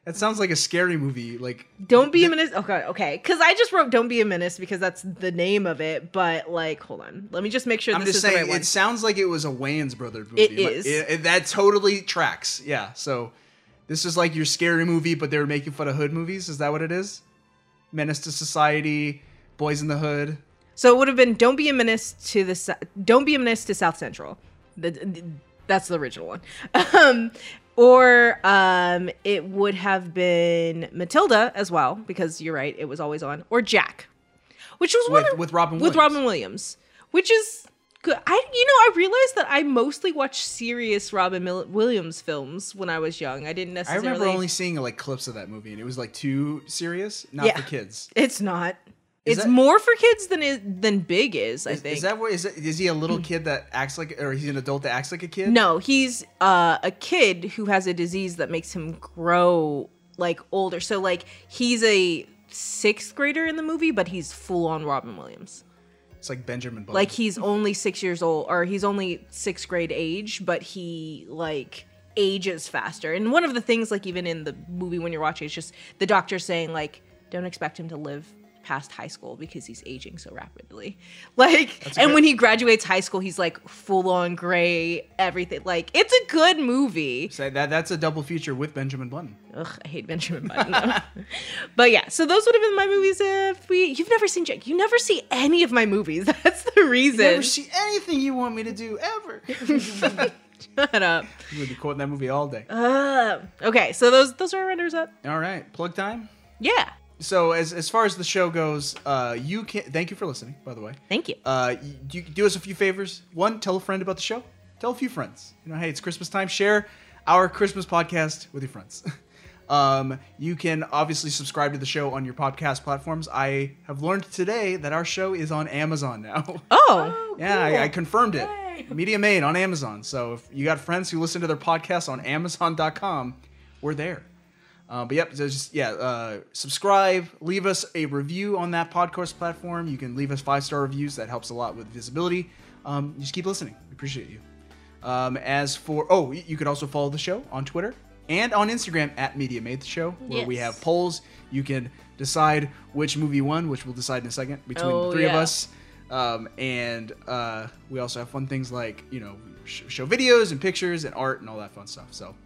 Speaker 1: That sounds like a scary movie. Like
Speaker 2: Don't be a menace. Okay, okay. Because I just wrote "Don't be a menace" because that's the name of it. But like, hold on. Let me just make sure
Speaker 1: I'm
Speaker 2: this
Speaker 1: just
Speaker 2: is
Speaker 1: saying,
Speaker 2: the right one.
Speaker 1: it sounds like it was a Wayans Brothers movie.
Speaker 2: It
Speaker 1: but
Speaker 2: is.
Speaker 1: It, it- that totally tracks. Yeah. So this is like your scary movie, but they were making fun of hood movies. Is that what it is? Menace to Society, Boys in the Hood.
Speaker 2: So it would have been "Don't be a menace to the Sou- Don't be a menace to South Central." The- That's the original one. Um, Or um, it would have been Matilda as well, because you're right, it was always on. Or Jack, which was one
Speaker 1: With-
Speaker 2: of-
Speaker 1: with Robin
Speaker 2: with
Speaker 1: Williams.
Speaker 2: Robin Williams, which is good. I you know I realized that I mostly watched serious Robin Mil- Williams films when I was young. I didn't
Speaker 1: I
Speaker 2: necessarily.
Speaker 1: remember only seeing like clips of that movie, and it was like too serious, not
Speaker 2: Yeah.
Speaker 1: for kids.
Speaker 2: It's not.
Speaker 1: Is
Speaker 2: it's
Speaker 1: that-
Speaker 2: more for kids than it, than Big is. I
Speaker 1: Is,
Speaker 2: think. Hmm.
Speaker 1: is that what is it? Is he a little kid that acts like, or he's an adult that acts like a kid?
Speaker 2: No, he's uh, a kid who has a disease that makes him grow like older. So like he's a sixth grader in the movie, but he's full on Robin Williams.
Speaker 1: it's like Benjamin Button.
Speaker 2: Like he's only six years old, or he's only sixth grade age, but he like ages faster. And one of the things, like even in the movie when you're watching, it's just the doctor saying like, "Don't expect him to live past high school because he's aging so rapidly." Like,
Speaker 8: That's a
Speaker 2: and
Speaker 8: good-
Speaker 2: when he graduates high school, he's like full on gray, everything. Like, it's a good movie.
Speaker 1: So that that's a double feature with Benjamin Button.
Speaker 2: Ugh, I hate Benjamin Button. though. but yeah, so those would have been my movies if we. You've never seen Jake. You never see any of my movies. That's the reason.
Speaker 1: never see anything you want me to do ever.
Speaker 2: Shut up.
Speaker 1: You would be quoting that movie all day.
Speaker 2: Uh, okay, so those those are renders up.
Speaker 1: All right, plug time.
Speaker 2: Yeah.
Speaker 1: So as as far as the show goes, uh, you can thank you for listening. By the way,
Speaker 2: thank you.
Speaker 1: Uh, you, you can do us a few favors. One, tell a friend about the show. Tell a few friends. You know, hey, it's Christmas time. Share our Christmas podcast with your friends. um, you can obviously subscribe to the show on your podcast platforms. I have learned today that our show is on Amazon now.
Speaker 2: Oh,
Speaker 1: yeah,
Speaker 2: cool.
Speaker 1: I, I confirmed it. Media Made on Amazon. So if you got friends who listen to their podcasts on Amazon.com, we're there. Uh, but yep, so just yeah, uh, subscribe, leave us a review on that podcast platform. You can leave us five star reviews. That helps a lot with visibility. Um, just keep listening. We appreciate you. Um, as for oh, y- you could also follow the show on Twitter and on Instagram at Media Made the Show, where we
Speaker 2: Yes.
Speaker 1: have polls. You can decide which movie won, which we'll decide in a second between
Speaker 2: Oh,
Speaker 1: the three of
Speaker 2: yeah.
Speaker 1: us. Um, and uh, we also have fun things like you know sh- show videos and pictures and art and all that fun stuff. So.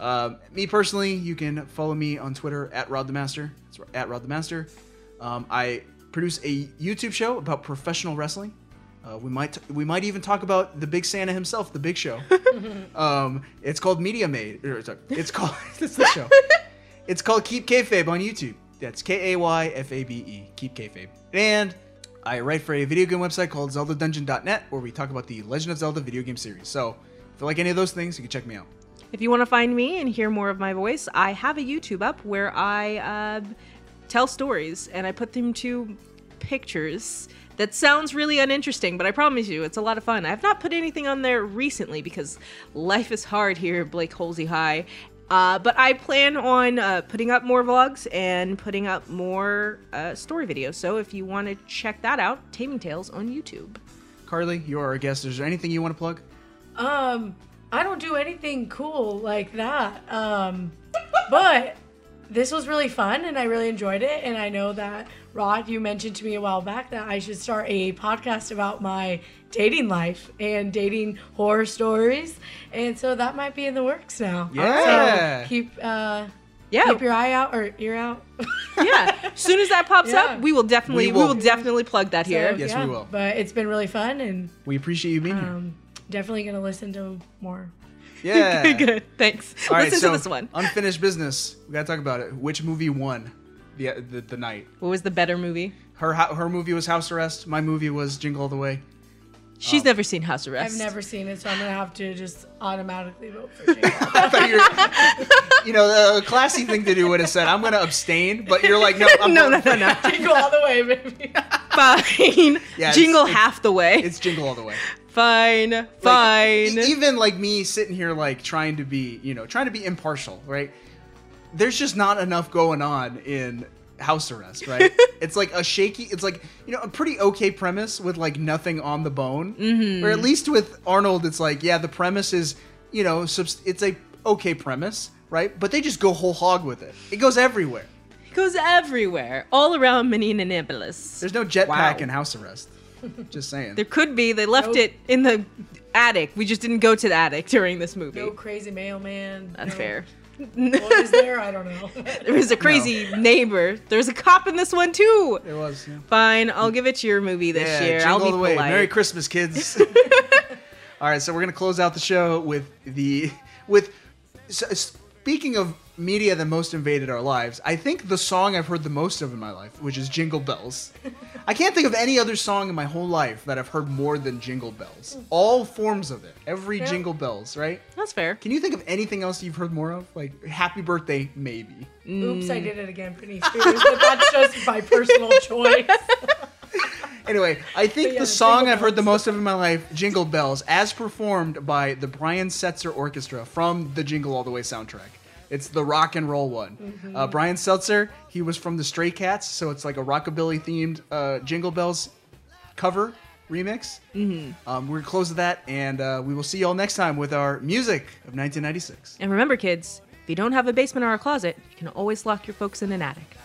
Speaker 1: Um, me personally, you can follow me on Twitter at Rod the Master. It's at Rod the Master. Um, I produce a YouTube show about professional wrestling. Uh, we might we might even talk about the Big Santa himself, the Big Show. um, it's called Media Made. or, sorry, it's called it's the show. It's called Keep Kayfabe on YouTube. That's K A Y F A B E. Keep Kayfabe. And I write for a video game website called ZeldaDungeon.net, where we talk about the Legend of Zelda video game series. So if you like any of those things, you can check me out.
Speaker 2: If you want to find me and hear more of my voice, I have a YouTube up where I uh, tell stories and I put them to pictures. That sounds really uninteresting, but I promise you, it's a lot of fun. I've not put anything on there recently because life is hard here at Blake Holsey High. Uh, but I plan on uh, putting up more vlogs and putting up more uh, story videos. So if you want to check that out, Taming Tales on YouTube.
Speaker 1: Carly, you are our guest. Is there anything you want to plug?
Speaker 17: Um, I don't do anything cool like that. Um, but this was really fun and I really enjoyed it. And I know that Rod, you mentioned to me a while back that I should start a podcast about my dating life and dating horror stories. And so that might be in the works now.
Speaker 2: Yeah.
Speaker 17: So keep uh
Speaker 2: Yeah.
Speaker 17: keep your eye out or ear out.
Speaker 2: yeah. As soon as that pops
Speaker 17: Yeah.
Speaker 2: up, we will definitely
Speaker 1: We
Speaker 2: we
Speaker 1: will.
Speaker 2: will, definitely plug that here.
Speaker 17: So, yeah, But it's been really fun and
Speaker 1: We appreciate you being
Speaker 17: um definitely gonna listen to more.
Speaker 1: here. Yeah.
Speaker 17: Good,
Speaker 2: good. Thanks.
Speaker 1: All right,
Speaker 2: Listen to
Speaker 1: so
Speaker 2: this one.
Speaker 1: Unfinished business. We gotta talk about it. Which movie won the the, the night?
Speaker 2: What was the better movie?
Speaker 1: Her ho- her movie was House Arrest. My movie was Jingle All the Way. Um,
Speaker 2: She's never seen House Arrest.
Speaker 17: I've never seen it, so I'm gonna have to just automatically vote for
Speaker 1: You know, the classy thing to do would have said, "I'm gonna abstain," but you're like, "No, I'm
Speaker 2: No,
Speaker 1: voting
Speaker 2: no,
Speaker 1: for-
Speaker 2: no, no.
Speaker 17: Jingle all the way, baby.
Speaker 2: Fine.
Speaker 1: Yeah, it's-
Speaker 2: jingle
Speaker 1: it's-
Speaker 2: half the way.
Speaker 1: It's Jingle All the Way."
Speaker 2: Fine.
Speaker 1: Fine. even like me sitting here, like trying to be, you know, trying to be impartial, right? There's just not enough going on in House Arrest, right? it's like a shaky, it's like, you know, a pretty okay premise with like nothing on the bone.
Speaker 2: Mhm.
Speaker 1: Or at least with Arnold, it's like, yeah, the premise is, you know, subs- it's a okay premise, right? But they just go whole hog with it. It goes everywhere.
Speaker 2: It goes everywhere, all around Minneapolis.
Speaker 1: There's no jetpack
Speaker 2: Wow.
Speaker 1: in House Arrest. Just saying.
Speaker 2: There could be. They left it in the attic. We just didn't go to the attic during this movie.
Speaker 17: No crazy mailman.
Speaker 2: That's
Speaker 17: no-
Speaker 2: fair.
Speaker 17: What is there? I don't know.
Speaker 2: There was a crazy neighbor. There's a cop in this one too.
Speaker 1: There was. Yeah.
Speaker 2: Fine, I'll give it to your movie this
Speaker 1: Yeah,
Speaker 2: year.
Speaker 1: jingle
Speaker 2: I'll be
Speaker 1: all the way.
Speaker 2: polite.
Speaker 1: Merry Christmas, kids. all right, so we're gonna close out the show with the with s- speaking of media that most invaded our lives, I think the song I've heard the most of in my life, which is Jingle Bells. I can't think of any other song in my whole life that I've heard more than Jingle Bells. All forms of it. Every
Speaker 2: Yeah.
Speaker 1: Jingle Bells, right?
Speaker 2: That's fair.
Speaker 1: Can you think of anything else you've heard more of? Like Happy Birthday, maybe.
Speaker 2: Mm.
Speaker 17: Oops, I did it again, Britney Spears. but that's just my personal choice.
Speaker 1: Anyway, I think
Speaker 17: yeah,
Speaker 1: the song I've heard the most of in my life, Jingle Bells, as performed by the Brian Setzer Orchestra from the Jingle All the Way soundtrack. It's the rock and roll one.
Speaker 8: Mhm.
Speaker 17: Mm-hmm.
Speaker 1: Uh, Brian Setzer, he was from the Stray Cats, so it's like a rockabilly themed uh, Jingle Bells cover remix. Mm-hmm. Um, we're going to close with that, and uh, we will see y'all next time with our music of 1996.
Speaker 2: And remember, kids, if you don't have a basement or a closet, you can always lock your folks in an attic.